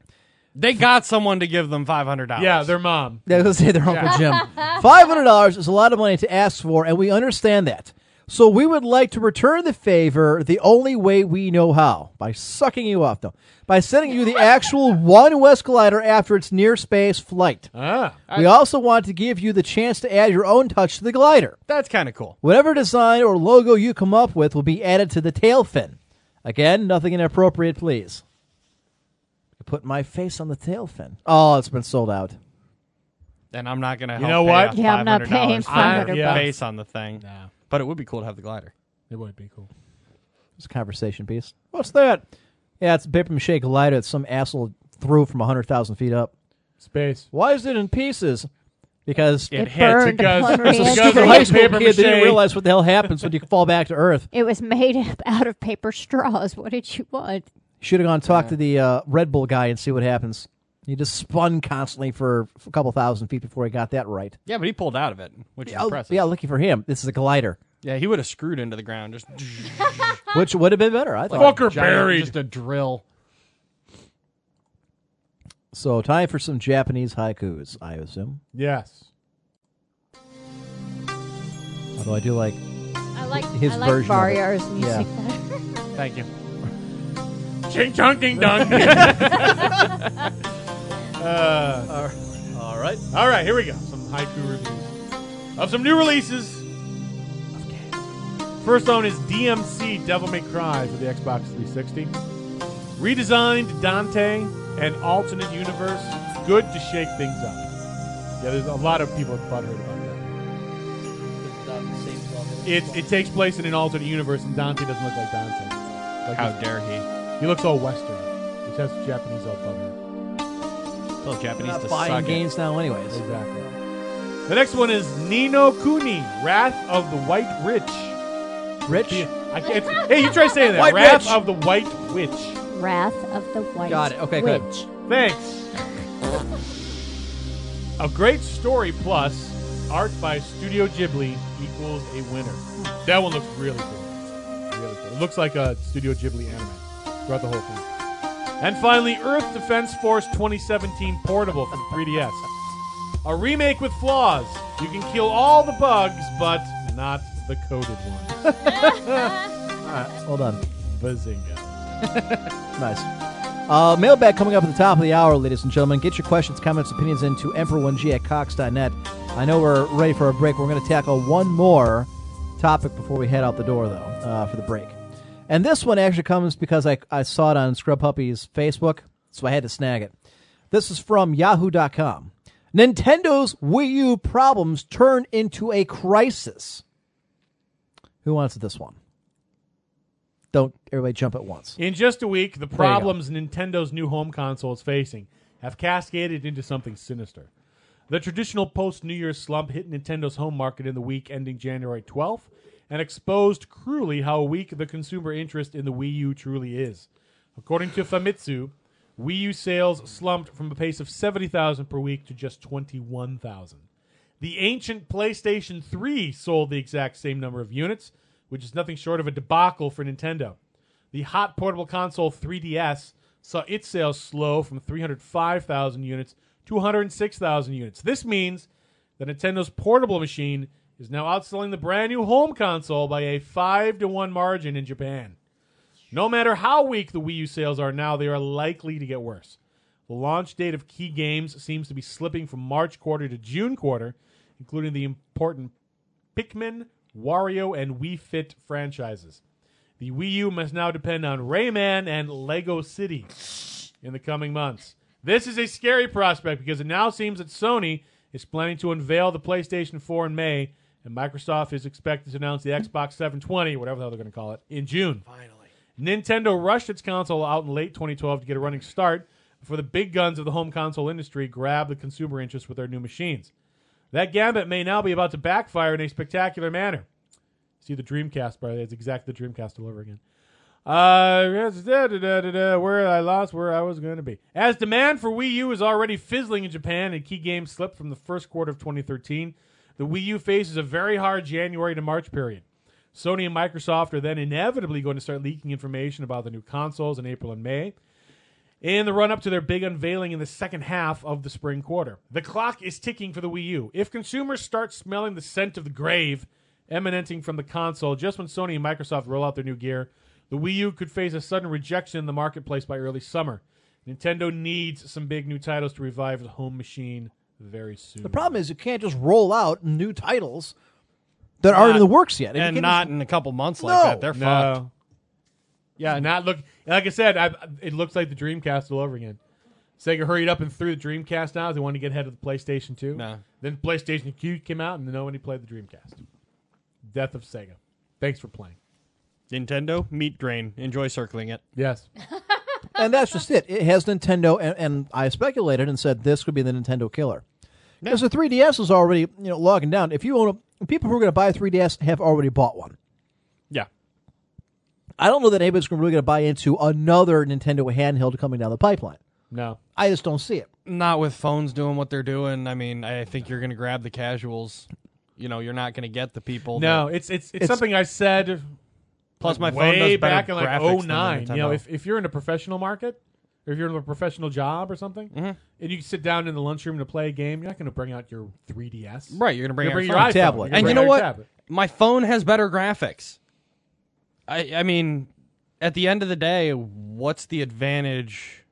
Speaker 7: They got someone to give them $500.
Speaker 5: Yeah, their mom.
Speaker 4: They was gonna say their Uncle Jim. Five hundred dollars is a lot of money to ask for, and we understand that. So we would like to return the favor the only way we know how by sucking you off, though, by sending you the actual One West Glider after its near space flight.
Speaker 5: Ah.
Speaker 4: we also want to give you the chance to add your own touch to the glider.
Speaker 7: That's kind of cool.
Speaker 4: Whatever design or logo you come up with will be added to the tail fin. Again, nothing inappropriate, please. I Put my face on the tail fin. Oh, it's been sold out.
Speaker 7: And I'm not going to help
Speaker 5: know
Speaker 7: pay
Speaker 5: what?
Speaker 7: off
Speaker 6: Yeah, I'm not
Speaker 7: $500
Speaker 6: paying
Speaker 7: for
Speaker 6: $500
Speaker 7: their
Speaker 5: Yeah.
Speaker 7: base on the thing. But it would be cool to have the glider.
Speaker 5: It would be cool.
Speaker 4: It's a conversation piece. What's that? Yeah, it's a paper mache glider that some asshole threw from 100,000 feet up.
Speaker 5: Space.
Speaker 4: Why is it in pieces? Because
Speaker 7: It, hit.
Speaker 6: burned
Speaker 5: because-
Speaker 6: upon
Speaker 5: because
Speaker 6: Rand
Speaker 4: stupid
Speaker 5: of
Speaker 6: Street.
Speaker 4: high school
Speaker 5: paper
Speaker 4: kid they didn't
Speaker 5: mache.
Speaker 4: realize what the hell happens
Speaker 5: *laughs*
Speaker 4: when you fall back to Earth.
Speaker 6: It was made up out of paper straws. What did you want?
Speaker 4: Should have gone talk to the uh, Red Bull guy and see what happens. He just spun constantly for a couple thousand feet before he got that right.
Speaker 7: Yeah, but he pulled out of it, which is
Speaker 4: Oh,
Speaker 7: impressive.
Speaker 4: yeah, lucky for him. This is a glider,
Speaker 7: yeah, he would have screwed into the ground. Just
Speaker 4: Oh, which would have been better, I thought.
Speaker 5: Fucker
Speaker 7: giant-
Speaker 5: buried.
Speaker 7: Just a drill.
Speaker 4: So, time for some Japanese haikus, I assume.
Speaker 5: Yes.
Speaker 4: Although I do like
Speaker 6: I like
Speaker 4: His
Speaker 6: I like
Speaker 4: version of it.
Speaker 6: Barrier's music better.
Speaker 7: Thank you.
Speaker 5: Ching chong ding
Speaker 7: *laughs*
Speaker 5: dong. uh, all right. All right, here we go. Some haiku reviews of some new releases. First on is DMC Devil May Cry for the Xbox 360. Redesigned Dante and alternate universe. Good to shake things up. Yeah, there's a lot of people have butthurt about that. It, it takes place in an alternate universe, and Dante doesn't look like Dante. Like
Speaker 7: How
Speaker 5: his-
Speaker 7: dare he?
Speaker 5: he looks all Western, which has Japanese all butthurt.
Speaker 7: Tell Japanese to
Speaker 4: buying
Speaker 7: suck it.
Speaker 4: games now, anyways.
Speaker 5: Exactly. The next one is Nino Kuni, Wrath of the White Rich.
Speaker 4: Rich,
Speaker 5: Yeah, I can't, hey, you try saying that.
Speaker 4: White
Speaker 5: Wrath
Speaker 4: Rich.
Speaker 5: of the White Witch.
Speaker 6: Wrath of the White
Speaker 4: Got it. Okay, good.
Speaker 6: Witch.
Speaker 5: Thanks. a great story plus art by Studio Ghibli equals a winner. That one looks really cool. Really cool. It looks like a Studio Ghibli anime throughout the whole thing. And finally, Earth Defense Force 2017 Portable from 3DS. A remake with flaws. You can kill all the bugs, but not the coded ones.
Speaker 4: well done.
Speaker 5: Bazinga.
Speaker 4: Nice. Uh, mailbag coming up at the top of the hour, ladies and gentlemen. Get your questions, comments, opinions into emperor1g at cox.net. I know we're ready for a break. We're going to tackle one more topic before we head out the door, though, uh, for the break. And this one actually comes because I, I saw it on Scrub Puppy's Facebook, so I had to snag it. This is from yahoo.com. Nintendo's Wii U problems turn into a crisis. Who wants this one? Don't everybody jump at once.
Speaker 5: In just a week, the
Speaker 4: go.
Speaker 5: problems Nintendo's new home console is facing have cascaded into something sinister. The traditional post New Year's slump hit Nintendo's home market in the week ending January 12th and exposed cruelly how weak the consumer interest in the Wii U truly is. According to Famitsu, Wii U sales slumped from a pace of 70,000 per week to just 21,000. The ancient PlayStation 3 sold the exact same number of units, which is nothing short of a debacle for Nintendo. The hot portable console 3DS saw its sales slow from 305,000 units to 106,000 units. This means that Nintendo's portable machine is now outselling the brand new home console by a 5 to 1 margin in Japan. No matter how weak the Wii U sales are now, they are likely to get worse. The launch date of key games seems to be slipping from March quarter to June quarter, including the important Pikmin, Wario, and Wii Fit franchises. The Wii U must now depend on Rayman and Lego City in the coming months. This is a scary prospect because it now seems that Sony is planning to unveil the PlayStation 4 in May, and Microsoft is expected to announce the Xbox 720, whatever the hell they're going to call it, in June. Finally. Nintendo rushed its console out in late 2012 to get a running start before the big guns of the home console industry grabbed the consumer interest with their new machines. That gambit may now be about to backfire in a spectacular manner. See the Dreamcast, by the way. It's exactly the Dreamcast all over again. Uh, yes, da, da, da, da, da, where I lost where I was going to be. As demand for Wii U is already fizzling in Japan and key games slipped from the first quarter of 2013, the Wii U faces a very hard January to March period. Sony and Microsoft are then inevitably going to start leaking information about the new consoles in April and May in the run up to their big unveiling in the second half of the spring quarter. The clock is ticking for the Wii U. If consumers start smelling the scent of the grave emanating from the console just when Sony and Microsoft roll out their new gear, the Wii U could face a sudden rejection in the marketplace by early summer. Nintendo needs some big new titles to revive the home machine very soon.
Speaker 4: The problem is you can't just roll out new titles that aren't in the works yet. If you
Speaker 7: And
Speaker 4: can't
Speaker 7: not
Speaker 4: just-
Speaker 7: in a couple months
Speaker 4: No.
Speaker 7: like that. They're fucked.
Speaker 5: No. Yeah, not look. Like I said, I, it looks like the Dreamcast all over again. Sega hurried up and threw the Dreamcast out. They wanted to get ahead of the PlayStation Two.
Speaker 7: No.
Speaker 5: Then PlayStation Q came out, and nobody played the Dreamcast. Death of Sega. Thanks for playing.
Speaker 7: Nintendo, meat drain. Enjoy circling it.
Speaker 5: Yes.
Speaker 4: and that's just it. It has Nintendo, and, and I speculated and said this could be the Nintendo killer because the 3DS is already you know logging down. If you own a, people who are going to buy a 3DS have already bought one.
Speaker 7: *laughs* Yeah.
Speaker 4: I don't know that anybody's really going to buy into another Nintendo handheld coming down the pipeline.
Speaker 5: No.
Speaker 4: I just don't see it.
Speaker 7: Not with phones doing what they're doing. I mean, I think you're going to grab the casuals. You know, you're not going to get the people.
Speaker 5: No.
Speaker 7: that-
Speaker 5: It's it's it's,
Speaker 4: It's-
Speaker 5: something I said
Speaker 7: plus, my phone
Speaker 5: way
Speaker 7: does better
Speaker 5: back in like
Speaker 7: graphics than the
Speaker 5: 09. You know,
Speaker 7: Nintendo.
Speaker 5: if if you're in a professional market. Or if you're in a professional job or something,
Speaker 7: Mm-hmm.
Speaker 5: and you sit down in the lunchroom to play a game, you're not going to bring out your 3DS.
Speaker 7: Right, you're gonna bring
Speaker 5: You're
Speaker 7: out
Speaker 5: your
Speaker 7: your phone.
Speaker 5: iPhone.
Speaker 4: Tablet.
Speaker 5: You're gonna
Speaker 7: and
Speaker 5: bring
Speaker 7: you know
Speaker 5: out your
Speaker 7: what?
Speaker 5: tablet.
Speaker 7: My phone has better graphics. I I mean, at the end of the day, what's the advantage?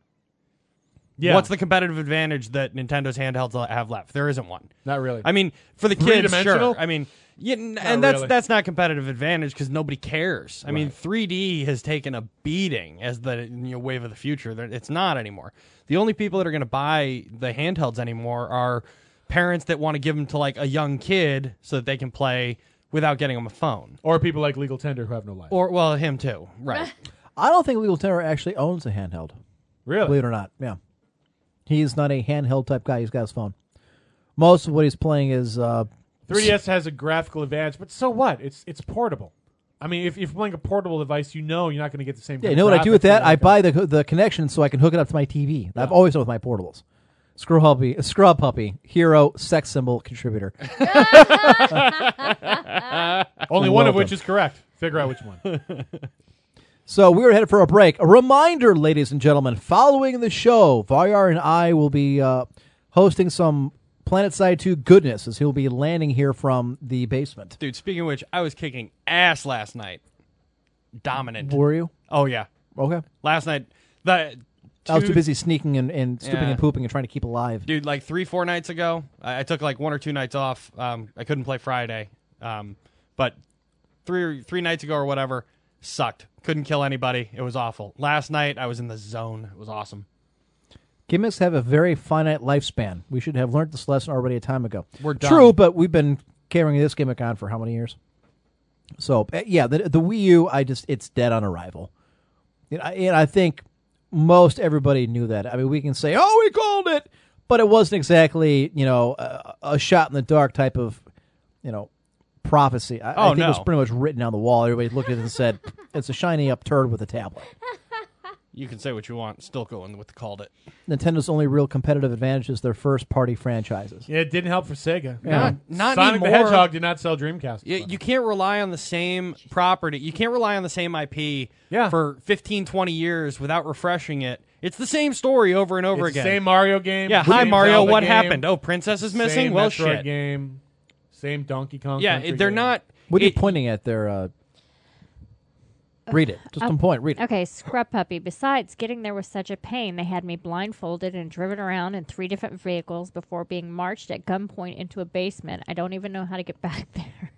Speaker 5: Yeah.
Speaker 7: What's the competitive advantage that Nintendo's handhelds have left? There isn't one.
Speaker 5: Not really.
Speaker 7: I mean, for the kids, sure.
Speaker 5: Three-dimensional?
Speaker 7: I mean, Yeah, n- and that's
Speaker 5: really.
Speaker 7: that's not competitive advantage because nobody cares. I mean, 3D has taken a beating as the you know, wave of the future. There- It's not anymore. The only people that are going to buy the handhelds anymore are parents that want to give them to like a young kid so that they can play without getting them a phone.
Speaker 5: Or people like Legal Tender who have no life.
Speaker 7: Or well, him too, right?
Speaker 4: I don't think Legal Tender actually owns a handheld.
Speaker 5: really?
Speaker 4: Believe it or not, yeah, he is not a handheld type guy. He's got his phone. Most of what he's playing is uh,
Speaker 5: 3DS has a graphical advantage, but so what? It's it's portable. I mean, if, if you're playing a portable device, you know you're not going to get the same.
Speaker 4: Yeah, you know what I do with that? I buy the the connection so I can hook it up to my TV. I've always done with my portables. Screw puppy, scrub puppy, hero, sex symbol contributor.
Speaker 5: Only one of which is correct. Figure out which
Speaker 7: *laughs*
Speaker 5: one.
Speaker 4: so we are headed for a break. A reminder, ladies and gentlemen, following the show, Varyar and I will be uh, hosting some Planet Side Two goodness as he'll be landing here from the basement.
Speaker 7: Dude, speaking of which, I was kicking ass last night. Dominant.
Speaker 4: Were you
Speaker 7: Oh yeah,
Speaker 4: okay?
Speaker 7: last night. The
Speaker 4: I was
Speaker 7: two-
Speaker 4: too busy sneaking and, and stooping
Speaker 7: Yeah.
Speaker 4: and pooping and trying to keep alive.
Speaker 7: dude like three four nights ago i, I took like one or two nights off um, i couldn't play friday um, but three three nights ago or whatever sucked couldn't kill anybody it was awful last night i was in the zone it was awesome
Speaker 4: Gimmicks have a very finite lifespan. We should have learned this lesson already a time ago.
Speaker 7: We're done.
Speaker 4: True, but we've been carrying this gimmick on for how many years? So uh, yeah, the the Wii U, I just it's dead on arrival. And I, and I think most everybody knew that. I mean, we can say, "Oh, we called it," but it wasn't exactly you know a, a shot in the dark type of you know prophecy. I, I
Speaker 7: Oh,
Speaker 4: think it was
Speaker 7: no.
Speaker 4: pretty much written on the wall. Everybody looked at it and said, "It's a shiny up turd with a tablet."
Speaker 7: you can say what you want still going with the called it
Speaker 4: Nintendo's only real competitive advantage is their first party franchises.
Speaker 5: Yeah, it didn't help for Sega.
Speaker 4: Yeah.
Speaker 7: not
Speaker 5: Sonic the
Speaker 7: anymore.
Speaker 5: Hedgehog did not sell Dreamcast.
Speaker 7: you, you can't rely on the same property you can't rely on the same ip
Speaker 5: Yeah.
Speaker 7: for 15 20 years without refreshing it it's the same story over and over
Speaker 5: It's the
Speaker 7: again
Speaker 5: same Mario game.
Speaker 7: yeah hi
Speaker 5: same
Speaker 7: mario
Speaker 5: Zelda
Speaker 7: what
Speaker 5: game,
Speaker 7: happened oh princess is missing
Speaker 5: Same
Speaker 7: well
Speaker 5: Metroid
Speaker 7: shit
Speaker 5: game. Same Donkey Kong.
Speaker 7: yeah
Speaker 5: Country
Speaker 7: it- they're
Speaker 5: game.
Speaker 7: not
Speaker 4: What are you
Speaker 7: it-
Speaker 4: pointing at there? Uh, read it. Just on point. Read it.
Speaker 6: Okay, Scrub Puppy. Besides getting there was such a pain, they had me blindfolded and driven around in three different vehicles before being marched at gunpoint into a basement. I don't even know how to get back *laughs* there.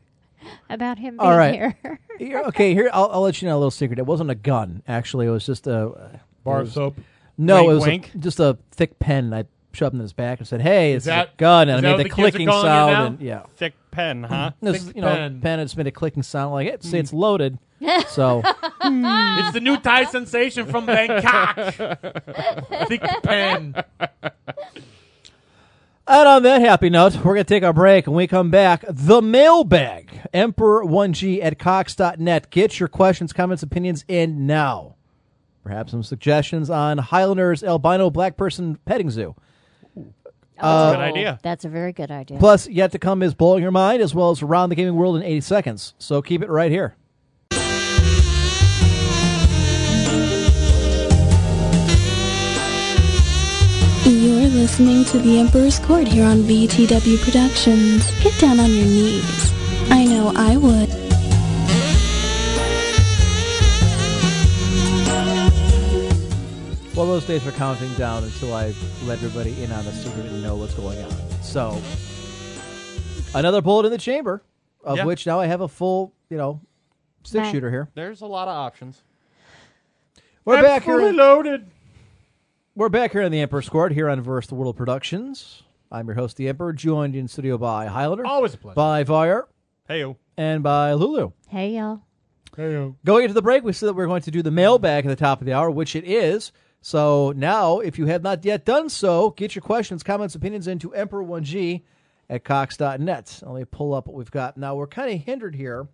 Speaker 6: About him being
Speaker 4: All right.
Speaker 6: here.
Speaker 4: Here- okay, here I'll, I'll let you know a little secret. It wasn't a gun, actually. It was just a
Speaker 5: bar of soap.
Speaker 4: no.
Speaker 7: Wink,
Speaker 4: it was a-
Speaker 7: wink.
Speaker 4: just a thick pen. I shoved in his back and said, "Hey, it's a
Speaker 5: that-
Speaker 4: gun."
Speaker 5: is
Speaker 4: And
Speaker 5: that
Speaker 4: I
Speaker 5: what
Speaker 4: made
Speaker 5: the
Speaker 4: the
Speaker 5: kids are
Speaker 4: clicking
Speaker 5: calling it now?
Speaker 4: sound. And, yeah,
Speaker 7: thick pen, huh?
Speaker 4: this
Speaker 5: Thick
Speaker 4: is, you know
Speaker 5: pen. Mm.
Speaker 4: pen. It's made a clicking sound like it. Say it's loaded. so
Speaker 5: It's the new Thai sensation *laughs* from Bangkok. Thick pen.
Speaker 4: And on that happy note, we're going to take our break. and we come back, the mailbag, emperor1g at cox.net. Get your questions, comments, opinions in now. Perhaps some suggestions on Highlander's albino black person petting zoo.
Speaker 7: Good idea.
Speaker 6: Oh, That's a very good idea.
Speaker 4: Plus, yet to come is blowing your mind, as well as around the gaming world in 80 seconds. So keep it right here.
Speaker 1: You're listening to The Emperor's Court here on VTW Productions. Get down on your knees. I know I would.
Speaker 4: Well, those days are counting down until I let everybody in on the secret and know what's going on. So, another bullet in the chamber, of
Speaker 7: Yeah.
Speaker 4: which now I have a full, you know, six
Speaker 6: Right.
Speaker 4: shooter here.
Speaker 7: There's a lot of options.
Speaker 4: We're
Speaker 5: I'm
Speaker 4: back here.
Speaker 5: fully loaded.
Speaker 4: We're back here on the Emperor's Court here on Verse the World Productions. I'm your host, the Emperor, joined in studio by Highlander,
Speaker 5: Always a pleasure.
Speaker 4: by Vire,
Speaker 7: Hey,
Speaker 4: and by Lulu.
Speaker 6: hey, y'all.
Speaker 4: Going into the break, we said that we're going to do the mailbag at the top of the hour, which it is. So now, if you have not yet done so, get your questions, comments, opinions into Emperor1G at Cox.net. Let me pull up what we've got. Now, we're kind of hindered here.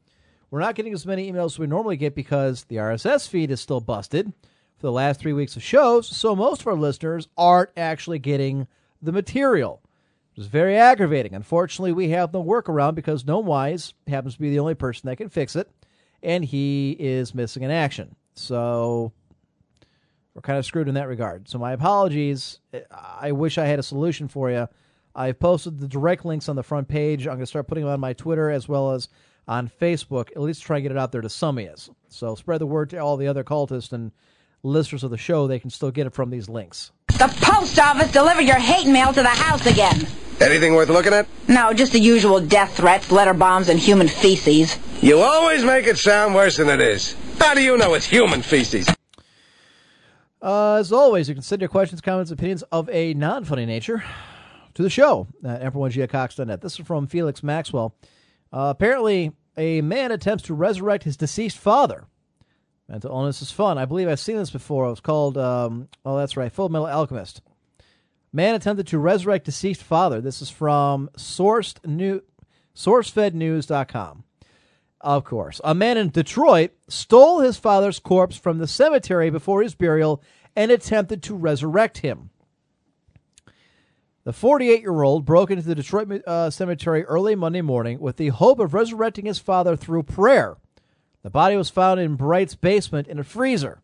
Speaker 4: We're not getting as many emails as we normally get because the RSS feed is still busted for the last three weeks of shows. So most of our listeners aren't actually getting the material. It's very aggravating. Unfortunately, we have no workaround because Gnome Wise happens to be the only person that can fix it, and he is missing in action. So we're kind of screwed in that regard. So my apologies. I wish I had a solution for you. I've posted the direct links on the front page. I'm going to start putting them on my Twitter as well as on Facebook, at least try and get it out there to some of us. So spread the word to all the other cultists and listeners of the show. They can still get it from these links.
Speaker 9: The post office delivered your hate mail to the house again.
Speaker 3: Anything worth looking at?
Speaker 9: No, just the usual death threats, letter bombs, and human feces.
Speaker 3: You always make it sound worse than it is. How do you know it's human feces?
Speaker 4: Uh, as always, you can send your questions, comments, opinions of a non funny nature to the show at emperor1gcox.net. This is from Felix Maxwell. Uh, apparently, a man attempts to resurrect his deceased father. Mental illness is fun. I believe I've seen this before. It was called, um, oh, that's right, Full Metal Alchemist. Man attempted to resurrect deceased father. This is from sourced new, sourcefednews.com. Of course. A man in Detroit stole his father's corpse from the cemetery before his burial and attempted to resurrect him. The 48 year old broke into the Detroit uh, cemetery early Monday morning with the hope of resurrecting his father through prayer. The body was found in Bright's basement in a freezer.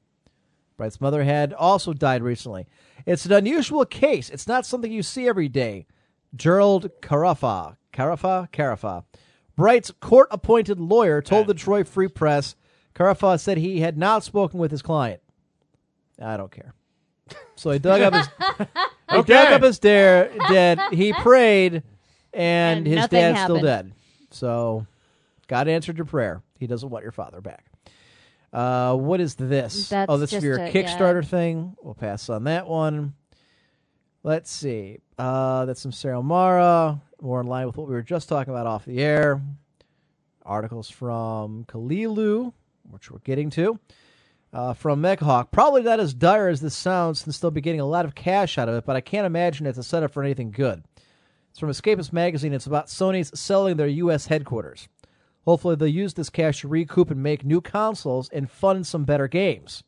Speaker 4: Bright's mother had also died recently. It's an unusual case. It's not something you see every day. Gerald Carafa, Carafa, Carafa, Bright's court-appointed lawyer told the Detroit Free Press. Carafa said he had not spoken with his client. I don't care. So he dug up
Speaker 6: *laughs*
Speaker 4: his he dug
Speaker 5: Okay.
Speaker 4: up his dare, dead. He prayed, and,
Speaker 6: And
Speaker 4: his
Speaker 6: nothing
Speaker 4: dad's still dead.
Speaker 6: happened.
Speaker 4: So God answered your prayer. He doesn't want your father back. Uh, what is this?
Speaker 6: That's
Speaker 4: oh, this is
Speaker 6: just
Speaker 4: your
Speaker 6: a-
Speaker 4: Kickstarter thing. We'll pass on that one. Let's see. Uh, that's some Sarah Mara. More in line with what we were just talking about off the air. Articles from Kalilu, which we're getting to. Uh, from MechHawk. Probably not as dire as this sounds since they'll be getting a lot of cash out of it, but I can't imagine it's a setup for anything good. It's from Escapist Magazine. It's about Sony's selling their U.S. headquarters. Hopefully, they'll use this cash to recoup and make new consoles and fund some better games.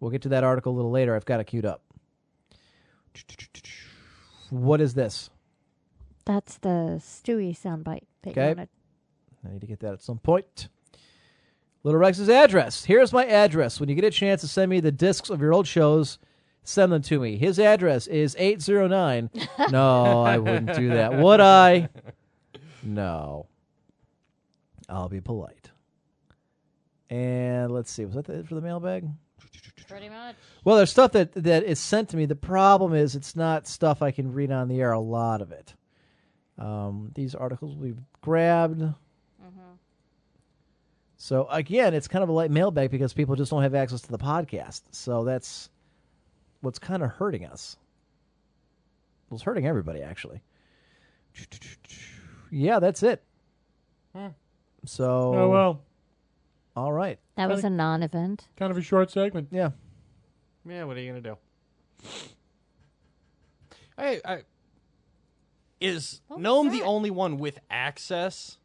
Speaker 4: We'll get to that article a little later. I've got it queued up. What is this?
Speaker 6: That's the Stewie soundbite that
Speaker 4: Okay.
Speaker 6: you wanted.
Speaker 4: I need to get that at some point. Little Rex's address. Here's my address. When you get a chance to send me the discs of your old shows, send them to me. His address is 809. no, I wouldn't do that. Would I? No. I'll be polite. And let's see. Was that it for the mailbag?
Speaker 6: Pretty much.
Speaker 4: Well, there's stuff that that is sent to me. The problem is, it's not stuff I can read on the air. A lot of it. Um, these articles we've grabbed.
Speaker 7: Mm-hmm.
Speaker 4: So again, it's kind of a light mailbag because people just don't have access to the podcast. So that's what's kind of hurting us. Well, it's hurting everybody actually. Yeah, that's it. So
Speaker 5: Oh well,
Speaker 4: all right.
Speaker 6: That was a non-event.
Speaker 5: kind of a short segment.
Speaker 4: Yeah.
Speaker 7: Yeah, what are you gonna do? I, I is Gnome the only one with access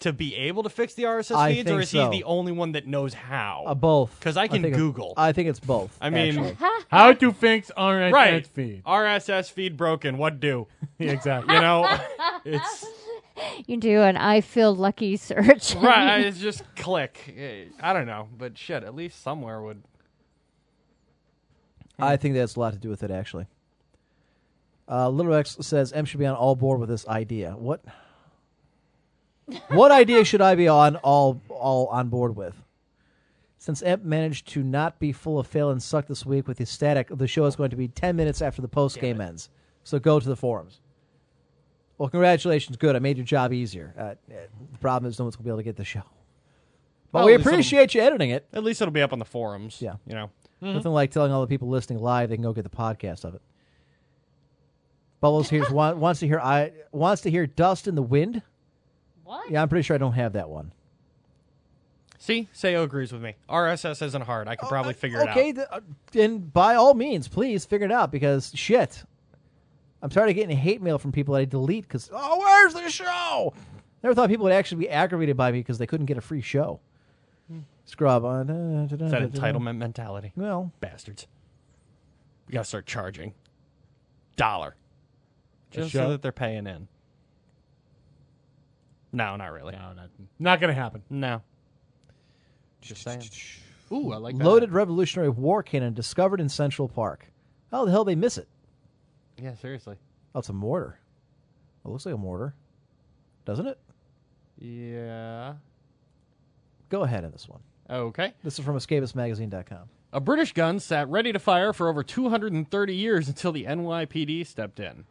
Speaker 7: to be able to fix the RSS
Speaker 4: I
Speaker 7: feeds,
Speaker 4: think
Speaker 7: or is
Speaker 4: so.
Speaker 7: he the only one that knows how?
Speaker 4: Uh, both.
Speaker 7: 'Cause I can
Speaker 4: think it-
Speaker 7: Google.
Speaker 4: I think it's both.
Speaker 7: I mean-
Speaker 4: actually.
Speaker 5: How to fix RSS
Speaker 7: right,
Speaker 5: feed?
Speaker 7: RSS feed broken. What do?
Speaker 5: Yeah, exactly.
Speaker 7: You know, *laughs* it's
Speaker 6: You do an I feel lucky *laughs* search.
Speaker 7: *laughs* right. It's just click. Eh, I don't know, but shit. At least somewhere would.
Speaker 4: I think that's a lot to do with it, actually. Uh, Little X says M should be on all board with this idea. What? what idea should I be on all all on board with? Since Emp managed to not be full of fail and suck this week with his static, the show is going to be ten minutes after the post game ends. So go to the forums. Well, congratulations, good. I made your job easier. Uh, eh, the problem is no one's going to be able to get the show. But
Speaker 7: Well,
Speaker 4: we
Speaker 7: at least it'll-
Speaker 4: appreciate you editing it.
Speaker 7: At least it'll be up on the forums.
Speaker 4: Yeah.
Speaker 7: you know.
Speaker 4: Nothing like telling all the people listening live they can go get the podcast of it. Bubbles here's wa- wants to hear I wants to hear dust in the wind.
Speaker 6: What?
Speaker 4: Yeah, I'm pretty sure I don't have that one.
Speaker 7: See, Sayo agrees with me. RSS isn't hard. I could probably figure it out.
Speaker 4: okay, th- Oh, uh, then by all means, please figure it out because shit, I'm tired of getting hate mail from people that I delete because oh, where's the show? Never thought people would actually be aggravated by me because they couldn't get a free show. Scrub on uh,
Speaker 7: It's Hmm. that entitlement mentality.
Speaker 4: Well,
Speaker 7: Bastards. We gotta start charging. Dollar. Just
Speaker 5: show?
Speaker 7: so that they're paying in. No, not really.
Speaker 5: No, not, not gonna happen.
Speaker 7: No. Just saying. Ooh, I like
Speaker 4: loaded Revolutionary War cannon discovered in Central Park. How the hell they miss it?
Speaker 7: Yeah, seriously.
Speaker 4: Oh, it's a mortar. It looks like a mortar, doesn't it?
Speaker 7: Yeah.
Speaker 4: Go ahead in this one.
Speaker 7: Okay.
Speaker 4: This is from escapistmagazine.com.
Speaker 7: *laughs* A British gun sat ready to fire for over 230 years until the NYPD stepped in.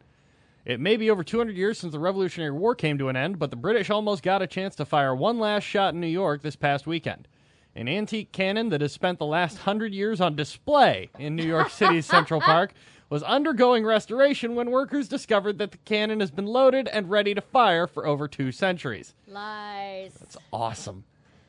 Speaker 7: It may be over 200 years since the Revolutionary War came to an end, but the British almost got a chance to fire one last shot in New York this past weekend. An antique cannon that has spent the last 100 years on display in New York City's Central Park was undergoing restoration when workers discovered that the cannon has been loaded and ready to fire for over two centuries
Speaker 6: Lies.
Speaker 7: awesome.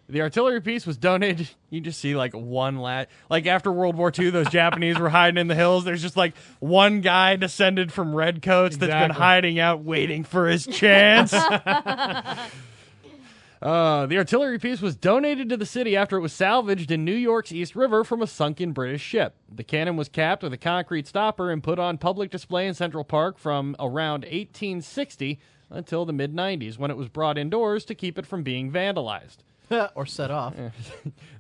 Speaker 7: The artillery piece was donated. *laughs* You just see like one lad, like after World War II, those Japanese were hiding in the hills. There's just like one guy descended from redcoats that's been
Speaker 5: Exactly.
Speaker 7: hiding out, waiting for his chance. Uh, the artillery piece was donated to the city after it was salvaged in New York's East River from a sunken British ship. The cannon was capped with a concrete stopper and put on public display in Central Park from around 1860 until the mid 90s when it was brought indoors to keep it from being vandalized.
Speaker 4: or set off.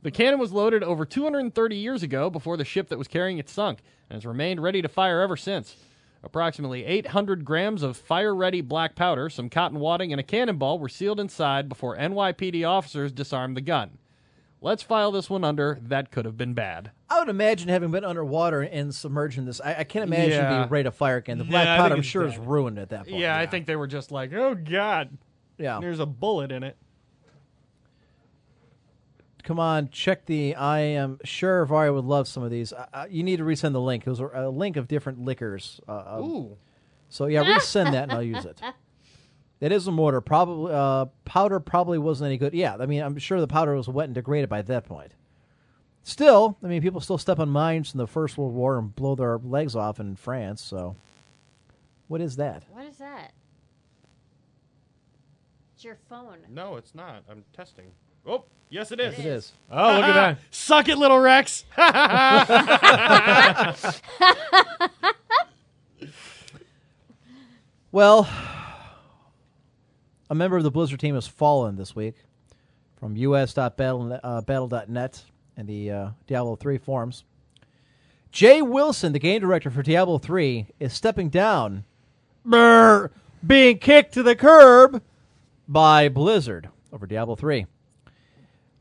Speaker 7: The cannon was loaded over 230 years ago before the ship that was carrying it sunk and has remained ready to fire ever since. Approximately 800 grams of fire ready black powder, some cotton wadding, and a cannonball were sealed inside before NYPD officers disarmed the gun. Let's file this one under that could have been bad.
Speaker 4: I would imagine having been underwater and submerged in this, I, I can't imagine
Speaker 7: Yeah.
Speaker 4: being ready to fire again. The
Speaker 7: Yeah,
Speaker 4: black
Speaker 7: I
Speaker 4: powder,
Speaker 7: think
Speaker 4: I'm
Speaker 7: it's
Speaker 4: sure, is
Speaker 7: dead.
Speaker 4: ruined at that point.
Speaker 7: I think they were just like, oh, God.
Speaker 4: Yeah.
Speaker 7: There's a bullet in it.
Speaker 4: Come on, check the. I am sure Varia would love some of these. I, I, you need to resend the link. It was a, a link of different liquors. Uh, uh,
Speaker 7: Ooh.
Speaker 4: So yeah, resend that and I'll use it. It is a mortar. Probably uh, powder probably wasn't any good. Yeah, I mean, I'm sure the powder was wet and degraded by that point. Still, I mean, people still step on mines from the First World War and blow their legs off in France. So, what is that?
Speaker 6: What is that? It's your phone.
Speaker 7: No, it's not. I'm testing. Oh, yes, it is. Uh-uh.
Speaker 4: Yes, it is.
Speaker 5: Oh, look at that.
Speaker 7: Suck it, little Rex. *laughs*
Speaker 4: Well, a member of the Blizzard team has fallen this week from us.battle.net uh, battle.net and the uh, Diablo 3 forums. Jay Wilson, the game director for Diablo 3, is stepping down, brr, being kicked to the curb by Blizzard over Diablo 3.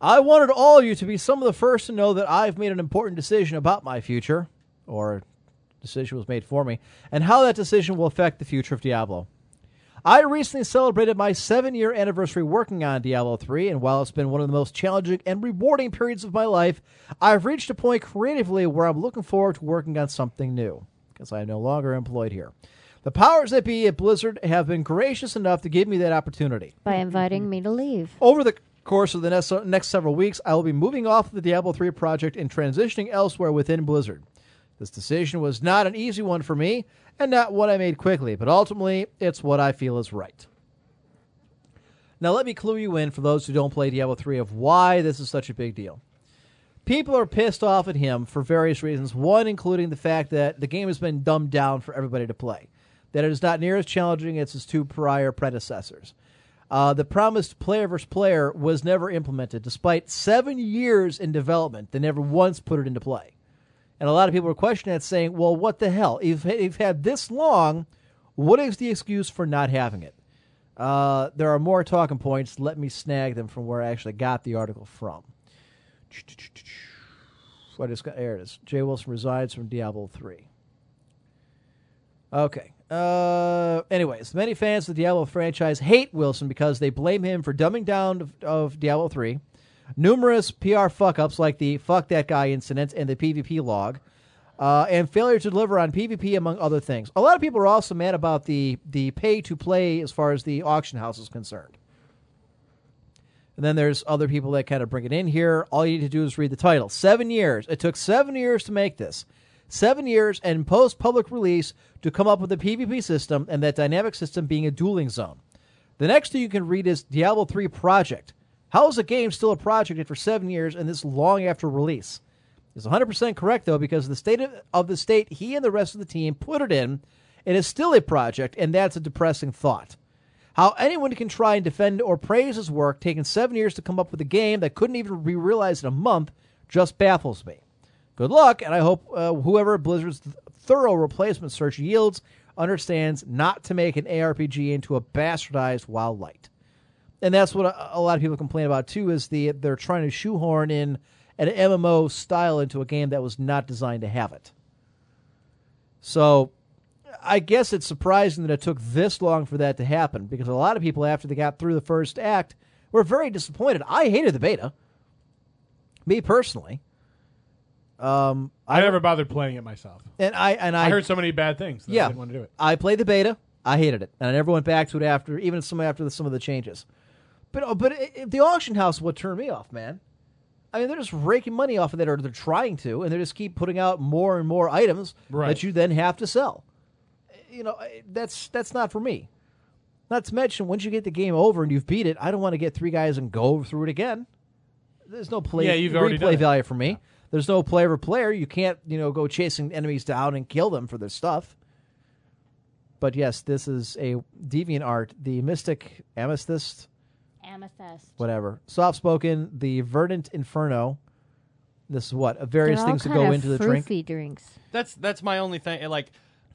Speaker 4: I wanted all of you to be some of the first to know that I've made an important decision about my future, or decision was made for me, and how that decision will affect the future of Diablo. I recently celebrated my seven year anniversary working on Diablo 3, and while it's been one of the most challenging and rewarding periods of my life, I've reached a point creatively where I'm looking forward to working on something new, because I am no longer employed here. The powers that be at Blizzard have been gracious enough to give me that opportunity.
Speaker 6: By inviting me to leave.
Speaker 4: Over the course of the next, next several weeks, I will be moving off the Diablo 3 project and transitioning elsewhere within Blizzard. This decision was not an easy one for me and not one I made quickly, but ultimately, it's what I feel is right. Now, let me clue you in for those who don't play Diablo 3 of why this is such a big deal. People are pissed off at him for various reasons, one including the fact that the game has been dumbed down for everybody to play, that it is not near as challenging as its two prior predecessors. Uh, the promised player versus player was never implemented, despite seven years in development. They never once put it into play. And a lot of people are questioning that, saying, well, what the hell? If if you've had this long, what is the excuse for not having it? Uh, there are more talking points. Let me snag them from where I actually got the article from. So I just got, there it is. Jay Wilson resides from Diablo 3. Okay. Uh, anyways, many fans of the Diablo franchise hate Wilson because they blame him for dumbing down of, of Diablo 3, numerous PR fuck ups like the fuck that guy incident and the PvP log, uh, and failure to deliver on PvP, among other things. A lot of people are also mad about the, the pay to play as far as the auction house is concerned. And then there's other people that kind of bring it in here. All you need to do is read the title. Seven years. It took seven years to make this. Seven years and post public release to come up with a PvP system and that dynamic system being a dueling zone. The next thing you can read is Diablo 3 Project. How is a game still a project after seven years and this long after release? Is 100% correct, though, because the state of, of the state he and the rest of the team put it in, it is still a project, and that's a depressing thought. How anyone can try and defend or praise his work, taking seven years to come up with a game that couldn't even be realized in a month, just baffles me. Good luck, and I hope uh, whoever Blizzard's th- thorough replacement search yields understands not to make an ARPG into a bastardized WoW light. and that's what a, a lot of people complain about too is the they're trying to shoehorn in an MMO style into a game that was not designed to have it. So I guess it's surprising that it took this long for that to happen because a lot of people after they got through the first act were very disappointed. I hated the beta. Me personally. Um
Speaker 5: I never bothered playing it myself.
Speaker 4: and I and I,
Speaker 5: I heard so many bad things. That
Speaker 4: yeah,
Speaker 5: I didn't want to do it.
Speaker 4: I played the beta. I hated it, and I never went back to it after, even some after the, some of the changes. But oh, but i i- the auction house, what turned me off, man? I mean, they're just raking money off of that, or they're trying to, and they just keep putting out more and more items that
Speaker 10: Right.
Speaker 4: you then have to sell. You know, I- that's that's not for me. Not to mention, once you get the game over and you've beat it, I don't want to get three guys and go through it again. There's no play
Speaker 5: Yeah, you've
Speaker 4: replay
Speaker 5: already done it.
Speaker 4: value for me. There's no player for player. You can't, you know, go chasing enemies down and kill them for their stuff. But yes, this is a deviant art. The mystic amethyst,
Speaker 6: Amethyst.
Speaker 4: whatever, soft spoken, the verdant inferno. This is what various
Speaker 6: They're all
Speaker 4: things that
Speaker 6: kind
Speaker 4: go
Speaker 6: of
Speaker 4: into the drink.
Speaker 6: froofy drinks.
Speaker 7: That's that's my only thing. Like,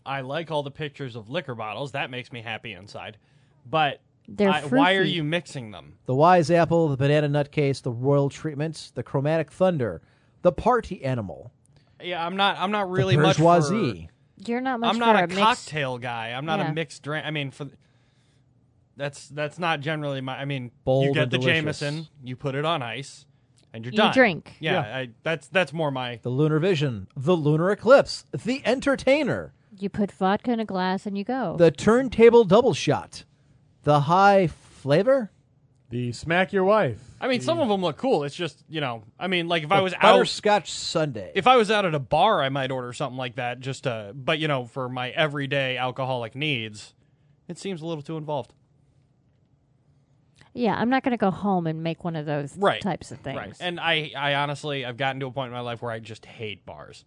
Speaker 7: I like all the pictures of liquor bottles. That makes me happy inside. But
Speaker 4: They're
Speaker 7: I- why are
Speaker 4: fruity.
Speaker 7: you mixing them?
Speaker 4: The wise apple, the banana nutcase, the royal treatments, the chromatic thunder, the party animal,
Speaker 7: Yeah, I'm not. I'm not
Speaker 4: the
Speaker 7: really much.
Speaker 4: bourgeoisie.
Speaker 7: For,
Speaker 6: You're not much
Speaker 7: I'm not
Speaker 6: for
Speaker 7: a,
Speaker 6: a mixed-
Speaker 7: cocktail guy. I'm not
Speaker 6: Yeah.
Speaker 7: a mixed drink. I mean, for th- that's that's not generally my. I mean, you
Speaker 4: Bold
Speaker 7: get
Speaker 4: and
Speaker 7: the
Speaker 4: delicious.
Speaker 7: Jameson, you put it on ice, and you're
Speaker 4: You
Speaker 7: done.
Speaker 4: drink.
Speaker 7: Yeah,
Speaker 4: Yeah.
Speaker 7: I, that's that's more my.
Speaker 4: The lunar vision, the lunar eclipse, the entertainer,
Speaker 6: You put vodka in a glass and you go.
Speaker 4: the turntable double shot, the high flavor,
Speaker 5: the smack your wife.
Speaker 7: I mean,
Speaker 4: Mm.
Speaker 7: some of them look cool. It's just you know. I mean, like if
Speaker 4: the
Speaker 7: I was out
Speaker 4: butterscotch Sunday.
Speaker 7: If I was out at a bar, I might order something like that. Just to, but you know, for my everyday alcoholic needs, it seems a little too involved.
Speaker 6: yeah, I'm not going to go home and make one of those
Speaker 7: Right.
Speaker 6: types of things.
Speaker 7: Right.
Speaker 6: *laughs*
Speaker 7: And I, I honestly, I've gotten to a point in my life where I just hate bars.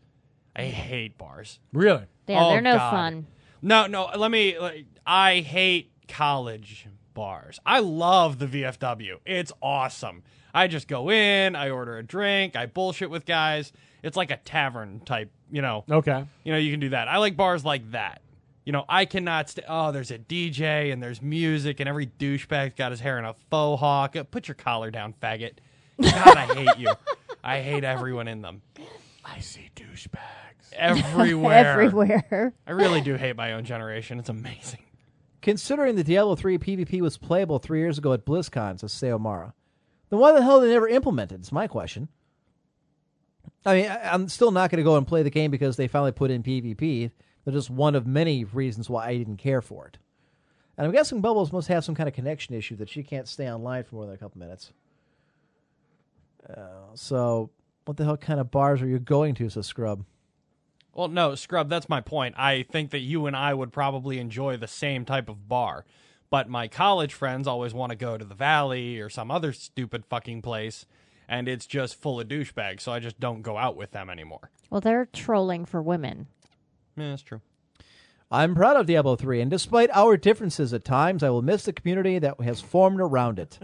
Speaker 7: I hate bars.
Speaker 5: Really?
Speaker 6: Yeah,
Speaker 7: Oh,
Speaker 6: they're no
Speaker 7: God.
Speaker 6: fun.
Speaker 7: No, no. Let me. Like, I hate college bars. I love the VFW. It's awesome. I just go in. I order a drink. I bullshit with guys. It's like a tavern type. You know.
Speaker 5: Okay.
Speaker 7: You know, you can do that. I like bars like that. You know, I cannot. St- oh, there's a DJ and there's music and every douchebag's got his hair in a faux hawk. Uh, Put your collar down, faggot. God, I hate you. I hate everyone in them.
Speaker 5: I see douchebags
Speaker 7: Everywhere.
Speaker 6: *laughs* Everywhere.
Speaker 7: I really do hate my own generation. It's amazing.
Speaker 4: Considering the Diablo 3 PvP was playable three years ago at BlizzCon, says Sayomara, then why the hell they never implemented? It's my question. I mean, I, I'm still not going to go and play the game because they finally put in PvP. They're just one of many reasons why I didn't care for it. And I'm guessing Bubbles must have some kind of connection issue that she can't stay online for more than a couple minutes. Uh, so, what the hell kind of bars are you going to, says Scrub?
Speaker 7: Well, no, Scrub, that's my point. I think that you and I would probably enjoy the same type of bar. But my college friends always want to go to the Valley or some other stupid fucking place, and it's just full of douchebags, so I just don't go out with them anymore.
Speaker 6: Well, they're trolling for women.
Speaker 7: Yeah, that's true.
Speaker 4: I'm proud of Diablo 3, and despite our differences at times, I will miss the community that has formed around it.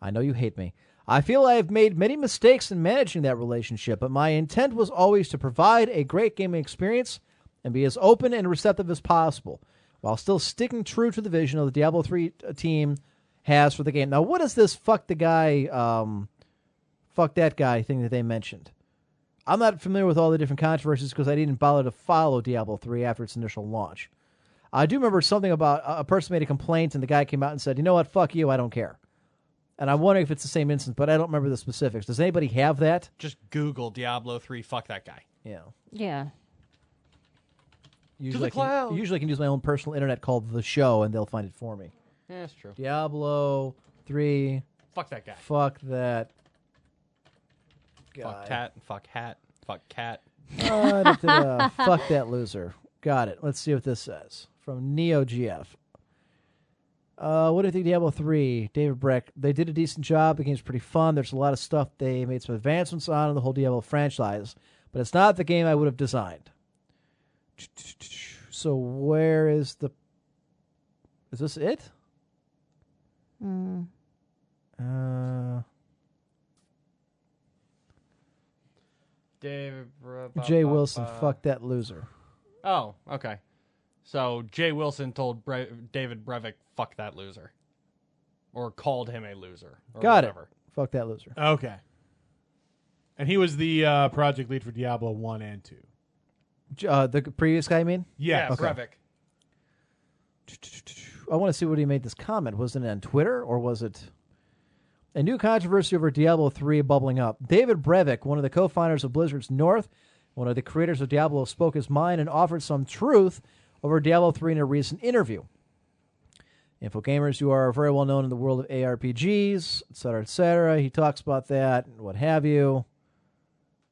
Speaker 4: I know you hate me. I feel I have made many mistakes in managing that relationship, but my intent was always to provide a great gaming experience and be as open and receptive as possible, while still sticking true to the vision of the Diablo 3 team has for the game. Now, what is this fuck the guy, um, fuck that guy thing that they mentioned? I'm not familiar with all the different controversies because I didn't bother to follow Diablo 3 after its initial launch. I do remember something about a a person made a complaint and the guy came out and said, "You know what? Fuck you. I don't care." And I'm wondering if it's the same instance, but I don't remember the specifics. Does anybody have that?
Speaker 7: Just Google Diablo 3, fuck that guy.
Speaker 4: Yeah.
Speaker 6: Yeah.
Speaker 4: Usually I can-
Speaker 7: cloud.
Speaker 4: usually I can use my own personal internet called the show, and they'll find it for me.
Speaker 7: Yeah, that's true.
Speaker 4: Diablo three.
Speaker 7: Fuck that guy.
Speaker 4: Fuck that.
Speaker 7: Fuck tat, fuck hat, fuck cat.
Speaker 4: Uh, *laughs* da, da, da. Fuck that loser. Got it. Let's see what this says from NeoGF. Uh, what do you think Diablo 3? David Breck. They did a decent job. The game's pretty fun. There's a lot of stuff they made some advancements on in the whole Diablo franchise, but it's not the game I would have designed. So where is the? Is this it?
Speaker 6: Mm.
Speaker 4: Uh,
Speaker 7: David
Speaker 4: Jay Wilson. Fuck that loser.
Speaker 7: Oh, okay. So Jay Wilson told Bre- David Brevik, fuck that loser. or called him a loser. Or
Speaker 4: Got
Speaker 7: whatever.
Speaker 4: it. Fuck that loser.
Speaker 5: Okay. And he was the uh, project lead for Diablo 1 and 2.
Speaker 4: J- Uh, the previous guy, you mean?
Speaker 5: Yes.
Speaker 4: Okay. I want to see what he made this comment. Was it on Twitter or was it a new controversy over Diablo 3 bubbling up? David Brevik, one of the co founders of Blizzard's North, one of the creators of Diablo, spoke his mind and offered some truth over Diablo 3 in a recent interview. Info gamers, you are very well known in the world of ARPGs, et cetera, et cetera. He talks about that and what have you.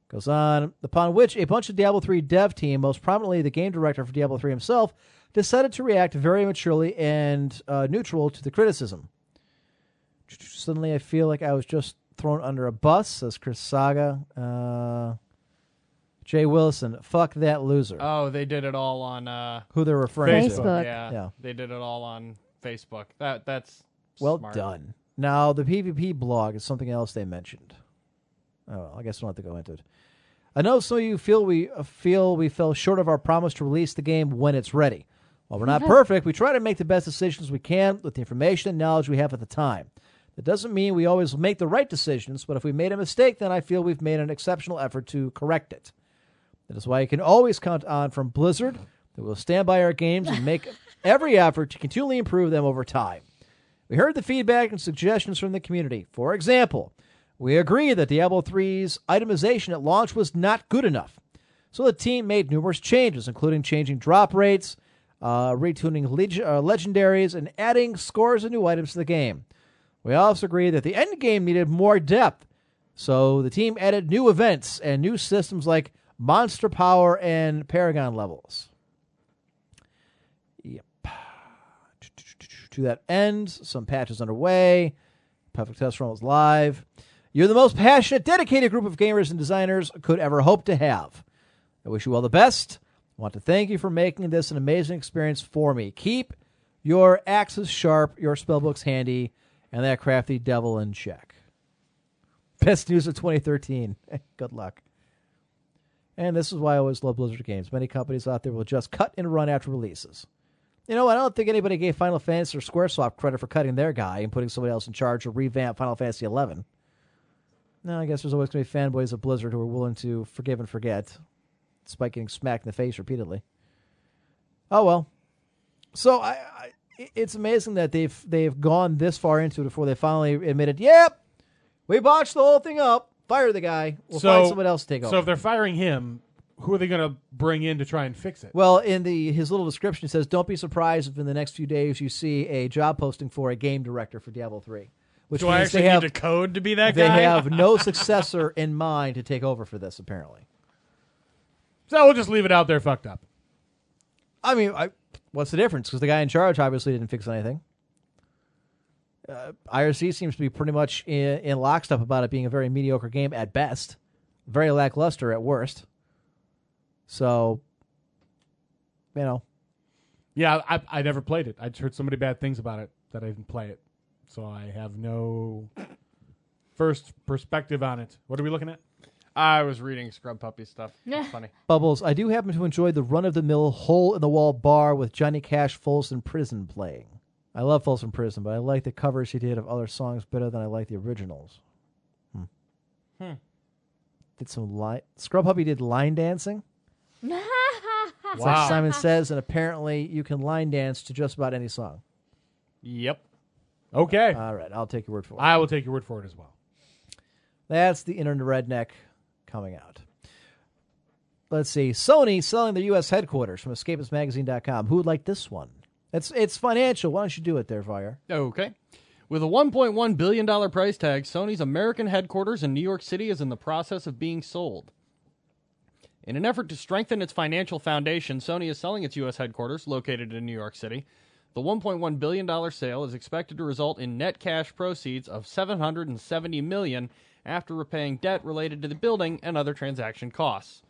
Speaker 4: Goes on, upon which a bunch of Diablo 3 dev team, most prominently the game director for Diablo 3 himself, decided to react very maturely and uh, neutral to the criticism. Suddenly, I feel like I was just thrown under a bus, says Chris Saga. Uh, Jay Willison, fuck that loser.
Speaker 7: Oh, they did it all on uh,
Speaker 4: Who they're referring to. Facebook.
Speaker 7: Yeah,
Speaker 4: Yeah.
Speaker 7: they did it all on Facebook. That that's
Speaker 4: Well
Speaker 7: smart.
Speaker 4: done. Now, the PvP blog is something else they mentioned. Oh, well, I guess we don't have to go into it. I know some of you feel we uh, feel we fell short of our promise to release the game when it's ready. While we're not perfect, we try to make the best decisions we can with the information and knowledge we have at the time. That doesn't mean we always make the right decisions, but if we made a mistake, then I feel we've made an exceptional effort to correct it. That is why you can always count on from Blizzard that we'll stand by our games and make every effort to continually improve them over time. We heard the feedback and suggestions from the community. For example, we agree that Diablo 3's itemization at launch was not good enough. So the team made numerous changes, including changing drop rates, uh, retuning leg- uh, legendaries, and adding scores of new items to the game. We also agree that the end game needed more depth, so the team added new events and new systems like monster power and paragon levels. Yep. To that end, some patches underway. Perfect Test Run is live. You're the most passionate, dedicated group of gamers and designers could ever hope to have. I wish you all the best. I want to thank you for making this an amazing experience for me. Keep your axes sharp, your spellbooks handy, and that crafty devil in check. Best news of 2013. *laughs* Good luck. And this is why I always love Blizzard games. Many companies out there will just cut and run after releases. You know, I don't think anybody gave Final Fantasy or Squaresoft credit for cutting their guy and putting somebody else in charge to revamp Final Fantasy XI. No, I guess there's always going to be fanboys of Blizzard who are willing to forgive and forget, despite getting smacked in the face repeatedly. Oh well. So I, I i- it's amazing that they've they've gone this far into it before they finally admitted, "Yep, we botched the whole thing up. Fire the guy. We'll find someone else to take
Speaker 5: so
Speaker 4: over."
Speaker 5: if they're firing him, who are they going to bring in to try and fix it?
Speaker 4: Well, in the his little description it says, "Don't be surprised if in the next few days you see a job posting for a game director for Diablo 3." Which
Speaker 7: Do
Speaker 4: means
Speaker 7: I actually
Speaker 4: they have,
Speaker 7: need to code to be that
Speaker 4: they
Speaker 7: guy?
Speaker 4: have
Speaker 7: *laughs*
Speaker 4: no successor in mind to take over for this. Apparently,
Speaker 5: So we'll just leave it out there fucked up.
Speaker 4: I mean, I, what's the difference? Because the guy in charge obviously didn't fix anything. Uh, IRC seems to be pretty much in, in lockstep about it being a very mediocre game at best, very lackluster at worst. So, you know,
Speaker 5: Yeah, I, I never played it. I just heard so many bad things about it that I didn't play it. So I have no first perspective on it. What are we looking at?
Speaker 7: I was reading Scrub Puppy stuff. It's funny.
Speaker 4: Bubbles, I do happen to enjoy the run of the mill hole in the wall bar with Johnny Cash Folsom Prison playing. I love Folsom Prison, but I like the covers he did of other songs better than I like the originals. Hmm.
Speaker 7: Hmm.
Speaker 4: Did some line Scrub Hubby did line dancing. It's like Simon says, and apparently you can line dance to just about any song.
Speaker 7: Yep.
Speaker 5: Okay.
Speaker 7: Uh,
Speaker 4: All right, I'll take your word for it.
Speaker 5: I will take your word for it as well.
Speaker 4: That's the internet redneck coming out. Let's see. Sony selling their U.S. headquarters from escapistmagazine.com. Who would like this one? It's it's financial. Why don't you do it there, Fire?
Speaker 7: Okay. With a $1.1 billion price tag, Sony's American headquarters in New York City is in the process of being sold. In an effort to strengthen its financial foundation, Sony is selling its U.S. headquarters, located in New York City. The $1.1 billion sale is expected to result in net cash proceeds of $770 million after repaying debt related to the building and other transaction costs.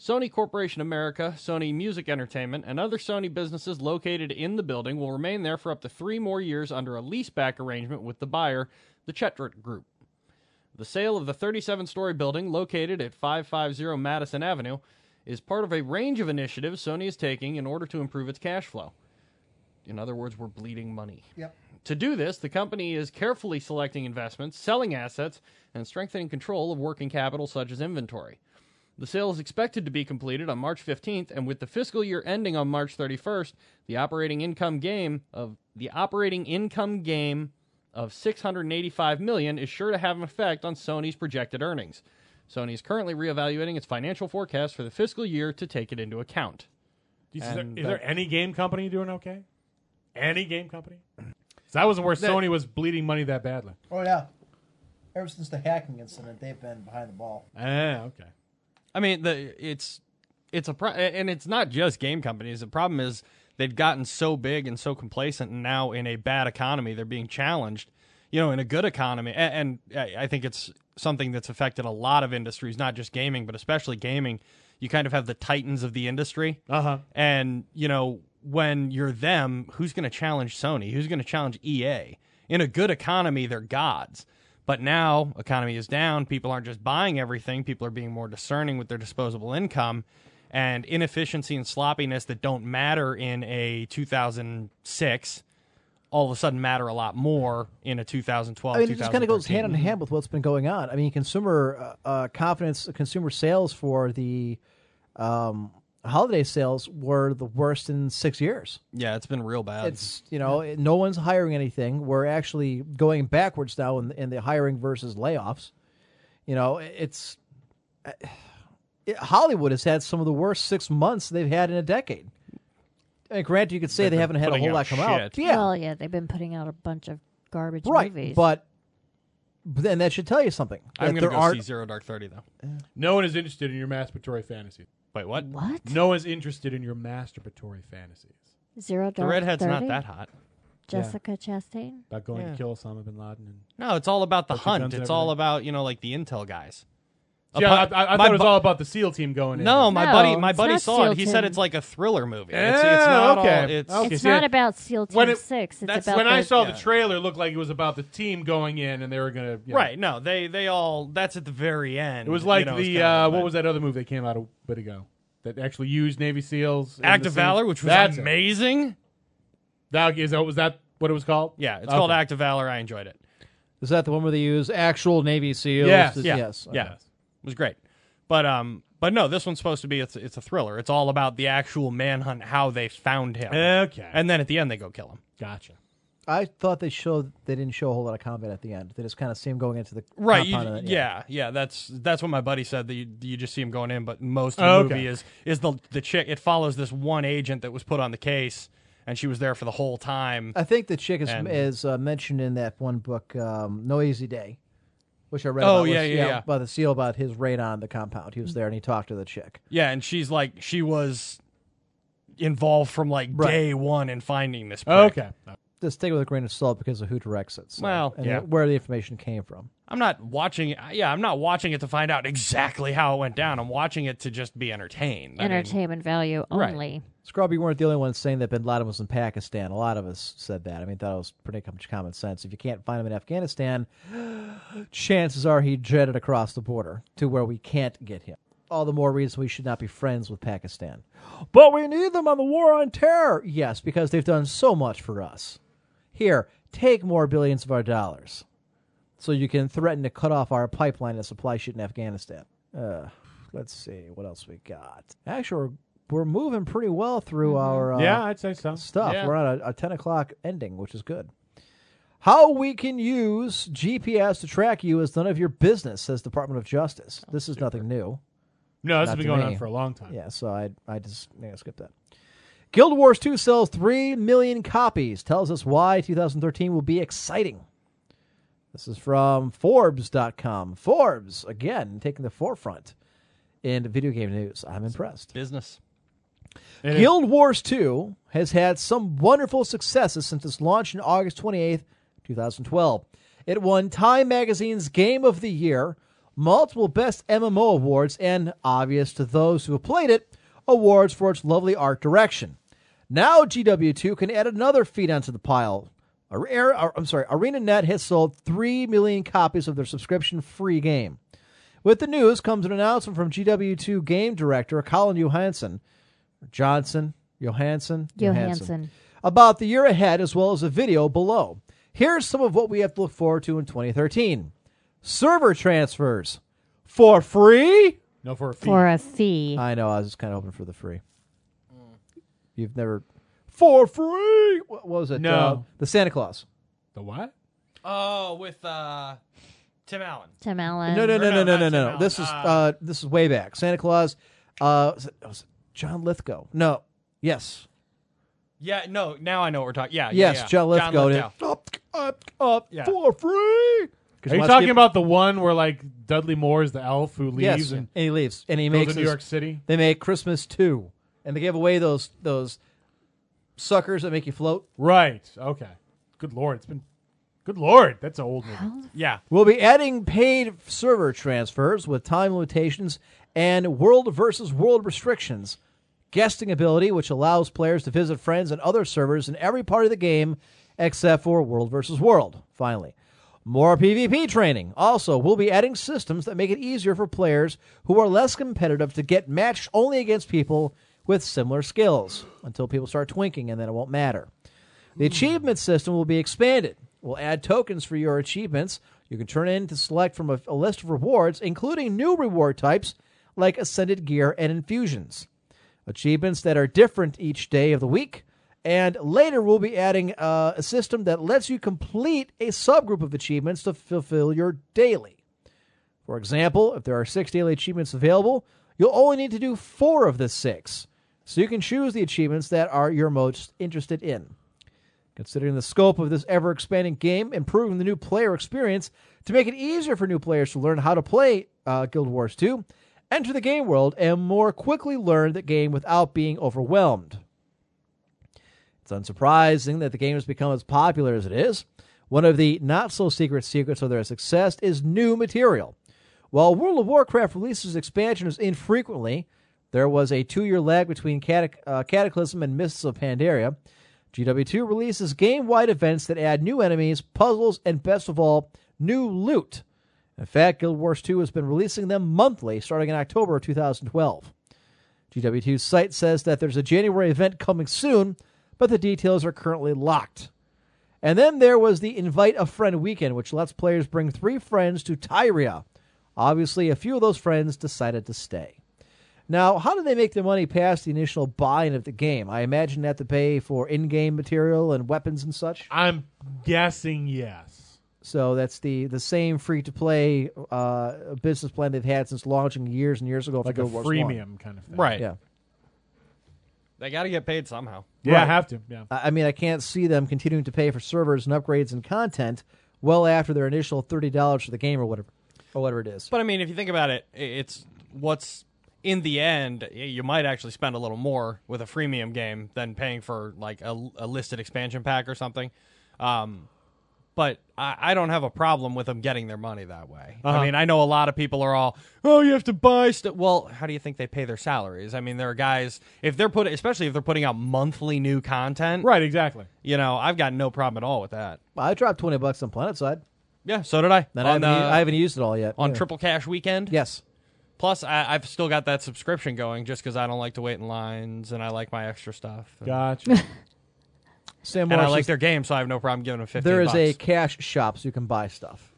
Speaker 7: Sony Corporation America, Sony Music Entertainment, and other Sony businesses located in the building will remain there for up to three more years under a leaseback arrangement with the buyer, the Chetrit Group. The sale of the 37 story building, located at 550 Madison Avenue, is part of a range of initiatives Sony is taking in order to improve its cash flow. In other words, we're bleeding money.
Speaker 11: Yep.
Speaker 12: To do this, the company is carefully selecting investments, selling assets, and strengthening control of working capital such as inventory. The sale is expected to be completed on March 15th, and with the fiscal year ending on March 31st, the operating income game of the operating income game of 685 million is sure to have an effect on Sony's projected earnings. Sony is currently reevaluating its financial forecast for the fiscal year to take it into account.
Speaker 5: Is there,
Speaker 12: And
Speaker 5: is there
Speaker 12: that-
Speaker 5: any game company doing okay? Any game
Speaker 7: *clears throat*
Speaker 5: company? 'Cause That was where
Speaker 12: That-
Speaker 5: Sony was bleeding money that badly.
Speaker 4: Oh yeah. Ever since the hacking incident, they've been behind the ball.
Speaker 5: Ah, okay.
Speaker 7: I mean, the it's it's a pro- and it's not just game companies. The problem is they've gotten so big and so complacent, and now in a bad economy, they're being challenged. You know, in a good economy, a- and, and I I think it's something that's affected a lot of industries, not just gaming, but especially gaming. You kind of have the titans of the industry,
Speaker 5: uh-huh.
Speaker 7: and you know when you're them, who's going to challenge Sony? Who's going to challenge EA? In a good economy, they're gods. But now economy is down. People aren't just buying everything. People are being more discerning with their disposable income, and inefficiency and sloppiness that don't matter in a 2006 all of a sudden matter a lot more in a 2012.
Speaker 4: I mean, it just kind of goes
Speaker 7: 2013.
Speaker 4: hand in hand with what's been going on. I mean, consumer uh, uh, confidence, consumer sales for the um, holiday sales were the worst in six years.
Speaker 7: Yeah, it's been real bad.
Speaker 4: It's you know, it- no one's hiring anything. We're actually going backwards now in, in the hiring versus layoffs. You know, it- it's uh, it, Hollywood has had some of the worst six months they've had in a decade. And granted, you could say
Speaker 6: They've
Speaker 4: they haven't
Speaker 6: been
Speaker 4: had a
Speaker 6: putting
Speaker 4: whole lot
Speaker 6: out
Speaker 4: come out.
Speaker 6: shit.
Speaker 4: Yeah,
Speaker 6: Well, yeah, they've been putting out a bunch of garbage
Speaker 4: right.
Speaker 6: movies.
Speaker 4: But but then that should tell you something.
Speaker 7: I'm
Speaker 4: that
Speaker 7: going
Speaker 4: there
Speaker 7: to go
Speaker 4: aren't-
Speaker 7: see Zero Dark Thirty though.
Speaker 5: No one is interested in your masturbatory fantasies.
Speaker 7: Wait, what?
Speaker 6: What?
Speaker 5: No one's interested in your masturbatory fantasies.
Speaker 6: Zero
Speaker 7: The
Speaker 6: Dark
Speaker 7: redhead's not
Speaker 6: 30?
Speaker 7: that hot.
Speaker 6: Jessica Chastain.
Speaker 5: About going
Speaker 7: Yeah.
Speaker 5: to kill Osama bin Laden. And
Speaker 7: No, it's all about the
Speaker 5: Bunch of
Speaker 7: hunt.
Speaker 5: guns
Speaker 7: It's
Speaker 5: and
Speaker 7: all about you know like the intel guys.
Speaker 5: Yeah,
Speaker 7: Upon-
Speaker 5: I, I, I
Speaker 7: my
Speaker 5: thought it was
Speaker 7: bu-
Speaker 5: all about the SEAL team going in.
Speaker 7: No, my buddy,
Speaker 6: No,
Speaker 7: my
Speaker 6: it's
Speaker 7: buddy
Speaker 6: not
Speaker 7: saw it.
Speaker 6: SEAL
Speaker 7: He said
Speaker 6: Team.
Speaker 7: it's like a thriller movie. It's, it's
Speaker 5: Yeah,
Speaker 7: not all-
Speaker 5: okay.
Speaker 7: it's
Speaker 5: Okay.
Speaker 6: It's
Speaker 5: See,
Speaker 6: not
Speaker 5: I-
Speaker 6: about SEAL Team
Speaker 5: when it-
Speaker 6: Six. It's
Speaker 7: that's
Speaker 6: about
Speaker 5: when I
Speaker 6: the-
Speaker 5: saw
Speaker 7: yeah.
Speaker 5: the trailer, it looked like it was about the team going in, and they were gonna. You know,
Speaker 7: right. No, they they all. That's at the very end.
Speaker 5: It was like
Speaker 7: you know,
Speaker 5: the
Speaker 7: it's kinda-
Speaker 5: uh,
Speaker 7: but-
Speaker 5: what was that other movie that came out a bit ago that actually used Navy SEALs in
Speaker 7: Act
Speaker 5: the
Speaker 7: of
Speaker 5: scenes?
Speaker 7: Valor, which was
Speaker 5: That's it.
Speaker 7: amazing.
Speaker 5: That is that was that what it was called?
Speaker 7: Yeah, it's
Speaker 5: Okay.
Speaker 7: called Act of Valor. I enjoyed it.
Speaker 4: Is that the one where they use actual Navy SEALs?
Speaker 7: Yes,
Speaker 4: to-
Speaker 7: yeah,
Speaker 4: yes.
Speaker 7: yeah. It was great, but um, but no, this one's supposed to be it's it's a thriller. It's all about the actual manhunt, how they found him.
Speaker 5: Okay.
Speaker 7: and then at the end they go kill him.
Speaker 5: Gotcha.
Speaker 4: I thought they showed they didn't show a whole lot of combat at the end. They just kind of see him going into the
Speaker 7: Right, you,
Speaker 4: compound and then-
Speaker 7: yeah, yeah. That's that's what my buddy said. That you, you just see him going in, but most of
Speaker 4: Okay.
Speaker 7: the movie is is the the chick. It follows this one agent that was put on the case, and she was there for the whole time.
Speaker 4: I think the chick is
Speaker 7: And-
Speaker 4: is uh, mentioned in that one book, um, No Easy Day, which I read.
Speaker 7: Oh,
Speaker 4: about was-
Speaker 7: yeah, yeah, yeah.
Speaker 4: By the seal about his raid on the compound. He was there and he talked to the chick.
Speaker 7: Yeah, and she's like, she was involved from like
Speaker 4: Right.
Speaker 7: day one in finding this. Prick.
Speaker 5: Okay.
Speaker 4: Just take it with a grain of salt because of who directs it. so-
Speaker 7: Well,
Speaker 4: and
Speaker 7: yeah.
Speaker 4: where the information came from.
Speaker 7: I'm not watching. Yeah, I'm not watching it to find out exactly how it went down. I'm watching it to just be entertained. I mean,
Speaker 6: entertainment value
Speaker 7: Right.
Speaker 6: only.
Speaker 4: Scrub, you weren't the only one saying that Bin Laden was in Pakistan. A lot of us said that. I mean, that was pretty much common sense. If you can't find him in Afghanistan, chances are he jetted across the border to where we can't get him. All the more reason we should not be friends with Pakistan. But we need them on the war on terror. Yes, because they've done so much for us. Here, take more billions of our dollars so you can threaten to cut off our pipeline and supply shit in Afghanistan. Uh, let's see what else we got. Actually, we're, we're moving pretty well through our uh,
Speaker 5: Yeah, I'd say so.
Speaker 4: stuff.
Speaker 5: Yeah.
Speaker 4: We're on a, a ten o'clock ending, which is good. How we can use GPS to track you is none of your business, says Department of Justice. this is nothing new.
Speaker 5: No,
Speaker 4: Not
Speaker 5: this has been
Speaker 4: to
Speaker 5: going
Speaker 4: me.
Speaker 5: on for a long time.
Speaker 4: Yeah, so I I just yeah, skip that. Guild Wars 2 sells 3 million copies. Tells us why 2013 will be exciting. This is from Forbes.com. Forbes, again, taking the forefront in video game news. I'm impressed.
Speaker 7: Business.
Speaker 5: It is.
Speaker 4: Guild Wars 2 has had some wonderful successes since its launch on August 28th, 2012. It won Time Magazine's Game of the Year, multiple Best MMO awards, and, obvious to those who have played it, awards for its lovely art direction. Now GW2 can add another feed onto the pile. Ar- Ar- Ar- I'm sorry, ArenaNet has sold 3 million copies of their subscription-free game. With the news comes an announcement from GW2 game director Colin Johansson, Johnson, Johansson,
Speaker 6: Johansson.
Speaker 4: about the year ahead as well as a video below. Here's some of what we have to look forward to in 2013 server transfers for free.
Speaker 5: No, for a fee.
Speaker 6: For a fee.
Speaker 5: Uh,
Speaker 4: I know. I was kind of hoping for the free. You've never. For free! What what was it?
Speaker 5: No.
Speaker 4: Uh, the Santa Claus.
Speaker 5: The what?
Speaker 7: Oh, with uh, Tim Allen.
Speaker 6: Tim Allen.
Speaker 4: No, no, no, no, no,
Speaker 7: not
Speaker 4: no,
Speaker 7: Tim
Speaker 4: no.
Speaker 7: Allen.
Speaker 4: This is
Speaker 7: Uh,
Speaker 4: uh, this is way back. Santa Claus. Uh, was it, was it John Lithgow? No. Yes.
Speaker 7: Yeah, no. Now I know what we're talking. Yeah,
Speaker 5: Uh,
Speaker 4: yes,
Speaker 7: yeah, yeah.
Speaker 4: John Lithgow. did Up, up, up for free.
Speaker 5: Are you talking about the one where like Dudley Moore is the elf who leaves
Speaker 4: Yes,
Speaker 5: and,
Speaker 4: he leaves, and he
Speaker 5: goes
Speaker 4: makes
Speaker 5: to New
Speaker 4: his-
Speaker 5: York City?
Speaker 4: They make Christmas two, and they give away those those suckers that make you float.
Speaker 5: Right. Okay. Good lord, it's been. Good lord, that's an old movie.
Speaker 7: Yeah.
Speaker 4: We'll be adding paid server transfers with time limitations and world versus world restrictions. Guesting ability, which allows players to visit friends and other servers in every part of the game except for world versus world, finally. More PvP training. Also, we'll be adding systems that make it easier for players who are less competitive to get matched only against people with similar skills until people start twinking and then it won't matter. The achievement system will be expanded. We'll add tokens for your achievements. You can turn in to select from a, a list of rewards, including new reward types like ascended gear and infusions. Achievements that are different each day of the week. And later, we'll be adding uh, a system that lets you complete a subgroup of achievements to fulfill your daily. For example, if there are six daily achievements available, you'll only need to do four of the six. So you can choose the achievements that are you're most interested in. Considering the scope of this ever expanding game, improving the new player experience to make it easier for new players to learn how to play uh, Guild Wars 2, enter the game world, and more quickly learn the game without being overwhelmed. It's unsurprising that the game has become as popular as it is. One of the not so secret secrets of their success is new material. While World of Warcraft releases expansions infrequently, there was a two year lag between Catac- uh, Cataclysm and Mists of Pandaria. GW2 releases game wide events that add new enemies, puzzles, and best of all, new loot. In fact, Guild Wars 2 has been releasing them monthly starting in October of 2012. GW2's site says that there's a January event coming soon, but the details are currently locked. And then there was the Invite a Friend weekend, which lets players bring three friends to Tyria. Obviously, a few of those friends decided to stay. Now, how do they make their money past the initial buy-in of the game? I imagine they have to pay for in-game material and weapons and such.
Speaker 5: I'm guessing yes.
Speaker 4: So that's the the same free-to-play uh, business plan they've had since launching years and years ago.
Speaker 5: Like
Speaker 4: for
Speaker 5: a
Speaker 4: Guild Wars 1.
Speaker 5: freemium kind of thing.
Speaker 7: Right.
Speaker 4: Yeah.
Speaker 7: They got to get paid somehow.
Speaker 5: Yeah, I
Speaker 4: Right.
Speaker 5: have to. Yeah.
Speaker 4: I I mean, I can't see them continuing to pay for servers and upgrades and content well after their initial thirty dollars for the game or whatever, or whatever it is.
Speaker 7: But I mean, if you think about it, i- it's what's in the end. y- You might actually spend a little more with a freemium game than paying for like a, a listed expansion pack or something. Um, but I, I don't have a problem with them getting their money that way.
Speaker 5: Uh-huh.
Speaker 7: I mean, I know a lot of people are all, oh, you have to buy stuff. Well, how do you think they pay their salaries? I mean, there are guys if they're putting, especially if they're putting out monthly new content.
Speaker 5: Right. *laughs* Exactly.
Speaker 7: You know, I've got no problem at all with that.
Speaker 4: I dropped twenty bucks on PlanetSide.
Speaker 7: Yeah, so did I.
Speaker 4: That I,
Speaker 7: on
Speaker 4: haven't, u-
Speaker 7: uh,
Speaker 4: I haven't used it all yet.
Speaker 7: on
Speaker 4: Yeah.
Speaker 7: Triple Cash Weekend.
Speaker 4: Yes.
Speaker 7: Plus, I, I've still got that subscription going just because I don't like to wait in lines and I like my extra stuff. And,
Speaker 5: Gotcha.
Speaker 4: Sam
Speaker 7: and I
Speaker 4: Morris
Speaker 7: like
Speaker 4: is-
Speaker 7: their game, so I have no problem giving them 15
Speaker 4: there is
Speaker 7: bucks.
Speaker 4: a cash shop so you can buy stuff.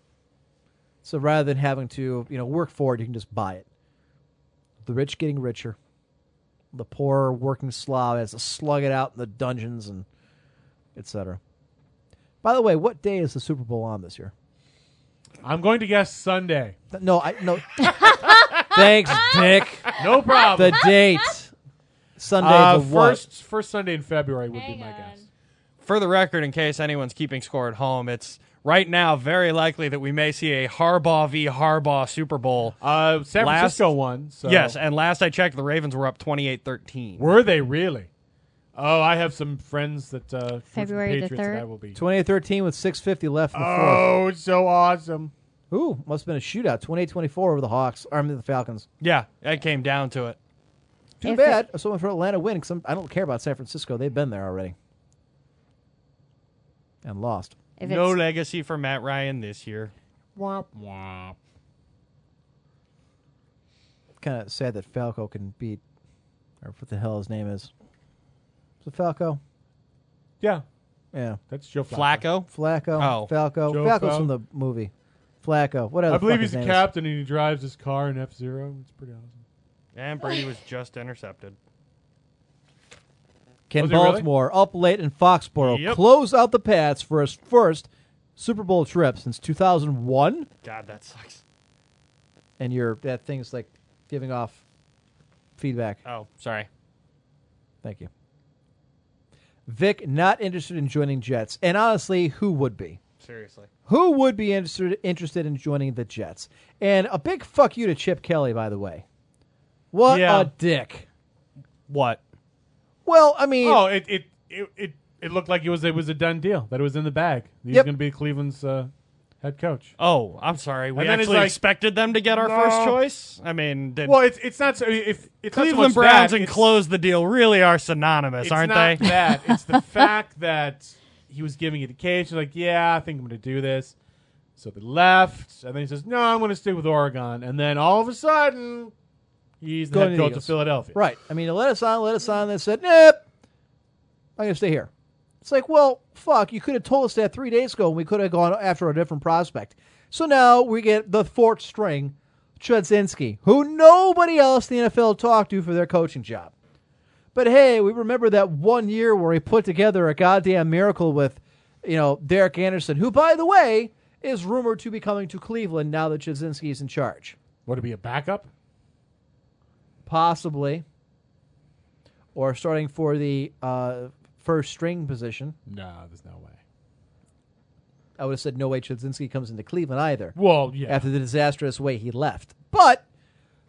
Speaker 4: So rather than having to, you know, work for it, you can just buy it. The rich getting richer. The poor working slob has to slug it out in the dungeons and etc. By the way, what day is the Super Bowl on this year?
Speaker 5: I'm going to guess Sunday.
Speaker 4: Th- No, I
Speaker 5: *laughs*
Speaker 4: no. Thanks, Dick.
Speaker 6: *laughs*
Speaker 5: No problem.
Speaker 4: The date. Sunday
Speaker 5: Um, Uh,
Speaker 4: the what?
Speaker 5: first first Sunday in February would be my guess.
Speaker 7: For the record, in case anyone's keeping score at home, it's right now very likely that we may see a Harbaugh v. Harbaugh Super Bowl.
Speaker 5: Uh, San
Speaker 7: Last-
Speaker 5: Francisco won. So.
Speaker 7: Yes, and last I checked, the Ravens were up 28 13.
Speaker 5: Were they really? Oh, I have some friends that uh, from
Speaker 6: February the
Speaker 5: Patriots that
Speaker 6: third?
Speaker 5: I will be.
Speaker 4: 28-13 with 650 left in the fourth.
Speaker 5: Oh, it's so awesome!
Speaker 4: Ooh, must have been a shootout. 28-24 over the Hawks, or I mean the Falcons.
Speaker 7: Yeah, that came down to it.
Speaker 4: Too
Speaker 6: If
Speaker 4: bad. If someone from Atlanta win because I don't care about San Francisco. They've been there already and lost.
Speaker 6: If
Speaker 7: no
Speaker 6: it's-
Speaker 7: legacy for Matt Ryan this year.
Speaker 5: Womp womp.
Speaker 4: Kind of sad that Falco can beat, or what the hell his name is. Is it Falco?
Speaker 5: Yeah,
Speaker 4: Yeah.
Speaker 5: That's Joe
Speaker 4: Flacco. Flacco.
Speaker 5: Oh.
Speaker 4: Falco.
Speaker 5: Joe
Speaker 4: Falco's
Speaker 5: Fal-
Speaker 4: from the movie. Flacco. What other
Speaker 5: I believe
Speaker 4: fuck
Speaker 5: he's
Speaker 4: his
Speaker 5: the
Speaker 4: name is.
Speaker 5: captain and he drives his car in F Zero. It's pretty awesome.
Speaker 7: And Brady was just intercepted.
Speaker 4: Can
Speaker 5: Oh,
Speaker 7: Was he really?
Speaker 4: Baltimore up late in Foxborough
Speaker 7: Yep.
Speaker 4: close out the Pats for his first Super Bowl trip since 2001?
Speaker 7: God, that sucks.
Speaker 4: And your that thing's like giving off feedback.
Speaker 7: Oh, sorry.
Speaker 4: Thank you. Vic not interested in joining Jets, and honestly, who would be?
Speaker 7: Seriously.
Speaker 4: Who would be interested interested in joining the Jets? And a big fuck you to Chip Kelly, by the way. What
Speaker 5: Yeah.
Speaker 4: a dick!
Speaker 7: What?
Speaker 4: Well, I mean,
Speaker 5: Oh, it it, it it it looked like it was it was a done deal that it was in the bag. He's
Speaker 4: Yep.
Speaker 5: going to be Cleveland's uh, head coach.
Speaker 7: Oh, I'm sorry. We
Speaker 5: And then it's
Speaker 7: actually
Speaker 5: like-
Speaker 7: expected them to get our
Speaker 5: No.
Speaker 7: first choice. I mean, did
Speaker 5: Well, it's it's not so if it's not so
Speaker 7: Cleveland
Speaker 5: much
Speaker 7: Browns
Speaker 5: that,
Speaker 7: and
Speaker 5: it's-
Speaker 7: close the deal really are synonymous,
Speaker 5: it's
Speaker 7: aren't
Speaker 5: not *laughs*
Speaker 7: they?
Speaker 5: That it's the fact that he was giving it to Cage. He's like, yeah, I think I'm going to do this. So they left, and then he says, no, I'm going to stick with Oregon. And then all of a sudden, he's the
Speaker 4: Going to the
Speaker 5: head coach of
Speaker 4: Eagles.
Speaker 5: Philadelphia.
Speaker 4: Right. I mean, they let us on, let us on. They said, nope, I'm going to stay here. It's like, well, fuck, you could have told us that three days ago and we could have gone after a different prospect. So now we get the fourth string, Chudzinski, who nobody else in the NFL talked to for their coaching job. But hey, we remember that one year where he put together a goddamn miracle with, you know, Derek Anderson, who, by the way, is rumored to be coming to Cleveland now that Chudzinski is in charge.
Speaker 5: Would it be a backup?
Speaker 4: Possibly. Or starting for the uh, first string position.
Speaker 5: No, there's no way.
Speaker 4: I would have said no way Chudzinski comes into Cleveland either.
Speaker 5: Well, yeah.
Speaker 4: After the disastrous way he left. But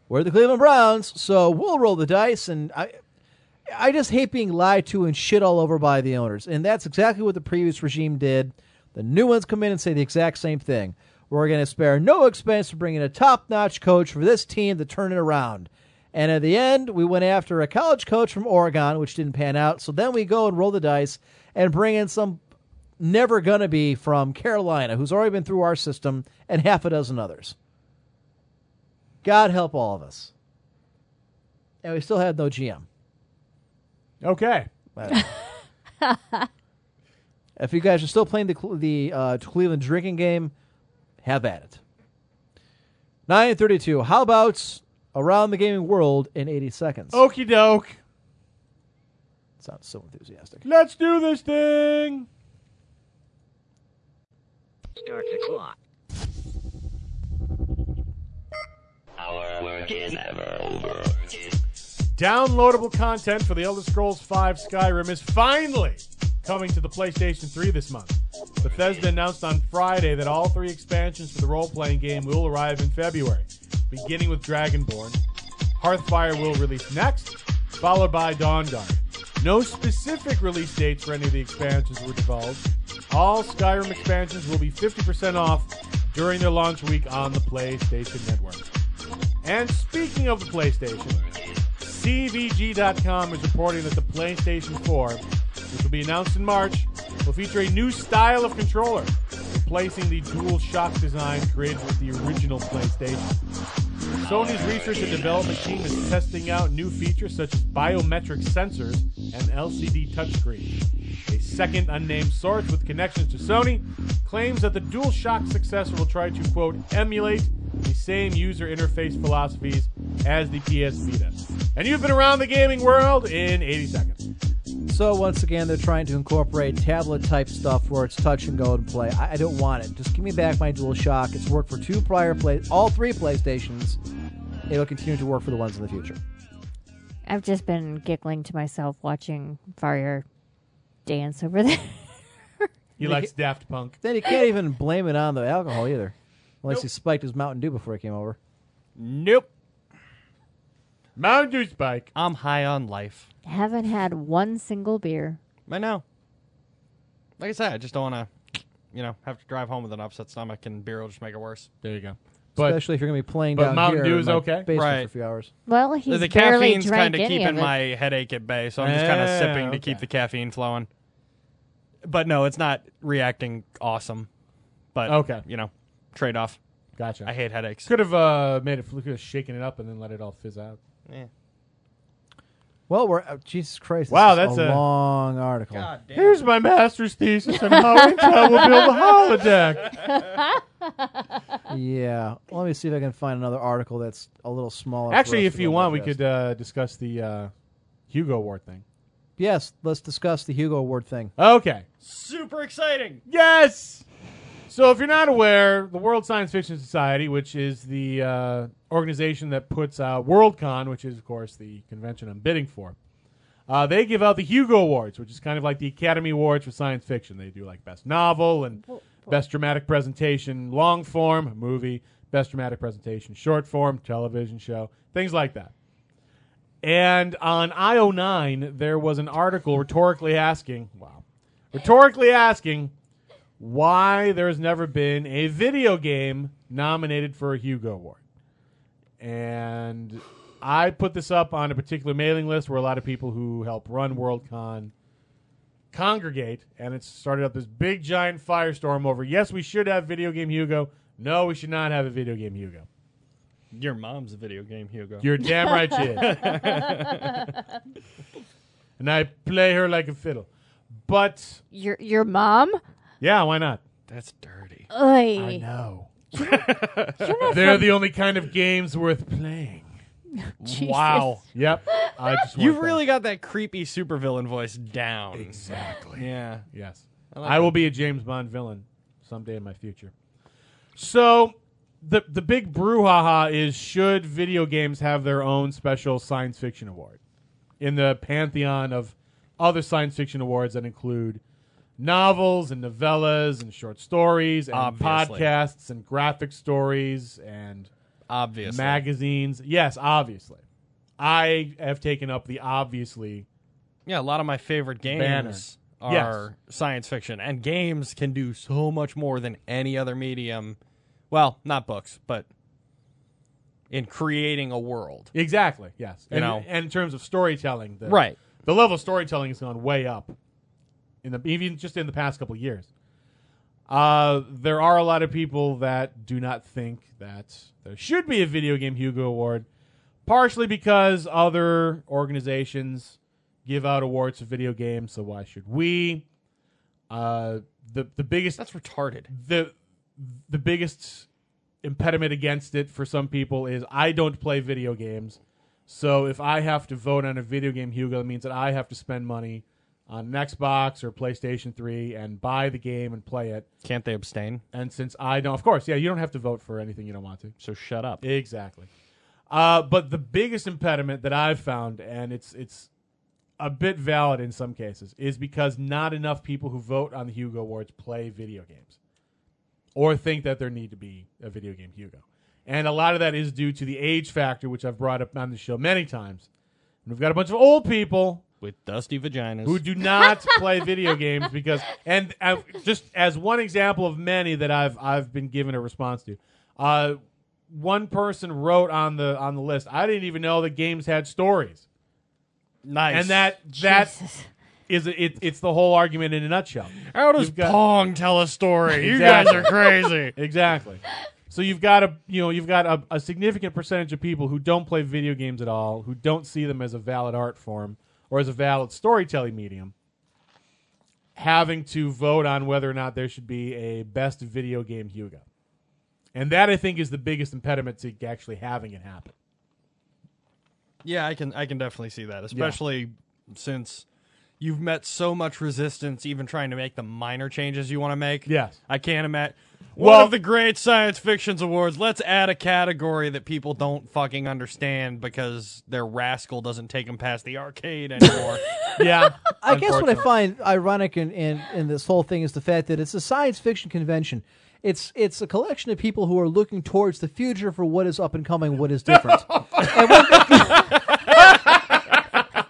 Speaker 4: we're the Cleveland Browns, so we'll roll the dice. And I, I just hate being lied to and shit all over by the owners. And that's exactly what the previous regime did. The new ones come in and say the exact same thing. We're going to spare no expense to bring in a top notch coach for this team to turn it around. And at the end, we went after a college coach from Oregon, which didn't pan out. So then we go and roll the dice and bring in some never going to be from Carolina, who's already been through our system, and half a dozen others. God help all of us. And we still had no GM.
Speaker 5: Okay.
Speaker 4: *laughs* if you guys are still playing the Cle- the uh, Cleveland drinking game, have at it. Nine thirty-two. How about around the gaming world in eighty seconds?
Speaker 7: Oh.
Speaker 5: Okie doke.
Speaker 4: Sounds so enthusiastic.
Speaker 5: Let's do this thing.
Speaker 13: Start the clock. Our work is never over.
Speaker 5: Downloadable content for The Elder Scrolls V Skyrim is finally coming to the PlayStation 3 this month. Bethesda announced on Friday that all three expansions for the role playing game will arrive in February, beginning with Dragonborn. Hearthfire will release next, followed by Dawn Guard. No specific release dates for any of the expansions were divulged. All Skyrim expansions will be 50% off during their launch week on the PlayStation Network. And speaking of the PlayStation, CVG.com is reporting that the PlayStation 4, which will be announced in March, will feature a new style of controller, replacing the dual shock design created with the original PlayStation. Sony's research and development team is testing out new features such as biometric sensors and LCD touchscreens. A second unnamed source with connections to Sony claims that the DualShock successor will try to, quote, emulate the same user interface philosophies as the PS Vita. And you've been around the gaming world in 80 seconds.
Speaker 4: So once again, they're trying to incorporate tablet-type stuff where it's touch and go and play. I, I don't want it. Just give me back my DualShock. It's worked for two prior play, all three PlayStations. It'll continue to work for the ones in the future.
Speaker 6: I've just been giggling to myself watching Fire dance over there. *laughs*
Speaker 5: He likes Daft Punk.
Speaker 4: Then you can't even blame it on the alcohol either, unless he spiked his Mountain Dew before he came over.
Speaker 7: Nope.
Speaker 5: Mountain Dew Spike.
Speaker 7: I'm high on life.
Speaker 6: Haven't had one single beer.
Speaker 7: I know. Like I said, I just don't want to, you know, have to drive home with an upset stomach, and beer will just make it worse.
Speaker 5: There you go.
Speaker 4: Especially if you're going to be playing
Speaker 7: but
Speaker 4: down
Speaker 7: Mountain
Speaker 4: here
Speaker 7: Dew
Speaker 4: in
Speaker 7: is
Speaker 4: my
Speaker 7: okay?
Speaker 4: basement
Speaker 7: Right.
Speaker 4: for a few hours.
Speaker 6: Well, he's
Speaker 7: the
Speaker 6: barely
Speaker 7: caffeine's
Speaker 6: drank
Speaker 7: kinda
Speaker 6: any of
Speaker 7: keeping
Speaker 6: it.
Speaker 7: my headache at bay, so I'm just kind of
Speaker 5: Yeah,
Speaker 7: sipping
Speaker 5: Oh, okay.
Speaker 7: to keep the caffeine flowing. But no, it's not reacting awesome. But
Speaker 5: Okay.
Speaker 7: you know, trade off.
Speaker 5: Gotcha.
Speaker 7: I hate headaches.
Speaker 5: Could have uh, made it, could have shaken it up and then let it all fizz out.
Speaker 7: Yeah.
Speaker 4: Well, we're oh, Jesus Christ. this
Speaker 5: Wow,
Speaker 4: is
Speaker 5: that's
Speaker 4: a,
Speaker 5: a-
Speaker 4: long article.
Speaker 5: Here's my master's thesis on how *laughs* Intel will build a holodeck.
Speaker 4: yeah. Let me see if I can find another article that's a little smaller. for
Speaker 5: Actually,
Speaker 4: us
Speaker 5: if
Speaker 4: to
Speaker 5: you
Speaker 4: go
Speaker 5: want, we
Speaker 4: digest.
Speaker 5: could uh, discuss the uh, Hugo Award thing.
Speaker 4: Yes, let's discuss the Hugo Award thing.
Speaker 5: Okay.
Speaker 7: Super exciting.
Speaker 5: Yes. So, if you're not aware, the World Science Fiction Society, which is the uh, organization that puts out Worldcon, which is, of course, the convention I'm bidding for, uh, they give out the Hugo Awards, which is kind of like the Academy Awards for science fiction. They do like best novel and best dramatic presentation, long form movie, best dramatic presentation, short form television show, things like that. And on IO9, there was an article rhetorically asking, wow, rhetorically asking why there's never been a video game nominated for a Hugo Award. And I put this up on a particular mailing list where a lot of people who help run WorldCon congregate, and it started up this big giant firestorm over yes, we should have video game Hugo. No, we should not have a video game Hugo.
Speaker 7: Your mom's a video game, Hugo.
Speaker 5: You're damn right she is. and I play her like a fiddle. But
Speaker 6: Your your mom?
Speaker 5: yeah, why not?
Speaker 7: That's dirty.
Speaker 6: Oy.
Speaker 5: I know.
Speaker 7: *laughs*
Speaker 5: They're the only kind of games worth playing.
Speaker 7: Jesus. Wow.
Speaker 5: Yep. I just
Speaker 7: You've
Speaker 5: want that.
Speaker 7: really got that creepy supervillain voice down.
Speaker 5: Exactly.
Speaker 7: Yeah.
Speaker 5: Yes. I,
Speaker 7: I like
Speaker 5: will
Speaker 7: that.
Speaker 5: be a James Bond villain someday in my future. So the the big brouhaha is should video games have their own special science fiction award in the pantheon of other science fiction awards that include novels and novellas and short stories and
Speaker 7: Obviously.
Speaker 5: podcasts and graphic stories and
Speaker 7: Obviously.
Speaker 5: magazines. Yes, obviously. I have taken up the obviously
Speaker 7: Yeah, a lot of my favorite games
Speaker 5: Banner.
Speaker 7: are science fiction, and games can do so much more than any other medium. Well, not books, but in creating a world.
Speaker 5: Exactly. Yes.
Speaker 7: You
Speaker 5: and,
Speaker 7: know.
Speaker 5: and in terms of storytelling, the,
Speaker 7: Right.
Speaker 5: The level of storytelling has gone way up in the even just in the past couple of years. Uh, there are a lot of people that do not think that there should be a video game Hugo Award, partially because other organizations give out awards for video games. So why should we? Uh, the the biggest
Speaker 7: that's retarded.
Speaker 5: The the biggest impediment against it for some people is I don't play video games. So if I have to vote on a video game Hugo, that means that I have to spend money on an Xbox or PlayStation 3 and buy the game and play it.
Speaker 7: Can't they abstain?
Speaker 5: And since I don't, of course, yeah, you don't have to vote for anything you don't want to.
Speaker 7: So shut up.
Speaker 5: Exactly. Uh, but the biggest impediment that I've found, and it's it's a bit valid in some cases, is because not enough people who vote on the Hugo Awards play video games or think that there need to be a video game Hugo. And a lot of that is due to the age factor, which I've brought up on the show many times. And we've got a bunch of old people
Speaker 7: With dusty vaginas.
Speaker 5: who do not play video games because and uh, just as one example of many that I've I've been given a response to. Uh, one person wrote on the on the list, I didn't even know that games had stories.
Speaker 7: Nice.
Speaker 5: And that that is it, it's the whole argument in a nutshell.
Speaker 7: How does
Speaker 5: You've got-
Speaker 7: Pong tell a story? You guys
Speaker 5: Exactly. *laughs*
Speaker 7: are crazy.
Speaker 5: exactly. So you've got a you know you've got a, a significant percentage of people who don't play video games at all, who don't see them as a valid art form or as a valid storytelling medium, having to vote on whether or not there should be a best video game Hugo, and that I think is the biggest impediment to actually having it happen.
Speaker 7: Yeah, I can I can definitely see that, especially since you've met so much resistance even trying to make the minor changes you want to make.
Speaker 5: Yes.
Speaker 7: I can't imagine
Speaker 5: Well-
Speaker 7: one of the great science fiction's awards. Let's add a category that people don't fucking understand because their rascal doesn't take them past the arcade anymore.
Speaker 5: *laughs* Yeah,
Speaker 4: I guess what I
Speaker 5: unfortunately.
Speaker 4: find ironic in, in, in this whole thing is the fact that it's a science fiction convention. It's it's a collection of people who are looking towards the future for what is up and coming, what is different.
Speaker 5: *laughs*
Speaker 4: and, when-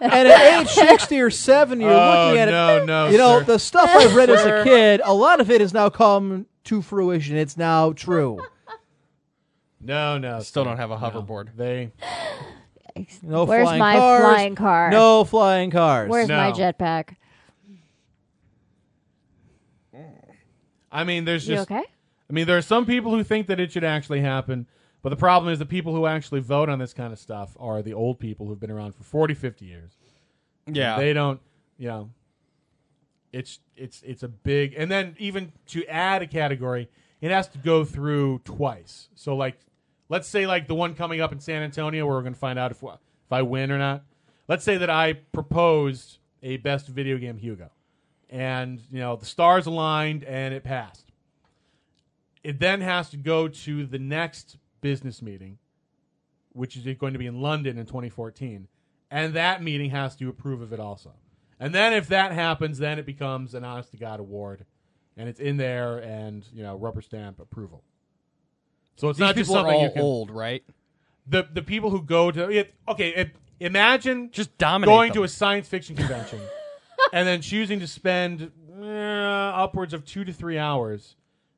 Speaker 4: and *laughs* at age sixty or seventy, you're
Speaker 5: Oh,
Speaker 4: looking at
Speaker 5: no,
Speaker 4: it.
Speaker 5: no,
Speaker 4: you know
Speaker 5: sir.
Speaker 4: the stuff I've read as
Speaker 5: Sir.
Speaker 4: a kid. A lot of it has now come to fruition. It's now true.
Speaker 5: No, no,
Speaker 7: Still don't have a hoverboard.
Speaker 5: They
Speaker 4: No
Speaker 6: Where's
Speaker 4: flying
Speaker 6: my
Speaker 4: cars,
Speaker 6: flying car?
Speaker 4: No flying cars.
Speaker 6: Where's my
Speaker 5: No.
Speaker 6: jetpack?
Speaker 5: I mean, there's
Speaker 6: You
Speaker 5: just.
Speaker 6: okay?
Speaker 5: I mean, there are some people who think that it should actually happen, but the problem is the people who actually vote on this kind of stuff are the old people who've been around for 40, 50 years. Yeah. They don't, you know, it's it's it's a big and then even to add a category, it has to go through twice. So like let's say like the one coming up in San Antonio where we're going to find out if if I win or not. Let's say that I proposed a best video game Hugo. And, you know, the stars aligned and it passed. It then has to go to the next business meeting which is going to be in London in 2014, and that meeting has to approve of it also. And then if that happens, then it becomes an honest to god award, and it's in there and you know rubber stamp approval. So it's
Speaker 7: These
Speaker 5: not just
Speaker 7: people are
Speaker 5: something you
Speaker 7: all
Speaker 5: can,
Speaker 7: old,
Speaker 5: right? The the people who go to it, okay, it, imagine just
Speaker 7: dominate
Speaker 5: going
Speaker 7: them.
Speaker 5: to a science fiction
Speaker 7: *laughs*
Speaker 5: convention, and then choosing to spend eh, upwards of two to three hours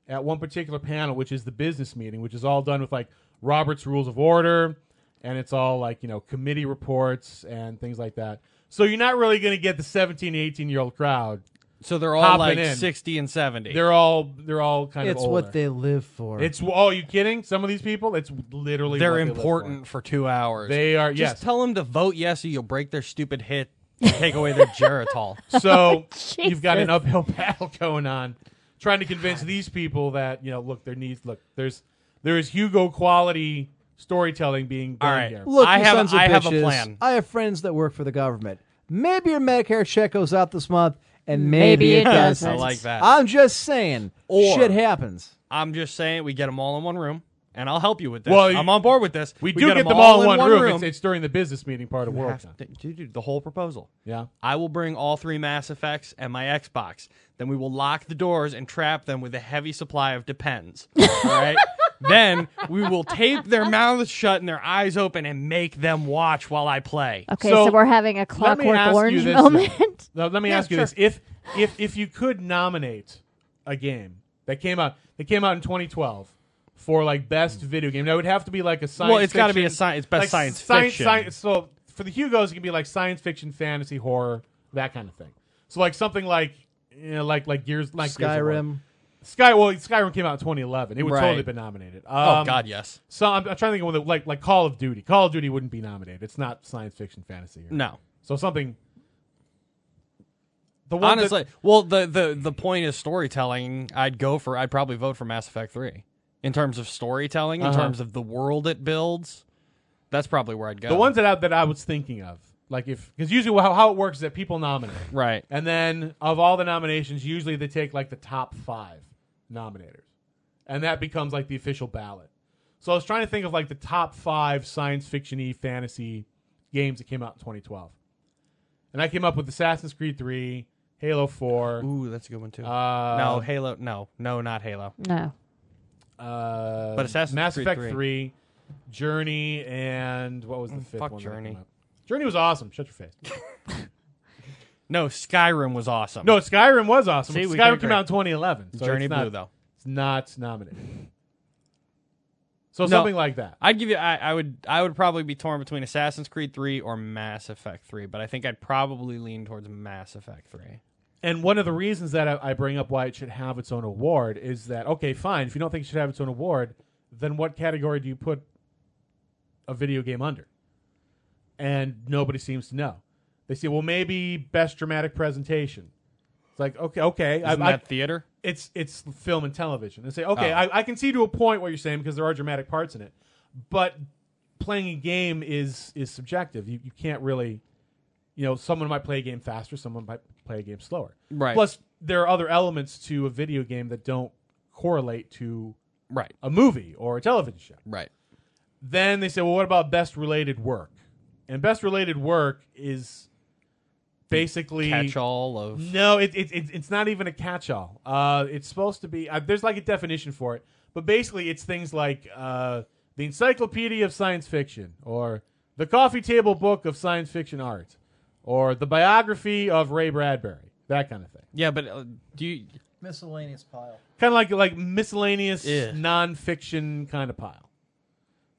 Speaker 5: at one particular panel, which is the business meeting, which is all done with like Robert's Rules of Order, and it's all like you know committee reports and things like that. So you're not really going to get the 17, 18 year old crowd.
Speaker 7: So they're all
Speaker 5: hopping
Speaker 7: like
Speaker 5: in.
Speaker 7: 60 and 70.
Speaker 5: They're all they're all kind
Speaker 7: It's
Speaker 5: of.
Speaker 7: what
Speaker 5: older.
Speaker 7: they live for.
Speaker 5: It's oh, you kidding? Some of these people, it's literally
Speaker 7: They're
Speaker 5: what live
Speaker 7: important for. two hours.
Speaker 5: They are-
Speaker 7: Just
Speaker 5: yes.
Speaker 7: tell them to vote yes, or you'll break their stupid hit. and Take away their Geritol.
Speaker 5: for. *laughs* So you've got an uphill battle *laughs* going on, trying to convince these people that you know, look, their needs. Look, there's there is Hugo quality storytelling being done here.
Speaker 4: Look, you sons of bitches, I have friends that work for the government. Maybe your Medicare check goes out this month, and maybe,
Speaker 7: Maybe it
Speaker 4: doesn't.
Speaker 7: doesn't. I like that.
Speaker 4: I'm just saying,
Speaker 7: Or-
Speaker 4: shit happens.
Speaker 7: *laughs* I'm just saying we get them all in one room, and I'll help you with this.
Speaker 5: Well,
Speaker 7: I'm on board with this.
Speaker 5: We, do get, them all in one room. It's, it's during the business meeting part of
Speaker 7: You
Speaker 5: work.
Speaker 7: have to- dude, dude, the whole proposal.
Speaker 5: Yeah.
Speaker 7: I will bring all three Mass Effects and my Xbox. Then we will lock the doors and trap them with a heavy supply of Depends. All *laughs* right. then we will tape their mouths shut and their eyes open and make them watch while I play.
Speaker 6: Okay, so, we're having a
Speaker 5: Let me ask
Speaker 6: clockwork
Speaker 5: you
Speaker 6: orange
Speaker 5: this,
Speaker 6: *laughs* moment.
Speaker 5: though. *laughs* Now, let me
Speaker 6: Yeah,
Speaker 5: ask you
Speaker 6: sure.
Speaker 5: this: if if if you could nominate a game that came out that came out in 2012 for like best video game, that would have to be like a science.
Speaker 7: Hmm. Well, it's gotta be
Speaker 5: fiction-
Speaker 7: a sci- it's best
Speaker 5: like
Speaker 7: science fiction.
Speaker 5: sci- so for the Hugo's, it can be like science fiction, fantasy, horror, that kind of thing. So like something like you know, like like Gears, like Gears of War.
Speaker 4: Skyrim.
Speaker 5: Sky well, Skyrim came out in 2011. It would
Speaker 7: Right.
Speaker 5: totally been nominated. Um,
Speaker 7: Oh, God, yes.
Speaker 5: So I'm, I'm trying to think of one that- like like Call of Duty. Call of Duty wouldn't be nominated. It's not science fiction, fantasy. or-
Speaker 7: No.
Speaker 5: So something the one that-
Speaker 7: Honestly, well, the, the the point is storytelling. I'd go for. I'd probably vote for Mass Effect Three in terms of storytelling, in
Speaker 5: Uh-huh.
Speaker 7: terms of the world it builds. That's probably where I'd go.
Speaker 5: The ones that I, that I was thinking of, like if because usually how, how it works is that people nominate,
Speaker 7: Right.
Speaker 5: And then of all the nominations, usually they take like the top five nominators, and that becomes like the official ballot. So I was trying to think of like the top five science fiction-y fantasy games that came out in 2012, and I came up with Assassin's Creed 3, Halo 4.
Speaker 7: Ooh, that's a good one too.
Speaker 5: Uh,
Speaker 7: no, Halo. No, no, not Halo.
Speaker 6: No.
Speaker 5: uh,
Speaker 7: But Assassin's
Speaker 5: Mass
Speaker 7: Creed
Speaker 5: Effect
Speaker 7: 3.
Speaker 5: Journey, and what was the fifth
Speaker 7: Mm, fuck
Speaker 5: one? that
Speaker 7: Journey.
Speaker 5: came out? Journey was awesome. Shut your face.
Speaker 7: No, Skyrim was awesome.
Speaker 5: No, Skyrim was awesome.
Speaker 7: See, we can
Speaker 5: Skyrim
Speaker 7: agree.
Speaker 5: came out in 2011. So
Speaker 7: Journey
Speaker 5: it's not,
Speaker 7: Blue, though.
Speaker 5: It's not nominated. So
Speaker 7: No.
Speaker 5: something like that.
Speaker 7: I'd give you. I, I would. I would probably be torn between Assassin's Creed Three or Mass Effect Three, but I think I'd probably lean towards Mass Effect Three.
Speaker 5: And one of the reasons that I, I bring up why it should have its own award is that, okay, fine. If you don't think it should have its own award, then what category do you put a video game under? And nobody seems to know. They say, well, maybe best dramatic presentation. It's like, okay, okay.
Speaker 7: Isn't
Speaker 5: I,
Speaker 7: that theater?
Speaker 5: It's it's film and television. They say, okay,
Speaker 7: Oh.
Speaker 5: I, I can see to a point what you're saying because there are dramatic parts in it, but playing a game is is subjective. You you can't really, you know, someone might play a game faster, someone might play a game slower.
Speaker 7: Right.
Speaker 5: Plus, there are other elements to a video game that don't correlate to
Speaker 7: right
Speaker 5: a movie or a television show.
Speaker 7: Right.
Speaker 5: Then they say, well, what about best related work? And best related work is basically
Speaker 7: catch-all of-
Speaker 5: no it, it, it, it's not even a catch-all uh, it's supposed to be uh, there's like a definition for it but basically it's things like uh, the encyclopedia of science fiction or the coffee table book of science fiction art or the biography of ray bradbury that kind of thing
Speaker 7: Yeah, but uh, do you?
Speaker 4: Miscellaneous pile.
Speaker 5: kind of like like miscellaneous
Speaker 7: Yeah.
Speaker 5: non-fiction kind of pile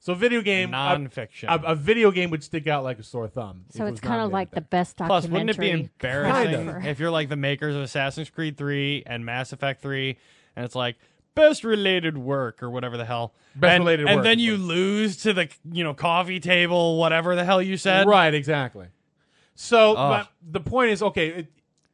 Speaker 5: so video game a-
Speaker 7: Non-fiction.
Speaker 5: a, a video game would stick out like a sore thumb if
Speaker 6: So
Speaker 5: it was
Speaker 6: it's kind of
Speaker 5: nominated
Speaker 6: like
Speaker 5: there.
Speaker 6: the best documentary.
Speaker 7: Plus, wouldn't it be embarrassing
Speaker 6: ever.
Speaker 7: if you're like the makers of Assassin's Creed 3 and Mass Effect 3 and it's like best related work or whatever the hell.
Speaker 5: Best
Speaker 7: and,
Speaker 5: related
Speaker 7: and
Speaker 5: work,
Speaker 7: then you lose to the, you know, coffee table, whatever the hell you said.
Speaker 5: Right, exactly. So
Speaker 14: Ugh.
Speaker 5: but the point is, okay, it,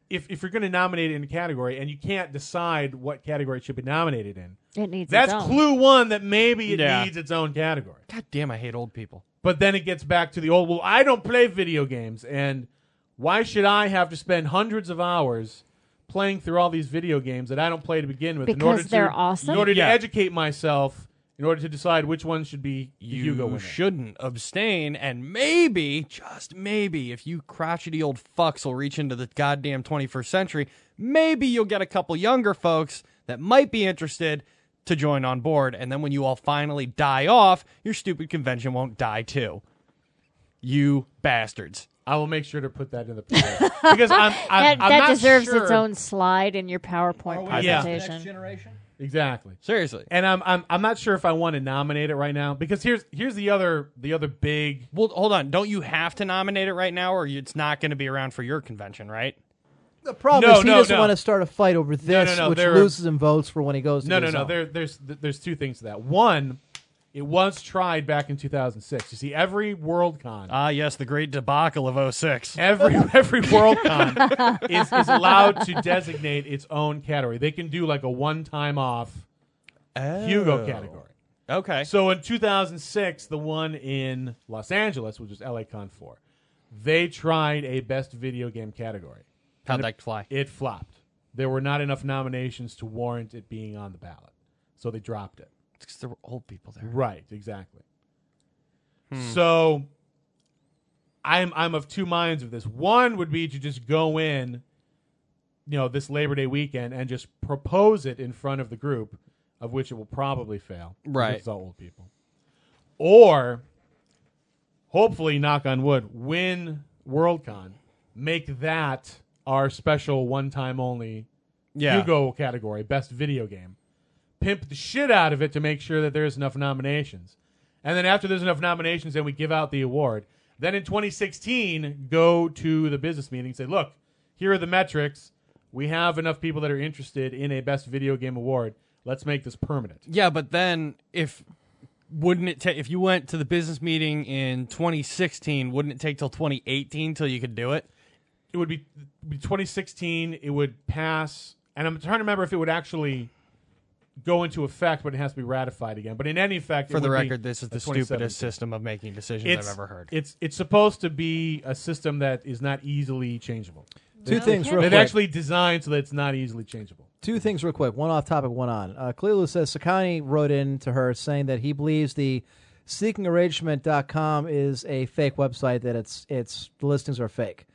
Speaker 5: if if you're going to nominate it in a category and you can't decide what category it should be nominated in,
Speaker 6: It needs its
Speaker 5: that's
Speaker 6: own.
Speaker 5: clue one that maybe it
Speaker 6: Yeah.
Speaker 5: needs its own category.
Speaker 7: God damn, I hate old people.
Speaker 5: But then it gets back to the old. Well, I don't play video games, and why should I have to spend hundreds of hours? Playing through all these video games that I don't play to begin with, in
Speaker 6: Because
Speaker 5: order
Speaker 6: they're
Speaker 5: to,
Speaker 6: awesome?
Speaker 5: in order
Speaker 6: Yeah.
Speaker 5: to educate myself, in order to decide which one should be the
Speaker 7: you
Speaker 5: Hugo winner.
Speaker 7: shouldn't abstain, and maybe, just maybe, if you crotchety old fucks will reach into the goddamn 21st century, maybe you'll get a couple younger folks that might be interested to join on board. And then when you all finally die off, your stupid convention won't die too. You bastards.
Speaker 5: I will make sure to put that in the because
Speaker 6: *laughs*
Speaker 5: I'm, I'm,
Speaker 6: that
Speaker 5: I'm
Speaker 6: that
Speaker 5: not
Speaker 6: deserves its
Speaker 5: sure-
Speaker 6: own slide in your PowerPoint
Speaker 4: Oh,
Speaker 5: we- Yeah.
Speaker 6: presentation.
Speaker 5: Exactly.
Speaker 7: Seriously.
Speaker 5: And I'm I'm I'm not sure if I want to nominate it right now because here's here's the other the other big
Speaker 7: Well, hold on. Don't you have to nominate it right now, or you- it's not going to be around for your convention, right?
Speaker 4: The problem
Speaker 5: No,
Speaker 4: is he
Speaker 5: no,
Speaker 4: doesn't
Speaker 5: no.
Speaker 4: want to start a fight over
Speaker 5: No, no,
Speaker 4: this,
Speaker 5: no,
Speaker 4: which
Speaker 5: there are-
Speaker 4: loses him votes for when he goes. To
Speaker 5: No,
Speaker 4: the
Speaker 5: no, no.
Speaker 4: zone.
Speaker 5: There, there's th- there's two things to that. One, it was tried back in 2006. You see, every WorldCon,
Speaker 7: Ah, yes, the great debacle of 06.
Speaker 5: every *laughs* every WorldCon is, is allowed to designate its own category. They can do like a one time off Hugo category.
Speaker 7: Okay.
Speaker 5: So in 2006, the one in Los Angeles, which was LACon 4, they tried a best video game category.
Speaker 7: How'd
Speaker 5: And
Speaker 7: that
Speaker 5: it-
Speaker 7: fly?
Speaker 5: It flopped. There were not enough nominations to warrant it being on the ballot. So they dropped it.
Speaker 7: Because there were old people there.
Speaker 5: Right, exactly. So I'm I'm of two minds with this. One would be to just go in, you know, this Labor Day weekend and just propose it in front of the group, of which it will probably fail. because
Speaker 7: Right.
Speaker 5: It's all old people. Or hopefully, knock on wood, win WorldCon, make that our special one time only
Speaker 7: Yeah.
Speaker 5: Hugo category, best video game. Pimp the shit out of it to make sure that there's enough nominations. And then after there's enough nominations, then we give out the award. Then in 2016, go to the business meeting and say, look, here are the metrics. We have enough people that are interested in a best video game award. Let's make this permanent.
Speaker 7: Yeah, but then if wouldn't it take if you went to the business meeting in 2016, wouldn't it take till 2018 till you could do it?
Speaker 5: it would be, be 2016 it would pass and i'm trying to remember if it would actually go into effect but it has to be ratified again but in any effect it
Speaker 7: For the
Speaker 5: would be
Speaker 7: record, this is
Speaker 5: a
Speaker 7: the
Speaker 5: 2017.
Speaker 7: stupidest system of making decisions
Speaker 5: it's,
Speaker 7: I've ever heard.
Speaker 5: it's it's supposed to be a system that is not easily changeable
Speaker 4: Two things real
Speaker 5: they've
Speaker 4: quick.
Speaker 5: actually designed so that it's not easily changeable
Speaker 4: Two things real quick. One off topic, one on. Uh, Clelu says Sakani wrote in to her saying that he believes the seekingarrangement.com is a fake website that it's it's the listings are fake.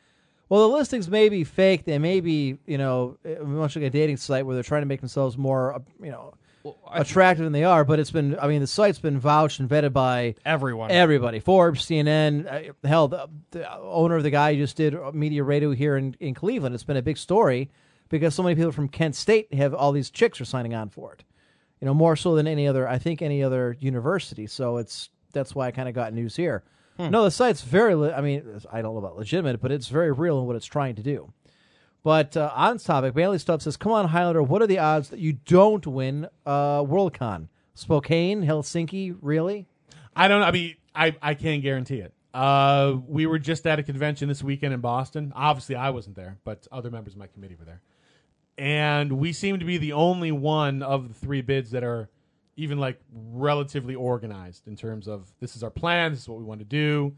Speaker 4: Well, the listings may be fake. They may be you know uh, much like a dating site where they're trying to make themselves more uh, you know *laughs* attractive than they are. But it's been I mean the site's been vouched and vetted by
Speaker 7: Everyone.
Speaker 4: everybody, Forbes, CNN, uh, hell, the, the owner of the guy who just did media radio here in, in Cleveland. It's been a big story because so many people from Kent State have all these chicks are signing on for it. You know, more so than any other, I think, any other university. So it's that's why I kind of got news here. No, the site's very. Le- I mean, it's- I don't know about legitimate, but it's very real in what it's trying to do. But uh, on topic, Bailey Stubbs says, "Come on, Highlander. What are the odds that you don't win uh, Worldcon? Spokane, Helsinki, really?
Speaker 5: I don't know. I mean, I, I can't guarantee it. Uh, we were just at a convention this weekend in Boston. Obviously, I wasn't there, but other members of my committee were there. And we seem to be the only one of the three bids that are even like relatively organized in terms of this is our plan, this is what we want to do.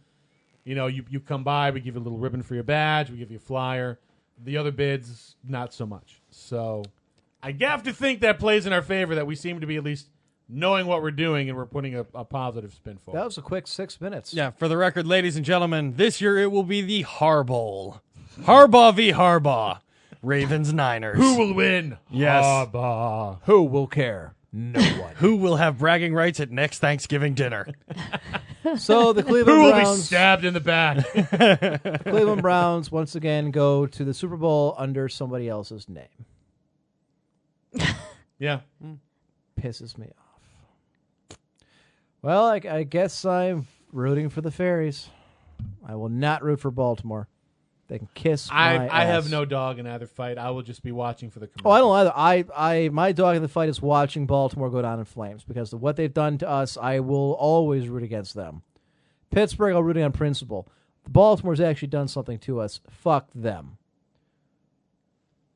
Speaker 5: You know, you, you come by, we give you a little ribbon for your badge, we give you a flyer. The other bids, not so much. So I have to think that plays in our favor that we seem to be at least knowing what we're doing and we're putting a, a positive spin forward.
Speaker 4: That was a quick six minutes.
Speaker 7: Yeah, for the record, ladies and gentlemen, this year it will be the Harbowl. Harbaugh v. Harbaugh. Ravens Niners.
Speaker 5: Who will win?
Speaker 7: Yes.
Speaker 5: Harbaugh.
Speaker 4: Who will care?
Speaker 7: No one. Who will have bragging rights at next Thanksgiving dinner?
Speaker 4: So
Speaker 5: *laughs*
Speaker 4: the Cleveland
Speaker 5: Who will be
Speaker 4: Browns,
Speaker 5: stabbed in
Speaker 4: *laughs*
Speaker 5: the back?
Speaker 4: the Cleveland Browns once again go to the Super Bowl under somebody else's name.
Speaker 5: yeah.
Speaker 4: Pisses me off. Well, I, I guess I'm rooting for the Fairies. I will not root for Baltimore. They can kiss.
Speaker 5: I,
Speaker 4: my
Speaker 5: I have
Speaker 4: ass.
Speaker 5: no dog in either fight. I will just be watching for the commercial.
Speaker 4: Oh, I don't either. I, I, my dog in the fight is watching Baltimore go down in flames because of what they've done to us. I will always root against them. Pittsburgh, I'll root on principle. Baltimore's actually done something to us. Fuck them.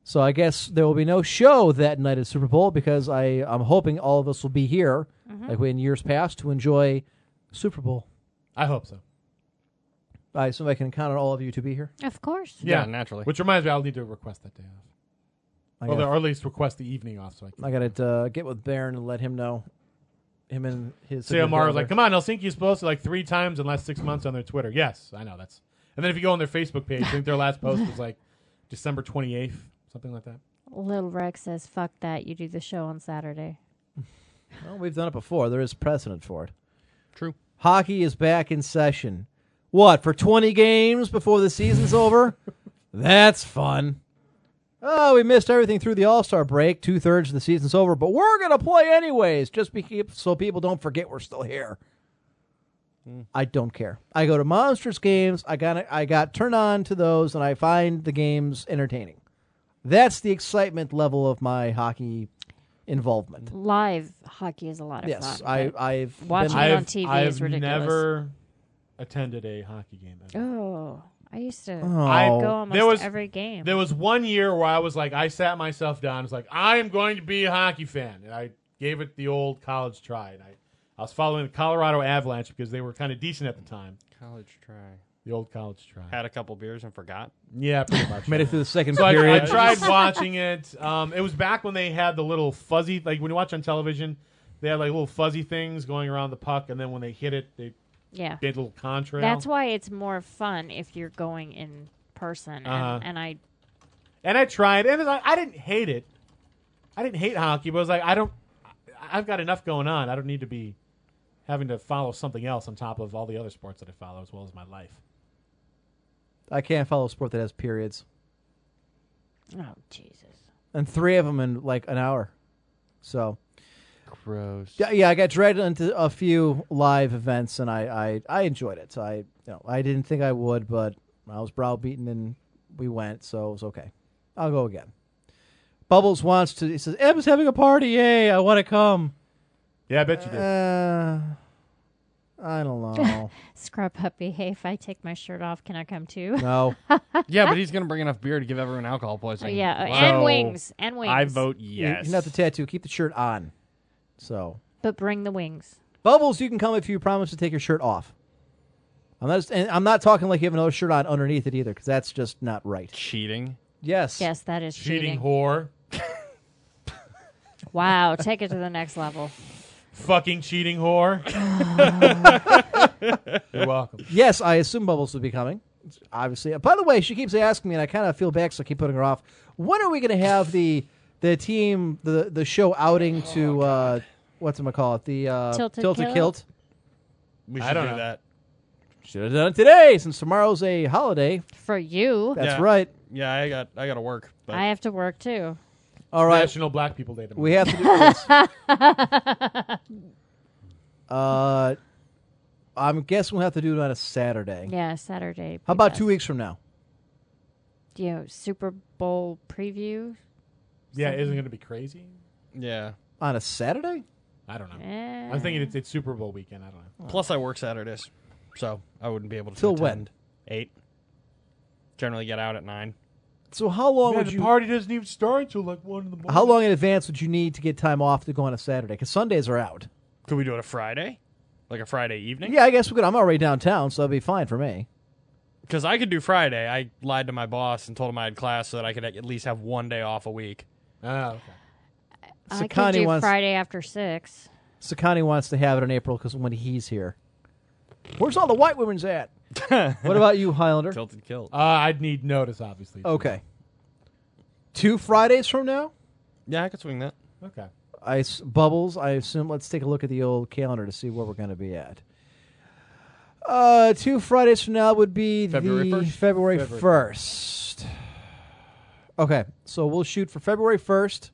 Speaker 4: So I guess there will be no show that night at Super Bowl because I I'm hoping all of us will be here,
Speaker 5: Mhm.
Speaker 4: like we in years past, to enjoy Super Bowl.
Speaker 5: I hope so.
Speaker 4: I assume I can count on all of you to be here.
Speaker 6: Of course.
Speaker 5: Which reminds me, I'll need to request that day off.
Speaker 4: I
Speaker 5: Or,
Speaker 4: gotta-
Speaker 5: or at least request the evening off so I can.
Speaker 4: I got to uh, get with Baron and let him know. Him and his.
Speaker 5: See, Amara was like, "Come on, Helsinki's posted like three times in the last six months on their Twitter." Yes, I know that's. And then if you go on their Facebook page, I think their last post was like *laughs* December twenty eighth, something like that.
Speaker 6: Little Rex says, "Fuck that! You do the show on Saturday."
Speaker 4: Well, we've done it before. There is precedent for it.
Speaker 15: True.
Speaker 4: Hockey is back in session. What, for 20 games before the season's over? That's fun. Oh, we missed everything through the All Star break. Two thirds of the season's over, but we're going to play anyways, just beca- so people don't forget we're still here. I don't care. I go to monsters games. I got I got turned on to those, and I find the games entertaining. That's the excitement level of my hockey involvement.
Speaker 6: Live hockey is a lot of fun.
Speaker 4: Yes, I I've
Speaker 6: watching
Speaker 4: been-
Speaker 6: it on
Speaker 5: I've-
Speaker 6: TV
Speaker 5: I've
Speaker 6: is ridiculous.
Speaker 5: never attended a hockey game. ever.
Speaker 6: Oh, I used to.
Speaker 5: I
Speaker 6: I go almost
Speaker 5: there was,
Speaker 6: every game.
Speaker 5: There was one year where I was like, I sat myself down. I was like, I am going to be a hockey fan, and I gave it the old college try. And I, I was following the Colorado Avalanche because they were kind of decent at the time.
Speaker 7: College try.
Speaker 5: The old college try.
Speaker 7: Had a couple beers and forgot.
Speaker 5: Yeah, pretty *laughs* much.
Speaker 4: Made it through the second
Speaker 5: so I- I,
Speaker 4: period.
Speaker 5: tried watching it. Um, it was back when they had the little fuzzy, like when you watch on television, they had like little fuzzy things going around the puck, and then when they hit it, they
Speaker 6: Yeah.
Speaker 5: did a little contrail.
Speaker 6: That's why it's more fun if you're going in person.
Speaker 5: Uh-huh.
Speaker 6: And, and I
Speaker 5: and I tried, and I, I didn't hate it. I didn't hate hockey, but I was like, I don't. I- I've got enough going on. I don't need to be having to follow something else on top of all the other sports that I follow, as well as my life.
Speaker 4: I can't follow a sport that has periods.
Speaker 6: oh Jesus.
Speaker 4: and three of them in like an hour. So
Speaker 15: gross.
Speaker 4: Yeah, yeah. I got dragged into a few live events, and I, I, I enjoyed it. So I, you know, I didn't think I would, but I was browbeaten, and we went, so it was okay. I'll go again. Bubbles wants to. He says, "Em's having a party. Yay! I want to come."
Speaker 5: Yeah, I bet you did.
Speaker 4: Uh, I don't know.
Speaker 6: Scrub puppy. Hey, if I take my shirt off, can I come too?
Speaker 4: No.
Speaker 15: yeah, but he's gonna bring enough beer to give everyone alcohol
Speaker 6: *laughs*
Speaker 15: poisoning.
Speaker 6: Yeah, uh, and wings, and wings.
Speaker 15: I vote
Speaker 4: You-
Speaker 15: yes.
Speaker 4: You not the tattoo. Keep the shirt on. So
Speaker 6: But bring the wings.
Speaker 4: Bubbles, you can come if you promise to take your shirt off. I'm not, and I'm not talking like you have another shirt on underneath it either, because that's just not right.
Speaker 15: Cheating.
Speaker 4: Yes.
Speaker 6: Yes, that is cheating.
Speaker 5: whore.
Speaker 6: Wow, take it to the next level.
Speaker 5: Fucking cheating whore. You're welcome.
Speaker 4: Yes, I assume Bubbles will be coming. It's Obviously. uh, By the way, she keeps asking me, and I kind of feel bad, so I keep putting her off. When are we going to have the the team the the show outing to uh, what's it gonna call it the uh,
Speaker 6: Tilted Kilt?
Speaker 4: kilt?
Speaker 7: We
Speaker 4: I
Speaker 7: should
Speaker 4: don't
Speaker 7: do
Speaker 4: know.
Speaker 7: that.
Speaker 4: Should have done it today since tomorrow's a holiday.
Speaker 6: For you.
Speaker 4: That's
Speaker 7: Yeah.
Speaker 4: right.
Speaker 7: Yeah, I got I got to work. But
Speaker 6: I have to work too.
Speaker 4: All right.
Speaker 5: National Black People Day tomorrow.
Speaker 4: We have to do
Speaker 6: *laughs*
Speaker 4: this. uh, I'm guessing we'll have to do it on a Saturday.
Speaker 6: Yeah, Saturday.
Speaker 4: How about two e- weeks from now?
Speaker 6: You know, Super Bowl preview.
Speaker 5: Yeah, isn't it going to be crazy?
Speaker 7: yeah.
Speaker 4: On a Saturday?
Speaker 5: I don't know.
Speaker 6: Eh.
Speaker 5: I'm thinking it's, it's Super Bowl weekend. I don't know.
Speaker 7: Plus, I work Saturdays, so I wouldn't be able to.
Speaker 4: Till
Speaker 7: attend. Eight. Generally, get out at nine.
Speaker 4: So how long
Speaker 5: Man,
Speaker 4: would
Speaker 5: the
Speaker 4: you?
Speaker 5: party doesn't even start until like one in the morning.
Speaker 4: How long in advance would you need to get time off to go on a Saturday? Because Sundays are out.
Speaker 7: Could we do it a Friday, like a Friday evening?
Speaker 4: Yeah, I guess we could. I'm already downtown, so that'd be fine for me.
Speaker 7: Because I could do Friday. I lied to my boss and told him I had class so that I could at least have one day off a week.
Speaker 5: Oh, okay.
Speaker 4: So
Speaker 6: I could
Speaker 4: Connie
Speaker 6: do
Speaker 4: wants-
Speaker 6: Friday after six.
Speaker 4: Sakani wants to have it in April because when he's here. Where's all the white women's at? what about you, Highlander?
Speaker 7: Tilted kilt.
Speaker 5: Uh, I'd need notice, obviously.
Speaker 4: Okay. Two Fridays from now?
Speaker 7: Yeah, I could swing that.
Speaker 5: Okay.
Speaker 4: I s- bubbles. I assume. Let's take a look at the old calendar to see where we're going to be at. Uh, two Fridays from now would be
Speaker 15: February
Speaker 4: the
Speaker 15: 1st?
Speaker 4: February
Speaker 15: February
Speaker 4: first. Okay, so we'll shoot for February first,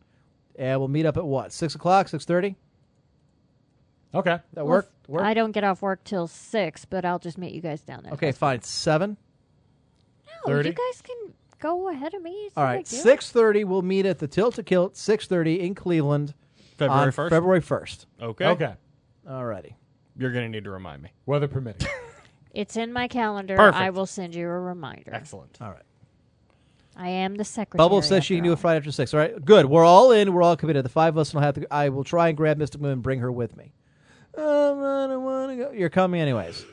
Speaker 4: and we'll meet up at what six o'clock, six thirty.
Speaker 5: Okay,
Speaker 4: that work. work?
Speaker 6: I don't get off work till six, but I'll just meet you guys down there.
Speaker 4: Okay, fine. Seven.
Speaker 6: No,
Speaker 4: 30?
Speaker 6: you guys can go ahead of me. It's
Speaker 4: All
Speaker 6: no big
Speaker 4: right,
Speaker 6: deal.
Speaker 4: six thirty. We'll meet at the Tilt a Kilt. Six thirty in Cleveland.
Speaker 7: February
Speaker 4: on
Speaker 7: 1st?
Speaker 4: February first.
Speaker 7: Okay.
Speaker 5: Okay.
Speaker 4: Alrighty.
Speaker 7: You're gonna need to remind me.
Speaker 5: Weather permitting.
Speaker 6: It's in my calendar.
Speaker 4: Perfect.
Speaker 6: I will send you a reminder.
Speaker 16: Excellent.
Speaker 4: All right.
Speaker 6: I am the secretary.
Speaker 4: Bubble says she can do it Friday after six. All right, good. We're all in. We're all committed. The five of us will have to. I will try and grab Mystic Moon and bring her with me. Um, I don't want to go. You're coming anyways.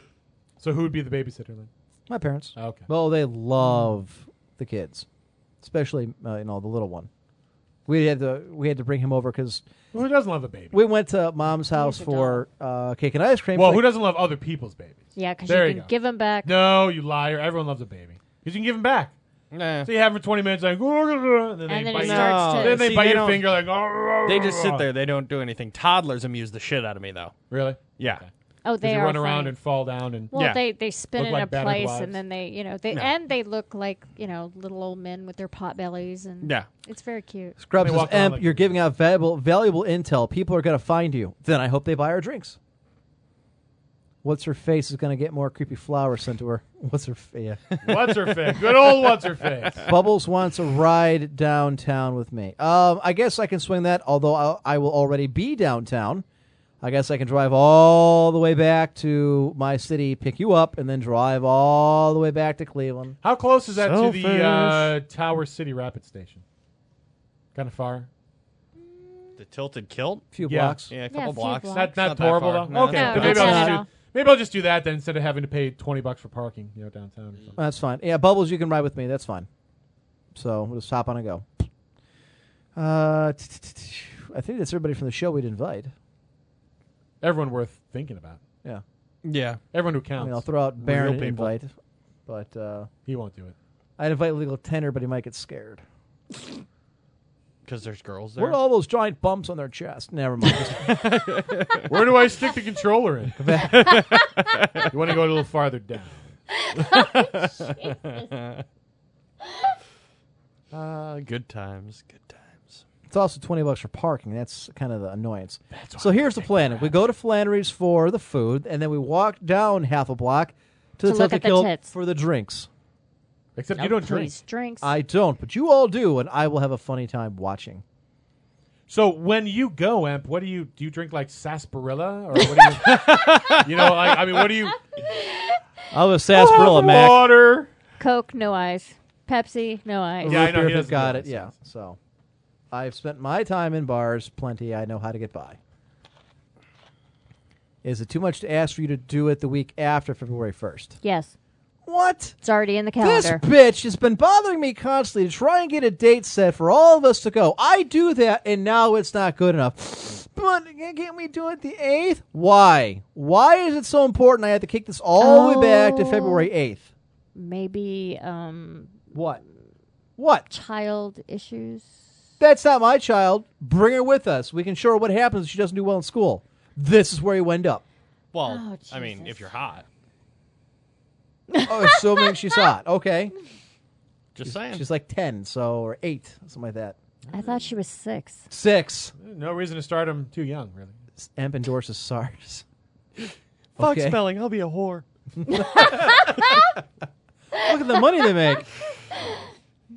Speaker 5: So who would be the babysitter then?
Speaker 4: My parents.
Speaker 5: Okay.
Speaker 4: Well, they love the kids, especially uh, you know the little one. We had to we had to bring him over because
Speaker 5: Who doesn't love a baby?
Speaker 4: we went to mom's house for uh, cake and ice cream.
Speaker 5: Well,
Speaker 4: Like-
Speaker 5: who doesn't love other people's babies?
Speaker 6: Yeah, 'cause
Speaker 5: There
Speaker 6: you can
Speaker 5: go.
Speaker 6: give 'em back.
Speaker 5: No, you liar. Everyone loves a baby. Because you can give them back. So you have them for 20 minutes, like, and then
Speaker 6: And
Speaker 5: they
Speaker 6: then it
Speaker 5: bite your-
Speaker 6: starts to-
Speaker 5: then they
Speaker 6: See,
Speaker 5: bite
Speaker 6: they
Speaker 5: your
Speaker 6: don't-
Speaker 5: finger, like, oh,
Speaker 7: They just sit there. They don't do anything. Toddlers amuse the shit out of me, though.
Speaker 5: Really?
Speaker 7: Yeah.
Speaker 6: Oh, they
Speaker 5: you
Speaker 6: are
Speaker 5: run around
Speaker 6: funny.
Speaker 5: and fall down and
Speaker 6: Well,
Speaker 7: Yeah.
Speaker 6: they they spin
Speaker 5: Look
Speaker 6: in
Speaker 5: like
Speaker 6: a
Speaker 5: battered
Speaker 6: place
Speaker 5: wives.
Speaker 6: and then they you know they
Speaker 5: No.
Speaker 6: and they look like you know little old men with their pot bellies and
Speaker 4: Yeah.
Speaker 6: it's very cute.
Speaker 4: Scrubs
Speaker 5: They
Speaker 4: says,
Speaker 5: walk around
Speaker 4: "Emp,
Speaker 5: like
Speaker 4: you're giving out valuable valuable intel. People are going to find you. Then I hope they buy our drinks." What's her face is going to get more creepy flowers sent to her. *laughs* What's her face?
Speaker 5: What's her face? Good old what's her face? *laughs*
Speaker 4: Bubbles wants a ride downtown with me. Um, I guess I can swing that. Although I'll, I will already be downtown. I guess I can drive all the way back to my city, pick you up, and then drive all the way back to Cleveland.
Speaker 5: How close is that to
Speaker 4: Selfish.
Speaker 5: the uh, Tower City Rapid Station? Kind of far.
Speaker 7: The tilted kilt?
Speaker 4: Few
Speaker 5: Yeah.
Speaker 4: blocks.
Speaker 7: Yeah, a
Speaker 5: Yeah,
Speaker 7: couple
Speaker 5: a few
Speaker 7: blocks.
Speaker 5: blocks. Not- not
Speaker 7: that
Speaker 5: horrible,
Speaker 7: far.
Speaker 5: though?
Speaker 7: No,
Speaker 5: Okay.
Speaker 7: that's
Speaker 5: But
Speaker 7: not
Speaker 5: maybe
Speaker 7: bad.
Speaker 5: I'll just do- Maybe I'll just do that then instead of having to pay 20 bucks for parking, you know, downtown. Or something.
Speaker 4: That's fine. Yeah, Bubbles, you can ride with me. That's fine. So we'll just hop on and go. Uh, t- t- t- I think that's everybody from the show we'd invite.
Speaker 5: Everyone worth thinking about.
Speaker 4: Yeah.
Speaker 7: Yeah.
Speaker 5: Everyone who
Speaker 4: I
Speaker 5: counts.
Speaker 4: mean, I'll throw out
Speaker 5: Real
Speaker 4: Baron an
Speaker 5: people.
Speaker 4: invite, but uh,
Speaker 5: He won't do it.
Speaker 4: I'd invite legal tender, but he might get scared.
Speaker 7: Because there's girls
Speaker 4: What
Speaker 7: there.
Speaker 4: are all those giant bumps on their chest? Never
Speaker 5: *laughs*
Speaker 4: mind.
Speaker 5: Where do I stick the
Speaker 4: *laughs*
Speaker 5: controller in? you want to go a little farther down.
Speaker 7: Ah, good times. Good times.
Speaker 4: It's also twenty bucks for parking. That's kind of the annoyance. so here's the plan: we go to Flannery's for the food, and then we walk down half a block to,
Speaker 6: To
Speaker 4: the
Speaker 6: look
Speaker 4: Tilted
Speaker 6: at the
Speaker 4: Kilt
Speaker 6: tits.
Speaker 4: for the drinks.
Speaker 5: Except you don't drink.
Speaker 6: Please, drinks.
Speaker 4: I don't, but you all do, and I will have a funny time watching.
Speaker 5: So when you go, Emp, what do you do? You drink like sarsaparilla, or what do you? you know, like, I mean, what do
Speaker 7: *laughs*
Speaker 5: you?
Speaker 4: I was sarsaparilla, Mac.
Speaker 5: Water.
Speaker 6: Coke, no ice. Pepsi, no ice.
Speaker 4: Root
Speaker 5: I know,
Speaker 4: beer if
Speaker 5: he doesn't
Speaker 4: you've got
Speaker 5: do
Speaker 4: it.
Speaker 5: that
Speaker 4: Yeah. So I've spent my time in bars plenty. I know how to get by. Is it too much to ask for you to do it the week after February first?
Speaker 6: Yes.
Speaker 4: What?
Speaker 6: It's already in the calendar.
Speaker 4: This bitch has been bothering me constantly to try and get a date set for all of us to go. I do that, and now it's not good enough. But can't we do it the 8th? Why? Why is it so important I have to kick this all the way back to
Speaker 6: Oh.
Speaker 4: February 8th?
Speaker 6: Maybe um
Speaker 4: What? What?
Speaker 6: child issues.
Speaker 4: That's not my child. Bring her with us. We can show her what happens if she doesn't do well in school. This is where you end up.
Speaker 7: Well, I mean, if you're hot.
Speaker 4: Oh, assuming she's hot. Okay.
Speaker 7: Just
Speaker 4: she's,
Speaker 7: saying.
Speaker 4: She's like 10, so, or 8, something like that.
Speaker 6: I thought she was six.
Speaker 4: 6.
Speaker 5: No reason to start him too young, really.
Speaker 4: Amp endorses SARS.
Speaker 7: Fuck
Speaker 4: Okay.
Speaker 7: spelling. I'll be a whore.
Speaker 4: Look at the money they make.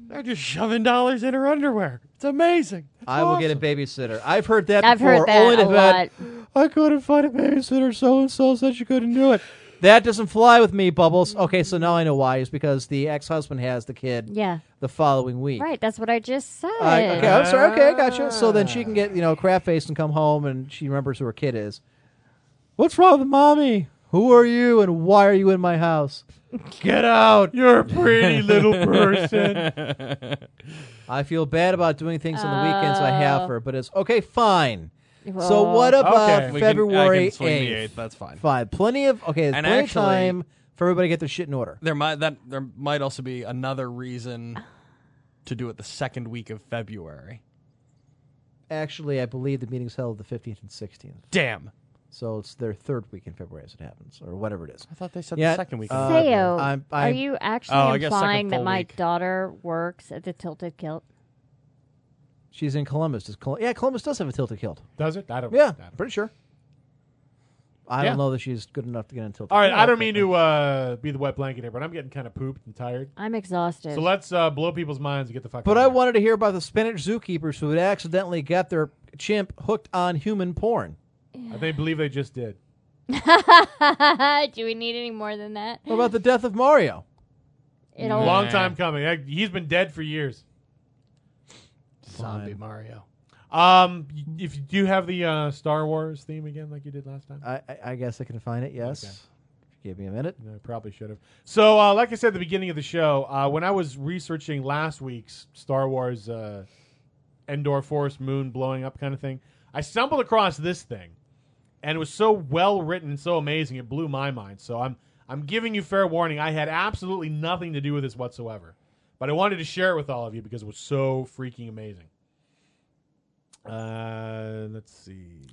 Speaker 7: They're just shoving dollars in her underwear. It's amazing. It's
Speaker 4: I will get a babysitter. I've heard that
Speaker 6: I've
Speaker 4: before.
Speaker 6: heard that
Speaker 4: only to
Speaker 6: a
Speaker 4: bet-
Speaker 6: lot.
Speaker 4: I couldn't find a babysitter. So and so said she couldn't do it. That doesn't fly with me, Bubbles. Okay, so now I know why. Is because the ex-husband has the kid.
Speaker 6: Yeah.
Speaker 4: The following week.
Speaker 6: Right, that's what I just said.
Speaker 4: I- okay, I'm sorry. Okay, I gotcha. So then she can get you know crap faced and come home, and she remembers who her kid is. What's wrong with mommy? Who are you, and why are you in my house? Get out! You're a pretty *laughs* little person. I feel bad about doing things on the weekends I have for, but it's okay, fine. So
Speaker 17: Well-
Speaker 4: what about
Speaker 7: Okay. We can- I can
Speaker 4: February
Speaker 7: swing the
Speaker 4: 8th?
Speaker 7: 8th, that's fine.
Speaker 4: Fine. Plenty of okay, there's
Speaker 7: And
Speaker 4: plenty
Speaker 7: actually-
Speaker 4: of time for everybody to get their shit in order.
Speaker 7: There might that there might also be another reason to do it the second week of February.
Speaker 4: Actually, I believe the meeting's held the 15th and 16th.
Speaker 7: Damn.
Speaker 4: So it's their third week in February as it happens, or whatever it is. I
Speaker 7: thought they said the second week.
Speaker 4: Uh,
Speaker 6: Sayo,
Speaker 4: I'm- I'm-
Speaker 6: are you actually
Speaker 4: Oh, I guess second
Speaker 6: implying that
Speaker 4: full
Speaker 6: my
Speaker 4: week.
Speaker 6: daughter works at the Tilted Kilt?
Speaker 4: She's in Columbus. Does Col- yeah, Columbus does have a tilted kilt.
Speaker 5: Does it? I don't.
Speaker 4: Yeah, pretty sure. I
Speaker 5: Yeah.
Speaker 4: don't know that she's good enough to get in tilted.
Speaker 5: All right, I don't
Speaker 4: kilt.
Speaker 5: mean to uh, be the wet blanket here, but I'm getting kind of pooped and tired.
Speaker 6: I'm exhausted.
Speaker 5: So let's uh, blow people's minds and get the fuck.
Speaker 4: But
Speaker 5: out
Speaker 4: I
Speaker 5: of here.
Speaker 4: wanted to hear about the Spanish zookeepers who had accidentally got their chimp hooked on human porn.
Speaker 5: I think believe they just did.
Speaker 6: *laughs* Do we need any more than that?
Speaker 4: What about the death of Mario?
Speaker 6: It'll-
Speaker 5: Long time coming. That- He's been dead for years.
Speaker 4: Zombie
Speaker 16: Mario.
Speaker 5: Um, y- if you do have the uh, Star Wars theme again, like you did last time.
Speaker 4: I, I, I guess I can find it. Yes. Give me a minute.
Speaker 5: I probably should have. So, uh, like I said at the beginning of the show, uh, when I was researching last week's Star Wars uh, Endor Forest Moon blowing up kind of thing, I stumbled across this thing, and it was so well written, and so amazing, it blew my mind. So I'm I'm giving you fair warning. I had absolutely nothing to do with this whatsoever, but I wanted to share it with all of you because it was so freaking amazing. Uh, let's see.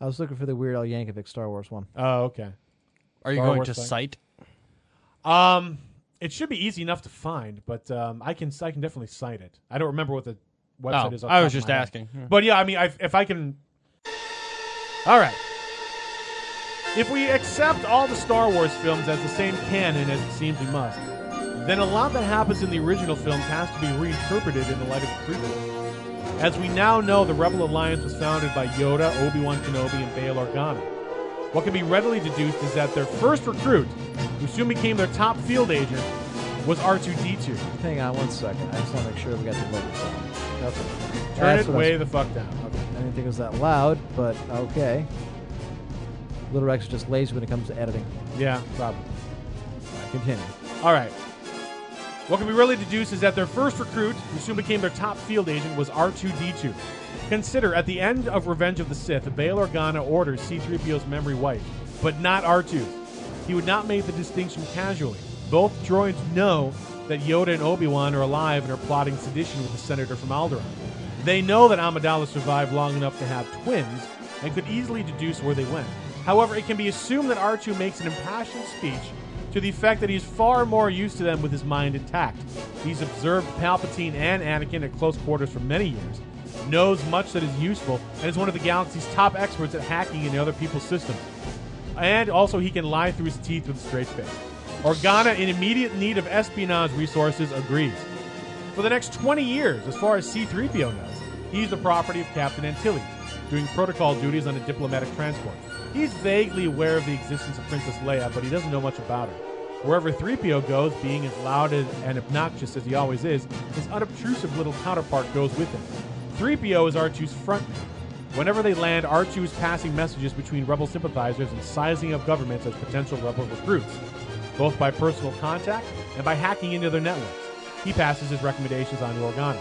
Speaker 4: I was looking for the Weird Al Yankovic Star Wars one.
Speaker 5: Oh, okay.
Speaker 4: Are you
Speaker 5: Star
Speaker 4: going
Speaker 5: Wars
Speaker 4: to
Speaker 5: thing.
Speaker 4: site?
Speaker 5: Um, it should be easy enough to find, but um, I can I can definitely cite it. I don't remember what the website
Speaker 7: Oh,
Speaker 5: is. off
Speaker 7: I
Speaker 5: the top
Speaker 7: was
Speaker 5: of
Speaker 7: just
Speaker 5: my head.
Speaker 7: asking. Yeah.
Speaker 5: But yeah, I mean, I, if I can. All right. If we accept all the Star Wars films as the same canon as it seems we must, then a lot that happens in the original films has to be reinterpreted in the light of the prequels. As we now know, the Rebel Alliance was founded by Yoda, Obi-Wan Kenobi, and Bail Organa. What can be readily deduced is that their first recruit, who soon became their top field agent, was R2-D2.
Speaker 4: Hang on one second. I just want to make sure we got the level down. That's it. That's
Speaker 5: Turn it
Speaker 4: what I was-
Speaker 5: way the fuck down. Okay.
Speaker 4: I didn't think it was that loud, but okay. Little Rex is just lazy when it comes to editing.
Speaker 5: Yeah, probably.
Speaker 4: Continue.
Speaker 5: All right. What can be really deduced is that their first recruit, who soon became their top field agent, was R2D2. Consider, at the end of Revenge of the Sith, Bail Organa orders C3PO's memory wiped, but not R2. He would not make the distinction casually. Both droids know that Yoda and Obi Wan are alive and are plotting sedition with the senator from Alderaan. They know that Amidala survived long enough to have twins and could easily deduce where they went. However, it can be assumed that R2 makes an impassioned speech to the effect that he's far more used to them with his mind intact. He's observed Palpatine and Anakin at close quarters for many years, knows much that is useful, and is one of the galaxy's top experts at hacking into other people's systems. And also, he can lie through his teeth with a straight face. Organa, in immediate need of espionage resources, agrees. For the next 20 years, as far as C3PO knows, he's the property of Captain Antilles, doing protocol duties on a diplomatic transport. He's vaguely aware of the existence of Princess Leia, but he doesn't know much about her. Wherever 3PO goes, being as loud and and obnoxious as he always is, his unobtrusive little counterpart goes with him. 3PO is R2's frontman. Whenever they land, R2 is passing messages between rebel sympathizers and sizing up governments as potential rebel recruits, both by personal contact and by hacking into their networks. He passes his recommendations on to Organa.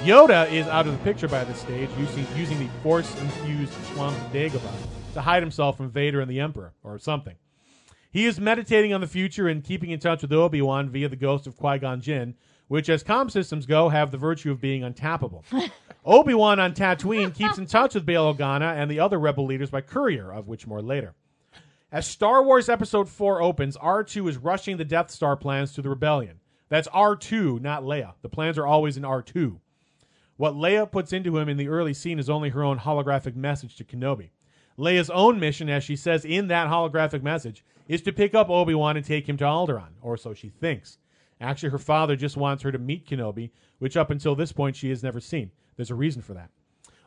Speaker 5: Yoda is out of the picture by this stage, using, using the force-infused swamps of Dagobah to hide himself from Vader and the Emperor, or something. He is meditating on the future and keeping in touch with Obi Wan via the ghost of Qui Gon Jinn, which, as comm systems go, have the virtue of being untappable. Obi Wan on Tatooine keeps in touch with Bail Organa and the other rebel leaders by courier, of which more later. As Star Wars Episode 4 opens, R2 is rushing the Death Star plans to the rebellion. That's R2, not Leia. The plans are always in R2. What Leia puts into him in the early scene is only her own holographic message to Kenobi. Leia's own mission, as she says in that holographic message, is to pick up Obi Wan and take him to Alderaan, or so she thinks. Actually, her father just wants her to meet Kenobi, which up until this point she has never seen. There's a reason for that.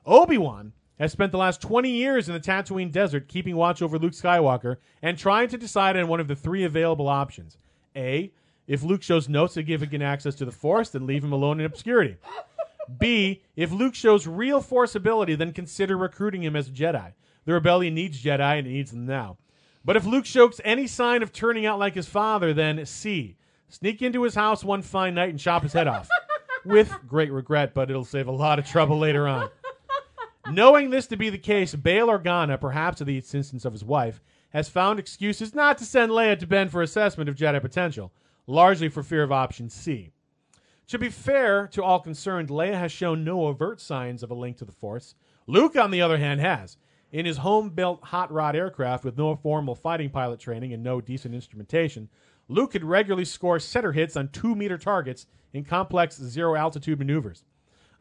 Speaker 5: Obi Wan has spent the last 20 years in the Tatooine desert keeping watch over Luke Skywalker and trying to decide on one of the three available options. A. If Luke shows no significant access to the Force, then leave him alone in obscurity. B, if Luke shows real force ability, then consider recruiting him as a Jedi. The rebellion needs Jedi and it needs them now. But if Luke shows any sign of turning out like his father, then C, sneak into his house one fine night and chop his head off. With great regret, but it'll save a lot of trouble later on. Knowing this to be the case, Bail Organa, perhaps at the instance of his wife, has found excuses not to send Leia to Ben for assessment of Jedi potential, largely for fear of option C. To be fair to all concerned, Leia has shown no overt signs of a link to the Force. Luke, on the other hand, has. In his home built hot rod aircraft with no formal fighting pilot training and no decent instrumentation, Luke could regularly score setter hits on two meter targets in complex zero altitude maneuvers.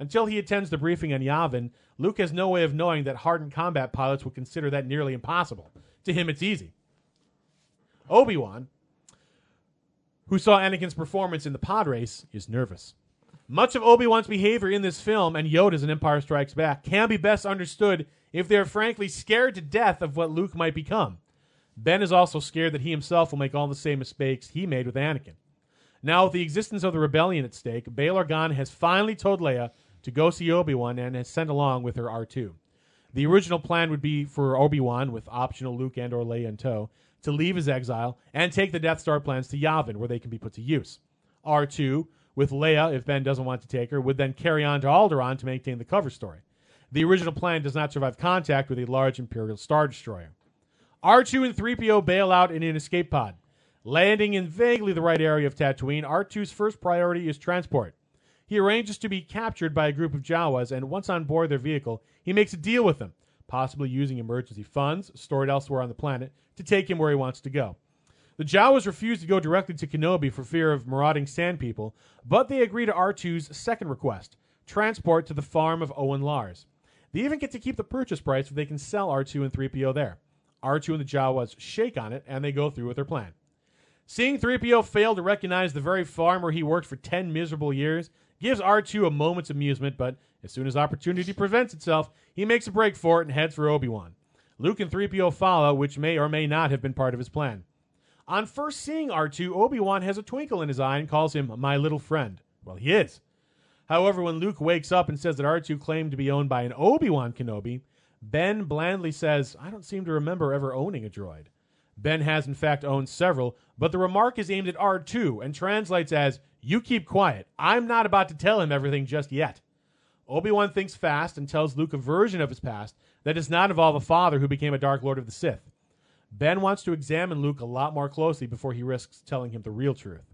Speaker 5: Until he attends the briefing on Yavin, Luke has no way of knowing that hardened combat pilots would consider that nearly impossible. To him, it's easy. Obi Wan, who saw Anakin's performance in the pod race, is nervous. Much of Obi Wan's behavior in this film and Yoda's in Empire Strikes Back can be best understood if they are frankly scared to death of what Luke might become. Ben is also scared that he himself will make all the same mistakes he made with Anakin. Now, with the existence of the rebellion at stake, Bail Organa has finally told Leia to go see Obi Wan and has sent along with her R2. The original plan would be for Obi Wan, with optional Luke and or Leia in tow, to leave his exile and take the Death Star plans to Yavin, where they can be put to use. R2, with Leia, if Ben doesn't want to take her, would then carry on to Alderaan to maintain the cover story. The original plan does not survive contact with a large Imperial Star Destroyer. R2 and 3PO bail out in an escape pod. Landing in vaguely the right area of Tatooine, R2's first priority is transport. He arranges to be captured by a group of Jawas, and once on board their vehicle, he makes a deal with them, possibly using emergency funds stored elsewhere on the planet to take him where he wants to go. The Jawas refuse to go directly to Kenobi for fear of marauding sand people, but they agree to R2's second request transport to the farm of Owen Lars. They even get to keep the purchase price if they can sell R2 and 3PO there. R2 and the Jawas shake on it, and they go through with their plan. Seeing 3PO fail to recognize the very farm where he worked for 10 miserable years gives R2 a moment's amusement, but as soon as opportunity presents itself, he makes a break for it and heads for Obi Wan. Luke and 3PO follow, which may or may not have been part of his plan. On first seeing R2, Obi Wan has a twinkle in his eye and calls him my little friend. Well, he is. However, when Luke wakes up and says that R2 claimed to be owned by an Obi Wan Kenobi, Ben blandly says, I don't seem to remember ever owning a droid. Ben has, in fact, owned several, but the remark is aimed at R2 and translates as, You keep quiet. I'm not about to tell him everything just yet. Obi Wan thinks fast and tells Luke a version of his past that does not involve a father who became a Dark Lord of the Sith. Ben wants to examine Luke a lot more closely before he risks telling him the real truth.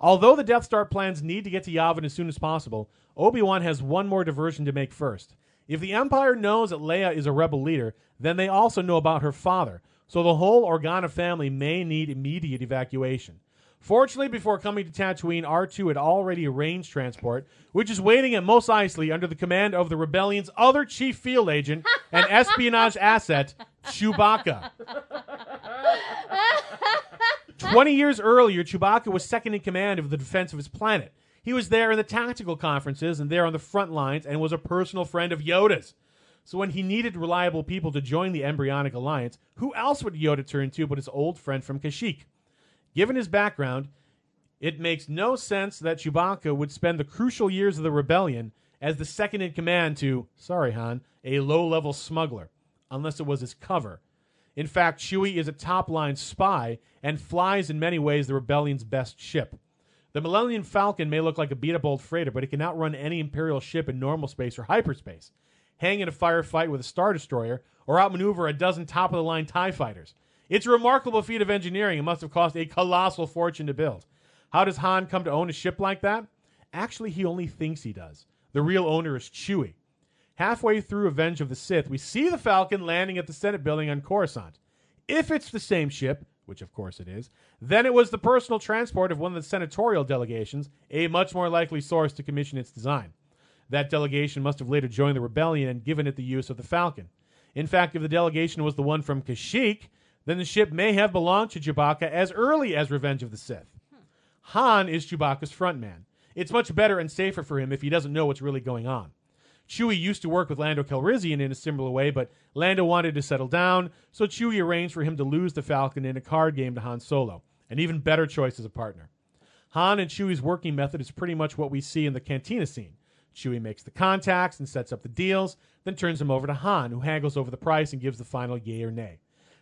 Speaker 5: Although the Death Star plans need to get to Yavin as soon as possible, Obi Wan has one more diversion to make first. If the Empire knows that Leia is a rebel leader, then they also know about her father, so the whole Organa family may need immediate evacuation. Fortunately, before coming to Tatooine, R2 had already arranged transport, which is waiting at Mos Eisley under the command of the rebellion's other chief field agent and espionage asset, Chewbacca. 20 years earlier, Chewbacca was second in command of the defense of his planet. He was there in the tactical conferences and there on the front lines and was a personal friend of Yoda's. So when he needed reliable people to join the embryonic alliance, who else would Yoda turn to but his old friend from Kashyyyk? Given his background, it makes no sense that Chewbacca would spend the crucial years of the rebellion as the second in command to, sorry Han, a low level smuggler, unless it was his cover. In fact, Chewie is a top line spy and flies in many ways the rebellion's best ship. The Millennium Falcon may look like a beat up old freighter, but it cannot run any Imperial ship in normal space or hyperspace, hang in a firefight with a Star Destroyer, or outmaneuver a dozen top of the line TIE fighters. It's a remarkable feat of engineering and must have cost a colossal fortune to build. How does Han come to own a ship like that? Actually, he only thinks he does. The real owner is Chewie. Halfway through Revenge of the Sith, we see the Falcon landing at the Senate building on Coruscant. If it's the same ship, which of course it is, then it was the personal transport of one of the senatorial delegations, a much more likely source to commission its design. That delegation must have later joined the rebellion and given it the use of the Falcon. In fact, if the delegation was the one from Kashyyyk, then the ship may have belonged to Chewbacca as early as Revenge of the Sith. Han is Chewbacca's frontman. It's much better and safer for him if he doesn't know what's really going on. Chewie used to work with Lando Calrissian in a similar way, but Lando wanted to settle down, so Chewie arranged for him to lose the Falcon in a card game to Han Solo, an even better choice as a partner. Han and Chewie's working method is pretty much what we see in the cantina scene. Chewie makes the contacts and sets up the deals, then turns them over to Han, who haggles over the price and gives the final yay or nay.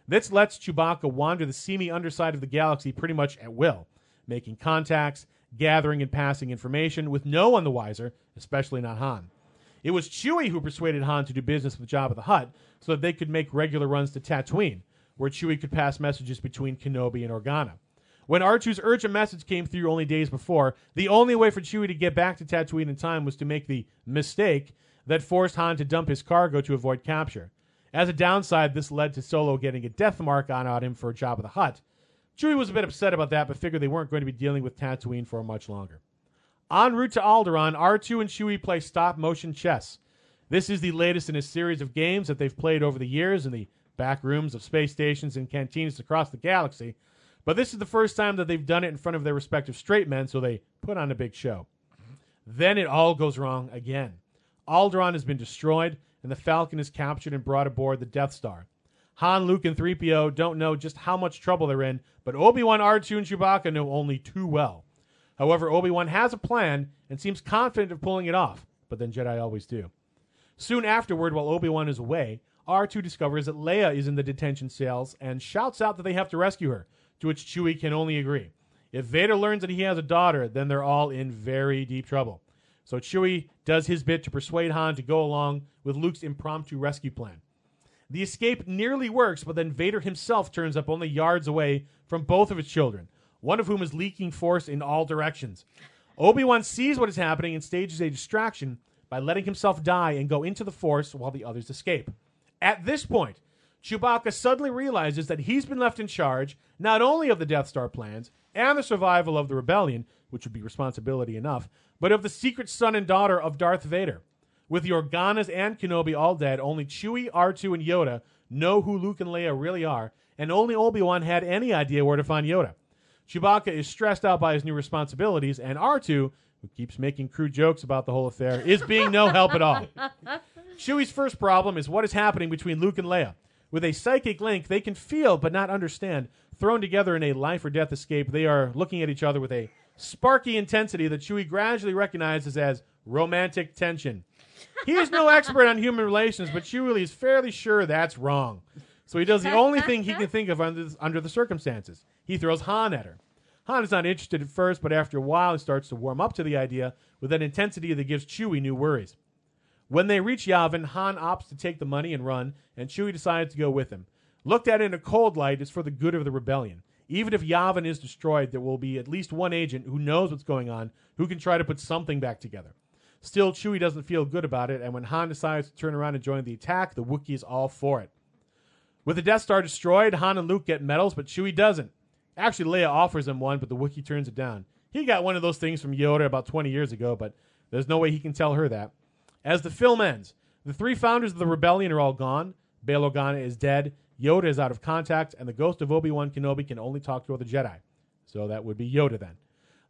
Speaker 5: This lets Chewbacca wander the seamy underside of the galaxy pretty much at will, making contacts, gathering and passing information with no one the wiser, especially not Han. It was Chewie who persuaded Han to do business with Jabba the Hutt so that they could make regular runs to Tatooine, where Chewie could pass messages between Kenobi and Organa. When R2's urgent message came through only days before, the only way for Chewie to get back to Tatooine in time was to make the mistake that forced Han to dump his cargo to avoid capture. As a downside, this led to Solo getting a death mark on him for Jabba the Hutt. Chewie was a bit upset about that, but figured they weren't going to be dealing with Tatooine for much longer. En route to Alderaan, R2 and Chewie play stop motion chess. This is the latest in a series of games that they've played over the years in the back rooms of space stations and cantinas across the galaxy, but this is the first time that they've done it in front of their respective straight men, so they put on a big show. Then it all goes wrong again. Alderaan has been destroyed, and the Falcon is captured and brought aboard the Death Star. Han, Luke, and 3PO don't know just how much trouble they're in, but Obi-Wan, R2, and Chewbacca know only too well. However, Obi-Wan has a plan and seems confident of pulling it off, but then Jedi always do. Soon afterward, while Obi-Wan is away, R2 discovers that Leia is in the detention cells and shouts out that they have to rescue her, to which Chewie can only agree. If Vader learns that he has a daughter, then they're all in very deep trouble. So Chewie does his bit to persuade Han to go along with Luke's impromptu rescue plan. The escape nearly works, but then Vader himself turns up only yards away from both of his children, one of whom is leaking force in all directions. Obi Wan sees what is happening and stages a distraction by letting himself die and go into the force while the others escape. At this point, Chewbacca suddenly realizes that he's been left in charge not only of the Death Star plans and the survival of the rebellion, which would be responsibility enough, but of the secret son and daughter of Darth Vader. With the Organas and Kenobi all dead, only Chewie, R2, and Yoda know who Luke and Leia really are, and only Obi Wan had any idea where to find Yoda. Chewbacca is stressed out by his new responsibilities, and R2, who keeps making crude jokes about the whole affair, is being no help at all. Chewie's first problem is what is happening between Luke and Leia. With a psychic link they can feel but not understand, thrown together in a life or death escape, they are looking at each other with a sparky intensity that Chewie gradually recognizes as romantic tension. He is no expert on human relations, but Chewie is fairly sure that's wrong. So he does the only thing he can think of under, under the circumstances. He throws Han at her. Han is not interested at first, but after a while, he starts to warm up to the idea with an intensity that gives Chewie new worries. When they reach Yavin, Han opts to take the money and run, and Chewie decides to go with him. Looked at in a cold light, it's for the good of the rebellion. Even if Yavin is destroyed, there will be at least one agent who knows what's going on, who can try to put something back together. Still, Chewie doesn't feel good about it, and when Han decides to turn around and join the attack, the Wookiee is all for it. With the Death Star destroyed, Han and Luke get medals, but Chewie doesn't. Actually, Leia offers him one, but the Wookiee turns it down. He got one of those things from Yoda about 20 years ago, but there's no way he can tell her that. As the film ends, the three founders of the rebellion are all gone. Bail Organa is dead. Yoda is out of contact, and the ghost of Obi Wan Kenobi can only talk to other Jedi. So that would be Yoda then.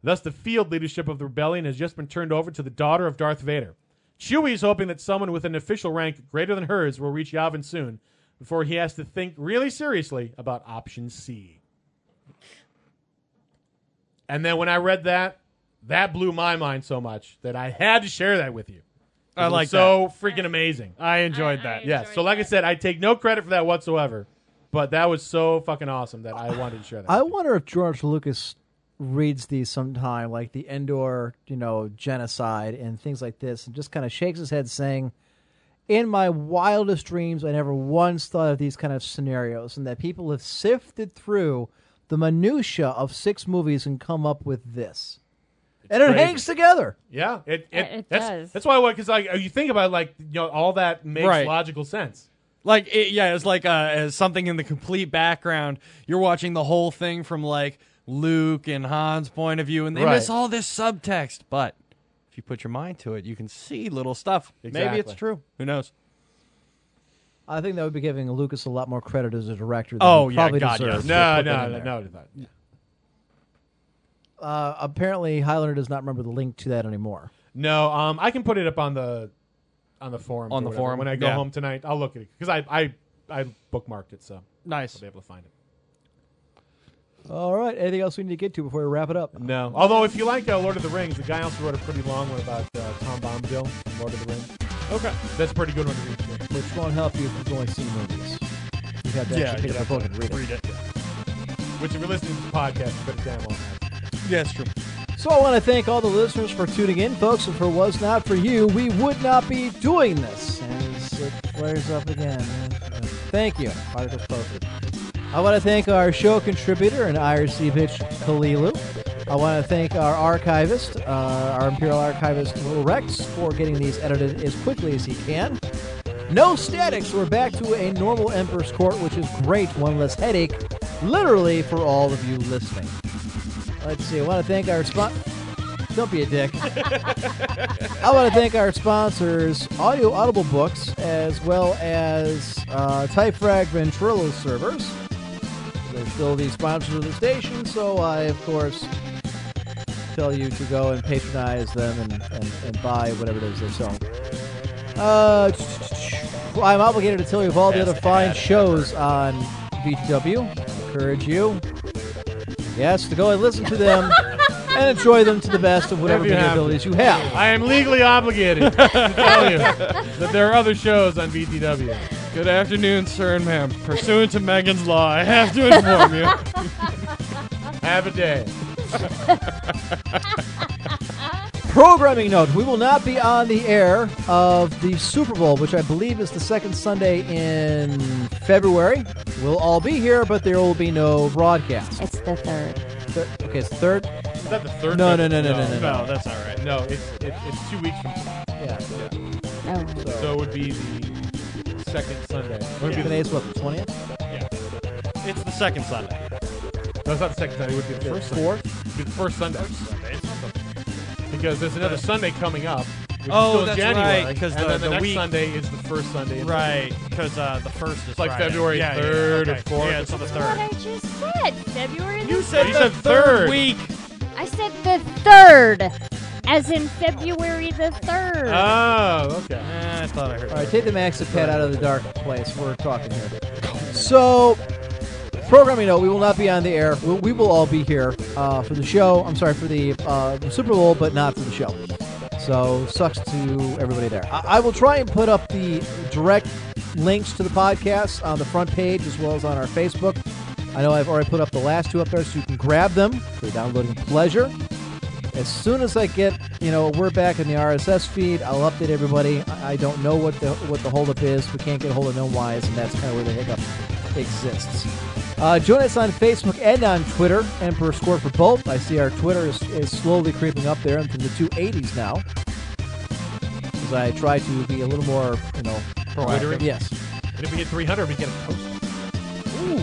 Speaker 5: Thus, the field leadership of the rebellion has just been turned over to the daughter of Darth Vader. Chewie is hoping that someone with an official rank greater than hers will reach Yavin soon, before he has to think really seriously about option C. And then when I read that, that blew my mind so much that I had to share that with you.
Speaker 7: I
Speaker 5: It was
Speaker 7: like
Speaker 5: so freaking amazing. I enjoyed that. yes. so like I said, I take no credit for that whatsoever, but that was so fucking awesome that I wanted to share that.
Speaker 4: I wonder if George Lucas reads these sometime, like the Endor, you know, genocide and things like this, and just kind of shakes his head, saying, "In my wildest dreams, I never once thought of these kind of scenarios, and that people have sifted through the minutia of six movies and come up with this, and it
Speaker 5: crazy.
Speaker 4: hangs together."
Speaker 5: Yeah, it, it,
Speaker 6: It
Speaker 5: that's,
Speaker 6: does.
Speaker 5: That's why because like you think about it, like you know all that makes
Speaker 7: Right.
Speaker 5: logical sense.
Speaker 7: Like it, yeah, it's like uh, as something in the complete background. You're watching the whole thing from like Luke and Han's point of view, and they
Speaker 18: Right.
Speaker 7: miss all this subtext. But if you put your mind to it, you can see little stuff. Maybe it's
Speaker 4: Exactly.
Speaker 7: true. Who knows?
Speaker 4: I think that would be giving Lucas a lot more credit as a director. Than
Speaker 7: Oh
Speaker 4: he
Speaker 7: yeah,
Speaker 4: probably
Speaker 7: God, yeah.
Speaker 4: deserves for
Speaker 7: no,
Speaker 4: putting
Speaker 7: no,
Speaker 4: in
Speaker 7: no,
Speaker 4: there.
Speaker 7: no,
Speaker 5: Uh, no.
Speaker 4: Uh, apparently, Highlander does not remember the link to that anymore.
Speaker 5: No, um, I can put it up on the on the forum
Speaker 4: On
Speaker 5: or
Speaker 4: the
Speaker 5: whatever.
Speaker 4: forum,
Speaker 5: when I go
Speaker 4: yeah.
Speaker 5: home tonight. I'll look at it because I, I I bookmarked it, so
Speaker 7: nice.
Speaker 5: I'll be able to find it.
Speaker 4: All right. Anything else we need to get to before we wrap it up?
Speaker 5: No. Although if you like uh, Lord of the Rings, the guy also wrote a pretty long one about uh, Tom Bombadil, Lord of the Rings. Okay, that's a pretty good one to read. too.
Speaker 4: Which won't help you if you've only seen movies. You have to
Speaker 5: Yeah,
Speaker 4: actually pick
Speaker 5: you
Speaker 4: up a book and read it.
Speaker 5: Which if you're listening to the podcast, you better damn well.
Speaker 7: Yeah, it's true.
Speaker 4: So I want to thank all the listeners for tuning in, folks. If it was not for you, we would not be doing this. As it flares up again. Thank you. Article posted. I want to thank our show contributor and IRC bitch Kalilu. I want to thank our archivist, uh, our Imperial archivist Little Rex, for getting these edited as quickly as he can. No statics. We're back to a normal Emperor's Court, which is great. One less headache, literally, for all of you listening. Let's see. I want to thank our spot. Don't be a dick. I want to thank our sponsors, Audio Audible Books, as well as uh, Typefrag Ventrilo servers. They're still the sponsors of the station, so I, of course, tell you to go and patronize them and, and, and buy whatever it is they're selling. Uh, Well, I'm obligated to tell you of all the other fine shows on BTW. I encourage you, yes, to go and listen to them and enjoy them to the best of whatever
Speaker 5: If you
Speaker 4: media
Speaker 5: have to.
Speaker 4: abilities you have.
Speaker 5: I am legally obligated to tell you that there are other shows on BTW.
Speaker 7: Good afternoon, sir and ma'am. Pursuant to Megan's law, I have to inform you.
Speaker 5: Have a day.
Speaker 4: Programming note: We will not be on the air of the Super Bowl, which I believe is the second Sunday in February. We'll all be here, but there will be no broadcast.
Speaker 6: It's the third.
Speaker 4: okay, it's the third.
Speaker 5: Is that the third?
Speaker 4: No, no,
Speaker 5: thing?
Speaker 4: no, no, no, no, no.
Speaker 5: that's all right. No, it's it, it's two weeks from. Yeah.
Speaker 6: Oh.
Speaker 5: So it would be the second Sunday. Would it be
Speaker 4: Today's what, the 20th?
Speaker 5: Yeah.
Speaker 7: It's the second Sunday.
Speaker 5: No, it's not the second Sunday. It would be the first.
Speaker 4: Fourth?
Speaker 5: Sunday. It'd be the first Sunday. Because there's another Sunday coming up. Which is
Speaker 7: Oh,
Speaker 5: still in
Speaker 7: that's
Speaker 5: January,
Speaker 7: right, 'cause
Speaker 5: and
Speaker 7: the-
Speaker 5: then the,
Speaker 7: the
Speaker 5: next
Speaker 7: week-
Speaker 5: Sunday is the first Sunday. in
Speaker 7: *laughs* Right, because uh, the first is
Speaker 5: It's like
Speaker 7: Friday.
Speaker 5: February
Speaker 7: Yeah, yeah,
Speaker 5: 3rd or
Speaker 7: okay.
Speaker 5: 4th
Speaker 7: Yeah,
Speaker 5: or
Speaker 7: it's the
Speaker 5: something.
Speaker 6: What I
Speaker 7: third.
Speaker 6: just said. February.
Speaker 7: You
Speaker 6: the
Speaker 7: said
Speaker 5: You
Speaker 7: the
Speaker 5: said
Speaker 7: third
Speaker 5: third.
Speaker 7: week.
Speaker 6: I said the third, as in February the third.
Speaker 7: Uh.
Speaker 5: Oh, okay.
Speaker 7: Eh, I thought I heard.
Speaker 4: All right, take the Max and Pat out of the dark place. We're talking here. So, programming note: We will not be on the air. We, we will all be here uh, for the show. I'm sorry for the, uh, the Super Bowl, but not for the show. So, sucks to everybody there. I, I will try and put up the direct links to the podcast on the front page as well as on our Facebook. I know I've already put up the last two up there, so you can grab them for your downloading pleasure. As soon as I get, you know, we're back in the RSS feed, I'll update everybody. I I don't know what the what the holdup is. We can't get a hold of no wise, and that's kind of where the hiccup exists. Uh, join us on Facebook and on Twitter, Emperor Score for both. I see our Twitter is, is slowly creeping up there into the 280s now. As I try to be a little more, you know,
Speaker 5: Twittering?
Speaker 4: Yes.
Speaker 5: And if we get 300, we get a post.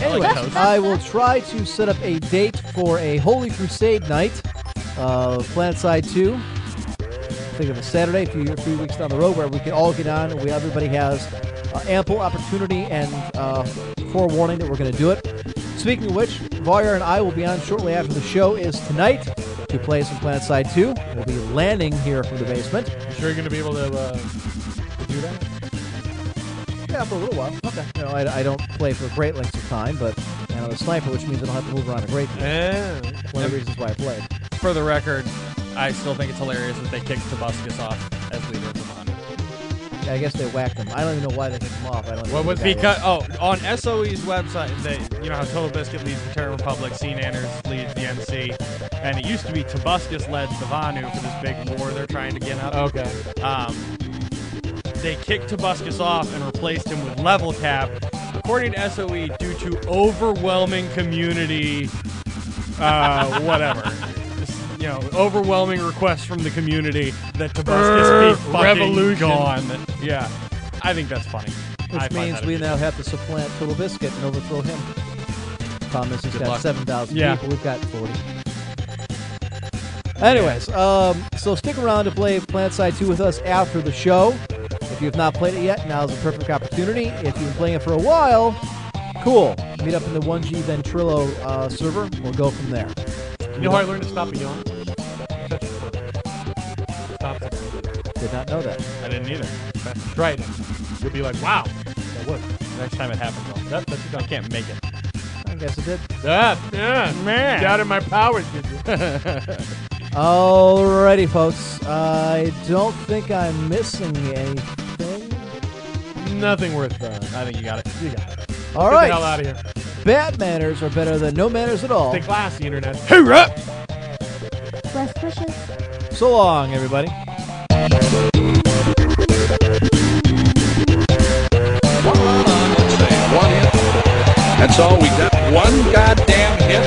Speaker 4: Anyway, I will try to set up a date for a Holy Crusade night of Planet Side 2. Think of a Saturday, a few, a few weeks down the road, where we can all get on. and We everybody has uh, ample opportunity and uh, forewarning that we're going to do it. Speaking of which, Voyeur and I will be on shortly after the show is tonight to play some Planet Side 2. We'll be landing here from the basement.
Speaker 5: You sure you're going to be able to, uh, to do that?
Speaker 4: Yeah, for a little while. Okay. You know, I, I don't play for great lengths of time, but you know, I'm a sniper, which means I don't have to move around a great deal. One of the reasons why I played.
Speaker 7: For the record, I still think it's hilarious that they kicked Tabuscus off as leader of the Mondo.
Speaker 4: Yeah, I guess they whacked him. I don't even know why they kicked him off. I don't.
Speaker 7: What
Speaker 4: even
Speaker 7: was
Speaker 4: know who
Speaker 7: because
Speaker 4: that
Speaker 7: oh on SOE's website they you know how Total Biscuit leads the Terror Republic, C Nanners leads the NC, and it used to be Tabuscus led the Vanu for this big war they're trying to get up.
Speaker 5: Okay.
Speaker 7: Um, they kicked Tabuscus off and replaced him with Level Cap, according to SOE, due to overwhelming community, uh, whatever. Just, You know, overwhelming requests from the community that Tabuscus be fucking
Speaker 5: Revolution.
Speaker 7: gone. Yeah, I think that's funny. I
Speaker 4: Which
Speaker 7: find
Speaker 4: means
Speaker 7: that
Speaker 4: we now have to supplant Total Biscuit and overthrow him. Thomas has
Speaker 7: Good
Speaker 4: got
Speaker 7: luck.
Speaker 4: seven thousand
Speaker 7: Yeah.
Speaker 4: people. We've got forty. Anyways, um, so stick around to play Plant Side 2 with us after the show. If you have not played it yet, now's the perfect opportunity. If you've been playing it for a while, cool. Meet up in the 1G Ventrilo uh, server. We'll go from there.
Speaker 5: You know how I learned to stop a yawn? Touch your throat. Stop it.
Speaker 4: Did not know that.
Speaker 7: I didn't either.
Speaker 5: Try it. You'll be like, wow, that worked.
Speaker 7: Next time it happens, I'll,
Speaker 5: That, that's your
Speaker 7: I can't make it.
Speaker 4: I guess it did.
Speaker 5: Ah, yeah,
Speaker 7: Man.
Speaker 5: Doubted my powers, did you?
Speaker 4: Alrighty, folks. I don't think I'm missing anything.
Speaker 5: *laughs* Nothing worth uh,
Speaker 7: I think you got it.
Speaker 5: You got it.
Speaker 4: All
Speaker 5: Get
Speaker 4: right.
Speaker 5: the hell out of here.
Speaker 4: Bad manners are better than no manners at all.
Speaker 5: Stay classy, internet.
Speaker 19: Best wishes.
Speaker 4: So long, everybody.
Speaker 20: One hit. That's all we got. One goddamn hit.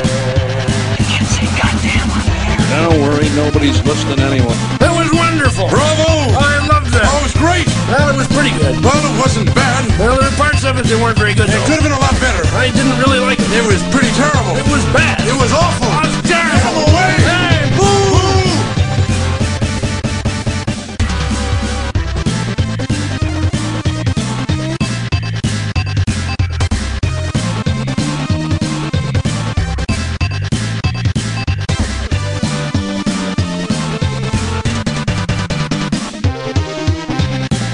Speaker 20: You can't say goddamn on Don't worry, nobody's listening anyway. That was wonderful. Bravo! I loved that. That was great. Well, it was pretty good. Well, it wasn't bad. Well, there were parts of it that weren't very good. It could have been a lot better. I didn't really like it. It was pretty terrible. It was bad. It was awful. I was terrible. Get 'em away. Hey, boo!
Speaker 1: Oh,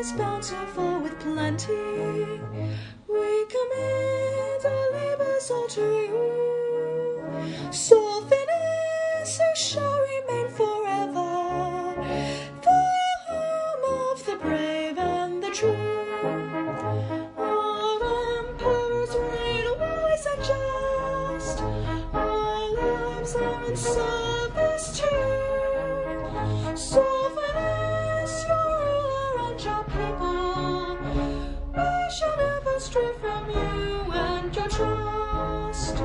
Speaker 1: is bountiful with plenty. We commend our labors all to you. So finis, who shall remain forever. The home of the brave and the true. Our emperors reign wise and just. Our lives are in service too. So finis, your ruler and your people. We shall never stray from you and your trust.